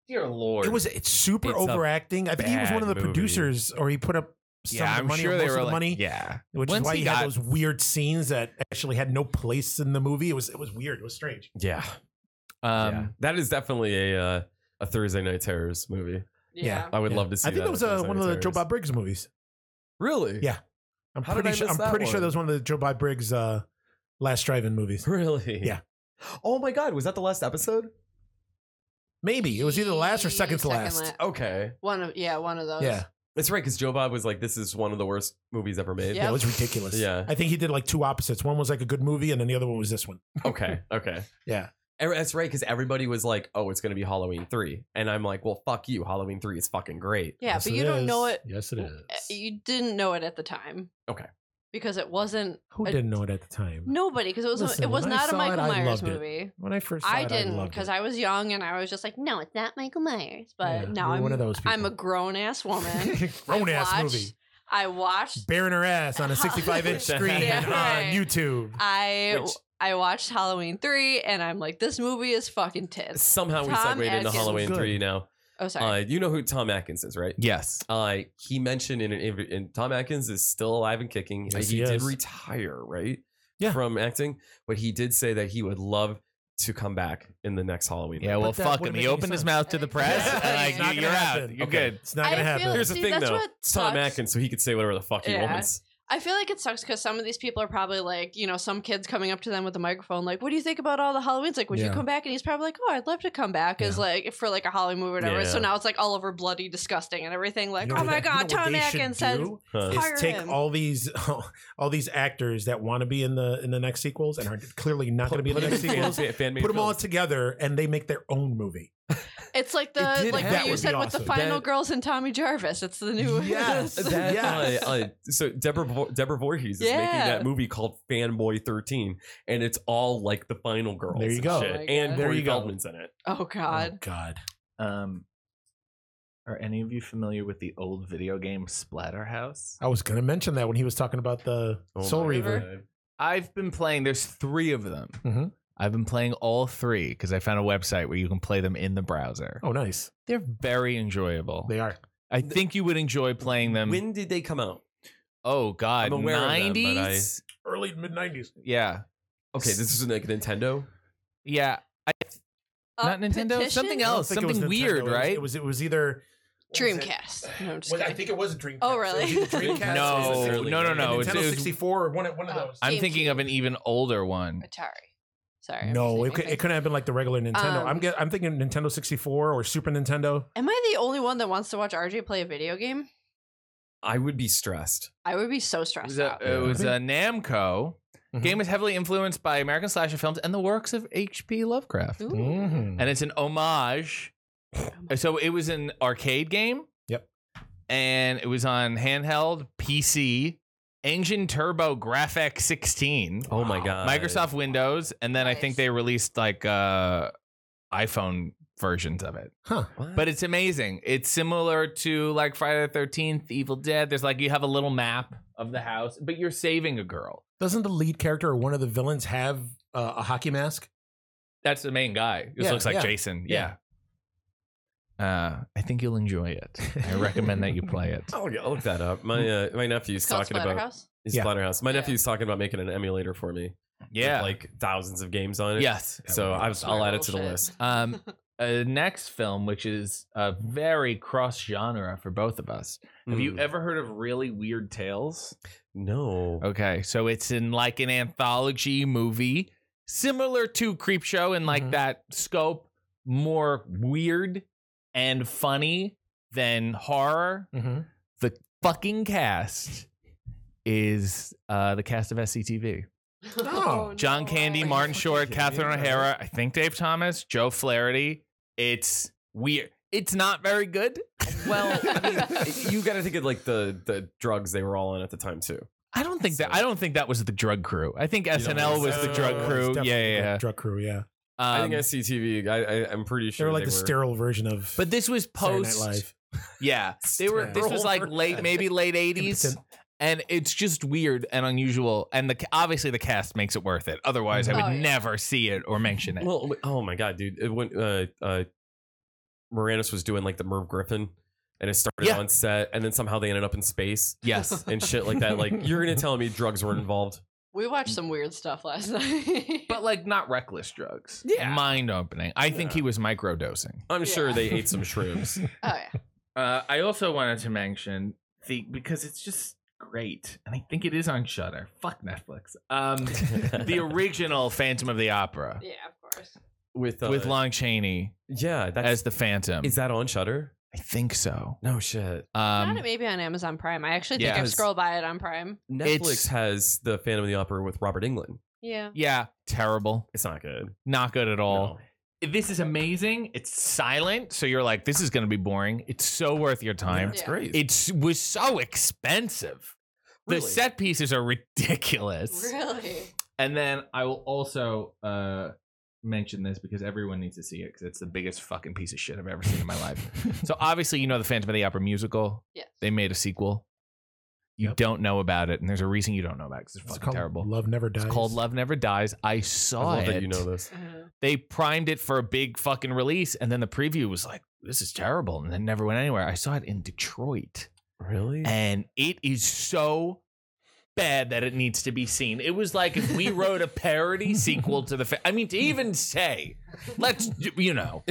Speaker 1: Dear Lord.
Speaker 4: It was it's super
Speaker 3: It's a
Speaker 4: overacting. I think he was one of the
Speaker 3: bad movie.
Speaker 4: producers, or he put up some
Speaker 1: yeah,
Speaker 4: of the
Speaker 1: I'm
Speaker 4: money,
Speaker 1: sure
Speaker 4: or
Speaker 1: they
Speaker 4: most
Speaker 1: were
Speaker 4: of the
Speaker 1: like,
Speaker 4: money,
Speaker 1: yeah.
Speaker 4: which is
Speaker 1: Once
Speaker 4: why
Speaker 1: he
Speaker 4: you
Speaker 1: got-
Speaker 4: had those weird scenes that actually had no place in the movie. It was it was weird. It was strange.
Speaker 3: Yeah.
Speaker 1: Um,
Speaker 3: yeah. That is definitely a uh, a Thursday Night Terrors movie.
Speaker 2: Yeah.
Speaker 4: Yeah.
Speaker 3: I would
Speaker 4: Yeah.
Speaker 3: love to see
Speaker 4: I think that
Speaker 3: on
Speaker 4: was uh,
Speaker 3: Thursday
Speaker 4: one of
Speaker 3: Night
Speaker 4: the Joe
Speaker 3: Terrors.
Speaker 4: Bob Briggs movies.
Speaker 3: Really?
Speaker 4: Yeah. I'm
Speaker 3: How did
Speaker 4: pretty
Speaker 3: I
Speaker 4: sure.
Speaker 3: miss
Speaker 4: I'm
Speaker 3: that
Speaker 4: pretty sure
Speaker 3: one?
Speaker 4: that was one of the Joe Bob Briggs uh, last drive-in movies.
Speaker 3: Really?
Speaker 4: Yeah.
Speaker 3: Oh my God. Was that the last episode?
Speaker 4: Maybe it was either the last or second to
Speaker 2: Second
Speaker 4: last.
Speaker 2: la- oh,
Speaker 3: Okay.
Speaker 2: One of yeah, one of those.
Speaker 4: Yeah,
Speaker 3: That's right. Because Joe Bob was like, this is one of the worst movies ever made.
Speaker 4: yeah,
Speaker 2: Yep.
Speaker 4: it was ridiculous.
Speaker 3: Yeah.
Speaker 4: I think he did like two opposites. One was like a good movie, and then the other one was this one.
Speaker 3: Okay. Okay.
Speaker 4: Yeah.
Speaker 3: Every- That's right, because everybody was like, "Oh, it's going to be Halloween 3. and I'm like, "Well, fuck you! Halloween three is fucking great."
Speaker 2: Yeah, but you don't know it. eh,
Speaker 4: Yes, it is.
Speaker 2: You didn't know it at the time.
Speaker 3: Okay.
Speaker 2: Because it wasn't
Speaker 4: Who
Speaker 2: I-
Speaker 4: didn't know it at the time?
Speaker 2: nobody. Because it was
Speaker 4: Listen,
Speaker 2: it was
Speaker 4: when I
Speaker 2: not a
Speaker 4: saw it,
Speaker 2: Michael
Speaker 4: I
Speaker 2: Myers
Speaker 4: loved it.
Speaker 2: movie.
Speaker 4: When I first saw
Speaker 2: I
Speaker 4: it,
Speaker 2: didn't
Speaker 4: loved it.
Speaker 2: because I was young and I was just like, no, it's not Michael Myers. But
Speaker 4: Yeah,
Speaker 2: now
Speaker 4: you're
Speaker 2: I'm
Speaker 4: one of those
Speaker 2: I'm a
Speaker 4: people.
Speaker 2: grown ass woman.
Speaker 4: grown ass
Speaker 2: watched-
Speaker 4: movie,
Speaker 2: I watched
Speaker 4: bearing her ass on a 65 inch screen
Speaker 3: Yeah,
Speaker 2: right.
Speaker 4: on YouTube.
Speaker 2: I
Speaker 3: Which-
Speaker 2: I watched Halloween three and I'm like, this movie is fucking tits.
Speaker 3: Somehow we
Speaker 2: Tom
Speaker 3: segued into
Speaker 2: Atkins.
Speaker 3: Halloween
Speaker 4: Good.
Speaker 3: three now.
Speaker 2: Oh sorry.
Speaker 3: Uh, you know who Tom Atkins is, right?
Speaker 1: Yes.
Speaker 3: Uh, he mentioned in an interview, and Tom Atkins is still alive and kicking.
Speaker 4: Yes,
Speaker 3: he,
Speaker 4: he
Speaker 3: did
Speaker 4: is.
Speaker 3: retire, right?
Speaker 4: Yeah.
Speaker 3: from acting, but he did say that he would love to come back in the next Halloween.
Speaker 1: Yeah, well,
Speaker 4: that
Speaker 1: fuck
Speaker 4: wouldn't
Speaker 1: him.
Speaker 4: make
Speaker 1: He
Speaker 4: any
Speaker 1: opened his
Speaker 4: sense.
Speaker 1: mouth to the press.
Speaker 2: Yeah,
Speaker 1: and, like,
Speaker 2: it's not
Speaker 1: you- you're out. You're good.
Speaker 4: It's not
Speaker 2: I
Speaker 4: gonna
Speaker 2: feel-
Speaker 4: happen.
Speaker 3: Here's the
Speaker 2: See,
Speaker 3: thing,
Speaker 2: that's
Speaker 3: though.
Speaker 2: what
Speaker 3: It's Tom
Speaker 2: sucks.
Speaker 3: Atkins, so he could say whatever the fuck he
Speaker 2: Yeah.
Speaker 3: wants.
Speaker 2: I feel like it sucks because some of these people are probably like, you know, some kids coming up to them with a microphone, like, "What do you think about all the Halloweens? Like, would you
Speaker 4: Yeah.
Speaker 2: come back?" And he's probably like, "Oh, I'd love to come back." Is
Speaker 4: Yeah.
Speaker 2: like for like a Halloween movie or whatever. So
Speaker 3: Yeah.
Speaker 2: now it's like all over bloody, disgusting, and everything. Like,
Speaker 4: You know
Speaker 2: oh
Speaker 4: what-
Speaker 2: my
Speaker 4: you know
Speaker 2: god,
Speaker 4: what
Speaker 2: Tom
Speaker 4: they should
Speaker 2: Atkins said,
Speaker 4: do?
Speaker 3: Huh.
Speaker 2: Hire
Speaker 4: is take
Speaker 2: him.
Speaker 4: all these all these actors that want to be in the in the next sequels and are clearly not going to be in the next
Speaker 3: Fan-
Speaker 4: sequels.
Speaker 3: fan- fan-made
Speaker 4: Put them all
Speaker 3: films.
Speaker 4: together and they make their own movie.
Speaker 2: "It's like the
Speaker 3: It did
Speaker 2: like what
Speaker 3: happen. That would
Speaker 2: you
Speaker 3: be
Speaker 2: said with the
Speaker 4: awesome.
Speaker 2: final
Speaker 3: That-
Speaker 2: girls and Tommy Jarvis. It's the new
Speaker 4: Yes.
Speaker 3: That,
Speaker 4: Yes.
Speaker 3: uh, uh, so Deborah Vo- Deborah Voorhees is making
Speaker 2: Yeah.
Speaker 3: that movie called Fanboy 13, and it's all like the Final Girls.
Speaker 4: There you
Speaker 3: and
Speaker 4: go.
Speaker 3: shit.
Speaker 2: Oh my
Speaker 3: and
Speaker 2: God.
Speaker 4: There
Speaker 3: Corey
Speaker 4: you go.
Speaker 3: Feldman's in it.
Speaker 2: oh
Speaker 4: Oh,
Speaker 2: god,
Speaker 4: God.
Speaker 1: Um, are any of you familiar with the old video game Splatterhouse?
Speaker 4: I was going to mention that when he was talking about the Soul Reaver.
Speaker 1: I've been playing. There's three of them.
Speaker 4: Mhm.
Speaker 1: I've been playing all three because I found a website where you can play them in the browser.
Speaker 4: Oh, nice.
Speaker 1: They're very enjoyable.
Speaker 4: They are.
Speaker 1: I think you would enjoy playing them.
Speaker 3: When did they come out?
Speaker 1: oh God,
Speaker 3: I'm aware of them, but I-
Speaker 1: 90s.
Speaker 4: Early mid 90s.
Speaker 1: Yeah,
Speaker 3: Okay, this is like Nintendo.
Speaker 1: yeah.
Speaker 2: Uh,
Speaker 1: Not Nintendo?
Speaker 2: petition?
Speaker 1: Something else. Something weird, right?
Speaker 4: It was, it was either. what was it?
Speaker 2: Dreamcast. No, I'm just
Speaker 4: Well, I
Speaker 2: kidding.
Speaker 4: think it was a Dreamcast.
Speaker 2: Oh, really?
Speaker 4: It was either Dreamcast
Speaker 1: No,
Speaker 4: or it was
Speaker 1: no,
Speaker 4: a-
Speaker 1: no, no, no.
Speaker 4: Nintendo
Speaker 1: It's, it was-
Speaker 4: 64 or one, one of
Speaker 2: Oh.
Speaker 4: those.
Speaker 1: I'm
Speaker 2: GameCube.
Speaker 1: thinking of an even older one.
Speaker 2: Atari. Sorry. I'm
Speaker 4: no, it,
Speaker 2: just
Speaker 4: cou-
Speaker 2: thinking-
Speaker 4: it couldn't have been like the regular Nintendo. I'm
Speaker 2: Um,
Speaker 4: get, I'm thinking Nintendo 64 or Super Nintendo.
Speaker 2: Am I the only one that wants to watch RJ play a video game?
Speaker 3: I would be stressed.
Speaker 2: I would be so
Speaker 1: It
Speaker 2: stressed
Speaker 1: was, a,
Speaker 2: out.
Speaker 1: it was a Namco.
Speaker 4: Mhm.
Speaker 1: Game is heavily influenced by American slasher films and the works of H.P. Lovecraft.
Speaker 2: Ooh.
Speaker 4: Mhm.
Speaker 1: Mm-hmm. And it's an homage. So it was an arcade game.
Speaker 4: Yep.
Speaker 1: and it was on handheld PC, Engine Turbo Graphic 16,
Speaker 3: Oh my
Speaker 4: Wow.
Speaker 3: god.
Speaker 1: Microsoft Windows, and then I
Speaker 2: Nice.
Speaker 1: think they released like uh, iPhone versions of it.
Speaker 4: Huh.
Speaker 3: What?
Speaker 1: But it's amazing. It's similar to like Friday the 13th, Evil Dead. There's like you have a little map of the house, but you're saving a girl.
Speaker 4: Doesn't the lead character or one of the villains have uh, a hockey mask?
Speaker 1: That's the main guy. This
Speaker 4: Yeah,
Speaker 1: looks like
Speaker 4: yeah.
Speaker 1: Jason. Yeah. Uh, I think you'll enjoy it. I recommend that you play it.
Speaker 4: Oh.
Speaker 3: I'll, I'll Oh, look that up. My uh, my nephew's
Speaker 2: It's called
Speaker 3: talking about
Speaker 2: Splatterhouse.
Speaker 3: his
Speaker 4: Mm-hmm. Yeah.
Speaker 3: Splatterhouse. My
Speaker 2: Yeah.
Speaker 3: nephew's talking about making an emulator for me.
Speaker 1: Yeah.
Speaker 3: with, like thousands of games on it.
Speaker 1: yes.
Speaker 3: So I was, I'll add it to the
Speaker 2: Smart
Speaker 3: list.
Speaker 4: Oh.
Speaker 1: Um, uh, next film, which is a very cross genre for both of us. Have you e-,
Speaker 3: Mm.
Speaker 1: ever heard of Really Weird Tales?
Speaker 3: No.
Speaker 1: Okay, so it's in like an anthology movie, similar to Creepshow in like
Speaker 4: Mhm.
Speaker 1: that scope, more weird and funny than horror.
Speaker 4: Mm-hmm.
Speaker 1: The fucking cast is uh, the cast of SCTV.
Speaker 2: little shit.
Speaker 4: Oh,
Speaker 1: John
Speaker 2: no.
Speaker 1: Candy,
Speaker 2: Are you
Speaker 1: Martin
Speaker 2: fucking
Speaker 1: Short,
Speaker 2: kidding
Speaker 1: Catherine
Speaker 2: me?
Speaker 1: O'Hara, I think Dave Thomas, Joe Flaherty. It's weird. It's not very good.
Speaker 3: Well, I mean, you got to think of like the the drugs they were all on at the time too.
Speaker 1: I don't think that. I don't think that was the drug crew. I think
Speaker 3: don't
Speaker 1: SNL
Speaker 3: think
Speaker 1: was the
Speaker 3: so?
Speaker 1: drug crew. Yeah, yeah. yeah.
Speaker 4: Uh, Drug crew, yeah.
Speaker 3: I think
Speaker 1: Um,
Speaker 3: SCTV. I, I I'm pretty
Speaker 4: They
Speaker 3: sure
Speaker 4: were like
Speaker 3: they
Speaker 4: the sterile version of
Speaker 1: but this was
Speaker 4: Saturday Night
Speaker 1: post.
Speaker 4: Live.
Speaker 1: Yeah, they were. This was like late, maybe late '80s,
Speaker 4: Impotent.
Speaker 1: and it's just weird and unusual. And the ca- obviously the cast makes it worth it. Otherwise, I would
Speaker 2: Oh, yeah.
Speaker 1: never see it or mention it.
Speaker 3: Well, wait- oh my god, dude! It went, uh, uh, Moranis was doing like the Merv Griffin, and it started
Speaker 1: Yeah.
Speaker 3: on set, and then somehow they ended up in space
Speaker 1: yes,
Speaker 3: and shit like that. Like you're gonna tell me drugs weren't involved?
Speaker 2: We watched some weird stuff last night.
Speaker 1: but like not reckless drugs.
Speaker 3: Yeah.
Speaker 1: mind opening. I think
Speaker 3: Yeah.
Speaker 1: he was microdosing.
Speaker 3: I'm sure
Speaker 2: Yeah.
Speaker 3: they ate some shrooms.
Speaker 2: oh yeah.
Speaker 1: Uh, I also wanted to mention the because it's just great, and I think it is on Shutter. Fuck Netflix. Um, the original Phantom of the Opera
Speaker 2: Yeah, of course.
Speaker 3: with uh,
Speaker 1: with Lon Chaney
Speaker 3: Yeah, that's
Speaker 1: as the Phantom.
Speaker 3: is that on Shutter?
Speaker 1: I think so.
Speaker 3: No shit.
Speaker 1: Um,
Speaker 2: Found it maybe on Amazon Prime. I actually think
Speaker 1: yeah.
Speaker 2: I've scrolled by it on Prime.
Speaker 3: Netflix
Speaker 1: It's-
Speaker 3: has the Phantom of the Opera with Robert England.
Speaker 2: Yeah.
Speaker 1: yeah, terrible.
Speaker 3: It's not good.
Speaker 1: Not good at all.
Speaker 3: No.
Speaker 1: This is amazing. It's silent, so you're like, this is going to be boring. It's so worth your time.
Speaker 3: It's
Speaker 2: Yeah.
Speaker 3: great.
Speaker 1: It was so expensive. The
Speaker 3: Really?
Speaker 1: set pieces are ridiculous.
Speaker 2: Really?
Speaker 1: And then I will also uh, mention this because everyone needs to see it because it's the biggest fucking piece of shit I've ever seen in my life. so obviously, you know the Phantom of the Opera musical.
Speaker 2: Yes.
Speaker 1: They made a sequel. You
Speaker 4: Yep.
Speaker 1: don't know about it, and there's a reason you don't know about it because it's,
Speaker 4: It's
Speaker 1: fucking
Speaker 4: called
Speaker 1: terrible.
Speaker 4: Love Never Dies.
Speaker 1: it's called Love Never Dies. I
Speaker 3: I
Speaker 1: saw
Speaker 3: love
Speaker 1: it.
Speaker 3: that you know this.
Speaker 1: They primed it for a big fucking release, and then the preview was like, "This is terrible," and it never went anywhere. I saw it in Detroit
Speaker 3: Really?
Speaker 1: and it is so bad that it needs to be seen. It was like if we wrote a parody sequel to the. Fa- I mean, to even say, let's do- you know,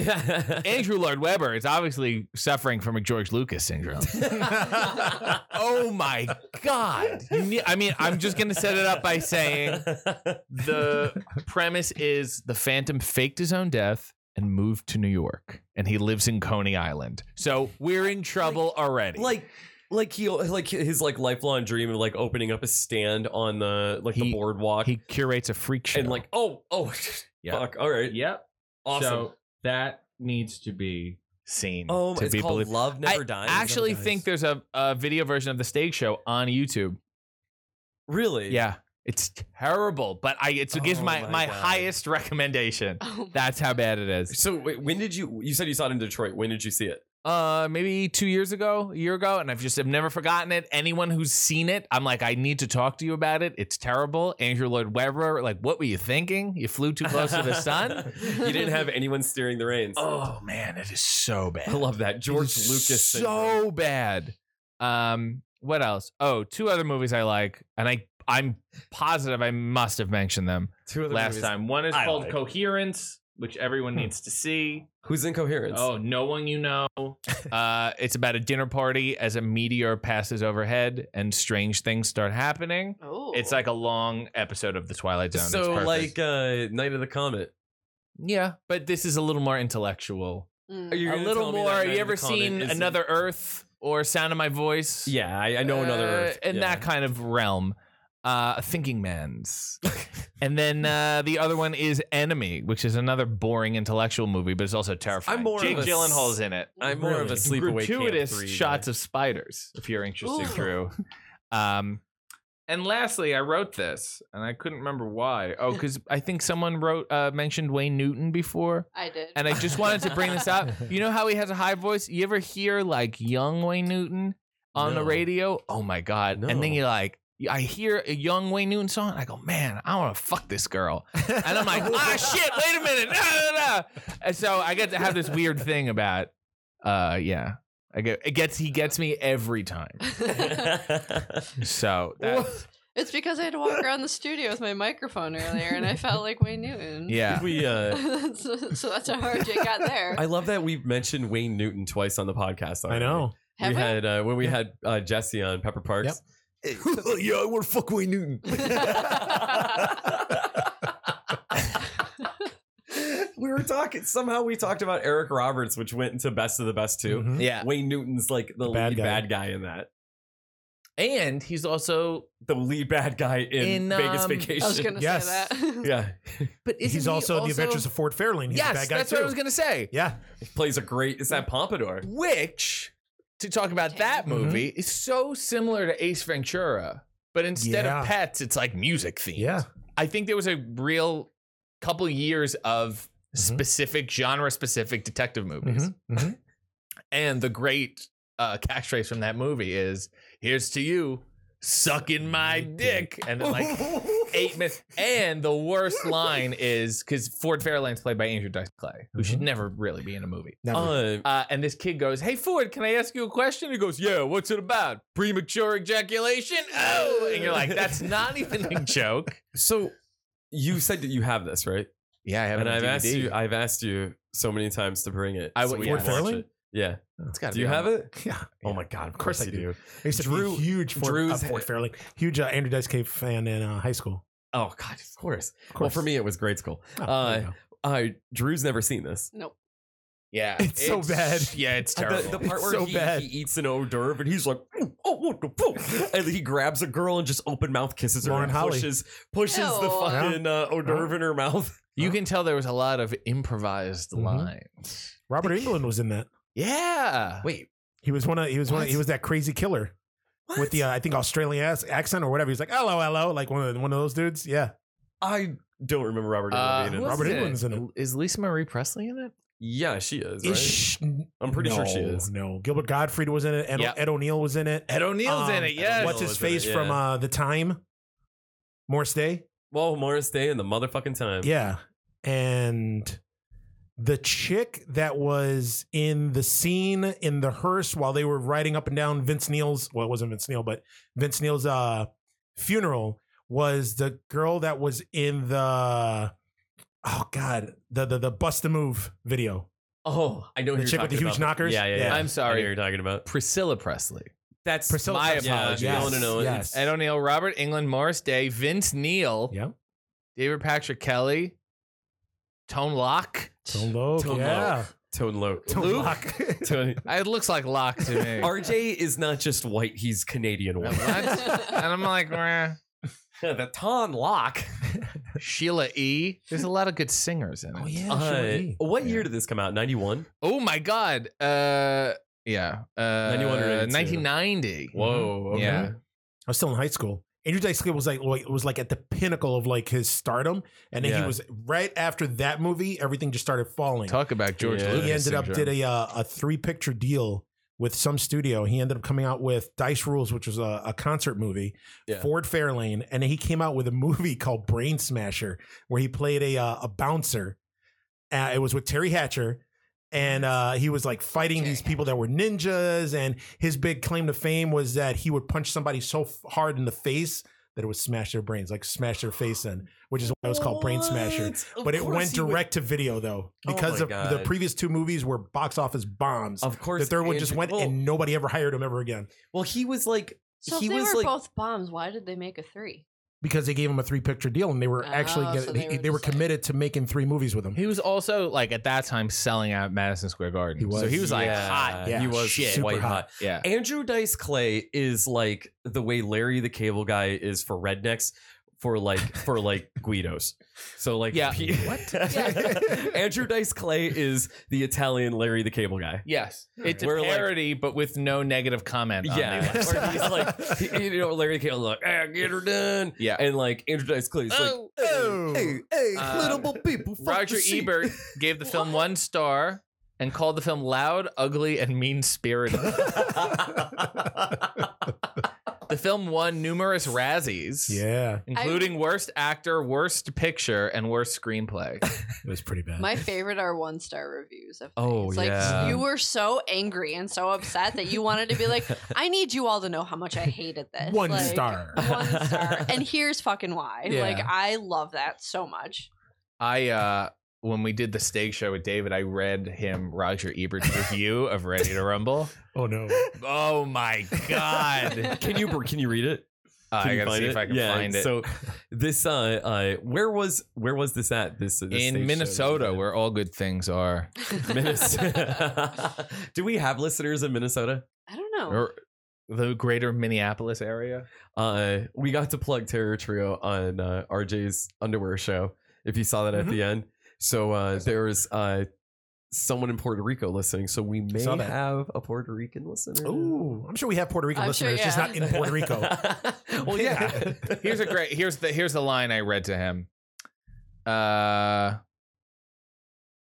Speaker 1: Andrew Lloyd Webber is obviously suffering from a George Lucas syndrome. Oh my god! You need, I mean, I'm just gonna set it up by saying the premise is the Phantom faked his own death. And moved to New York, and he lives in Coney Island. So we're in trouble already.
Speaker 3: like like he like his like lifelong dream of like opening up a stand on the like
Speaker 1: He-
Speaker 3: the boardwalk
Speaker 1: he curates a freak show.
Speaker 3: and like oh oh
Speaker 1: Yeah.
Speaker 3: fuck all right
Speaker 1: yep,
Speaker 3: awesome
Speaker 1: So that needs to be seen.
Speaker 3: oh
Speaker 1: to
Speaker 3: it's
Speaker 1: be
Speaker 3: called
Speaker 1: believed.
Speaker 3: love never
Speaker 1: I
Speaker 3: dies
Speaker 1: actually
Speaker 4: Never Dies.
Speaker 1: think there's a, a video version of the stage show on YouTube.
Speaker 3: really
Speaker 1: Yeah, it's terrible, but I it's it gives
Speaker 3: Oh
Speaker 1: my
Speaker 3: my
Speaker 1: my
Speaker 3: God.
Speaker 1: highest recommendation.
Speaker 3: Uh-huh.
Speaker 2: Oh,
Speaker 1: That's how bad it is.
Speaker 3: so wait, when did you you said you saw it in detroit when did you see it
Speaker 1: Uh, maybe two years ago, a year ago, and I've just have never forgotten it. Anyone who's seen it, I'm like, I need to talk to you about it. It's terrible. Andrew Lloyd Webber, like, what were you thinking? You flew too close to the sun.
Speaker 3: you didn't have anyone steering the reins
Speaker 1: Oh man, it is so bad.
Speaker 3: i love that george
Speaker 1: It is
Speaker 3: lucas syndrome.
Speaker 1: so bad um what else oh two other movies i like and i i'm positive i must have mentioned them
Speaker 3: two other
Speaker 1: last
Speaker 3: movies.
Speaker 1: time one is
Speaker 3: I
Speaker 1: called
Speaker 3: like.
Speaker 1: coherence which everyone
Speaker 4: Hmm.
Speaker 1: needs to see
Speaker 3: who's incoherence
Speaker 1: oh no one you know uh it's about a dinner party as a meteor passes overhead and strange things start happening
Speaker 2: Oh.
Speaker 1: it's like a long episode of the twilight zone It's
Speaker 3: so
Speaker 1: perfect.
Speaker 3: like uh night of the comet
Speaker 1: yeah but this is a little more intellectual
Speaker 2: Mm.
Speaker 3: Are you
Speaker 1: a
Speaker 3: gonna
Speaker 1: little
Speaker 3: tell me
Speaker 1: more
Speaker 3: that
Speaker 1: have
Speaker 3: Night
Speaker 1: you
Speaker 3: of the
Speaker 1: ever
Speaker 3: Comet
Speaker 1: seen
Speaker 3: isn't-
Speaker 1: another earth or sound of my voice
Speaker 3: yeah i, I know another
Speaker 1: Uh,
Speaker 3: earth
Speaker 1: in
Speaker 3: yeah.
Speaker 1: that kind of realm. uh, Thinking Man's. and then uh, the other one is Enemy, which is another boring intellectual movie, but it's also terrifying.
Speaker 3: I'm more of
Speaker 1: Jake
Speaker 3: a s-
Speaker 1: Gyllenhaal's in it.
Speaker 3: I'm more of a
Speaker 4: Really?
Speaker 3: sleepaway
Speaker 1: Gratuitous
Speaker 3: camp three
Speaker 1: shots
Speaker 3: guy.
Speaker 1: of spiders, if you're interested,
Speaker 2: Ooh.
Speaker 1: Drew. Um, and lastly, I wrote this, and I couldn't remember why. Oh, because I think someone wrote uh, mentioned Wayne Newton before.
Speaker 2: I did.
Speaker 1: And I just wanted to bring this up. You know how he has a high voice? You ever hear like young Wayne Newton on the
Speaker 3: No.
Speaker 1: radio? Oh my God. And then
Speaker 3: No.
Speaker 1: you're like, I hear a young Wayne Newton song. And I go, man, I want to fuck this girl. And I'm like, ah, shit, wait a minute. No, no, no. And so I get to have this weird thing about, uh, yeah. I get, it gets, he gets me every time. So, that's,
Speaker 2: it's because I had to walk around the studio with my microphone earlier, and I felt like Wayne Newton.
Speaker 1: yeah.
Speaker 3: we uh
Speaker 2: so, so that's how RJ got there.
Speaker 3: I love that we mentioned Wayne Newton twice on the podcast.
Speaker 4: I
Speaker 3: already.
Speaker 4: know.
Speaker 3: We
Speaker 2: Have we?
Speaker 3: had uh, when we had uh, Jesse on Pepper Parks.
Speaker 4: yeah, I want to fuck Wayne Newton.
Speaker 3: we were talking somehow we talked about Eric Roberts, which went into Best of the Best too.
Speaker 4: Mhm.
Speaker 1: Yeah.
Speaker 3: Wayne Newton's like the,
Speaker 4: The bad
Speaker 3: lead
Speaker 4: guy.
Speaker 3: bad guy in that.
Speaker 1: And he's also,
Speaker 3: The lead bad guy in,
Speaker 1: In,
Speaker 3: Vegas
Speaker 1: um, I was
Speaker 3: Vacation.
Speaker 2: I was gonna
Speaker 4: Yes.
Speaker 2: say that.
Speaker 3: yeah,
Speaker 1: but isn't
Speaker 4: He's
Speaker 1: he
Speaker 4: also, in the Adventures of Ford Fairlane. He's a
Speaker 1: Yes,
Speaker 4: bad guy
Speaker 1: that's
Speaker 4: too.
Speaker 1: what I was going to say.
Speaker 4: yeah,
Speaker 3: he plays a great. It's that Pompadour.
Speaker 1: which to talk about that
Speaker 4: Mhm.
Speaker 1: movie is so similar to Ace Ventura, but instead
Speaker 4: Yeah.
Speaker 1: of pets, it's like music themes.
Speaker 4: yeah.
Speaker 1: I think there was a real couple years of
Speaker 4: Mhm.
Speaker 1: specific genre specific detective movies.
Speaker 4: Mhm.
Speaker 1: And the great uh catchphrase from that movie is here's to you sucking my dick and then like eight minutes. And the worst line is because Ford Fairlane's played by Andrew Dice Clay, who should
Speaker 4: Mhm.
Speaker 1: never really be in a movie.
Speaker 4: Never.
Speaker 3: Uh,
Speaker 1: Uh, and this kid goes, "Hey Ford, can I ask you a question?" He goes, "Yeah, what's it about? Premature ejaculation?" Oh, and you're like, "That's not even a joke."
Speaker 3: so you said that you have this right,
Speaker 1: Yeah, I have.
Speaker 3: and I've asked you. I've asked you so many times to bring it.
Speaker 1: I
Speaker 3: so
Speaker 1: would-
Speaker 3: we
Speaker 1: yeah.
Speaker 3: can
Speaker 4: Ford
Speaker 3: watch
Speaker 4: Fairlane?
Speaker 3: it. Yeah.
Speaker 1: it's gotta
Speaker 3: Do you
Speaker 1: be on
Speaker 3: have
Speaker 1: my-
Speaker 3: it?
Speaker 4: yeah.
Speaker 3: Oh my god! Of
Speaker 4: course
Speaker 3: course,
Speaker 4: I
Speaker 3: I do.
Speaker 4: I used to
Speaker 3: Drew-
Speaker 4: be a huge Ford, uh,
Speaker 3: Drew's-
Speaker 4: Ford Fairlane, huge uh, Andrew Dice Clay fan in uh, high school.
Speaker 3: Oh god! Of course.
Speaker 4: Of course.
Speaker 3: Well, for me, it was grade school.
Speaker 4: Oh,
Speaker 3: uh,
Speaker 4: there you go.
Speaker 3: Uh, Drew's never seen this.
Speaker 1: Yeah,
Speaker 4: It's so bad.
Speaker 1: Yeah, it's
Speaker 3: Uh,
Speaker 1: terrible.
Speaker 3: The, the part
Speaker 4: It's
Speaker 3: where
Speaker 4: so
Speaker 3: he,
Speaker 4: bad.
Speaker 3: he eats an hors d'oeuvre and he's like, "Ooh, oh, what the fuck?" and he grabs a girl and just open mouth kisses her
Speaker 4: Lauren
Speaker 3: and
Speaker 4: Holly.
Speaker 3: pushes pushes
Speaker 2: Ew.
Speaker 3: the fucking uh, hors d'oeuvre in her mouth.
Speaker 1: you can tell there was a lot of improvised
Speaker 4: Mhm.
Speaker 1: lines.
Speaker 4: Robert England was in that.
Speaker 1: Yeah.
Speaker 3: Wait,
Speaker 4: He was one of he was one of,
Speaker 3: What?
Speaker 4: he was that crazy killer with the uh, I think Australian ass accent or whatever. He's like hello hello like one of the, one of those dudes. Yeah,
Speaker 3: I don't remember Robert.
Speaker 1: Uh,
Speaker 3: England being
Speaker 1: who
Speaker 3: in
Speaker 1: else
Speaker 3: this.
Speaker 4: Robert
Speaker 1: is
Speaker 4: Englund's in it.
Speaker 1: Is Lisa Marie Presley in it?
Speaker 3: Yeah, she is.
Speaker 4: Is
Speaker 3: Right?
Speaker 4: she-
Speaker 3: I'm pretty sure she
Speaker 4: No,
Speaker 3: is.
Speaker 4: No, Gilbert Gottfried was in it. Ed,
Speaker 1: Yeah.
Speaker 4: Ed O'Neill was in it.
Speaker 1: Ed O'Neill's in
Speaker 4: Um,
Speaker 1: it. Yes.
Speaker 4: What's his
Speaker 3: was in it,
Speaker 4: face from
Speaker 3: yeah.
Speaker 4: uh, the time? Morse Day.
Speaker 3: Well, Morris Day and the motherfucking time.
Speaker 4: Yeah. And the chick that was in the scene in the hearse while they were riding up and down Vince Neil's, well, it wasn't Vince Neil, but Vince Neil's uh, funeral was the girl that was in the, oh God, the, the, the Bust a Move video.
Speaker 3: Oh, I know who
Speaker 4: The
Speaker 3: you're
Speaker 4: chick with the
Speaker 3: talking
Speaker 4: huge
Speaker 3: about.
Speaker 4: knockers?
Speaker 3: Yeah, yeah,
Speaker 4: Yeah.
Speaker 3: yeah.
Speaker 1: I'm
Speaker 3: I know who
Speaker 1: sorry.
Speaker 3: you're talking about.
Speaker 1: Priscilla Presley.
Speaker 3: That's
Speaker 4: Priscilla.
Speaker 1: my
Speaker 4: Presley.
Speaker 1: apologies.
Speaker 3: No,
Speaker 4: Yes.
Speaker 3: no, no.
Speaker 4: Yes.
Speaker 1: Ed O'Neill, Robert England, Morris Day, Vince Neal,
Speaker 4: yeah.
Speaker 1: David Patrick Kelly, Tone Locke.
Speaker 4: Tone Loc,
Speaker 3: Tone
Speaker 4: yeah.
Speaker 3: Tone Loc.
Speaker 4: Tone
Speaker 1: Luke?
Speaker 4: Loc.
Speaker 3: Tone-
Speaker 1: It looks like Locke to me.
Speaker 3: RJ is not just white; he's Canadian
Speaker 1: What?
Speaker 3: white.
Speaker 1: and I'm like, meh.
Speaker 3: the Ton Lock.
Speaker 1: Sheila E. There's a lot of good singers in it.
Speaker 4: oh, yeah.
Speaker 3: Uh,
Speaker 4: sure is.
Speaker 3: what
Speaker 1: Yeah.
Speaker 3: year did this come out? 91?
Speaker 1: Oh my God. Uh, yeah. Uh,
Speaker 3: 91 or 82?
Speaker 1: 1990.
Speaker 3: Whoa. Okay.
Speaker 1: Yeah.
Speaker 4: I was still in high school. Andrew Dice Clay was like like- was like at the pinnacle of like his stardom, and then
Speaker 3: Yeah.
Speaker 4: he was right after that movie. Everything just started falling.
Speaker 1: Talk about George
Speaker 3: Yeah.
Speaker 1: Lucas.
Speaker 4: he ended up
Speaker 1: syndrome.
Speaker 4: did a uh, a three picture deal with some studio. He ended up coming out with Dice Rules, which was a, a concert movie.
Speaker 3: Yeah.
Speaker 4: Ford Fairlane, and then he came out with a movie called Brain Smasher, where he played a uh, a bouncer. Uh, it was with Terry Hatcher, and uh, he was like fighting
Speaker 2: Terry
Speaker 4: these people that were ninjas. And his big claim to fame was that he would punch somebody so f- hard in the face that it would smash their brains, like smash their face in, which is why it was called Brain Smasher.
Speaker 3: Of
Speaker 4: But it
Speaker 3: course
Speaker 4: went
Speaker 3: he would-
Speaker 4: direct to video though,
Speaker 3: Oh
Speaker 4: because
Speaker 3: my
Speaker 4: of the
Speaker 3: God.
Speaker 4: previous two movies were box office bombs.
Speaker 3: Of course. oh.
Speaker 4: The third one
Speaker 3: Andrew-
Speaker 4: just went,
Speaker 3: well,
Speaker 4: and nobody ever hired him ever again.
Speaker 3: well, he was like,
Speaker 2: So
Speaker 3: he
Speaker 2: if they
Speaker 3: was
Speaker 2: were
Speaker 3: like,
Speaker 2: both bombs, why did they make a three?
Speaker 4: because they gave him a three picture deal and they were actually
Speaker 2: Oh,
Speaker 4: get,
Speaker 2: so
Speaker 4: they,
Speaker 2: they
Speaker 4: they,
Speaker 2: were
Speaker 4: were
Speaker 2: just like-
Speaker 4: committed to making three movies with him.
Speaker 1: He was also like at that time selling out Madison Square Garden.
Speaker 4: He was.
Speaker 1: so he was like
Speaker 3: Yeah,
Speaker 1: hot.
Speaker 4: Yeah.
Speaker 3: he was
Speaker 1: shit.
Speaker 4: Super
Speaker 3: white hot.
Speaker 4: hot.
Speaker 1: Yeah.
Speaker 3: Andrew Dice Clay is like the way Larry the Cable Guy is for rednecks, for like for like Guidos. So like
Speaker 1: Yeah.
Speaker 3: pe-
Speaker 1: What?
Speaker 3: Andrew Dice Clay is the Italian Larry the Cable Guy.
Speaker 1: Yes. It's
Speaker 3: We're
Speaker 1: a
Speaker 3: like-
Speaker 1: parody, but with no negative comment. On the
Speaker 3: Yeah,
Speaker 1: left.
Speaker 3: uh, or he's like he- you know Larry the Cable like ah, get her done,
Speaker 1: yeah.
Speaker 3: and like Andrew Dice Clay is like
Speaker 1: Oh.
Speaker 4: Oh.
Speaker 3: hey,
Speaker 1: Uh,
Speaker 3: people, fuck
Speaker 1: Roger
Speaker 3: the sheep.
Speaker 1: Ebert gave the film one star and called the film loud, ugly, and mean spirited. the film won numerous Razzies,
Speaker 4: yeah,
Speaker 1: including worst actor, worst picture, and worst screenplay.
Speaker 4: it was pretty bad.
Speaker 2: My favorite are one star reviews. Of
Speaker 3: Oh,
Speaker 2: things. like
Speaker 3: yeah.
Speaker 2: you were so angry and so upset that you wanted to be like, I need you all to know how much I hated this.
Speaker 4: One
Speaker 2: Like,
Speaker 4: star.
Speaker 2: One star. And here's fucking why.
Speaker 4: Yeah.
Speaker 2: Like I love that so much.
Speaker 1: I uh when we did the stage show with David, I read him Roger Ebert's review of Ready to Rumble.
Speaker 4: Oh no,
Speaker 1: Oh my god!
Speaker 3: Can you can you read it?
Speaker 1: Uh,
Speaker 3: Can
Speaker 1: I
Speaker 3: you
Speaker 1: gotta
Speaker 3: find
Speaker 1: see
Speaker 3: it?
Speaker 1: if I can
Speaker 3: yeah,
Speaker 1: find it.
Speaker 3: So this uh, uh where was where was this at? This, this stage show
Speaker 1: in Minnesota,
Speaker 3: that we
Speaker 1: where all good things are,
Speaker 3: did? Minnesota. Do we have listeners in Minnesota?
Speaker 2: I don't know.
Speaker 1: or the greater Minneapolis area.
Speaker 3: Uh we got to plug Terror Trio on uh, RJ's underwear show if you saw that
Speaker 4: Mm-hmm.
Speaker 3: at the end. So uh there was uh someone in Puerto Rico listening, so we may
Speaker 4: Saw that.
Speaker 3: have a Puerto Rican listener.
Speaker 4: ooh, I'm sure we have Puerto Rican
Speaker 2: I'm sure,
Speaker 4: listeners, just
Speaker 2: yeah.
Speaker 4: not in Puerto Rico.
Speaker 3: well, yeah.
Speaker 1: Here's a great. Here's the. Here's the line I read to him. Uh.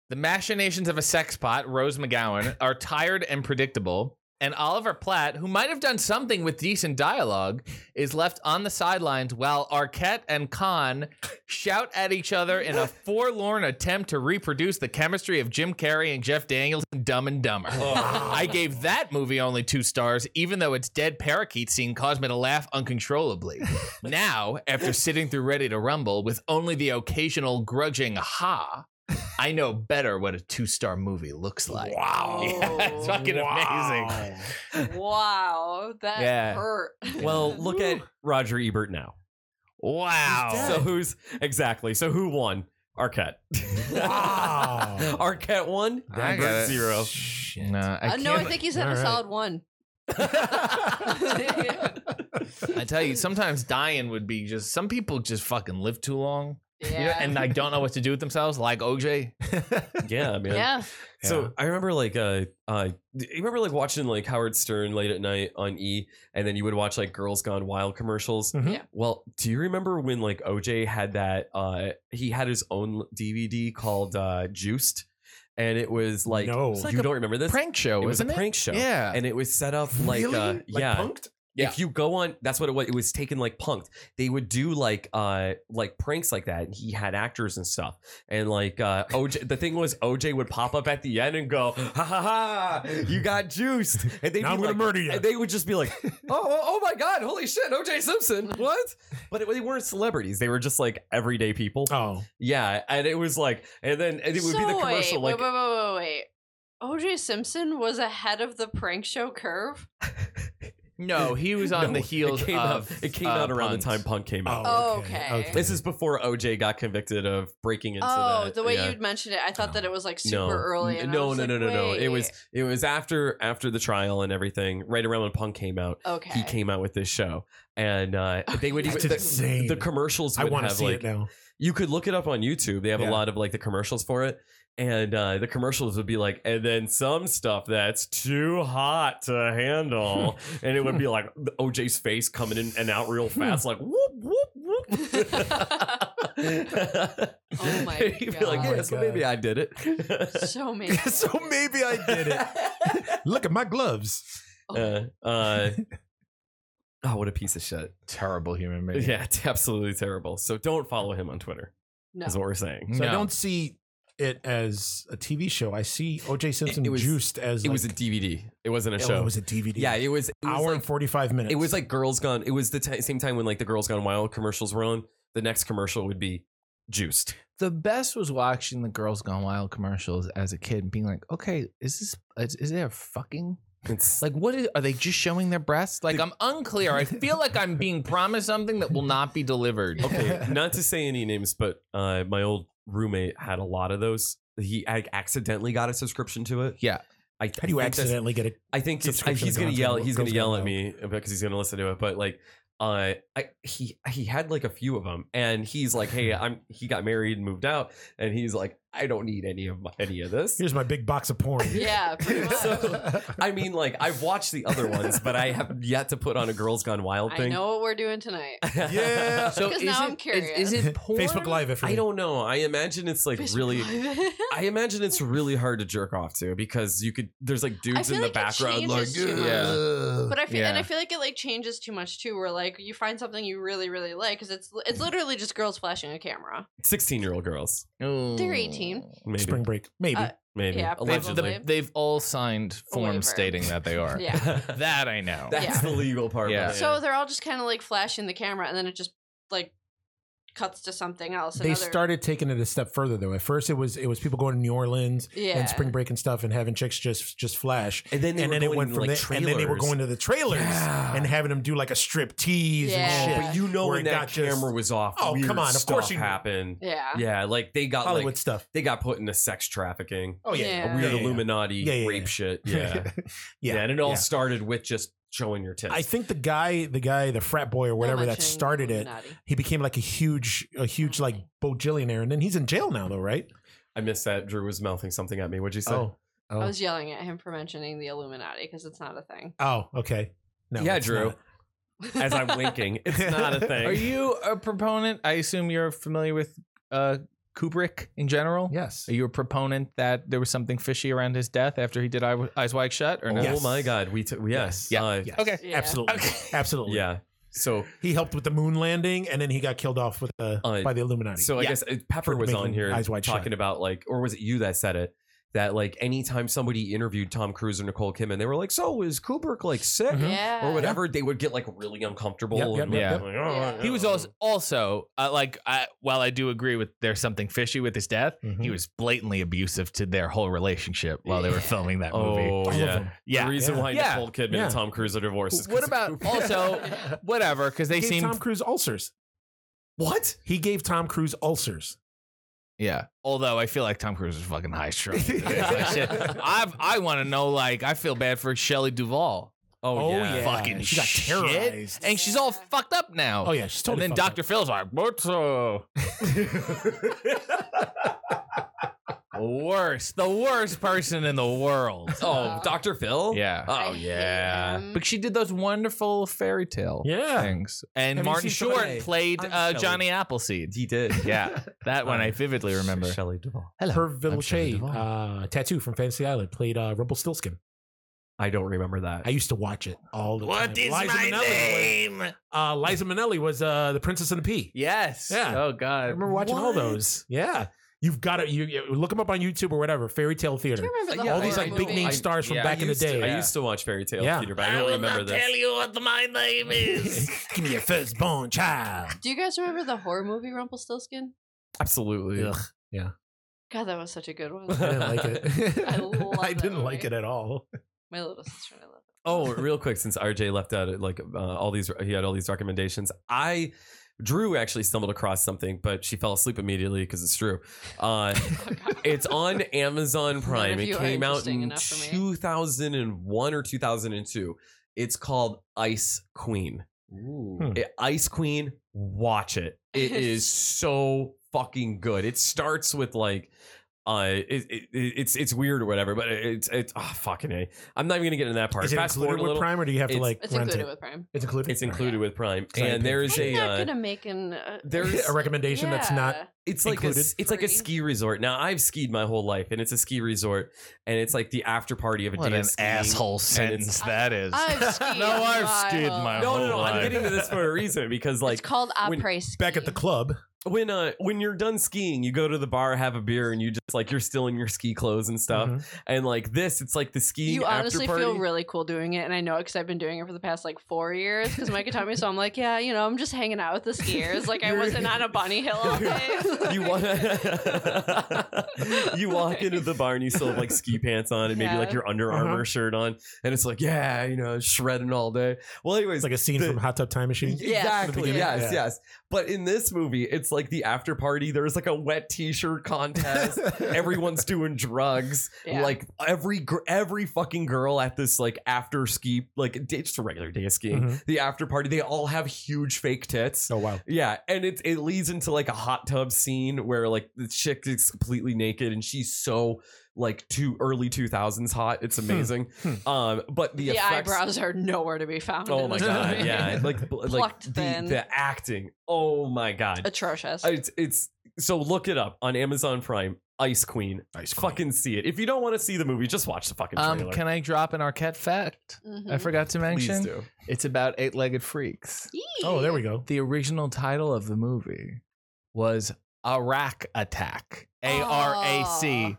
Speaker 1: The machinations of a sex pot, Rose McGowan, are tired and predictable, and Oliver Platt, who might have done something with decent dialogue, is left on the sidelines while Arquette and Khan shout at each other in a forlorn attempt to reproduce the chemistry of Jim Carrey and Jeff Daniels in Dumb and Dumber.
Speaker 4: Oh.
Speaker 1: I gave that movie only two stars, even though its dead parakeet scene caused me to laugh uncontrollably. now, after sitting through Ready to Rumble with only the occasional grudging ha, I know better what a two star movie looks like.
Speaker 4: Wow,
Speaker 1: Yeah, it's fucking amazing.
Speaker 4: Wow.
Speaker 2: wow. That
Speaker 1: Yeah.
Speaker 2: hurt.
Speaker 3: Well, look at Roger Ebert now.
Speaker 4: Oh.
Speaker 1: Wow.
Speaker 3: So who's exactly? So who won? Arquette.
Speaker 4: Wow.
Speaker 3: Arquette won.
Speaker 1: I
Speaker 3: Ebert
Speaker 1: got it.
Speaker 3: zero.
Speaker 1: So, no, I,
Speaker 2: Uh,
Speaker 1: can't,
Speaker 2: no, I think he's at
Speaker 4: All
Speaker 2: a
Speaker 4: right.
Speaker 2: solid one. yeah.
Speaker 1: I tell you, sometimes dying would be just some people just fucking live too long, you know, and I don't know what to do with themselves, like OJ.
Speaker 3: yeah, man.
Speaker 2: yeah.
Speaker 4: Yeah.
Speaker 3: So I remember like uh uh you remember like watching like Howard Stern late at night on E, and then you would watch like Girls Gone Wild commercials.
Speaker 4: Mhm.
Speaker 2: Yeah.
Speaker 3: Well, do you remember when like OJ had that? uh He had his own DVD called uh Juiced, and it was like
Speaker 4: No.
Speaker 3: you
Speaker 4: It's
Speaker 1: like a
Speaker 3: don't remember this?
Speaker 1: Prank show,
Speaker 3: it was a
Speaker 1: isn't
Speaker 3: prank show.
Speaker 1: Yeah.
Speaker 3: and it was set up like
Speaker 4: Really?
Speaker 3: uh,
Speaker 4: Like
Speaker 3: yeah.
Speaker 4: punked?
Speaker 1: Yeah.
Speaker 3: If you go on, that's what it was. It was taken like punked. They would do like uh like pranks like that. And he had actors and stuff. And like uh OJ, the thing was OJ would pop up at the end and go, ha ha ha, you got juiced. And they'd
Speaker 4: Now
Speaker 3: be
Speaker 4: I'm gonna
Speaker 3: like-
Speaker 4: murder you.
Speaker 3: And they would just be like, oh, oh oh my god, holy shit, OJ Simpson, what? But it, they weren't celebrities. They were just like everyday people.
Speaker 4: Oh,
Speaker 3: Yeah, and it was like, and then and it would be the
Speaker 2: So,
Speaker 3: commercial
Speaker 2: wait,
Speaker 3: like.
Speaker 2: wait, wait, wait, wait, wait. OJ Simpson was ahead of the prank show curve.
Speaker 1: No, he was on
Speaker 3: No,
Speaker 1: the heels
Speaker 3: it came
Speaker 1: of.
Speaker 3: out, it came
Speaker 1: uh,
Speaker 3: out around
Speaker 1: Punks.
Speaker 3: the time punk came out.
Speaker 2: Oh, okay.
Speaker 3: This is before OJ got convicted of breaking into
Speaker 2: oh,
Speaker 3: that.
Speaker 2: the way
Speaker 3: yeah.
Speaker 2: you'd mentioned it, I thought that it was like super
Speaker 3: no,
Speaker 2: early. And I
Speaker 3: no,
Speaker 2: was
Speaker 3: no,
Speaker 2: like,
Speaker 3: no, no, no. It was
Speaker 2: wait.
Speaker 3: it was after after the trial and everything. Right around when Punk came out,
Speaker 2: okay.
Speaker 3: he came out with this show, and uh, they would even
Speaker 4: That's
Speaker 3: the,
Speaker 4: insane.
Speaker 3: the commercials.
Speaker 4: I
Speaker 3: Would
Speaker 4: want to
Speaker 3: have,
Speaker 4: see
Speaker 3: like,
Speaker 4: it now.
Speaker 3: You could look it up on YouTube. They have a
Speaker 4: Yeah.
Speaker 3: lot of like the commercials for it. And uh, the commercials would be like, and then some stuff that's too hot to handle. and it would be like OJ's face coming in and out real fast, like whoop, whoop, whoop. oh
Speaker 2: my
Speaker 3: You'd be like,
Speaker 2: God.
Speaker 3: yeah, so maybe I did it.
Speaker 2: so many.
Speaker 4: so maybe I did it. Look at my gloves.
Speaker 3: uh, uh, oh, what a piece of shit.
Speaker 1: Terrible human being.
Speaker 3: Yeah, it's absolutely terrible. So don't follow him on Twitter,
Speaker 2: No.
Speaker 3: is what we're saying.
Speaker 4: So I
Speaker 1: No.
Speaker 4: don't see it as a TV show. I see OJ Simpson
Speaker 3: it was-
Speaker 4: juiced as
Speaker 3: It was a
Speaker 4: like-
Speaker 3: DVD, it wasn't a
Speaker 4: oh,
Speaker 3: show.
Speaker 4: It was a DVD.
Speaker 3: yeah, it was. It was
Speaker 4: hour
Speaker 3: like-
Speaker 4: and forty five minutes.
Speaker 3: It was like Girls Gone. It was the ti same time when like the Girls Gone Wild commercials were on. The next commercial would be Juiced.
Speaker 1: The best was watching the Girls Gone Wild commercials as a kid and being like, okay, is this, is, is there fucking
Speaker 3: It's
Speaker 1: Like, what is, are they just showing their breasts? Like, I'm unclear. I feel like I'm being promised something that will not be delivered.
Speaker 3: okay, not to say any names, but uh, my old roommate had a lot of those. He ac- accidentally got a subscription to it.
Speaker 1: Yeah.
Speaker 3: I,
Speaker 4: How do you
Speaker 3: I think that's-
Speaker 4: accidentally get it?
Speaker 3: I think it's, I,
Speaker 4: subscription
Speaker 3: he's gonna
Speaker 4: content
Speaker 3: yell.
Speaker 4: with
Speaker 3: He's gonna
Speaker 4: Girls
Speaker 3: yell
Speaker 4: Gone
Speaker 3: at me uh, because he's gonna listen to it. But like, uh, I he he had like a few of them, and he's like, "Hey, I'm." He got married and moved out, and he's like, "I don't need any of my, any of this."
Speaker 4: Here's my big box of porn.
Speaker 2: Yeah, pretty much.
Speaker 3: So, I mean, like, I've watched the other ones, but I have yet to put on a Girls Gone Wild
Speaker 2: I
Speaker 3: thing.
Speaker 2: know what we're doing tonight.
Speaker 3: yeah.
Speaker 1: So
Speaker 2: Because
Speaker 1: is
Speaker 2: now
Speaker 1: it,
Speaker 2: I'm
Speaker 1: is-
Speaker 2: curious.
Speaker 1: Is, it porn?
Speaker 4: Facebook Live, if you
Speaker 3: I don't know. I imagine it's like really. I imagine it's really hard to jerk off to because you could. There's like dudes
Speaker 2: feel
Speaker 3: in the
Speaker 2: like it
Speaker 3: background, like
Speaker 2: changes too much.
Speaker 1: Yeah.
Speaker 2: But I feel and
Speaker 1: Yeah.
Speaker 2: I feel like it like changes too much too. Where like you find something you really really like because it's it's
Speaker 3: Mm-hmm.
Speaker 2: literally just girls flashing a camera.
Speaker 3: sixteen-year-old girls.
Speaker 2: They're 18.
Speaker 3: Maybe,
Speaker 4: Spring break, maybe.
Speaker 2: Uh,
Speaker 3: maybe.
Speaker 2: yeah,
Speaker 1: They've,
Speaker 3: allegedly.
Speaker 2: Allegedly.
Speaker 1: they've- they've all signed
Speaker 2: waiver.
Speaker 1: forms stating that they are.
Speaker 2: Yeah.
Speaker 1: That I know.
Speaker 3: That's
Speaker 2: Yeah.
Speaker 3: the legal part.
Speaker 1: Yeah.
Speaker 3: man.
Speaker 2: So they're all just kind of like flashing the camera, and then it just like cuts to something else.
Speaker 4: they
Speaker 2: another-
Speaker 4: started taking it a step further though. At first, it was it was people going to New Orleans
Speaker 2: yeah.
Speaker 4: and spring break and stuff, and having chicks just just flash.
Speaker 3: and then, they
Speaker 4: and
Speaker 3: were
Speaker 4: then it
Speaker 3: going
Speaker 4: went
Speaker 3: to,
Speaker 4: from
Speaker 3: like,
Speaker 4: there, and then they were
Speaker 3: trailers.
Speaker 4: going to the trailers
Speaker 3: Yeah.
Speaker 4: and having them do like a strip tease
Speaker 2: Yeah.
Speaker 4: and
Speaker 3: Oh,
Speaker 4: shit.
Speaker 3: but you know
Speaker 4: Where
Speaker 3: when
Speaker 4: it
Speaker 3: that
Speaker 4: got just-
Speaker 3: camera was off.
Speaker 4: Oh,
Speaker 3: weird
Speaker 4: come on, of course
Speaker 3: stuff
Speaker 4: you knew.
Speaker 3: happened.
Speaker 2: Yeah.
Speaker 3: Yeah, like they got
Speaker 4: Hollywood
Speaker 3: like
Speaker 4: stuff.
Speaker 3: they got put into sex trafficking.
Speaker 4: Oh yeah,
Speaker 2: Yeah.
Speaker 3: a weird
Speaker 4: yeah, yeah.
Speaker 3: Illuminati
Speaker 4: Yeah, yeah,
Speaker 3: rape
Speaker 4: yeah.
Speaker 3: shit. Yeah.
Speaker 4: yeah.
Speaker 3: and it all
Speaker 4: yeah.
Speaker 3: started with just showing your tits.
Speaker 4: I think the guy, the guy, the frat boy or whatever that started it, he became like a huge, a huge like bojillionaire, and then he's in jail now though, right?
Speaker 3: I missed that. Drew was mouthing something at me. What'd you say?
Speaker 4: Oh.
Speaker 3: Oh.
Speaker 2: I was yelling at him for mentioning the Illuminati because it's not a thing.
Speaker 4: oh, okay. No,
Speaker 3: yeah,
Speaker 4: it's
Speaker 3: Drew.
Speaker 4: not.
Speaker 3: As I'm winking, it's not a thing.
Speaker 1: Are you a proponent? I assume you're familiar with uh, Kubrick in general.
Speaker 4: Yes.
Speaker 1: Are you a proponent that there was something fishy around his death after he did Eye- Eyes Wide Shut, or
Speaker 3: Oh
Speaker 1: no?
Speaker 4: Yes.
Speaker 3: my god, we took yes,
Speaker 1: Yeah.
Speaker 3: uh,
Speaker 4: Yes.
Speaker 1: Okay.
Speaker 2: Yeah.
Speaker 4: Absolutely.
Speaker 1: Okay.
Speaker 4: Absolutely.
Speaker 3: yeah. So
Speaker 4: He helped with the moon landing, and then he got killed off with the,
Speaker 3: Uh,
Speaker 4: by the Illuminati.
Speaker 3: so I
Speaker 1: Yeah.
Speaker 3: guess uh, Pepper
Speaker 4: For
Speaker 3: was
Speaker 4: making
Speaker 3: on here
Speaker 4: Eyes Wide
Speaker 3: talking
Speaker 4: Shut.
Speaker 3: about like, or was it you that said it? That like anytime somebody interviewed Tom Cruise or Nicole Kidman, they were like, "So is Kubrick like sick
Speaker 4: Mhm.
Speaker 2: Yeah.
Speaker 3: or whatever?" They would get like really uncomfortable.
Speaker 4: Yep, yep,
Speaker 3: and,
Speaker 1: Mm-hmm. yep,
Speaker 3: like, "Oh,
Speaker 2: Yeah.
Speaker 1: He was
Speaker 3: yeah."
Speaker 1: also also uh, like I, while I do agree with there's something fishy with his death,
Speaker 4: Mhm.
Speaker 1: he was blatantly abusive to their whole relationship while they were
Speaker 2: Yeah.
Speaker 1: filming that movie.
Speaker 3: Oh
Speaker 4: All of
Speaker 3: yeah.
Speaker 4: them.
Speaker 1: Yeah.
Speaker 3: The reason
Speaker 4: Yeah.
Speaker 3: why
Speaker 1: Yeah.
Speaker 3: Nicole Kidman
Speaker 4: Yeah.
Speaker 3: and Tom Cruise are divorced is 'cause
Speaker 1: What
Speaker 3: of
Speaker 1: about
Speaker 3: Kubrick.
Speaker 1: also whatever because they
Speaker 4: he gave
Speaker 1: seem
Speaker 4: Tom Cruise ulcers.
Speaker 3: what?
Speaker 4: He gave Tom Cruise ulcers.
Speaker 1: yeah. Although I feel like Tom Cruise is fucking high strung. I I want to know like I feel bad for Shelley Duvall.
Speaker 3: Oh, yeah.
Speaker 1: Fucking
Speaker 4: she got
Speaker 1: shit.
Speaker 4: terrorized.
Speaker 1: and she's all
Speaker 2: Yeah.
Speaker 1: fucked up now.
Speaker 4: Oh yeah, she's totally.
Speaker 1: and then
Speaker 4: fucked
Speaker 1: Dr. Phil's like, what's uh worst, the worst person in the world.
Speaker 3: Oh, Dr. Phil?
Speaker 1: Yeah. Uh,
Speaker 2: I
Speaker 3: Oh
Speaker 2: hate
Speaker 3: yeah.
Speaker 2: him.
Speaker 1: But she did those wonderful fairy tale
Speaker 4: up. Yeah.
Speaker 1: things. And
Speaker 4: Have you
Speaker 1: Martin
Speaker 4: seen some-
Speaker 1: Short
Speaker 3: Hey,
Speaker 1: played
Speaker 3: I'm
Speaker 1: uh,
Speaker 3: Shelley.
Speaker 1: Johnny Appleseed.
Speaker 3: He did.
Speaker 1: Yeah. That one I vividly remember.
Speaker 3: Shelley Duvall.
Speaker 1: Hello.
Speaker 4: Her
Speaker 1: I'm Shelley
Speaker 4: Vilche,
Speaker 1: Duvall.
Speaker 4: uh tattoo from Fantasy Island played uh, Rumpelstiltskin.
Speaker 3: I don't remember that.
Speaker 4: I used to watch it all the time.
Speaker 1: What is my
Speaker 4: Minnelli was-
Speaker 1: name?
Speaker 4: uh, Liza Minnelli was uh, the Princess and the Pea.
Speaker 1: Yes.
Speaker 4: Yeah.
Speaker 1: Oh
Speaker 4: I
Speaker 1: God.
Speaker 4: remember watching all
Speaker 3: What?
Speaker 4: those. Yeah, you've got to you, you look them up on YouTube or whatever. Fairy Tale
Speaker 2: Do
Speaker 4: Theater.
Speaker 2: you remember the
Speaker 3: Yeah,
Speaker 4: all
Speaker 2: horror
Speaker 4: these like big
Speaker 2: movie?
Speaker 4: name
Speaker 3: I-
Speaker 4: stars from
Speaker 1: yeah,
Speaker 4: back in the
Speaker 3: used to-
Speaker 4: day.
Speaker 3: I used to watch Fairy Tale
Speaker 4: Yeah.
Speaker 3: Theater, but I don't remember this.
Speaker 1: you what my name
Speaker 4: Give me your firstborn child.
Speaker 2: Do you guys remember the horror movie Rumpelstiltskin?
Speaker 3: Absolutely.
Speaker 4: Ugh,
Speaker 2: God, that was such a good one.
Speaker 4: I didn't like it.
Speaker 2: I love
Speaker 4: I
Speaker 2: that
Speaker 4: didn't like
Speaker 2: movie.
Speaker 4: it at all.
Speaker 2: My little sister, I love
Speaker 3: Oh, real quick, since RJ left out like uh, all these, he had all these recommendations. I, Drew actually stumbled across something, but she fell asleep immediately because it's true. Uh,
Speaker 2: it. Oh, God.
Speaker 3: it's on Amazon Prime.
Speaker 2: of
Speaker 3: It
Speaker 2: you are
Speaker 3: came out
Speaker 2: interesting
Speaker 3: in
Speaker 2: enough for me.
Speaker 3: 2001 or 2002. It's called Ice Queen.
Speaker 4: Hmm.
Speaker 3: I- Ice Queen, watch it. It is so fucking good. It starts with like, uh, it, it, it's it's weird or whatever, but it's it's oh, fucking a. I'm not even gonna get into that part.
Speaker 4: Is it
Speaker 3: Fast forward
Speaker 4: included
Speaker 3: a
Speaker 4: with
Speaker 3: little.
Speaker 4: Prime or do you have to
Speaker 3: It's-
Speaker 4: like
Speaker 2: It's
Speaker 4: rent
Speaker 2: included
Speaker 4: it?
Speaker 2: with Prime.
Speaker 4: It's included.
Speaker 3: It's included with Prime,
Speaker 4: Sorry,
Speaker 3: and there is
Speaker 2: I'm
Speaker 3: a
Speaker 2: not
Speaker 3: uh,
Speaker 2: gonna make an. Uh,
Speaker 3: there's
Speaker 4: a recommendation that's not.
Speaker 3: it's like a,
Speaker 4: Included.
Speaker 3: s- it's like a
Speaker 2: Free.
Speaker 3: ski resort. Now I've skied my whole life, and it's a ski resort, and it's like the after party of a
Speaker 1: What
Speaker 3: day of
Speaker 1: an
Speaker 3: skiing.
Speaker 1: asshole
Speaker 3: it's-
Speaker 1: sentence that is.
Speaker 2: I've skied
Speaker 1: no, I've
Speaker 2: my
Speaker 1: skied
Speaker 2: whole-
Speaker 1: my
Speaker 3: No,
Speaker 1: whole
Speaker 3: no, no. I'm
Speaker 1: life.
Speaker 3: getting to this for a reason because
Speaker 2: Like, it's
Speaker 3: like
Speaker 2: called
Speaker 3: when-
Speaker 2: après ski.
Speaker 4: Back at the club.
Speaker 3: when uh when you're done skiing, you go to the bar, have a beer, and you just like you're still in your ski clothes and stuff.
Speaker 4: Mhm.
Speaker 3: And like this, it's like the skiing.
Speaker 2: You
Speaker 3: after
Speaker 2: honestly
Speaker 3: party.
Speaker 2: feel really cool doing it, and I know it because I've been doing it for the past like four years. Because Micah taught me, so I'm like, yeah, you know, I'm just hanging out with the skiers. Like I
Speaker 3: You're-
Speaker 2: wasn't on a bunny hill all day.
Speaker 3: you walk, you walk into the bar and you still have like ski pants on and maybe like
Speaker 2: Yeah.
Speaker 3: your Under
Speaker 4: Uh-huh.
Speaker 3: Armour shirt on, and it's like yeah, you know, shredding all day. Well, anyways,
Speaker 4: It's like a scene
Speaker 3: The-
Speaker 4: from Hot Tub Time Machine.
Speaker 2: Yeah.
Speaker 3: Exactly.
Speaker 2: Yeah.
Speaker 3: Yes,
Speaker 4: Yeah.
Speaker 3: yes. But in this movie, it's like the after party. There's like a wet t-shirt contest. Everyone's doing drugs.
Speaker 2: Yeah.
Speaker 3: Like every gr- every fucking girl at this like after ski like it's just a regular day of skiing.
Speaker 4: Mhm.
Speaker 3: The after party, they all have huge fake tits.
Speaker 4: Oh wow.
Speaker 3: Yeah, and it it leads into like a hot tub scene where like the chick is completely naked and she's so like two early two thousands hot. It's
Speaker 1: Hmm.
Speaker 3: amazing. Um, but the,
Speaker 2: the
Speaker 3: effects,
Speaker 2: eyebrows are nowhere to be found.
Speaker 3: Oh
Speaker 2: in
Speaker 3: my
Speaker 2: this
Speaker 3: god!
Speaker 2: movie.
Speaker 3: Yeah, like like
Speaker 2: Plucked
Speaker 3: the,
Speaker 2: thin.
Speaker 3: the acting. Oh my god! Uh,
Speaker 2: atrocious.
Speaker 3: It's it's so look it up on Amazon Prime. Ice Queen.
Speaker 4: Ice
Speaker 3: Fucking see it. If you don't want to see the movie, just watch the fucking trailer.
Speaker 1: Um, can I drop an Arquette fact?
Speaker 2: Mhm.
Speaker 1: I forgot to
Speaker 3: Please
Speaker 1: mention.
Speaker 3: do.
Speaker 1: It's about eight-legged freaks.
Speaker 4: Oh, there we go.
Speaker 1: the original title of the movie was Iraq Attack. A R A C.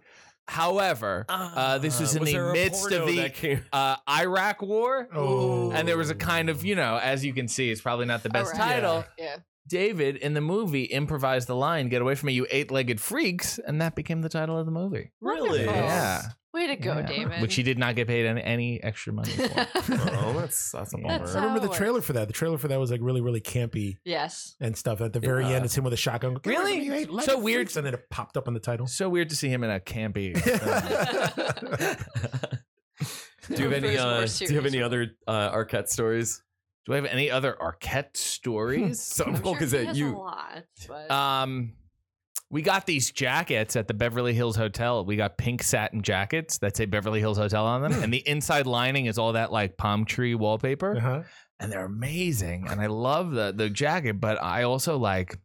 Speaker 1: However, uh, this was in
Speaker 3: Ah, there
Speaker 1: the
Speaker 3: a
Speaker 1: midst of
Speaker 3: porno
Speaker 1: the
Speaker 3: that came-
Speaker 1: uh, Iraq War,
Speaker 4: Oh.
Speaker 1: and there was a kind of, you know, as you can see, it's probably not the best
Speaker 2: Iraq.
Speaker 1: title.
Speaker 2: Yeah.
Speaker 1: David in the movie improvised the line, "Get away from me, you eight-legged freaks," and that became the title of the movie.
Speaker 3: Really?
Speaker 2: Wonderful.
Speaker 1: Yeah,
Speaker 2: Way to go,
Speaker 1: Yeah.
Speaker 2: David.
Speaker 1: Which he did not get paid any, any extra money for.
Speaker 3: Oh, that's that's a
Speaker 1: Yeah.
Speaker 3: bummer.
Speaker 2: That's
Speaker 4: I
Speaker 2: how
Speaker 4: remember
Speaker 2: it
Speaker 4: the
Speaker 2: works.
Speaker 4: trailer for that. The trailer for that was like really, really campy
Speaker 2: yes.
Speaker 4: and stuff. At the very
Speaker 3: Yeah.
Speaker 4: end, it's him with a shotgun. Get
Speaker 1: Really?
Speaker 4: ready, eight
Speaker 1: So
Speaker 4: legged
Speaker 1: weird.
Speaker 4: freaks, And then it popped up on the title.
Speaker 1: so weird to see him in a campy. uh,
Speaker 3: do you have any?
Speaker 2: First
Speaker 3: Uh,
Speaker 2: more
Speaker 3: do you have any
Speaker 2: serious
Speaker 3: other uh, Arquette stories?
Speaker 1: Do I have any other Arquette stories?
Speaker 3: So
Speaker 2: I'm
Speaker 3: well,
Speaker 2: sure
Speaker 3: 'cause,
Speaker 2: he
Speaker 3: uh,
Speaker 2: has
Speaker 3: you
Speaker 2: a lot, but
Speaker 1: Um, we got these jackets at the Beverly Hills Hotel. We got pink satin jackets that say Beverly Hills Hotel on
Speaker 4: Hmm.
Speaker 1: them, and the inside lining is all that like palm tree wallpaper,
Speaker 4: Uh-huh.
Speaker 1: and they're amazing. And I love the the jacket, but I also like.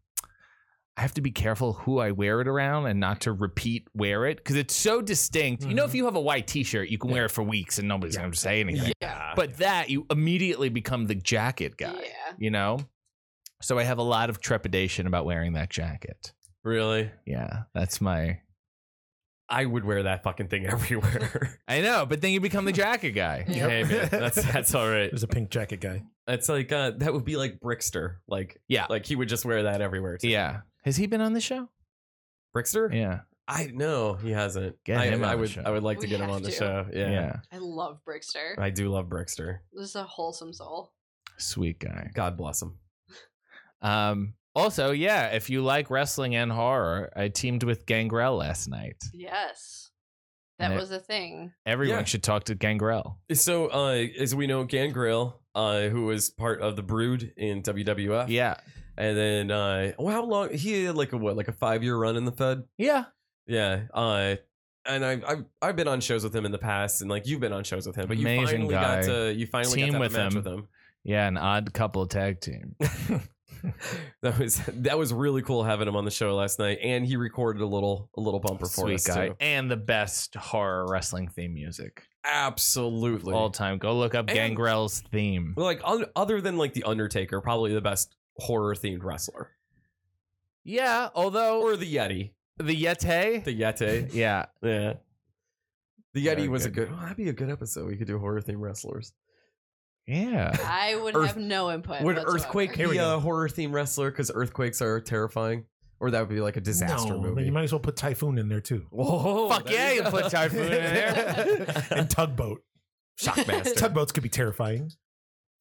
Speaker 1: I have to be careful who I wear it around and not to repeat wear it because it's so distinct. You know, if you have a white T-shirt, you can wear it for weeks and nobody's
Speaker 4: Mm-hmm. Yeah.
Speaker 1: going to say anything.
Speaker 3: yeah.
Speaker 1: But that you immediately become the jacket guy.
Speaker 2: yeah.
Speaker 1: You know, so I have a lot of trepidation about wearing that jacket.
Speaker 3: really,
Speaker 1: Yeah, that's my.
Speaker 3: I would wear that fucking thing everywhere.
Speaker 1: I know, but then you become the jacket guy.
Speaker 2: Yeah.
Speaker 3: Hey man, that's that's all right.
Speaker 4: There's a pink jacket guy.
Speaker 3: It's like uh, that would be like Brickster. Like
Speaker 1: Yeah.
Speaker 3: like he would just wear that everywhere. Too.
Speaker 1: Yeah. Has he been on the show?
Speaker 3: Brickster.
Speaker 1: Yeah.
Speaker 3: I know he hasn't.
Speaker 1: Get
Speaker 3: I,
Speaker 1: him
Speaker 3: I
Speaker 1: on the
Speaker 3: would
Speaker 1: show.
Speaker 3: I would like to
Speaker 2: We
Speaker 3: get him
Speaker 2: have
Speaker 3: on the
Speaker 2: to.
Speaker 3: show. Yeah.
Speaker 2: I love Brickster.
Speaker 3: I do love Brickster.
Speaker 2: This is a wholesome soul.
Speaker 1: Sweet guy.
Speaker 3: God bless him.
Speaker 1: Um. Also, yeah, if you like wrestling and horror, I teamed with Gangrel last night.
Speaker 2: Yes.
Speaker 1: And
Speaker 2: That
Speaker 1: it-
Speaker 2: was a thing.
Speaker 1: Everyone
Speaker 3: Yeah.
Speaker 1: should talk to Gangrel.
Speaker 3: So uh, as we know, Gangrel, uh, who was part of the Brood in WWF,
Speaker 1: Yeah.
Speaker 3: and then uh, well, how long he had like a what like a five year run in the Fed.
Speaker 1: Yeah.
Speaker 3: Yeah. Uh, and I've, I've I've been on shows with him in the past, and like you've been on shows with him, but you
Speaker 1: Amazing
Speaker 3: finally got
Speaker 1: guy.
Speaker 3: to you finally
Speaker 1: Team
Speaker 3: got to have
Speaker 1: with
Speaker 3: a match
Speaker 1: him.
Speaker 3: with him.
Speaker 1: Yeah. An odd couple tag team.
Speaker 3: that was that was really cool having him on the show last night, and he recorded a little a little bumper for
Speaker 1: Sweet
Speaker 3: us
Speaker 1: guy.
Speaker 3: too.
Speaker 1: And the best horror wrestling theme music
Speaker 3: Absolutely.
Speaker 1: all time. Go look up
Speaker 3: And-
Speaker 1: Gangrel's theme.
Speaker 3: like un- other than like the Undertaker, probably the best horror themed wrestler,
Speaker 1: Yeah. Although
Speaker 3: or the Yeti,
Speaker 1: the Yeti.
Speaker 3: the Yeti.
Speaker 1: yeah.
Speaker 3: yeah, the Yeti
Speaker 1: Very
Speaker 3: was a
Speaker 1: good.
Speaker 3: good. Oh, that'd be a good episode. We could do horror themed wrestlers.
Speaker 1: Yeah.
Speaker 2: I would
Speaker 3: Earth-
Speaker 2: have no input.
Speaker 3: Would
Speaker 2: whatsoever.
Speaker 3: Earthquake
Speaker 4: Here we
Speaker 3: be
Speaker 4: go.
Speaker 3: a horror themed wrestler? Because earthquakes are terrifying, or that would be like a disaster
Speaker 4: No,
Speaker 3: movie.
Speaker 4: You might as well put Typhoon in there too.
Speaker 3: Whoa!
Speaker 1: Fuck
Speaker 3: there
Speaker 1: yeah, you put Typhoon in
Speaker 4: there. And Tugboat.
Speaker 3: Shockmaster.
Speaker 4: Tugboats could be terrifying.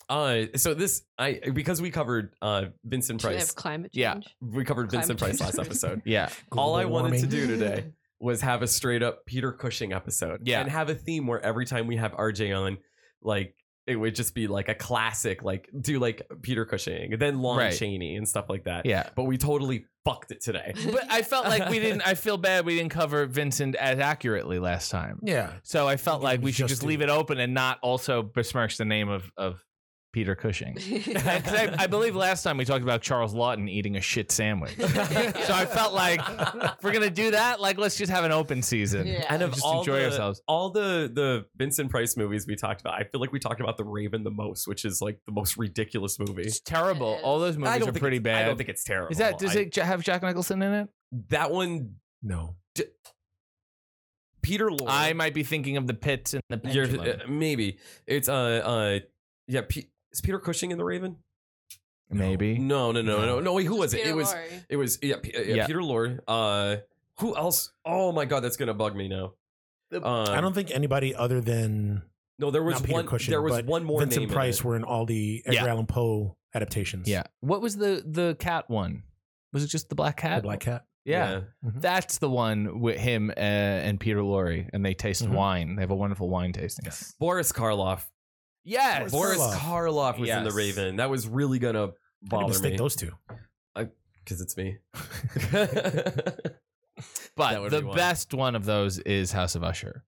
Speaker 3: uh, so this I because we covered uh Vincent
Speaker 2: Do they
Speaker 3: Price.
Speaker 2: have climate
Speaker 1: Yeah.
Speaker 2: change?
Speaker 3: We covered Vincent
Speaker 2: climate
Speaker 3: Price last
Speaker 2: change?
Speaker 3: episode.
Speaker 1: Yeah.
Speaker 3: All I
Speaker 4: Global
Speaker 3: wanted to do
Speaker 4: warming.
Speaker 3: today was have a straight up Peter Cushing episode.
Speaker 1: Yeah.
Speaker 3: And have a theme where every time we have RJ on, like it would just be like a classic, like do like Peter Cushing, and then Lon
Speaker 1: Right.
Speaker 3: Chaney and stuff like that.
Speaker 1: Yeah.
Speaker 3: But we totally fucked it today.
Speaker 1: But I felt like we didn't. I feel bad we didn't cover Vincent as accurately last time.
Speaker 4: Yeah.
Speaker 1: So I felt
Speaker 4: Yeah,
Speaker 1: like
Speaker 4: we
Speaker 1: we should
Speaker 4: just
Speaker 1: just
Speaker 4: did.
Speaker 1: leave it open and not also besmirch the name of of Peter Cushing. 'Cause I, I believe last time we talked about Charles Lawton eating a shit sandwich. So I felt like if we're gonna do that, like let's just have an open season.
Speaker 2: Yeah.
Speaker 3: and of
Speaker 1: Just
Speaker 3: all
Speaker 1: enjoy
Speaker 3: the,
Speaker 1: ourselves.
Speaker 3: All the the Vincent Price movies we talked about, I feel like we talked about The Raven the most, which is like the most ridiculous movie.
Speaker 1: It's terrible.
Speaker 2: It is.
Speaker 1: All those
Speaker 3: I
Speaker 1: movies
Speaker 3: don't
Speaker 1: are
Speaker 3: think
Speaker 1: pretty
Speaker 3: it's-
Speaker 1: bad.
Speaker 3: I don't think it's terrible.
Speaker 1: Is that does
Speaker 3: I-
Speaker 1: it j- have Jack Nicholson in it?
Speaker 3: that one?
Speaker 4: No.
Speaker 3: Peter Lorre.
Speaker 1: I might be thinking of the pits and the
Speaker 3: You're,
Speaker 1: pendulum.
Speaker 3: uh, maybe it's uh uh yeah. P- is Peter Cushing in The Raven?
Speaker 1: Maybe.
Speaker 3: uh, No, no, no, no, no. no wait, who was it?
Speaker 2: Peter
Speaker 3: It was
Speaker 2: Lorre.
Speaker 3: it was yeah, P- uh, yeah,
Speaker 1: Yeah.
Speaker 3: Peter Lorre. Uh, who else? Oh my god, that's gonna bug me now. Uh,
Speaker 4: I don't think anybody other than
Speaker 3: No, there was
Speaker 4: not Peter
Speaker 3: one.
Speaker 4: Cushing,
Speaker 3: there was
Speaker 4: but
Speaker 3: one more
Speaker 4: Vincent
Speaker 3: name in
Speaker 4: Price
Speaker 3: it.
Speaker 4: were in all the Edgar
Speaker 1: Yeah.
Speaker 4: Allan Poe adaptations.
Speaker 1: Yeah. What was the the cat one? Was it just the black cat?
Speaker 4: The Black Cat.
Speaker 1: Yeah. That's the one with him uh, and Peter Lorre, and they taste
Speaker 3: Mm-hmm.
Speaker 4: Mhm.
Speaker 1: wine. They have a wonderful wine tasting.
Speaker 3: Boris Karloff.
Speaker 1: Yes.
Speaker 3: Boris
Speaker 4: Karloff.
Speaker 3: Karloff was in The
Speaker 1: Yes.
Speaker 3: Raven. That was really gonna
Speaker 4: How do you
Speaker 3: bother
Speaker 4: mistake
Speaker 3: me
Speaker 4: those two?
Speaker 1: Mm-hmm.
Speaker 3: because it's me. That
Speaker 1: But
Speaker 3: would
Speaker 1: the
Speaker 3: be one.
Speaker 1: best one of those is House of Usher.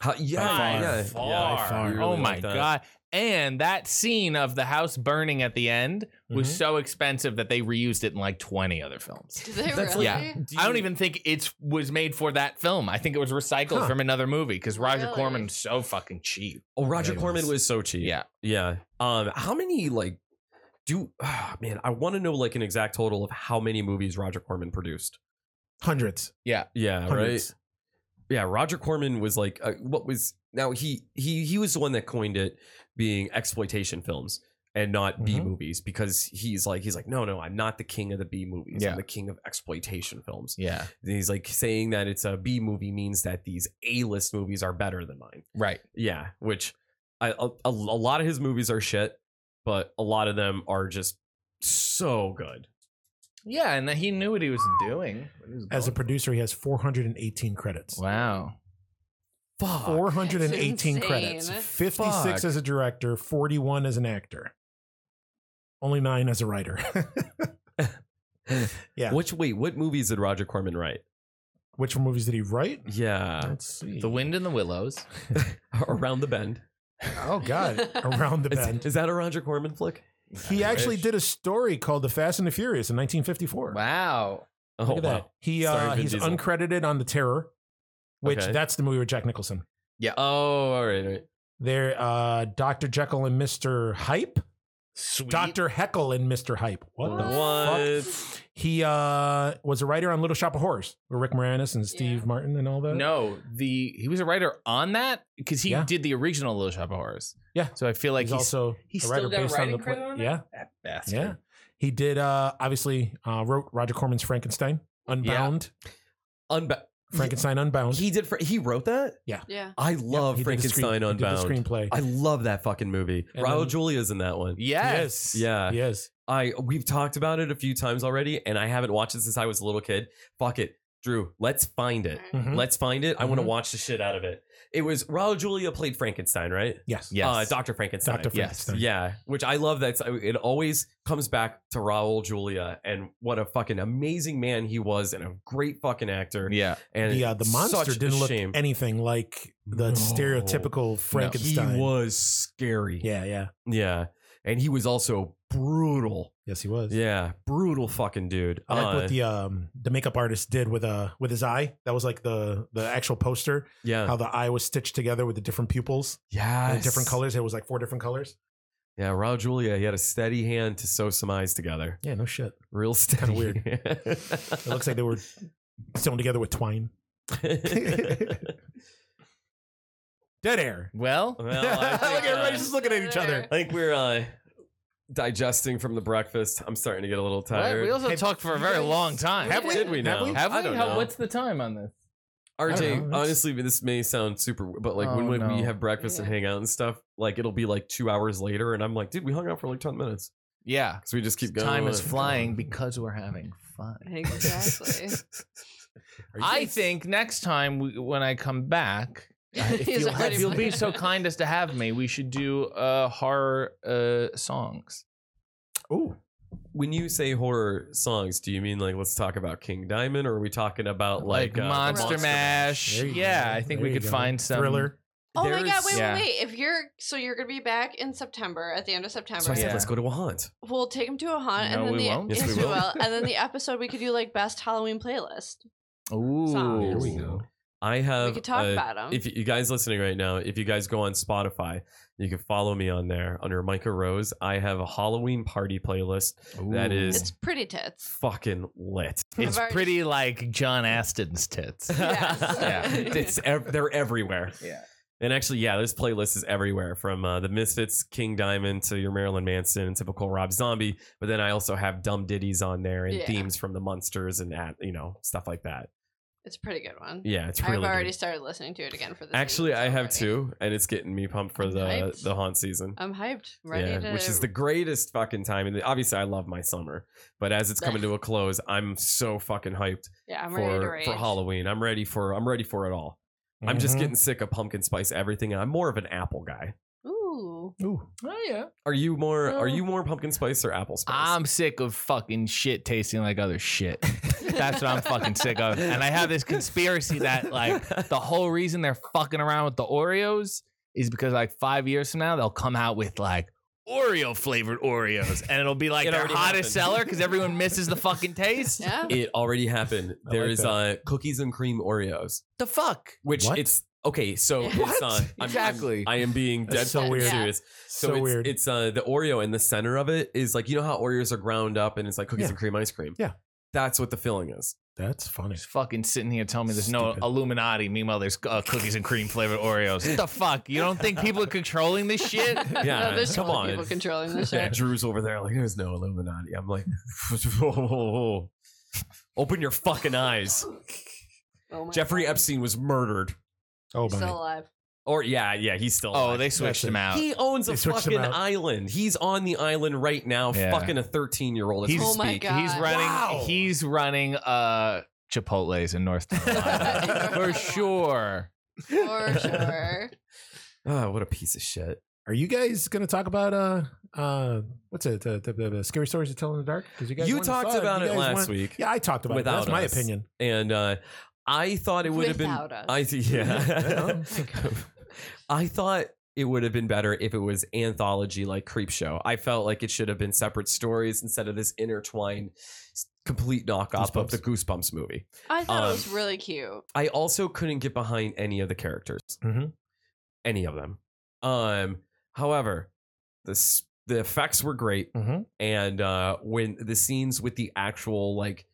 Speaker 3: How- yeah,
Speaker 4: far.
Speaker 3: yeah,
Speaker 4: Far.
Speaker 3: yeah,
Speaker 4: By far.
Speaker 3: you really
Speaker 1: oh
Speaker 3: like
Speaker 1: my
Speaker 3: that.
Speaker 1: god! And that scene of the house burning at the end was
Speaker 3: Mm-hmm.
Speaker 4: Mhm.
Speaker 1: so expensive that they reused it in like twenty other films.
Speaker 2: Did they
Speaker 4: That's
Speaker 2: really?
Speaker 1: yeah. I don't even think it was made for that film. I think it was recycled
Speaker 4: Huh.
Speaker 1: from another movie because Roger
Speaker 2: Really?
Speaker 1: Corman's so fucking cheap.
Speaker 3: Oh, Roger
Speaker 4: Yeah, he
Speaker 3: Corman
Speaker 4: was.
Speaker 3: was so cheap.
Speaker 1: Yeah.
Speaker 3: yeah. Um, how many like do? ah, man, I want to know like an exact total of how many movies Roger Corman produced.
Speaker 4: Hundreds.
Speaker 3: Yeah, right.
Speaker 4: Hundreds.
Speaker 3: Yeah, Roger Corman was like uh, what was now he he he was the one that coined it being exploitation films and not B
Speaker 1: Mm-hmm.
Speaker 4: Mhm.
Speaker 3: movies because he's like he's like no no I'm not the king of the B movies
Speaker 1: Yeah.
Speaker 3: I'm the king of exploitation films
Speaker 1: Yeah.
Speaker 3: and he's like saying that it's a B movie means that these A list movies are better than mine
Speaker 1: Right.
Speaker 3: yeah which I a, a lot of his movies are shit but a lot of them are just so good
Speaker 1: Yeah, and that he knew what he was doing.
Speaker 4: As a producer, he has 418 credits.
Speaker 1: wow.
Speaker 3: fuck
Speaker 4: 418
Speaker 2: That's
Speaker 4: credits.
Speaker 2: insane.
Speaker 4: 56
Speaker 3: Fuck.
Speaker 4: as a director, 41 as an actor. Only 9 as a writer. yeah.
Speaker 3: which wait what movies did Roger Corman write
Speaker 4: Which movies did he write?
Speaker 3: yeah
Speaker 4: Let's see.
Speaker 1: The Wind in the Willows.
Speaker 3: around the bend
Speaker 4: oh god, Around the
Speaker 3: Is,
Speaker 4: Bend.
Speaker 3: is that a Roger Corman flick?
Speaker 4: He
Speaker 1: I
Speaker 4: actually
Speaker 1: wish.
Speaker 4: did a story called The Fast and the Furious in 1954.
Speaker 1: Wow.
Speaker 3: Oh,
Speaker 4: Look at that. He uh,
Speaker 3: Starring Vin
Speaker 4: he's
Speaker 3: Diesel.
Speaker 4: uncredited on The Terror, which
Speaker 3: Okay.
Speaker 4: that's the movie with Jack Nicholson.
Speaker 1: Yeah.
Speaker 3: Oh, all right, all right.
Speaker 4: There uh Dr. Jekyll and Mr. Hype.
Speaker 1: Sweet.
Speaker 4: Dr. Heckle and Mr. Hype. What the
Speaker 3: What?
Speaker 4: fuck? He uh, was a writer on Little Shop of Horrors with Rick Moranis and Steve
Speaker 2: Yeah.
Speaker 4: Martin and all that.
Speaker 1: No, the he was a writer on that because he
Speaker 4: Yeah.
Speaker 1: did the original Little Shop of Horrors.
Speaker 4: Yeah.
Speaker 1: So I feel like
Speaker 4: he's,
Speaker 1: he's,
Speaker 4: also
Speaker 1: he's
Speaker 4: a writer
Speaker 1: still got a
Speaker 4: based on
Speaker 1: writing
Speaker 4: the play.
Speaker 1: credit on that?
Speaker 4: yeah,
Speaker 1: that bastard.
Speaker 4: yeah. He did uh, obviously uh, wrote Roger Corman's Frankenstein, Unbound,
Speaker 3: Unba-
Speaker 4: Frankenstein Unbound.
Speaker 3: He did. Fra- he wrote that.
Speaker 2: Yeah.
Speaker 3: I
Speaker 4: Yeah,
Speaker 3: love
Speaker 4: he did the screen-
Speaker 3: Frankenstein
Speaker 4: He did
Speaker 3: Unbound.
Speaker 4: the screenplay.
Speaker 3: I love that fucking movie.
Speaker 4: And
Speaker 3: Raul
Speaker 4: then-
Speaker 3: Julia's in that one.
Speaker 1: Yes.
Speaker 3: Yeah,
Speaker 4: Yes,
Speaker 3: I we've talked about it a few times already, and I haven't watched it since I was a little kid. Fuck it, Drew. Let's find it.
Speaker 4: Mhm.
Speaker 3: Let's find it. I want to
Speaker 4: Mhm.
Speaker 3: watch the shit out of it. It was Raul Julia played Frankenstein, right?
Speaker 4: yes,
Speaker 1: Yes.
Speaker 3: Uh, Doctor Frankenstein.
Speaker 4: Doctor
Speaker 1: Yes.
Speaker 4: Frankenstein.
Speaker 3: Yeah, which I love. That's it. Always comes back to Raul Julia and what a fucking amazing man he was and a great fucking actor.
Speaker 1: Yeah.
Speaker 3: And
Speaker 4: The, uh, the monster
Speaker 3: such a
Speaker 4: didn't look
Speaker 3: shame.
Speaker 4: anything like the
Speaker 3: No.
Speaker 4: stereotypical Frankenstein.
Speaker 3: He was scary.
Speaker 4: yeah, yeah,
Speaker 3: yeah, and he was also brutal.
Speaker 4: yes, he was.
Speaker 3: Yeah, brutal fucking dude.
Speaker 4: I like
Speaker 3: Uh,
Speaker 4: what the um the makeup artist did with uh with his eye. That was like the the actual poster.
Speaker 3: yeah
Speaker 4: How the eye was stitched together with the different pupils, and
Speaker 3: yeah
Speaker 4: the different colors. It was like four different colors.
Speaker 3: Yeah, Raul Julia. He had a steady hand to sew some eyes together.
Speaker 4: Yeah, no shit.
Speaker 3: Real steady.
Speaker 4: Kinda weird. It looks like they were sewn together with twine. Dead air.
Speaker 1: Well,
Speaker 3: Well, I think,
Speaker 4: like everybody's
Speaker 3: uh,
Speaker 4: just looking at each other.
Speaker 3: I think we're uh, digesting from the breakfast. I'm starting to get a little tired.
Speaker 1: we also
Speaker 4: Have-
Speaker 1: talked for a very
Speaker 4: you guys-
Speaker 1: long time.
Speaker 2: Have we?
Speaker 3: Did we
Speaker 4: Have
Speaker 3: now?
Speaker 4: we?
Speaker 1: Have we?
Speaker 3: I don't
Speaker 1: How-
Speaker 3: know.
Speaker 1: What's the time on this?
Speaker 4: I
Speaker 3: RJ,
Speaker 4: don't know.
Speaker 3: honestly, this may sound super, but like when,
Speaker 1: Oh,
Speaker 3: when we
Speaker 1: no.
Speaker 3: have breakfast and
Speaker 2: Yeah.
Speaker 3: hang out and stuff, like it'll be like two hours later, and I'm like, dude, we hung out for like ten minutes
Speaker 1: Yeah.
Speaker 3: because we just keep going.
Speaker 1: Time is
Speaker 3: and
Speaker 1: flying
Speaker 3: going.
Speaker 1: because we're having fun.
Speaker 2: Exactly.
Speaker 4: Are you
Speaker 1: I
Speaker 4: guys-
Speaker 1: think next time we, when I come back, I- if,
Speaker 2: He's
Speaker 1: you'll,
Speaker 2: already
Speaker 1: if you'll be
Speaker 2: planned.
Speaker 1: so kind as to have me, we should do uh, horror uh, songs.
Speaker 4: Ooh,
Speaker 3: When you say horror songs, do you mean like let's talk about King Diamond, or are we talking about like, uh,
Speaker 1: Monster, Mash.
Speaker 4: There you
Speaker 1: Yeah,
Speaker 4: go.
Speaker 1: I think we
Speaker 4: There you
Speaker 1: could
Speaker 4: go.
Speaker 1: find some
Speaker 4: thriller.
Speaker 2: Oh
Speaker 3: there
Speaker 2: my god!
Speaker 3: is-
Speaker 2: Wait,
Speaker 1: Yeah.
Speaker 2: wait, wait! If you're so you're gonna be back in September at the end of September.
Speaker 3: So I said,
Speaker 1: Yeah.
Speaker 3: let's go to a haunt.
Speaker 2: We'll take him to a haunt,
Speaker 1: No,
Speaker 2: and then
Speaker 1: we
Speaker 2: the
Speaker 1: won't.
Speaker 3: Yes, we will.
Speaker 2: and then the episode we could do like best Halloween playlist.
Speaker 1: Ooh.
Speaker 2: There
Speaker 3: we go. I have.
Speaker 2: we could talk
Speaker 3: uh,
Speaker 2: about him.
Speaker 3: If you- you guys listening right now, if you guys go on Spotify, you can follow me on there under Micah Rose. I have a Halloween party playlist That
Speaker 1: Ooh.
Speaker 3: is-
Speaker 2: it's pretty tits.
Speaker 3: fucking lit.
Speaker 1: It's
Speaker 2: I've already-
Speaker 1: pretty like John Aston's tits.
Speaker 2: Yes.
Speaker 1: Yeah.
Speaker 3: it's ev- they're everywhere.
Speaker 1: Yeah.
Speaker 3: And actually, yeah, there's playlists everywhere from uh, the Misfits, King Diamond to your Marilyn Manson and typical Rob Zombie. But then I also have dumb ditties on there and
Speaker 2: Yeah.
Speaker 3: themes from the Munsters and at, you know stuff like that.
Speaker 2: It's a pretty good one.
Speaker 3: Yeah, it's
Speaker 2: I've
Speaker 3: really
Speaker 2: already
Speaker 3: good.
Speaker 2: started listening to it again for this.
Speaker 3: Actually, I
Speaker 2: season
Speaker 3: have
Speaker 2: already.
Speaker 3: two, and it's getting me pumped for
Speaker 2: I'm
Speaker 3: the
Speaker 2: hyped.
Speaker 3: the haunt season.
Speaker 2: I'm hyped. Ready
Speaker 3: yeah,
Speaker 2: to.
Speaker 3: which is the greatest fucking time. And obviously, I love my summer, but as it's coming to a close, I'm so fucking hyped
Speaker 2: Yeah, I'm ready to
Speaker 3: for
Speaker 2: rage.
Speaker 3: for Halloween. I'm ready for I'm ready for it all. I'm just
Speaker 4: Mm-hmm.
Speaker 3: getting sick of pumpkin spice everything, and I'm more of an apple guy.
Speaker 2: Ooh.
Speaker 4: Ooh.
Speaker 1: Oh yeah.
Speaker 3: Are you more Are
Speaker 1: Um,
Speaker 3: you more pumpkin spice or apple spice?
Speaker 1: I'm sick of fucking shit tasting like other shit. That's what I'm fucking sick of. And I have this conspiracy that like the whole reason they're fucking around with the Oreos is because like five years from now they'll come out with like Oreo flavored Oreos, and it'll be like
Speaker 3: It
Speaker 1: their
Speaker 3: already
Speaker 1: hottest
Speaker 3: happened.
Speaker 1: seller because everyone misses the fucking taste.
Speaker 2: Yeah.
Speaker 3: It already happened.
Speaker 4: I
Speaker 3: There
Speaker 4: like
Speaker 3: is uh, cookies and cream Oreos,
Speaker 1: The fuck?
Speaker 3: which
Speaker 4: What?
Speaker 3: it's okay. So
Speaker 2: What?
Speaker 3: it's, uh, I'm- I'm-
Speaker 1: Exactly.
Speaker 3: I am being dead
Speaker 4: That's so
Speaker 3: fucking
Speaker 2: weird.
Speaker 3: serious.
Speaker 4: So,
Speaker 3: it's,
Speaker 4: weird.
Speaker 3: It's uh, the Oreo, and the center of it is like you know how Oreos are ground up, and it's like cookies
Speaker 4: Yeah.
Speaker 3: and cream ice cream.
Speaker 4: Yeah.
Speaker 3: that's what the filling is.
Speaker 4: That's funny.
Speaker 1: Just fucking sitting here telling me there's no
Speaker 4: Stupid.
Speaker 1: Illuminati. Meanwhile, there's uh, cookies and cream flavored Oreos. What the fuck? You don't think people are controlling this shit?
Speaker 3: Yeah,
Speaker 2: no, there's
Speaker 3: come
Speaker 2: twelve
Speaker 3: on.
Speaker 2: people controlling this
Speaker 3: Yeah,
Speaker 2: shit.
Speaker 3: Drew's over there like there's no Illuminati. I'm like, open your fucking eyes.
Speaker 2: Oh my
Speaker 3: Jeffrey
Speaker 2: God.
Speaker 3: Epstein was murdered.
Speaker 4: Oh
Speaker 2: He's still
Speaker 4: my.
Speaker 2: alive.
Speaker 3: Or yeah, yeah, he's still.
Speaker 1: Oh,
Speaker 3: alive.
Speaker 1: they switched
Speaker 4: That's it.
Speaker 1: him out.
Speaker 3: He owns a
Speaker 4: They switched him
Speaker 3: fucking
Speaker 4: out.
Speaker 3: island. He's on the island right now,
Speaker 1: Yeah.
Speaker 3: fucking a 13 year old.
Speaker 1: He's-
Speaker 2: Oh my
Speaker 3: speak.
Speaker 2: God.
Speaker 1: He's running.
Speaker 4: Wow.
Speaker 1: He's running. Uh, Chipotle's in North Carolina for sure.
Speaker 2: For sure.
Speaker 3: Oh, what a piece of shit.
Speaker 4: Are you guys gonna talk about uh uh what's it? Uh, the, the, the scary stories to tell in the dark? Because you guys
Speaker 3: You
Speaker 4: wanted-
Speaker 3: talked
Speaker 4: saw
Speaker 3: about
Speaker 4: You
Speaker 3: it
Speaker 4: guys
Speaker 3: last
Speaker 4: wanted-
Speaker 3: week,
Speaker 4: Yeah, I talked about it.
Speaker 3: Without
Speaker 4: That's my
Speaker 3: us.
Speaker 4: opinion.
Speaker 3: and uh, I thought it would have been.
Speaker 2: Without us. Oh
Speaker 3: I th- yeah.
Speaker 4: Yeah.
Speaker 3: I thought it would have been better if it was anthology like Creepshow. I felt like it should have been separate stories instead of this intertwined, s- complete knockoff of
Speaker 4: Goosebumps.
Speaker 3: the Goosebumps movie.
Speaker 2: I thought it was
Speaker 3: Um,
Speaker 2: really cute.
Speaker 3: I also couldn't get behind any of the characters,
Speaker 4: Mhm.
Speaker 3: any of them. Um, however, the s- the effects were great,
Speaker 4: Mhm.
Speaker 3: and uh, when the scenes with the actual like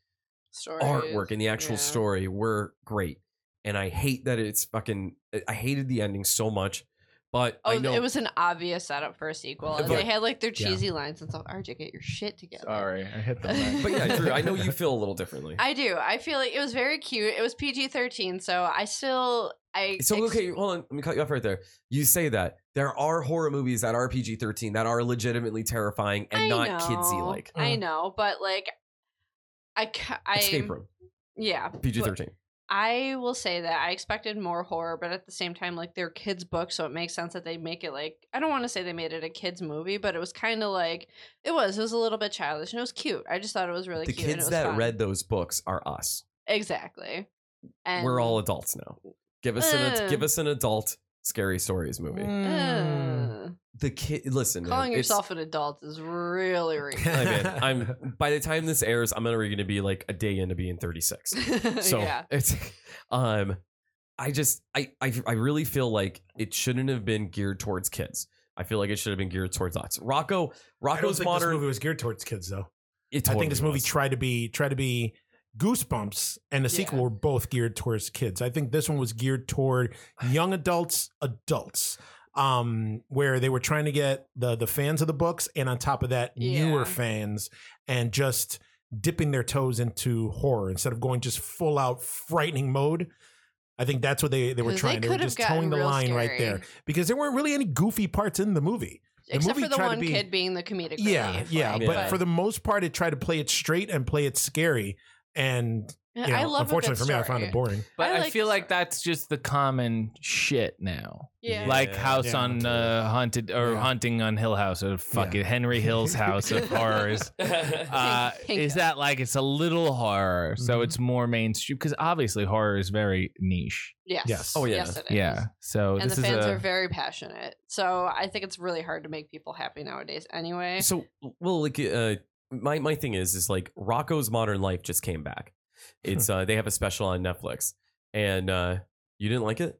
Speaker 2: Story
Speaker 3: artwork and the actual story were great, and I hate that it's fucking. I- I hated the ending so much, but
Speaker 2: Oh,
Speaker 3: I know
Speaker 2: it was an obvious setup for a sequel. And
Speaker 3: But-
Speaker 2: they had like their
Speaker 4: Yeah.
Speaker 2: cheesy lines and stuff. RJ, get your shit together.
Speaker 1: Sorry, I hit the.
Speaker 2: mic.
Speaker 3: But yeah, Drew, I know you feel a little differently.
Speaker 2: I do. I feel like it was very cute. It was PG thirteen, so I still I
Speaker 3: so
Speaker 2: ex-
Speaker 3: okay, hold on. Let me cut you off right there. You say that there are horror movies that are PG thirteen that are legitimately terrifying and
Speaker 2: I
Speaker 3: not
Speaker 2: know,
Speaker 3: kidsy like. mm.
Speaker 2: I know, but like I ca- I
Speaker 3: Escape Room
Speaker 2: Yeah,
Speaker 3: PG thirteen.
Speaker 2: I will say that I expected more horror, but at the same time, like they're kids' books, so it makes sense that they make it like I don't want to say they made it a kids' movie, but it was kind of like it was. It was a little bit childish and it was cute. I just thought it was really
Speaker 3: The
Speaker 2: cute. and it
Speaker 3: kids
Speaker 2: was
Speaker 3: that
Speaker 2: fun.
Speaker 3: read those books are us.
Speaker 2: exactly. And
Speaker 3: We're all adults now. Give us an
Speaker 2: Uh.
Speaker 3: ad give us an adult scary stories movie.
Speaker 2: Uh,
Speaker 4: "Mm."
Speaker 3: The kid listen, man,
Speaker 2: Mm. calling
Speaker 3: it's-
Speaker 2: yourself an adult is really real.
Speaker 3: I mean, I'm by the time this airs, I'm already gonna be like a day into being thirty six. So
Speaker 2: yeah,
Speaker 3: it's um I just I, I I really feel like it shouldn't have been geared towards kids. I feel like it should have been geared towards us. Rocco
Speaker 4: I don't
Speaker 3: Rocco's
Speaker 4: think
Speaker 3: modern
Speaker 4: this movie was geared towards kids though.
Speaker 3: it
Speaker 4: I
Speaker 3: totally
Speaker 4: think this movie
Speaker 3: was.
Speaker 4: tried to be tried to be Goosebumps and the
Speaker 2: Yeah.
Speaker 4: sequel were both geared towards kids. I think this one was geared toward young adults, adults, um, where they were trying to get the the fans of the books and on top of that
Speaker 2: Yeah.
Speaker 4: newer fans and just dipping their toes into horror instead of going just full out frightening mode. I think that's what they, they were
Speaker 2: 'Cause
Speaker 4: trying. They, were
Speaker 2: could have
Speaker 4: just
Speaker 2: gotten
Speaker 4: towing the
Speaker 2: real
Speaker 4: line right
Speaker 2: scary.
Speaker 4: there because there weren't really any goofy parts in the movie.
Speaker 2: except
Speaker 4: movie
Speaker 2: for the
Speaker 4: tried to
Speaker 2: one
Speaker 4: be-
Speaker 2: kid being the comedic.
Speaker 4: Yeah,
Speaker 2: relief,
Speaker 4: yeah,
Speaker 2: like,
Speaker 4: but
Speaker 3: Yeah.
Speaker 4: for the most part, it tried to play it straight and play it scary, and You know,
Speaker 2: I love.
Speaker 4: unfortunately for me, I found it boring.
Speaker 1: But
Speaker 2: I
Speaker 1: I,
Speaker 2: like
Speaker 1: feel
Speaker 2: the
Speaker 1: like
Speaker 2: story.
Speaker 1: that's just the common shit now.
Speaker 2: Yeah.
Speaker 1: Like
Speaker 3: Yeah.
Speaker 1: House
Speaker 4: Yeah.
Speaker 1: on uh, Haunted or
Speaker 4: Yeah.
Speaker 1: Hunting on Hill House or fucking Henry Hill's House of Horrors. Uh,
Speaker 2: Pink-
Speaker 1: is that like it's a little horror, so
Speaker 3: Mm-hmm.
Speaker 4: Mhm.
Speaker 1: it's more mainstream because obviously horror is very niche.
Speaker 2: Yes.
Speaker 4: Yes.
Speaker 3: Oh, yeah.
Speaker 2: Yes, it is.
Speaker 1: Yeah, so
Speaker 2: And
Speaker 1: this
Speaker 2: the
Speaker 1: is
Speaker 2: fans
Speaker 1: a
Speaker 2: are very passionate, so I think it's really hard to make people happy nowadays. Anyway,
Speaker 3: so well like uh my my thing is is like rocco's modern life just came back it's uh they have a special on netflix and uh you didn't like it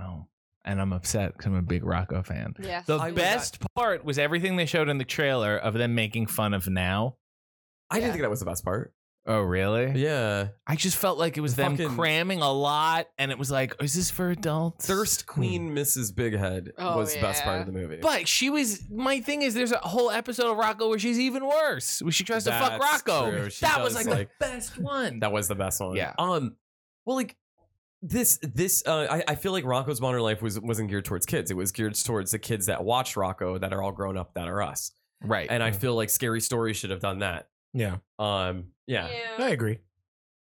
Speaker 1: oh, and I'm upset because I'm a big Rocco fan.
Speaker 2: yeah.
Speaker 1: The
Speaker 3: I was-
Speaker 1: best part was everything they showed in the trailer of them making fun of now.
Speaker 3: i didn't
Speaker 2: Yeah.
Speaker 3: think that was the best part
Speaker 1: Oh, really?
Speaker 3: yeah
Speaker 1: I just felt like it was
Speaker 3: The
Speaker 1: them
Speaker 3: fucking-
Speaker 1: cramming a lot, and it was like, is this for adults?
Speaker 3: thirst queen mrs bighead
Speaker 2: Hmm. Oh,
Speaker 3: was the best part
Speaker 2: yeah.
Speaker 3: of the movie
Speaker 1: But she was. My thing is, there's a whole episode of Rocco where she's even worse. Where she tries to fuck
Speaker 3: That's
Speaker 1: Rocco.
Speaker 3: true. She
Speaker 1: That was
Speaker 3: does,
Speaker 1: like,
Speaker 3: like-
Speaker 1: the best one.
Speaker 3: that was the best one
Speaker 1: Yeah.
Speaker 3: um well like this this uh I, I feel like rocco's modern life was wasn't geared towards kids it was geared towards the kids that watch rocco that are all grown up that are us
Speaker 1: right.
Speaker 3: and i
Speaker 2: Mm-hmm.
Speaker 4: Mhm.
Speaker 3: feel like scary stories should have done that
Speaker 4: Yeah,
Speaker 3: um yeah,
Speaker 4: I
Speaker 2: yeah,
Speaker 4: agree.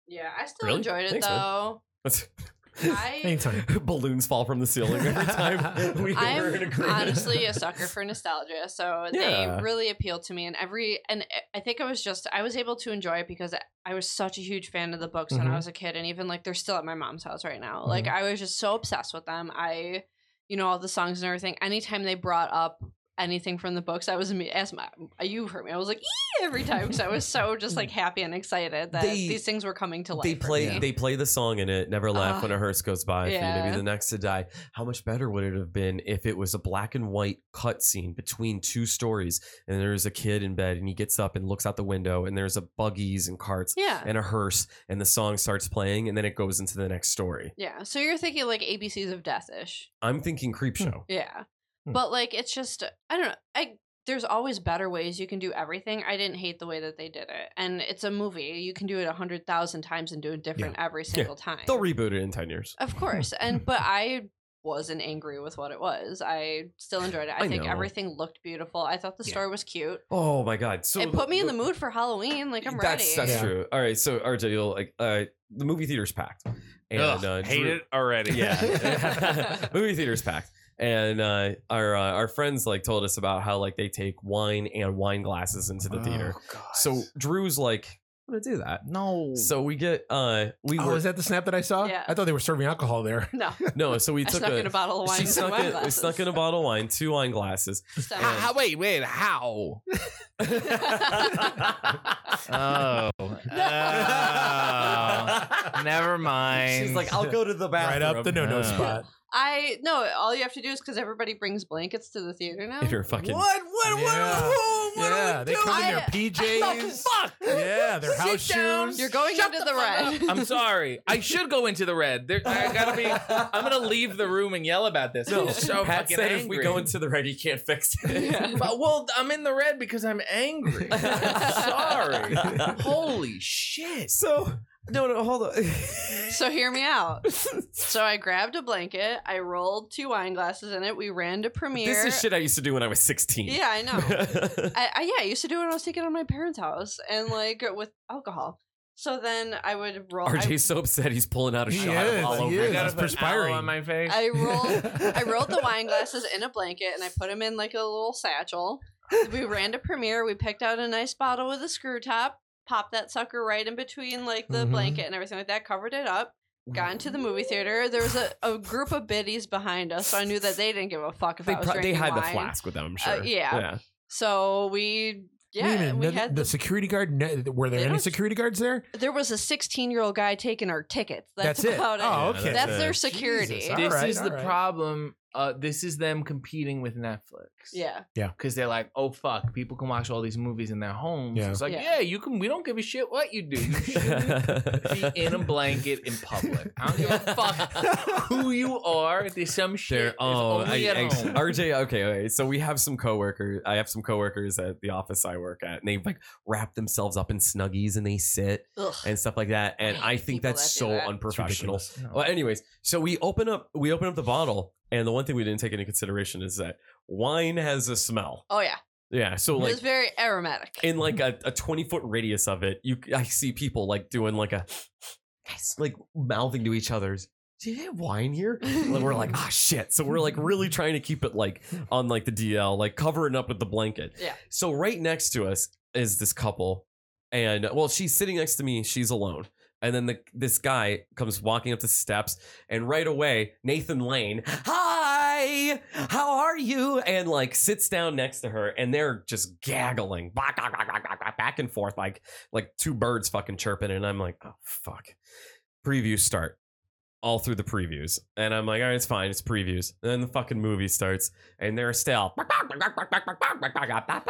Speaker 2: yeah. I still
Speaker 3: Really?
Speaker 2: enjoyed it
Speaker 3: Thanks, man.
Speaker 2: though.
Speaker 3: That's-
Speaker 2: I
Speaker 4: Anytime.
Speaker 3: balloons fall from the ceiling every time we were in
Speaker 2: I'm
Speaker 3: agreement.
Speaker 2: honestly a sucker for nostalgia, so
Speaker 3: Yeah.
Speaker 2: they really appealed to me. And every and I think I was just I was able to enjoy it because I was such a huge fan of the books when
Speaker 3: Mm-hmm.
Speaker 4: Mhm.
Speaker 2: I was a kid, and even like they're still at my mom's house right now. Like I was just so obsessed with them. I, you know, all the songs and everything. Anytime they brought up anything from the books, I was me as my uh, you heard me. I was like "Ee!" every time because I was so just like happy and excited that
Speaker 3: They-
Speaker 2: these things were coming to life.
Speaker 3: They
Speaker 2: for
Speaker 3: play
Speaker 2: me.
Speaker 3: they play the song in it. Never laugh
Speaker 2: Ah.
Speaker 3: when a hearse goes by. For you to
Speaker 2: Yeah.
Speaker 3: be the next to die. How much better would it have been if it was a black and white cut scene between two stories, and there's a kid in bed, and he gets up and looks out the window, and there's a buggies and carts
Speaker 2: yeah.
Speaker 3: and a hearse, and the song starts playing, and then it goes into the next story.
Speaker 2: yeah, so you're thinking like ABCs of Death ish.
Speaker 3: I'm thinking creep show.
Speaker 2: Yeah.
Speaker 4: Hmm.
Speaker 2: But like it's just uh, I don't know. I there's always better ways you can do everything. I didn't hate the way that they did it. And it's a movie. You can do it a hundred thousand times and do it different every single time.
Speaker 3: They'll Hmm. reboot it in ten years.
Speaker 2: of course. And but I wasn't angry with what it was. I still enjoyed it. I,
Speaker 3: I
Speaker 2: think
Speaker 3: know.
Speaker 2: everything looked beautiful. I thought the
Speaker 4: Yeah.
Speaker 2: story was cute.
Speaker 3: Oh my god! So
Speaker 2: it put me in the mood for Halloween. Like I'm
Speaker 3: that's
Speaker 2: ready.
Speaker 3: that's
Speaker 4: Yeah.
Speaker 3: true. All right, so RJ, you'll like uh, the movie theater's packed, and
Speaker 1: Ugh,
Speaker 3: uh,
Speaker 1: hate
Speaker 3: Drew-
Speaker 1: it already.
Speaker 3: Yeah, movie theater's packed, and uh, our uh, our friends like told us about how like they take wine and wine glasses into the theater. So Drew's like, I'm gonna do that.
Speaker 1: Oh, no.
Speaker 3: So we get uh we
Speaker 4: Oh,
Speaker 3: were
Speaker 4: is that the snap that I saw?
Speaker 2: Yeah.
Speaker 4: I thought they were serving alcohol there.
Speaker 2: No.
Speaker 3: no, so we
Speaker 2: I
Speaker 3: took
Speaker 2: snuck in a
Speaker 3: a.
Speaker 2: bottle of wine.
Speaker 3: She
Speaker 2: and some
Speaker 3: snuck,
Speaker 2: wine
Speaker 3: in, we snuck in a
Speaker 2: glasses.
Speaker 3: bottle of wine, two wine glasses.
Speaker 2: So-
Speaker 1: How- how- wait, wait, how? Oh. oh. Never mind.
Speaker 3: She's like, I'll go to the
Speaker 4: Right
Speaker 3: bathroom.
Speaker 4: up the no-no
Speaker 1: Uh.
Speaker 4: spot.
Speaker 2: I no. All you have to do is because everybody brings blankets to the theater now.
Speaker 3: If you're fucking
Speaker 1: What? What?
Speaker 4: Yeah.
Speaker 1: What? What?
Speaker 4: yeah,
Speaker 1: are we
Speaker 4: they come in
Speaker 1: doing?
Speaker 4: their PJs. yeah, their
Speaker 1: Sit
Speaker 4: house
Speaker 1: down.
Speaker 4: shoes.
Speaker 2: You're going
Speaker 1: Shut
Speaker 2: into
Speaker 1: the
Speaker 2: the,
Speaker 1: fuck
Speaker 2: red.
Speaker 1: I'm sorry. I should go into the red. There, I gotta be. I'm gonna leave the room and yell about this.
Speaker 3: No,
Speaker 1: I'm so
Speaker 3: Pat
Speaker 1: fucking
Speaker 3: said
Speaker 1: angry.
Speaker 3: if we go into the red, you can't fix it.
Speaker 2: Yeah.
Speaker 1: But- well, I'm in the red because I'm angry. I'm sorry. Holy shit.
Speaker 3: So no, no, hold on.
Speaker 2: So hear me out. So I grabbed a blanket. I rolled two wine glasses in it. We ran to premiere.
Speaker 3: This is shit I used to do when I was 16.
Speaker 2: Yeah, I know. I, I yeah, I used to do it when I was taking on my parents' house and like with alcohol. So then I would roll. I,
Speaker 3: RJ's so upset he's pulling out a
Speaker 4: He
Speaker 3: shot of
Speaker 4: is,
Speaker 3: all
Speaker 4: he
Speaker 3: over.
Speaker 4: is.
Speaker 1: I gotta
Speaker 4: It's
Speaker 1: put an
Speaker 4: perspiring.
Speaker 1: owl on my face.
Speaker 2: I rolled. I rolled the wine glasses in a blanket and I put them in like a little satchel. We ran to premiere. We picked out a nice bottle with a screw top, popped that sucker right in between like the
Speaker 3: Mm-hmm.
Speaker 4: Mhm.
Speaker 2: blanket and everything like that, covered it up. Got into the movie theater. There was a, a group of biddies behind us, so I knew that they didn't give a fuck if
Speaker 3: They,
Speaker 2: I was
Speaker 3: pro- they
Speaker 2: drinking
Speaker 3: had the
Speaker 2: wine.
Speaker 3: flask with them, I'm sure.
Speaker 2: Uh, yeah. So we,
Speaker 4: Wait a
Speaker 2: yeah,
Speaker 4: minute,
Speaker 2: we
Speaker 4: no-
Speaker 2: had
Speaker 4: the,
Speaker 2: the,
Speaker 4: security guard. ne- were there
Speaker 2: They
Speaker 4: any
Speaker 2: don't-
Speaker 4: security guards there?
Speaker 2: there was a 16 year old guy taking our tickets. That's,
Speaker 4: it.
Speaker 2: about it.
Speaker 4: Oh,
Speaker 3: Yeah,
Speaker 4: okay.
Speaker 2: That's
Speaker 3: it.
Speaker 2: their security.
Speaker 4: Jesus, all
Speaker 1: this
Speaker 4: right,
Speaker 1: is
Speaker 4: all
Speaker 1: the
Speaker 4: right.
Speaker 1: problem. Uh, this is them competing with Netflix.
Speaker 2: Yeah.
Speaker 1: because they're like, oh fuck, people can watch all these movies in their homes.
Speaker 4: Yeah.
Speaker 1: It's like,
Speaker 2: Yeah.
Speaker 1: yeah. you can. We don't give a shit what you do. You shouldn't be in a blanket in public. I don't give a fuck who you are. There's some shit.
Speaker 3: There,
Speaker 1: that's
Speaker 3: oh, I,
Speaker 1: only at
Speaker 3: I-
Speaker 1: home.
Speaker 3: RJ. Okay, okay, so we have some coworkers. I have some coworkers at the office I work at, and they like wrap themselves up in snuggies and they sit
Speaker 2: Ugh.
Speaker 3: and stuff like that. And
Speaker 2: I
Speaker 3: I,
Speaker 2: hate
Speaker 3: think
Speaker 2: people
Speaker 3: that's
Speaker 2: that do
Speaker 3: so
Speaker 2: that. It's
Speaker 4: It's
Speaker 3: unprofessional.
Speaker 4: ridiculous.
Speaker 3: Well, anyways, so we open up we open up the bottle, and the one thing we didn't take into consideration is that wine has a smell.
Speaker 2: oh, yeah.
Speaker 3: Yeah, so
Speaker 2: It
Speaker 3: like
Speaker 2: was very aromatic.
Speaker 3: in like a, a twenty foot radius of it, you I see people like doing like a guys like mouthing to each other's. Do you have wine here? And we're like, ah, shit. So we're like really trying to keep it like on like the DL, like covering up with the blanket.
Speaker 2: Yeah.
Speaker 3: So right next to us is this couple, and well, she's sitting next to me. She's alone, and then the this guy comes walking up the steps, and right away Nathan Lane, hi, how are you? And like sits down next to her, and they're just gaggling back, back, back, back, back, back and forth like like two birds fucking chirping, and I'm like, oh fuck. Previews start all through the previews. And I'm like, all right, it's fine, it's previews. And then the fucking movie starts, and they're still.
Speaker 2: Why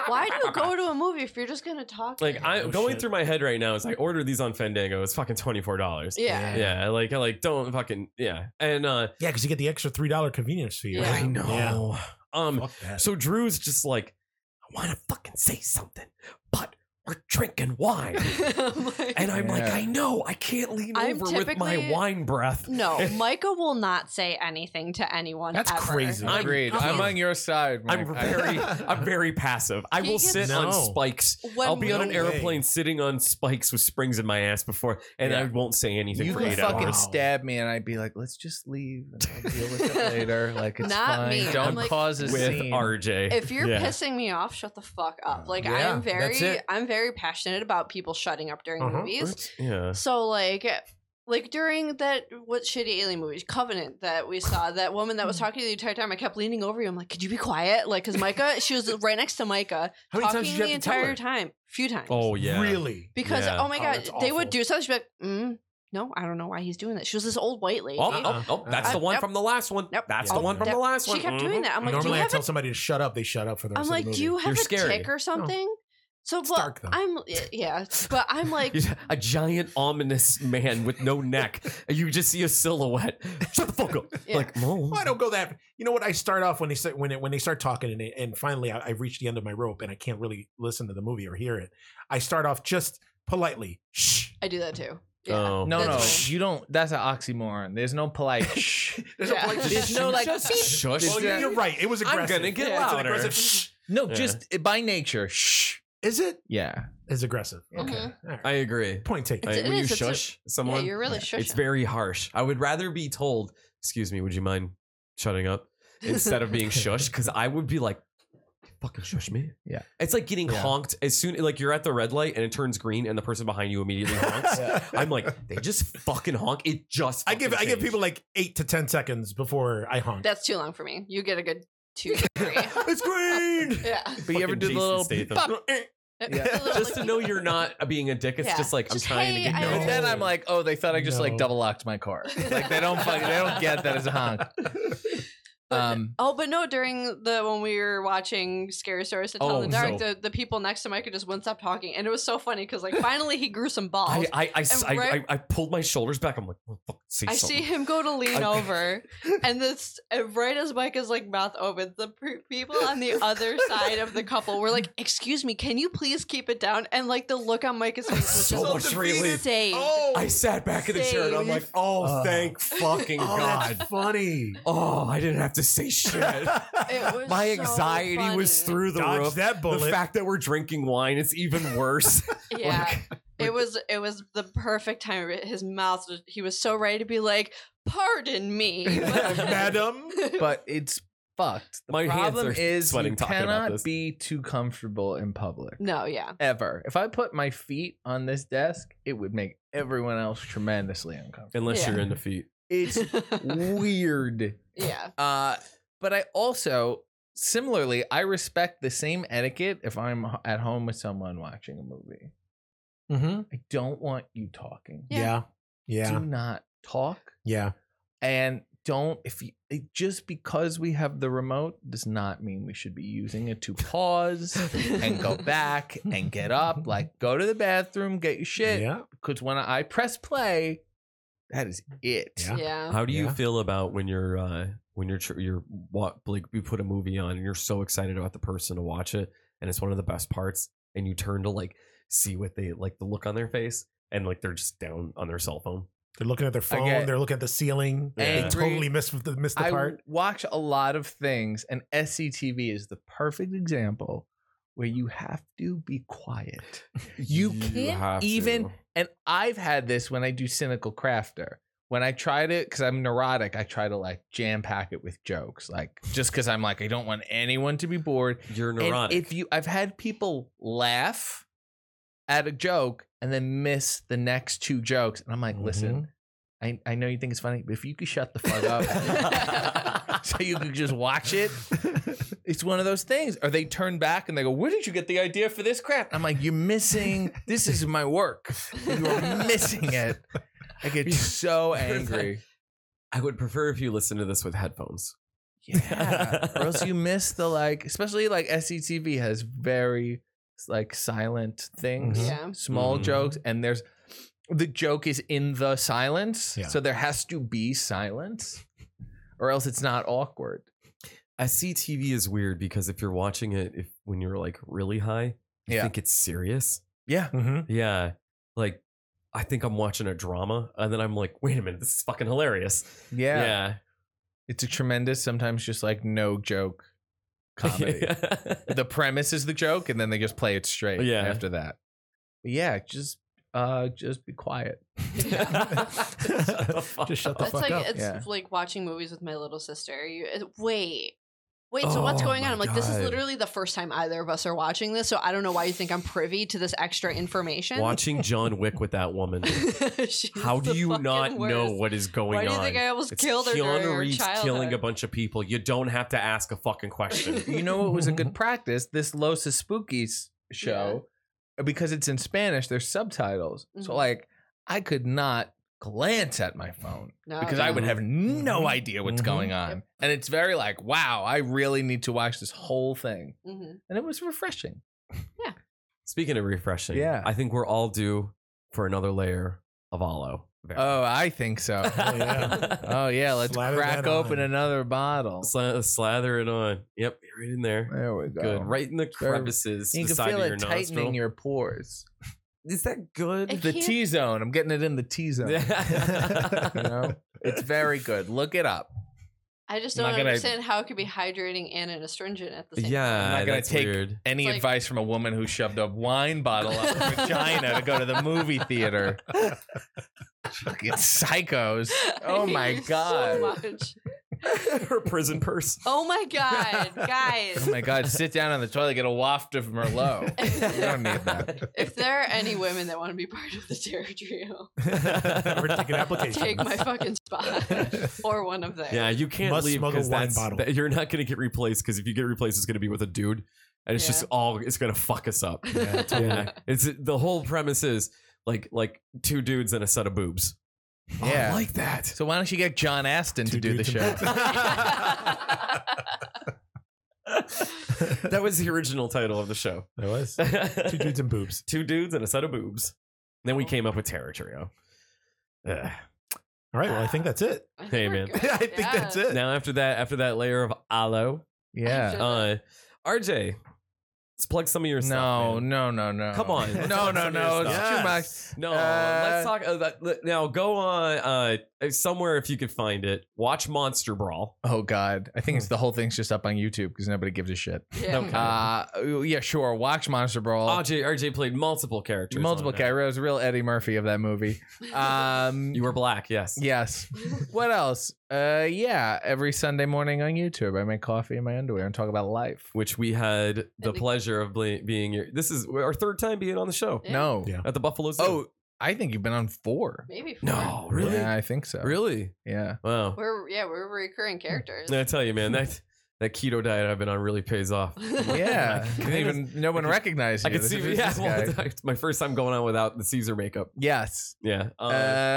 Speaker 3: Why
Speaker 2: do you go to a movie if you're just gonna talk?
Speaker 3: Like I
Speaker 4: Oh,
Speaker 3: going
Speaker 4: shit.
Speaker 3: through my head right now is I ordered these on Fandango. It's fucking twenty four dollars.
Speaker 2: yeah.
Speaker 3: Yeah, like I like don't fucking yeah. And uh
Speaker 4: Yeah, because you get the extra three dollar convenience fee.
Speaker 2: Yeah. I
Speaker 3: Um
Speaker 4: Fuck that.
Speaker 3: so Drew's just like, I wanna fucking say something, but we're drinking wine.
Speaker 2: I'm like-
Speaker 3: And I'm like,
Speaker 1: Yeah.
Speaker 3: I know, I can't lean
Speaker 2: I'm
Speaker 3: over with my
Speaker 2: typically-
Speaker 3: wine breath.
Speaker 2: no, Micah will not say anything to anyone.
Speaker 4: That's
Speaker 2: ever.
Speaker 4: crazy.
Speaker 3: I'm-
Speaker 1: Agreed. I'm, on your side.
Speaker 3: I'm
Speaker 1: Mike. I-
Speaker 3: very I'm very passive. I
Speaker 2: He
Speaker 3: will
Speaker 2: gets-
Speaker 3: sit on
Speaker 4: No.
Speaker 3: spikes.
Speaker 2: When
Speaker 3: I'll be on
Speaker 2: we-
Speaker 3: an
Speaker 4: No way.
Speaker 3: airplane sitting on spikes with springs in my ass before and
Speaker 1: Yeah.
Speaker 3: I won't say anything
Speaker 1: you
Speaker 3: for
Speaker 1: could
Speaker 3: eight
Speaker 1: fucking
Speaker 3: hours.
Speaker 4: Wow.
Speaker 1: stab me, and I'd be like, "Let's just leave. And I'll deal with it later. Like it's
Speaker 2: Not
Speaker 1: fine.
Speaker 2: me.
Speaker 1: Don't
Speaker 2: I'm like-
Speaker 1: cause a
Speaker 3: With
Speaker 1: scene."
Speaker 3: RJ.
Speaker 2: If you're
Speaker 3: Yeah.
Speaker 2: pissing me off, shut the fuck up. Like
Speaker 1: Yeah,
Speaker 2: I'm
Speaker 1: that's
Speaker 2: very,
Speaker 1: it.
Speaker 2: I'm very passionate about people shutting up during
Speaker 4: Uh-huh.
Speaker 2: movies.
Speaker 3: Yeah.
Speaker 2: So like like during that what shitty alien movie Covenant that we saw, that woman
Speaker 4: Mm.
Speaker 2: that was talking the entire time, I kept leaning over you. I'm like, could you be quiet? Like, cause Micah, she was right next to Micah,
Speaker 4: How many
Speaker 2: talking
Speaker 4: times did you
Speaker 2: the
Speaker 4: have to tell
Speaker 2: entire
Speaker 4: her?
Speaker 2: time, few times.
Speaker 3: Oh yeah.
Speaker 4: Really?
Speaker 2: because
Speaker 3: yeah.
Speaker 2: oh my
Speaker 4: Oh,
Speaker 2: god,
Speaker 4: that's
Speaker 2: they would
Speaker 4: awful.
Speaker 2: do something. She'd be like, mm, no, I don't know why he's doing that. She was this old white lady.
Speaker 3: Oh, oh, oh, that's
Speaker 4: Uh,
Speaker 3: the one
Speaker 2: nope.
Speaker 3: from the last one.
Speaker 2: Nope.
Speaker 3: That's
Speaker 4: Yeah.
Speaker 3: the one from
Speaker 2: That-
Speaker 3: the last one.
Speaker 2: she kept doing
Speaker 3: Mhm.
Speaker 2: that. I'm like, do you
Speaker 4: Normally, I
Speaker 2: have
Speaker 4: tell
Speaker 2: a
Speaker 4: somebody to shut up. They shut up for the
Speaker 2: I'm
Speaker 4: rest
Speaker 2: like,
Speaker 4: of the
Speaker 2: do you have a
Speaker 3: scary.
Speaker 2: tick or something? So,
Speaker 4: Oh. It's
Speaker 2: but
Speaker 4: dark, though.
Speaker 2: I'm yeah, but I'm like,
Speaker 3: He's a giant ominous man with no neck. And you just see a silhouette. Shut the fuck up.
Speaker 2: Yeah.
Speaker 3: Like, no.
Speaker 4: Well, Oh, I don't go that. You know what? I start off when they start when it, when they start talking, and it, and finally I, I've reached the end of my rope, and I can't really listen to the movie or hear it. I start off just politely. Shh.
Speaker 2: I do that too. Yeah.
Speaker 3: Oh.
Speaker 1: No, no,
Speaker 2: That's fine.
Speaker 1: you don't. That's an oxymoron. There's no polite.
Speaker 4: Shh. There's
Speaker 2: Yeah.
Speaker 4: a polite.
Speaker 1: There's
Speaker 4: shh.
Speaker 1: no like.
Speaker 3: Just
Speaker 1: beep.
Speaker 3: shush.
Speaker 1: There's
Speaker 4: Well, yeah,
Speaker 1: no-
Speaker 4: you're right. It was
Speaker 3: I'm
Speaker 4: aggressive.
Speaker 3: gonna get
Speaker 4: It's an
Speaker 3: louder.
Speaker 4: aggressive shh.
Speaker 1: No,
Speaker 3: Yeah.
Speaker 1: just uh, by nature. Shh.
Speaker 4: Is it?
Speaker 1: Yeah.
Speaker 4: Is aggressive.
Speaker 1: Yeah.
Speaker 4: Okay.
Speaker 2: Mhm.
Speaker 4: All right.
Speaker 3: I agree.
Speaker 4: Point taken.
Speaker 3: I,
Speaker 2: it
Speaker 3: when
Speaker 2: is, it's
Speaker 3: you
Speaker 2: a-
Speaker 3: shush someone,
Speaker 2: Yeah, you're really
Speaker 3: it's
Speaker 2: shushing.
Speaker 3: very harsh. I would rather be told, excuse me, would you mind shutting up instead of being shushed? Because I would be like, fucking shush me.
Speaker 1: Yeah.
Speaker 3: It's like getting
Speaker 4: Yeah.
Speaker 3: honked as soon like you're at the red light and it turns green and the person behind you immediately honks. I'm like, they just fucking honk. It just.
Speaker 4: I give
Speaker 3: fucking
Speaker 4: I give
Speaker 3: changed.
Speaker 4: people like eight to ten seconds before I honk.
Speaker 2: That's too long for me. You get a good two, three.
Speaker 4: it's green.
Speaker 2: yeah.
Speaker 1: But you ever
Speaker 3: Fucking
Speaker 1: do the
Speaker 3: Jason
Speaker 1: little
Speaker 3: Statham.
Speaker 1: pop?
Speaker 2: The little,
Speaker 3: just
Speaker 2: like,
Speaker 3: to know you're not being a dick. It's
Speaker 2: Yeah.
Speaker 3: just like I'm
Speaker 2: Just,
Speaker 3: trying
Speaker 2: hey,
Speaker 3: to get.
Speaker 2: I-
Speaker 1: But
Speaker 3: noticed.
Speaker 1: then I'm like, oh, they thought I just like
Speaker 4: No.
Speaker 1: double locked my car. Like they don't fucking, they don't get that as a honk. Um,
Speaker 2: Oh, but no! During the when we were watching Scary Stories to Tell
Speaker 3: Oh,
Speaker 2: in the Dark,
Speaker 3: so-
Speaker 2: the, the people next to Micah just wouldn't stop talking, and it was so funny because like finally he grew some balls.
Speaker 3: I I, I, s- I-
Speaker 2: right-
Speaker 3: I- I pulled my shoulders back. I'm like, oh, fuck, say
Speaker 2: I,
Speaker 3: something.
Speaker 2: see him go to lean
Speaker 3: I-
Speaker 2: over, and this and right as Micah's like mouth open, the pre- people on the other side of the couple were like, "Excuse me, can you please keep it down?" And like the look on Micah's face was
Speaker 3: So
Speaker 2: just
Speaker 3: much
Speaker 2: saved.
Speaker 3: relief.
Speaker 2: Oh
Speaker 3: I sat back in the chair and I'm like,
Speaker 2: Saved.
Speaker 3: oh,
Speaker 4: Oh.
Speaker 3: thank fucking
Speaker 4: Oh,
Speaker 3: god.
Speaker 4: that's funny.
Speaker 3: Oh, I didn't have to say shit.
Speaker 2: It was
Speaker 3: my
Speaker 2: so
Speaker 3: anxiety was
Speaker 2: funny.
Speaker 3: through the
Speaker 4: Dodge
Speaker 3: roof.
Speaker 4: that bullet.
Speaker 3: The fact that we're drinking wine, it's even worse.
Speaker 2: Yeah. it was it was the perfect time. His mouth was, he was so ready to be like, "Pardon me."
Speaker 4: Madam.
Speaker 1: but it's fucked. The
Speaker 3: My hands
Speaker 1: problem
Speaker 3: are
Speaker 1: is
Speaker 3: sweating
Speaker 1: you
Speaker 3: talking about
Speaker 1: cannot
Speaker 3: this.
Speaker 1: be too comfortable in public
Speaker 2: no, yeah.
Speaker 1: ever. If I put my feet on this desk, it would make everyone else tremendously uncomfortable.
Speaker 3: Unless
Speaker 2: Yeah.
Speaker 3: you're in defeat.
Speaker 1: It's weird.
Speaker 2: yeah.
Speaker 1: Uh, but I also similarly I respect the same etiquette if I'm h- at home with someone watching a movie.
Speaker 4: Mm-hmm.
Speaker 1: I don't want you talking.
Speaker 4: Yeah. Yeah.
Speaker 1: Do not talk
Speaker 4: Yeah.
Speaker 1: and don't if you it- just because we have the remote does not mean we should be using it to pause and go back and get up like go to the bathroom get your shit
Speaker 4: Yeah.
Speaker 1: because when i press play that is it
Speaker 4: Yeah.
Speaker 2: Yeah.
Speaker 3: How do you
Speaker 4: Yeah.
Speaker 3: feel about when you're uh, when you're tr- you're what like you put a movie on and you're so excited about the person to watch it and it's one of the best parts and you turn to like see what they like the look on their face and like they're just down on their cell phone.
Speaker 4: They're looking at their phone.
Speaker 1: get
Speaker 4: They're looking at the ceiling. They
Speaker 1: Angry.
Speaker 4: totally missed the missed the
Speaker 1: i
Speaker 4: part.
Speaker 1: watch a lot of things and sctv is the perfect example where you have to be quiet. You can't
Speaker 3: have to.
Speaker 1: even and I've had this when I do cynical crafter. When I try to, because I'm neurotic, I try to like jam pack it with jokes, like just because I'm like I don't want anyone to be bored.
Speaker 3: You're
Speaker 1: And
Speaker 3: neurotic.
Speaker 1: if you, I've had people laugh at a joke and then miss the next two jokes, and I'm like, listen, I, I know you think it's funny, but if you could shut the fuck up, so you could just watch it. It's one of those things. Or they turn back and they go, "Where did you get the idea for this crap?" I'm like, "You're missing. This is my work. You are missing it." I get so angry.
Speaker 3: I would prefer if you listen to this with headphones.
Speaker 1: Yeah. or else you miss the like, especially like SCTV has very like silent things,
Speaker 4: Mhm.
Speaker 2: Yeah.
Speaker 1: small
Speaker 3: Mhm.
Speaker 1: jokes, and there's the joke is in the silence,
Speaker 4: Yeah.
Speaker 1: so there has to be silence, or else it's not awkward.
Speaker 3: SCTV is weird because if you're watching it if when you're like really high, you
Speaker 1: Yeah.
Speaker 3: think it's serious.
Speaker 1: Yeah,
Speaker 4: Mm-hmm.
Speaker 3: Yeah. Like I think I'm watching a drama and then I'm like, wait a minute, this is fucking hilarious.
Speaker 1: yeah,
Speaker 3: Yeah.
Speaker 1: It's a tremendous, sometimes just like no joke comedy.
Speaker 3: Yeah.
Speaker 1: the premise is the joke, and then they just play it straight.
Speaker 3: Yeah.
Speaker 1: after that, but yeah, just uh, just be quiet.
Speaker 3: Shut the fuck
Speaker 4: Just shut
Speaker 3: up.
Speaker 4: the
Speaker 2: It's
Speaker 4: fuck
Speaker 2: like
Speaker 4: up.
Speaker 2: it's
Speaker 1: Yeah.
Speaker 2: like watching movies with my little sister. You it- wait. Wait, so what's
Speaker 3: Oh
Speaker 2: going on?
Speaker 3: my
Speaker 2: I'm like, this is
Speaker 3: God.
Speaker 2: literally the first time either of us are watching this, so I don't know why you think I'm privy to this extra information.
Speaker 3: Watching John Wick with that woman.
Speaker 2: She's
Speaker 3: How do
Speaker 2: the
Speaker 3: you
Speaker 2: fucking
Speaker 3: not know
Speaker 2: worst.
Speaker 3: what is going
Speaker 2: Why
Speaker 3: on?
Speaker 2: do you think I almost killed her
Speaker 3: Keanu
Speaker 2: during
Speaker 3: Reeves
Speaker 2: her childhood?
Speaker 3: killing a bunch of people. You don't have to ask a fucking question.
Speaker 1: you know what was a good practice? This Los Spookies show, uh, because it's in Spanish, there's subtitles. So
Speaker 2: Mhm.
Speaker 1: like I could not glance at my phone
Speaker 2: no,
Speaker 1: because I would have no
Speaker 4: Mhm.
Speaker 1: idea what's
Speaker 4: Mhm.
Speaker 1: going on. And it's very like, wow, I really need to watch this whole thing.
Speaker 2: hmm
Speaker 1: And it was refreshing.
Speaker 3: Speaking of refreshing,
Speaker 1: Yeah.
Speaker 3: I think we're all due for another layer of aloe. vera.
Speaker 1: Oh, I think so.
Speaker 4: Oh, yeah. Oh.
Speaker 1: oh yeah, let's
Speaker 4: Slather
Speaker 1: crack
Speaker 4: that
Speaker 1: open
Speaker 4: on.
Speaker 1: another bottle.
Speaker 3: Sla- slather it on. Yep, right in there.
Speaker 1: There we go.
Speaker 3: Good. Right in the
Speaker 1: Very-
Speaker 3: crevices.
Speaker 1: You
Speaker 3: the
Speaker 1: can
Speaker 3: side
Speaker 1: feel
Speaker 3: of your
Speaker 1: it tightening
Speaker 3: nostril.
Speaker 1: your pores.
Speaker 3: Is that good?
Speaker 2: It
Speaker 1: The
Speaker 2: can't-
Speaker 1: T zone. I'm getting it in the T zone. you know? It's very good. Look it up.
Speaker 2: I just
Speaker 1: I'm
Speaker 2: don't
Speaker 1: not gonna-
Speaker 2: understand how it could be hydrating and an astringent at the same
Speaker 3: yeah,
Speaker 1: I'm not gonna
Speaker 3: that's
Speaker 1: take-
Speaker 3: weird.
Speaker 1: Any
Speaker 2: It's like-
Speaker 1: advice from a woman who shoved a wine bottle up her vagina to go to the movie theater? Fucking psychos.
Speaker 2: time. I
Speaker 1: Oh
Speaker 2: hate
Speaker 1: my
Speaker 2: you so
Speaker 1: God.
Speaker 2: much.
Speaker 3: Her prison purse.
Speaker 2: Oh my god, guys.
Speaker 1: Oh my God, sit down on the toilet, get a waft of Merlot. You don't need that.
Speaker 2: If there are any women that want to be part of the Terror Trio,
Speaker 4: Or take an application.
Speaker 2: take my fucking spot or one of theirs.
Speaker 3: Yeah, you can't
Speaker 4: Must
Speaker 3: leave
Speaker 4: smuggle
Speaker 3: because
Speaker 4: wine
Speaker 3: that's
Speaker 4: bottle.
Speaker 3: that- you're not gonna get replaced. Because if you get replaced, it's gonna be with a dude, and it's
Speaker 2: Yeah.
Speaker 3: just all it's gonna fuck us up.
Speaker 4: Yeah, totally.
Speaker 3: Yeah, it's the whole premise is like like two dudes and a set of boobs. Oh,
Speaker 1: Yeah.
Speaker 3: I like that.
Speaker 1: So why don't you get John Aston to
Speaker 4: Two
Speaker 1: do the
Speaker 4: dudes
Speaker 1: show?
Speaker 4: and-
Speaker 3: that was the original title of the show.
Speaker 4: That was two dudes and boobs.
Speaker 3: two dudes and a set of boobs. Then we came up with Terror Trio. Ugh.
Speaker 4: All right. Well, I think that's it.
Speaker 2: I think
Speaker 3: Hey,
Speaker 2: we're
Speaker 3: man.
Speaker 2: good.
Speaker 4: I think that's
Speaker 2: Yeah.
Speaker 4: it.
Speaker 3: Now after that, after that layer of aloe,
Speaker 1: Yeah.
Speaker 3: uh, RJ, let's plug some of your stuff.
Speaker 1: No,
Speaker 3: man.
Speaker 1: no, no, no.
Speaker 3: Come on.
Speaker 1: No, no, no. It's
Speaker 4: Yes.
Speaker 1: too much.
Speaker 3: No,
Speaker 1: Uh,
Speaker 3: let's talk. Uh, that- let- now go on uh, somewhere if you could find it. Watch Monster Brawl.
Speaker 1: Oh God, I think it's the whole thing's just up on YouTube because nobody gives a shit.
Speaker 2: Yeah.
Speaker 3: Okay.
Speaker 1: Uh, yeah, sure. Watch Monster Brawl.
Speaker 3: RJ, RJ played multiple characters.
Speaker 1: Oh. Multiple
Speaker 3: on that.
Speaker 1: characters. Real Eddie Murphy of that movie. Um,
Speaker 3: You were black, yes.
Speaker 1: Yes. what else? Uh, yeah. Every Sunday morning on YouTube, I make coffee in my underwear and talk about life.
Speaker 3: Which we had the
Speaker 2: we-
Speaker 3: pleasure of ble- being your. This is our third time being on the show
Speaker 2: Yeah.
Speaker 1: No.
Speaker 4: Yeah.
Speaker 3: at the Buffalo Zoo.
Speaker 1: Oh, I think you've been on four.
Speaker 2: Maybe four.
Speaker 3: no, really,
Speaker 1: Yeah, I think so.
Speaker 3: really,
Speaker 1: Yeah.
Speaker 3: wow.
Speaker 2: We're yeah, we're recurring characters.
Speaker 3: I tell you, man, that that keto diet I've been on really pays off.
Speaker 1: Yeah.
Speaker 3: Oh I
Speaker 1: Didn't even no one recognized you.
Speaker 3: I can
Speaker 1: This
Speaker 3: see.
Speaker 1: is
Speaker 3: Yeah,
Speaker 1: this
Speaker 3: well,
Speaker 1: guy.
Speaker 3: it's my first time going on without the Caesar makeup.
Speaker 1: Yes.
Speaker 3: Yeah. Uh,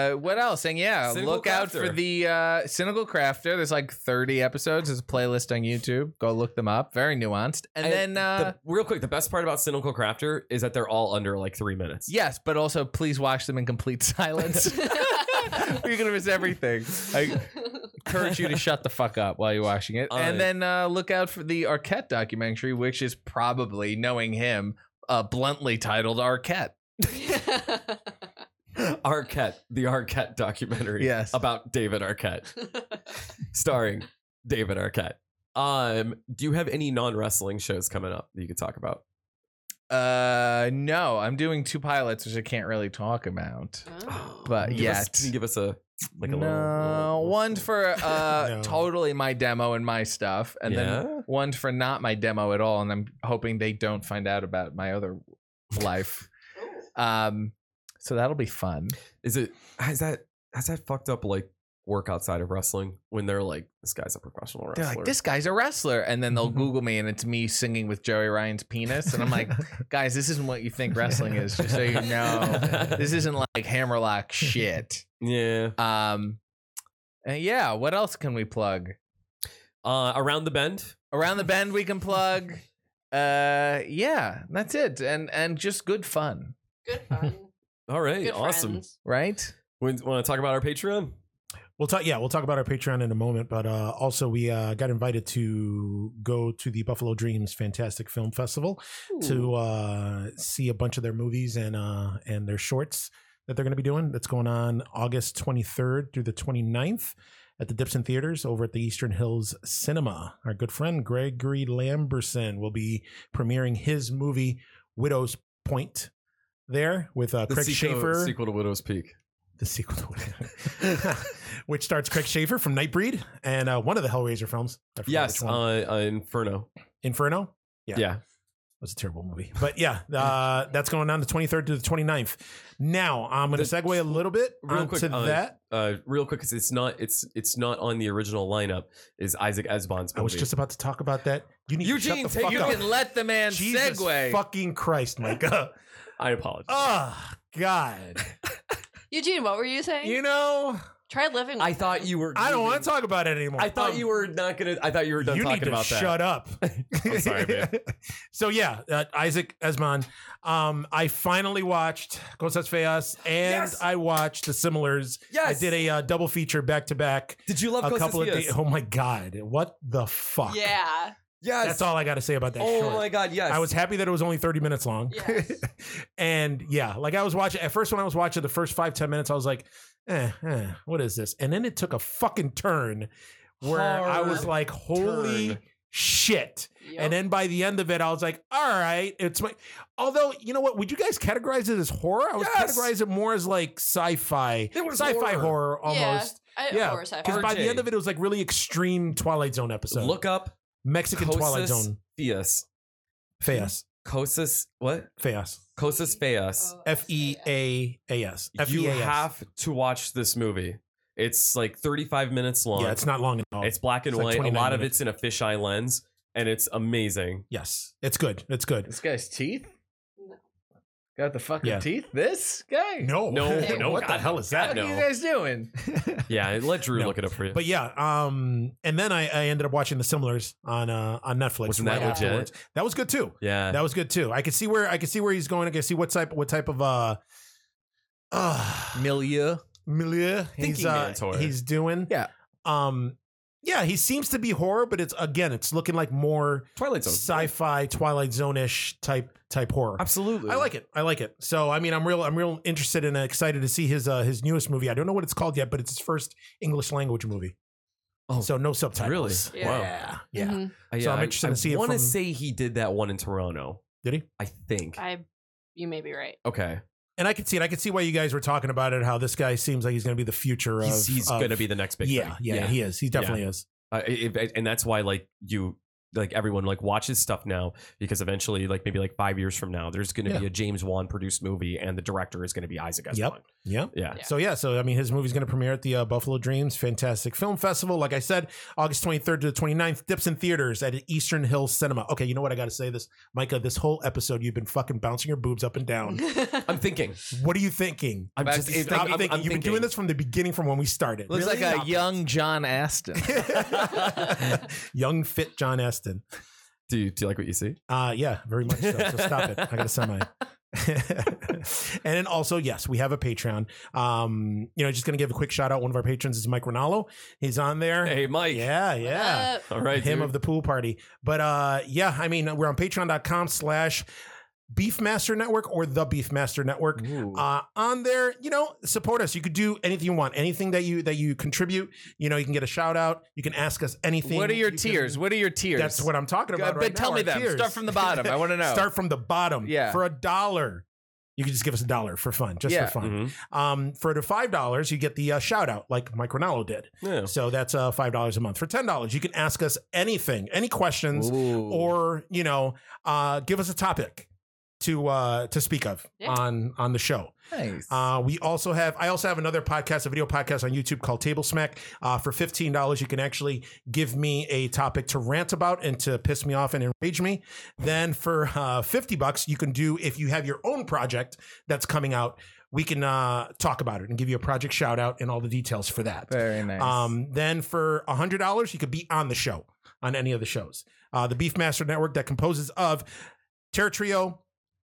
Speaker 1: Uh, what else? And yeah,
Speaker 3: Cynical
Speaker 1: look out
Speaker 3: Crafter.
Speaker 1: for the uh, Cynical Crafter. There's like 30 episodes. There's a playlist on YouTube. Go look them up. Very nuanced. And, then, uh,
Speaker 3: the- real quick, the best part about Cynical Crafter is that they're all under like three minutes.
Speaker 1: yes, but also please watch them in complete silence. You're gonna miss everything. I encourage you to shut the fuck up while you're watching it.
Speaker 3: All
Speaker 1: and
Speaker 3: right.
Speaker 1: then uh, look out for the Arquette documentary, which is probably, knowing him, uh, bluntly titled Arquette.
Speaker 3: Arquette, the Arquette documentary.
Speaker 1: Yes.
Speaker 3: About David Arquette, starring David Arquette. Um, do you have any non wrestling shows coming up that you could talk about?
Speaker 1: Uh, no, I'm doing two pilots, which I can't really talk about.
Speaker 2: Oh.
Speaker 1: But
Speaker 3: Give us-
Speaker 1: yet,
Speaker 3: can you give us a like a
Speaker 1: no,
Speaker 3: little- little, little-
Speaker 1: one for uh
Speaker 4: No.
Speaker 1: totally my demo and my stuff, and then
Speaker 3: Yeah?
Speaker 1: one for not my demo at all. And I'm hoping they don't find out about my other life. Um, so that'll be fun.
Speaker 3: is it has that has that fucked up like work outside of wrestling when they're like this guy's a professional
Speaker 1: They're
Speaker 3: wrestler.
Speaker 1: like, this guy's a wrestler, and then they'll
Speaker 4: Mhm.
Speaker 1: Google me, and it's me singing with Joey Ryan's penis, and I'm like, guys, this isn't what you think wrestling is. Just so you know, this isn't like hammerlock shit.
Speaker 3: yeah.
Speaker 1: Um, and yeah, what else can we plug?
Speaker 3: Uh, around the bend.
Speaker 1: Around the bend, we can plug. Uh, yeah, that's it, and and just good fun,
Speaker 2: Good fun.
Speaker 3: All right,
Speaker 2: Good
Speaker 3: awesome.
Speaker 2: friends.
Speaker 1: right?
Speaker 3: Want to talk about our Patreon?
Speaker 4: Uh, We'll talk. Yeah, we'll talk about our Patreon in a moment. But uh, also, we uh, got invited to go to the Buffalo Dreams Fantastic Film Festival to uh, see a bunch of their movies and uh, and their shorts that they're going to be doing. That's going on August 23rd through the 29th at the Dipson Theaters over at the Eastern Hills Cinema. Our good friend Gregory Lamberson will be premiering his movie Widow's Point there with uh, Craig
Speaker 3: sequel,
Speaker 4: Schaefer
Speaker 3: sequel to Widow's Peak.
Speaker 4: the sequel to Widow, which starts Craig Schaefer from Nightbreed and uh, one of the Hellraiser films. I forgot
Speaker 3: Yes,
Speaker 4: which
Speaker 3: uh,
Speaker 4: one.
Speaker 3: uh, Inferno.
Speaker 4: Inferno. Yeah.
Speaker 3: Yeah.
Speaker 4: was a terrible movie. But yeah, uh, that's going on the 23rd to the 29th. Now, I'm going to
Speaker 3: The-
Speaker 4: segue a little bit
Speaker 3: Real
Speaker 4: onto
Speaker 3: quick, uh,
Speaker 4: that.
Speaker 3: Uh, real quick, 'cause it's not it's it's not on the original lineup. Is Isaac Esbon's movie?
Speaker 4: I was just about to talk about that. You need
Speaker 3: Eugene,
Speaker 4: to shut the fuck
Speaker 1: you
Speaker 4: up.
Speaker 1: can let the man
Speaker 4: Jesus
Speaker 1: segue.
Speaker 4: fucking Christ, Micah.
Speaker 3: I apologize.
Speaker 4: oh, God.
Speaker 2: Eugene, what were you saying?
Speaker 4: You know,
Speaker 2: Try living.
Speaker 3: I
Speaker 2: with
Speaker 3: thought
Speaker 2: them.
Speaker 3: you were.
Speaker 4: I don't want to talk about it anymore.
Speaker 3: I thought
Speaker 4: Um,
Speaker 3: you were not gonna. I thought you were done
Speaker 4: you
Speaker 3: talking
Speaker 4: need to
Speaker 3: about that.
Speaker 4: shut up.
Speaker 3: I'm sorry, man.
Speaker 4: so yeah, uh, Isaac Esmond. Um, I finally watched Cosas Feas, and
Speaker 3: Yes!
Speaker 4: I watched The Similars.
Speaker 3: Yes.
Speaker 4: I did a uh, double feature back to back.
Speaker 3: Did you love
Speaker 4: A couple of
Speaker 3: Costas
Speaker 4: days.
Speaker 3: Diaz?
Speaker 4: Oh my god, what the fuck?
Speaker 2: Yeah.
Speaker 3: Yes.
Speaker 4: that's all I got to say about that.
Speaker 3: Oh
Speaker 4: short.
Speaker 3: my god. Yes.
Speaker 4: I was happy that it was only 30 minutes long.
Speaker 2: Yes.
Speaker 4: and yeah, like I was watching at first when I was watching the first five, 10 minutes, I was like, eh, eh, what is this? And then it took a fucking turn where I was
Speaker 3: Hard
Speaker 4: like, holy
Speaker 3: turn.
Speaker 4: shit.
Speaker 2: Yep.
Speaker 4: And then by the end of it, I was like, all right, it's my. Although, you know what? Would you guys categorize it as horror? I would
Speaker 3: Yes!
Speaker 4: categorize it more as like sci fi,
Speaker 3: It was
Speaker 4: sci fi
Speaker 3: horror.
Speaker 4: horror almost.
Speaker 2: I,
Speaker 4: Yeah,
Speaker 2: of course I
Speaker 4: Because
Speaker 2: heard.
Speaker 4: by the
Speaker 3: RJ.
Speaker 4: end of it, it was like really extreme Twilight Zone episode.
Speaker 3: Look up
Speaker 4: Mexican Twilight
Speaker 3: Cosas
Speaker 4: Zone. E
Speaker 3: Feas.
Speaker 4: Feas.
Speaker 3: Cosas what?
Speaker 4: Feas.
Speaker 3: Cosas
Speaker 2: Oh,
Speaker 3: Feas.
Speaker 4: E F E A A S. F
Speaker 3: You
Speaker 4: E A S.
Speaker 3: have to watch this movie. It's like 35 minutes long.
Speaker 4: Yeah, it's not long at all.
Speaker 3: It's black and
Speaker 4: It's like
Speaker 3: white. a
Speaker 4: 29
Speaker 3: lot of it's
Speaker 4: minutes.
Speaker 3: in a fisheye lens, and it's amazing.
Speaker 4: yes, it's good. It's good.
Speaker 1: this guy's teeth.
Speaker 2: No.
Speaker 1: Got the fucking
Speaker 4: Yeah.
Speaker 1: teeth. This guy.
Speaker 4: No,
Speaker 3: No,
Speaker 2: no,
Speaker 4: what the
Speaker 3: God.
Speaker 4: hell
Speaker 1: What
Speaker 4: is that?
Speaker 1: are you
Speaker 3: no.
Speaker 1: guys doing?
Speaker 3: Yeah, let Drew
Speaker 4: No.
Speaker 3: look it up for you.
Speaker 4: But yeah, um, and then I, I ended up watching The Similars on uh, on Netflix.
Speaker 3: Wasn't that
Speaker 4: right
Speaker 3: legit?
Speaker 4: afterwards. That was good too.
Speaker 3: yeah,
Speaker 4: That was good too. I could see where I could see where he's going. I could see what type what type of uh, uh
Speaker 1: Milieu.
Speaker 4: milieu he's
Speaker 3: Thinking
Speaker 4: uh,
Speaker 3: man's horror.
Speaker 4: he's doing.
Speaker 1: Yeah.
Speaker 4: Um, yeah, he seems to be horror, but it's again, it's looking like more
Speaker 3: Twilight Zone.
Speaker 4: sci-fi, Twilight Zone-ish type type horror.
Speaker 3: Absolutely.
Speaker 4: I like it. I like it. So I mean, I'm real. I'm real interested and excited to see his uh, his newest movie. I don't know what it's called yet, but it's his first English language movie.
Speaker 3: Oh,
Speaker 4: so no subtitles.
Speaker 2: really? Wow.
Speaker 4: Yeah. Yeah.
Speaker 2: Mm-hmm.
Speaker 3: Uh, I,
Speaker 4: So I'm interested
Speaker 3: I,
Speaker 4: to see
Speaker 3: I
Speaker 4: it
Speaker 3: want to
Speaker 4: from-
Speaker 3: say he did that one in Toronto.
Speaker 4: Did he?
Speaker 3: I think.
Speaker 2: I, you may be right.
Speaker 3: okay.
Speaker 4: And I could see it. I could see why you guys were talking about it. How this guy seems like he's going to be the future
Speaker 3: He's,
Speaker 4: of.
Speaker 3: he's
Speaker 4: of-
Speaker 3: gonna be the next big
Speaker 4: yeah,
Speaker 3: thing.
Speaker 4: yeah, He is. He definitely is.
Speaker 3: Uh, it, it- and that's why like you like everyone like watches stuff now because eventually like maybe like five years from now there's going to
Speaker 4: Yeah.
Speaker 3: be a James Wan produced movie and the director is going to be Isaac Esbon.
Speaker 4: Yeah.
Speaker 3: Yeah.
Speaker 2: Yeah.
Speaker 4: So yeah, so I mean, his movie's going to premiere at the uh, Buffalo Dreams Fantastic Film Festival. Like I said, August 23rd to the 29th, Dipson Theaters at Eastern Hills Cinema. Okay, you know what? I got to say this, Micah. This whole episode, you've been fucking bouncing your boobs up and down.
Speaker 3: I'm thinking.
Speaker 4: what are you thinking?
Speaker 3: I'm
Speaker 1: Back
Speaker 3: just
Speaker 1: to
Speaker 3: it's-
Speaker 4: Stop
Speaker 3: I'm- I'm-
Speaker 4: thinking.
Speaker 3: I'm
Speaker 4: You've been doing
Speaker 3: thinking.
Speaker 4: this from the beginning, from when we started.
Speaker 1: Looks
Speaker 4: Really?
Speaker 1: like a young John Aston.
Speaker 4: young, fit John Aston.
Speaker 3: Do you, do you like what you see?
Speaker 4: Uh, yeah, very much so. So stop it. I got to send my. and then also, yes, we have a Patreon. Um, you know, just gonna give a quick shout out. One of our patrons is Mike Ronaldo. He's on there.
Speaker 3: Hey, Mike.
Speaker 4: Yeah, yeah.
Speaker 2: Uh,
Speaker 3: All right.
Speaker 4: Him
Speaker 3: dude.
Speaker 4: of the pool party. But uh yeah, I mean we're on patreon.com slash Beefmaster Network or the Beefmaster Network. Uh, on there, you know, support us. You could do anything you want, anything that you that you contribute. You know, you can get a shout out. You can ask us anything.
Speaker 1: What are your
Speaker 4: You can-
Speaker 1: tiers? What are your tiers?
Speaker 4: That's what I'm talking
Speaker 1: Go-
Speaker 4: about.
Speaker 1: but
Speaker 4: right
Speaker 1: tell
Speaker 4: now,
Speaker 1: me
Speaker 4: our
Speaker 1: them.
Speaker 4: tiers.
Speaker 1: Start from the bottom. I wanna know.
Speaker 4: Start from the bottom.
Speaker 1: Yeah.
Speaker 4: For a dollar, you can just give us a dollar for fun, just
Speaker 1: Yeah.
Speaker 4: for fun.
Speaker 3: Mhm.
Speaker 4: Um, for the five dollars, you get the uh, shout out like Mike Ronaldo did.
Speaker 3: Yeah.
Speaker 4: So that's uh, five dollars a month. For ten dollars, you can ask us anything, any questions,
Speaker 1: Ooh.
Speaker 4: or you know, uh, give us a topic to uh, to speak of
Speaker 2: Yeah.
Speaker 4: on on the show.
Speaker 1: nice.
Speaker 4: Uh, we also have I also have another podcast, a video podcast on YouTube called Table Smack. Uh, for fifteen dollars, you can actually give me a topic to rant about and to piss me off and enrage me. Then for uh, fifty bucks, you can do if you have your own project that's coming out. We can uh, talk about it and give you a project shout out and all the details for that.
Speaker 1: Very nice.
Speaker 4: Um, then for hundred dollars, you could be on the show on any of the shows. Uh, the Beefmaster Network that composes of Terror Trio,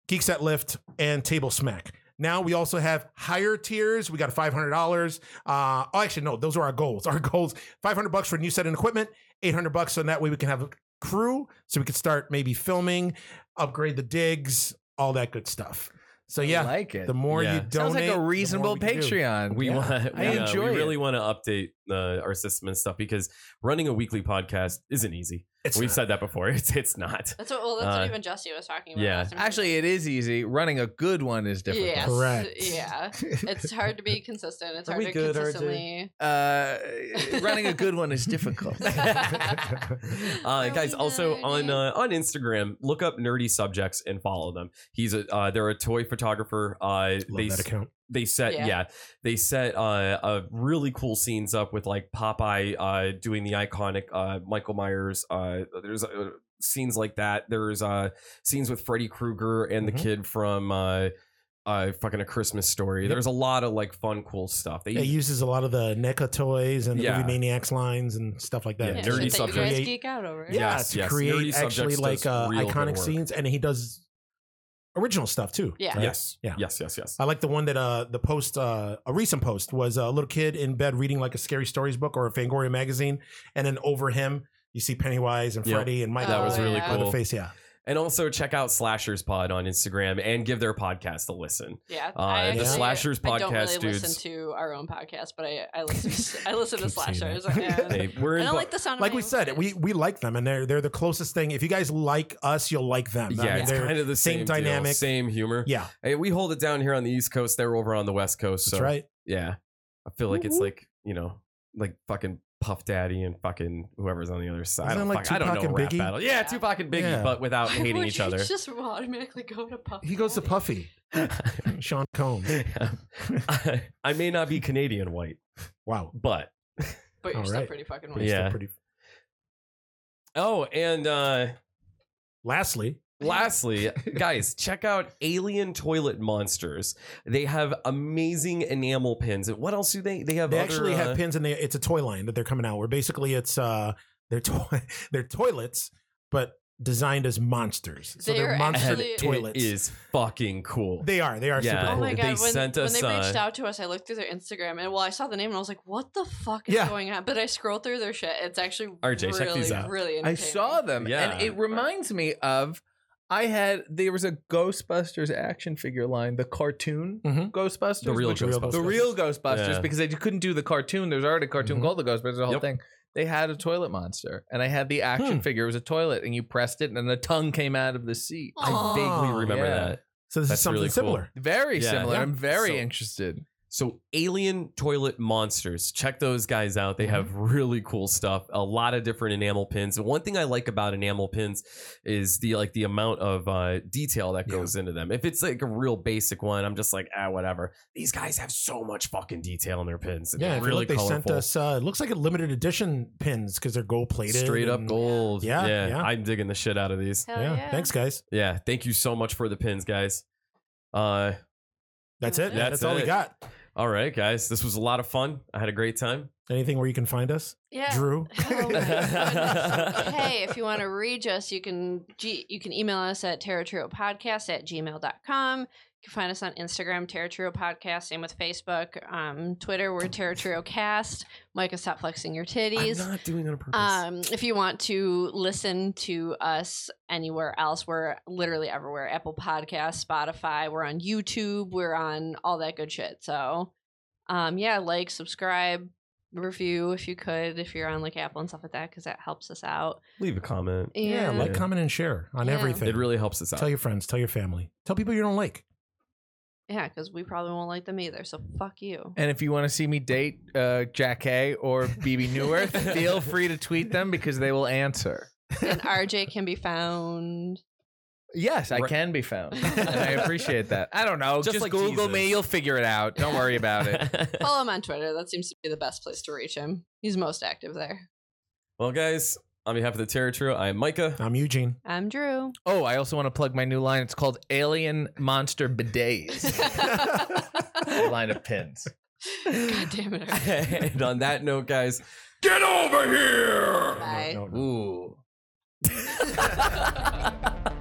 Speaker 4: Geeks at Lift, and Table Smack. Now we also have higher tiers. We got five hundred dollars. Uh, oh, actually, no, those are our goals. Our goals: five hundred bucks for new set and equipment, eight hundred bucks, so that way we can have a crew, so we could start maybe filming, upgrade the digs, all that good stuff. So
Speaker 1: I
Speaker 4: yeah,
Speaker 1: like it.
Speaker 4: the more
Speaker 3: Yeah.
Speaker 4: you
Speaker 3: Sounds
Speaker 4: donate,
Speaker 1: Sounds like
Speaker 4: the
Speaker 1: a
Speaker 4: more
Speaker 1: reasonable
Speaker 4: we can do.
Speaker 1: Patreon.
Speaker 3: We want.
Speaker 1: I
Speaker 3: we, uh,
Speaker 1: enjoy
Speaker 3: We really
Speaker 1: it.
Speaker 3: want to update uh, our system and stuff because running a weekly podcast isn't easy.
Speaker 4: It's
Speaker 3: We've said that before. It's it's not.
Speaker 2: That's what. Well, that's
Speaker 3: Uh,
Speaker 2: what even Jesse was talking about.
Speaker 3: yeah.
Speaker 2: last time we
Speaker 1: Actually, it is easy. Running a good one is difficult.
Speaker 2: Yes,
Speaker 4: Correct.
Speaker 2: Yeah, it's hard to be consistent. It's
Speaker 3: Are
Speaker 2: hard to
Speaker 3: we good, RJ?
Speaker 2: consistently.
Speaker 1: Uh, running a good one is difficult.
Speaker 3: uh,
Speaker 2: Are
Speaker 3: guys,
Speaker 2: we
Speaker 3: also on
Speaker 2: nerdy?
Speaker 3: uh, on Instagram, look up nerdy subjects and follow them. He's a uh, they're a toy photographer. Uh,
Speaker 4: Love
Speaker 3: they
Speaker 4: that
Speaker 3: s-
Speaker 4: account.
Speaker 3: they set yeah,
Speaker 2: Yeah.
Speaker 3: they set uh, uh really cool scenes up with like Popeye uh doing the iconic uh Michael Myers uh there's uh, scenes like that there's uh scenes with Freddy Krueger and the
Speaker 4: Mhm.
Speaker 3: kid from uh uh fucking a Christmas story
Speaker 4: Yep.
Speaker 3: there's a lot of like fun cool stuff they
Speaker 4: It uses a lot of the NECA toys and the
Speaker 3: Yeah.
Speaker 4: movie Maniacs lines and stuff like that.
Speaker 3: Yeah,
Speaker 2: Yeah,
Speaker 3: nerdy
Speaker 2: shit that you guys
Speaker 3: subjects.
Speaker 2: geek out over.
Speaker 4: Yeah,
Speaker 3: Yes,
Speaker 4: to
Speaker 3: yes. Nerdy
Speaker 4: create actually
Speaker 3: subjects
Speaker 4: like
Speaker 3: does
Speaker 4: uh,
Speaker 3: real good
Speaker 4: iconic
Speaker 3: work.
Speaker 4: scenes, and he does original stuff too.
Speaker 2: Yeah.
Speaker 4: right?
Speaker 3: yes
Speaker 4: Yeah.
Speaker 3: yes yes yes
Speaker 4: I like the one that uh, the post, uh, a recent post was uh, a little kid in bed reading like a scary stories book or a Fangoria magazine, and then over him you see Pennywise and
Speaker 3: Yep.
Speaker 4: Freddy and Michael.
Speaker 3: that was
Speaker 2: Oh,
Speaker 3: really
Speaker 2: yeah.
Speaker 3: cool
Speaker 4: Leatherface, yeah.
Speaker 3: and also check out Slashers Pod on Instagram and give their podcast a listen
Speaker 2: Yeah,
Speaker 3: Uh,
Speaker 2: I
Speaker 3: the
Speaker 2: actually-
Speaker 3: Slashers
Speaker 2: I don't really
Speaker 3: podcast, dudes.
Speaker 2: listen to our own podcast, but I I listen to, I listen to
Speaker 4: Keep saying
Speaker 2: Slashers.
Speaker 4: that.
Speaker 2: and
Speaker 3: Hey, we're
Speaker 2: I
Speaker 3: in
Speaker 2: don't
Speaker 3: bu-
Speaker 2: like the sound.
Speaker 4: Like
Speaker 2: of my
Speaker 4: we
Speaker 2: own
Speaker 4: said,
Speaker 2: voice.
Speaker 4: we we like them, and they're they're the closest thing. If you guys like us, you'll like them. I
Speaker 3: yeah
Speaker 4: mean,
Speaker 3: it's
Speaker 4: they're-
Speaker 3: kind of the
Speaker 4: same
Speaker 3: same, deal,
Speaker 4: dynamic.
Speaker 3: same humor
Speaker 4: yeah,
Speaker 3: Hey, we hold it down here on the East Coast. They're over on the West Coast.
Speaker 4: that's
Speaker 3: so
Speaker 4: right.
Speaker 3: Yeah, I feel like it's
Speaker 4: Woo-woo.
Speaker 3: like you know, like fucking Puff Daddy and fucking whoever's on the other side. I
Speaker 4: Isn't
Speaker 3: don't,
Speaker 4: it like
Speaker 3: fuck- I don't
Speaker 4: Tupac
Speaker 3: know
Speaker 4: and
Speaker 3: rap
Speaker 4: Biggie?
Speaker 3: battle. Yeah, Tupac and Biggie,
Speaker 4: Yeah.
Speaker 3: but without hating
Speaker 2: Would
Speaker 3: each
Speaker 2: you
Speaker 3: other.
Speaker 2: Just automatically go to Puff.
Speaker 4: He goes to Puffy, Sean Combs.
Speaker 3: I, may not be Canadian white,
Speaker 4: Wow,
Speaker 3: but
Speaker 2: but you're
Speaker 4: All
Speaker 2: still
Speaker 4: right.
Speaker 2: pretty fucking white.
Speaker 4: Pretty-
Speaker 3: Yeah.
Speaker 4: still pretty.
Speaker 3: oh, and uh
Speaker 4: Lastly,
Speaker 3: Lastly, guys, check out Alien Toilet Monsters. They have amazing enamel pins. And What else do they? They have
Speaker 4: They
Speaker 3: other,
Speaker 4: actually
Speaker 3: uh,
Speaker 4: have pins in there. It's a toy line that they're coming out where basically it's uh their to- their toilets, but designed as monsters. So they're,
Speaker 2: They're
Speaker 4: monster
Speaker 2: actually- It
Speaker 4: toilets.
Speaker 3: uh, It is fucking cool.
Speaker 4: They are. They are
Speaker 3: Yeah.
Speaker 4: super
Speaker 2: Oh
Speaker 4: cool.
Speaker 2: my
Speaker 3: They
Speaker 2: god! When,
Speaker 3: sent
Speaker 2: when
Speaker 3: us,
Speaker 2: they reached
Speaker 3: uh,
Speaker 2: out to us, I looked through their Instagram, and well, I saw the name, and I was like, "What the fuck is
Speaker 4: Yeah.
Speaker 2: going on?" But I scrolled through their shit. It's actually
Speaker 3: RJ,
Speaker 2: really,
Speaker 3: check these out.
Speaker 2: really.
Speaker 1: I
Speaker 2: Entertaining.
Speaker 1: saw them,
Speaker 3: Yeah.
Speaker 1: and it reminds me of I had there was a Ghostbusters action figure line, the cartoon
Speaker 4: Mhm.
Speaker 1: Ghostbusters,
Speaker 3: Mm-hmm. The real
Speaker 1: which-
Speaker 4: real
Speaker 3: Ghostbusters.
Speaker 1: the real Ghostbusters,
Speaker 3: Yeah. Mm-hmm.
Speaker 1: because they couldn't do the cartoon. There was already a cartoon
Speaker 4: Mhm.
Speaker 1: called the Ghostbusters, the whole
Speaker 3: Yep.
Speaker 1: thing. They had a toilet monster, and I had the action
Speaker 4: Hmm.
Speaker 1: figure. It was a toilet, and you pressed it, and a tongue came out of the seat.
Speaker 2: Aw.
Speaker 3: I vaguely remember
Speaker 1: Yeah.
Speaker 3: that.
Speaker 4: So this is
Speaker 3: That's
Speaker 4: something
Speaker 3: really cool.
Speaker 4: similar.
Speaker 1: Very
Speaker 3: Yeah.
Speaker 1: similar.
Speaker 4: Yeah.
Speaker 1: I'm very
Speaker 3: So-
Speaker 1: interested.
Speaker 3: So, Alien Toilet Monsters. Check those guys out. They
Speaker 4: Mm-hmm.
Speaker 3: have really cool stuff. A lot of different enamel pins. And one thing I like about enamel pins is the like the amount of uh, detail that
Speaker 4: Yeah.
Speaker 3: goes into them. If it's like a real basic one, I'm just like ah whatever. These guys have so much fucking detail in their pins. And
Speaker 4: Yeah,
Speaker 3: they're
Speaker 4: if you
Speaker 3: really
Speaker 4: look, they
Speaker 3: colorful.
Speaker 4: sent us. Uh, it looks like a limited edition pins because they're gold plated.
Speaker 3: straight up
Speaker 4: and-
Speaker 3: gold.
Speaker 4: Yeah, yeah.
Speaker 3: I'm digging the shit out of these.
Speaker 2: Hell
Speaker 4: Yeah.
Speaker 2: yeah.
Speaker 4: thanks guys.
Speaker 3: Yeah, thank you so much for the pins, guys. Uh,
Speaker 4: That's it.
Speaker 2: That's
Speaker 4: That's, all we
Speaker 3: it.
Speaker 4: got.
Speaker 3: all right, guys, this was a lot of fun. I had a great time.
Speaker 4: Anything where you can find us,
Speaker 2: Yeah.
Speaker 4: Drew?
Speaker 2: Oh my goodness. hey, if you want to reach us, you can g- you can email us at terratriopodcast at gmail.com. You can find us on Instagram, Terra Trio Podcast. Same with Facebook, um, Twitter. We're Terra Trio Cast. Micah, stop flexing your
Speaker 3: I'm
Speaker 2: titties.
Speaker 3: not doing it on purpose.
Speaker 2: Um, if you want to listen to us anywhere else, we're literally everywhere. Apple Podcasts, Spotify, we're on YouTube, we're on all that good shit. So um yeah, like, subscribe, review if you could, if you're on like Apple and stuff like that, because that helps us out.
Speaker 3: Leave a comment.
Speaker 4: Yeah,
Speaker 2: And-
Speaker 4: like, comment, and share on
Speaker 2: Yeah.
Speaker 4: everything.
Speaker 3: It really helps us out.
Speaker 4: tell your friends, tell your family, tell people you don't like.
Speaker 2: yeah, because we probably won't like them either. So fuck you.
Speaker 1: And if you want to see me date uh, Jack Hay or BB Newirth, feel free to tweet them because they will answer.
Speaker 2: and RJ can be found.
Speaker 1: Yes, I
Speaker 3: Right.
Speaker 1: can be found. And I appreciate that. I don't know.
Speaker 3: Just
Speaker 1: Just,
Speaker 3: like
Speaker 1: Google me.
Speaker 3: Jesus.
Speaker 1: You'll figure it out. Don't worry about it.
Speaker 2: Follow him on Twitter. That seems to be the best place to reach him. He's most active there.
Speaker 3: well, guys, on behalf of the Terror Trio, I am Micah.
Speaker 4: I'm Eugene.
Speaker 2: I'm Drew.
Speaker 1: Oh, I also want to plug my new line. It's called Alien Monster Bidets. A
Speaker 2: God
Speaker 1: line of pins.
Speaker 2: damn it. RJ.
Speaker 3: and on that note, guys,
Speaker 1: Get over here!
Speaker 2: Bye.
Speaker 4: No, no, no.
Speaker 1: Ooh.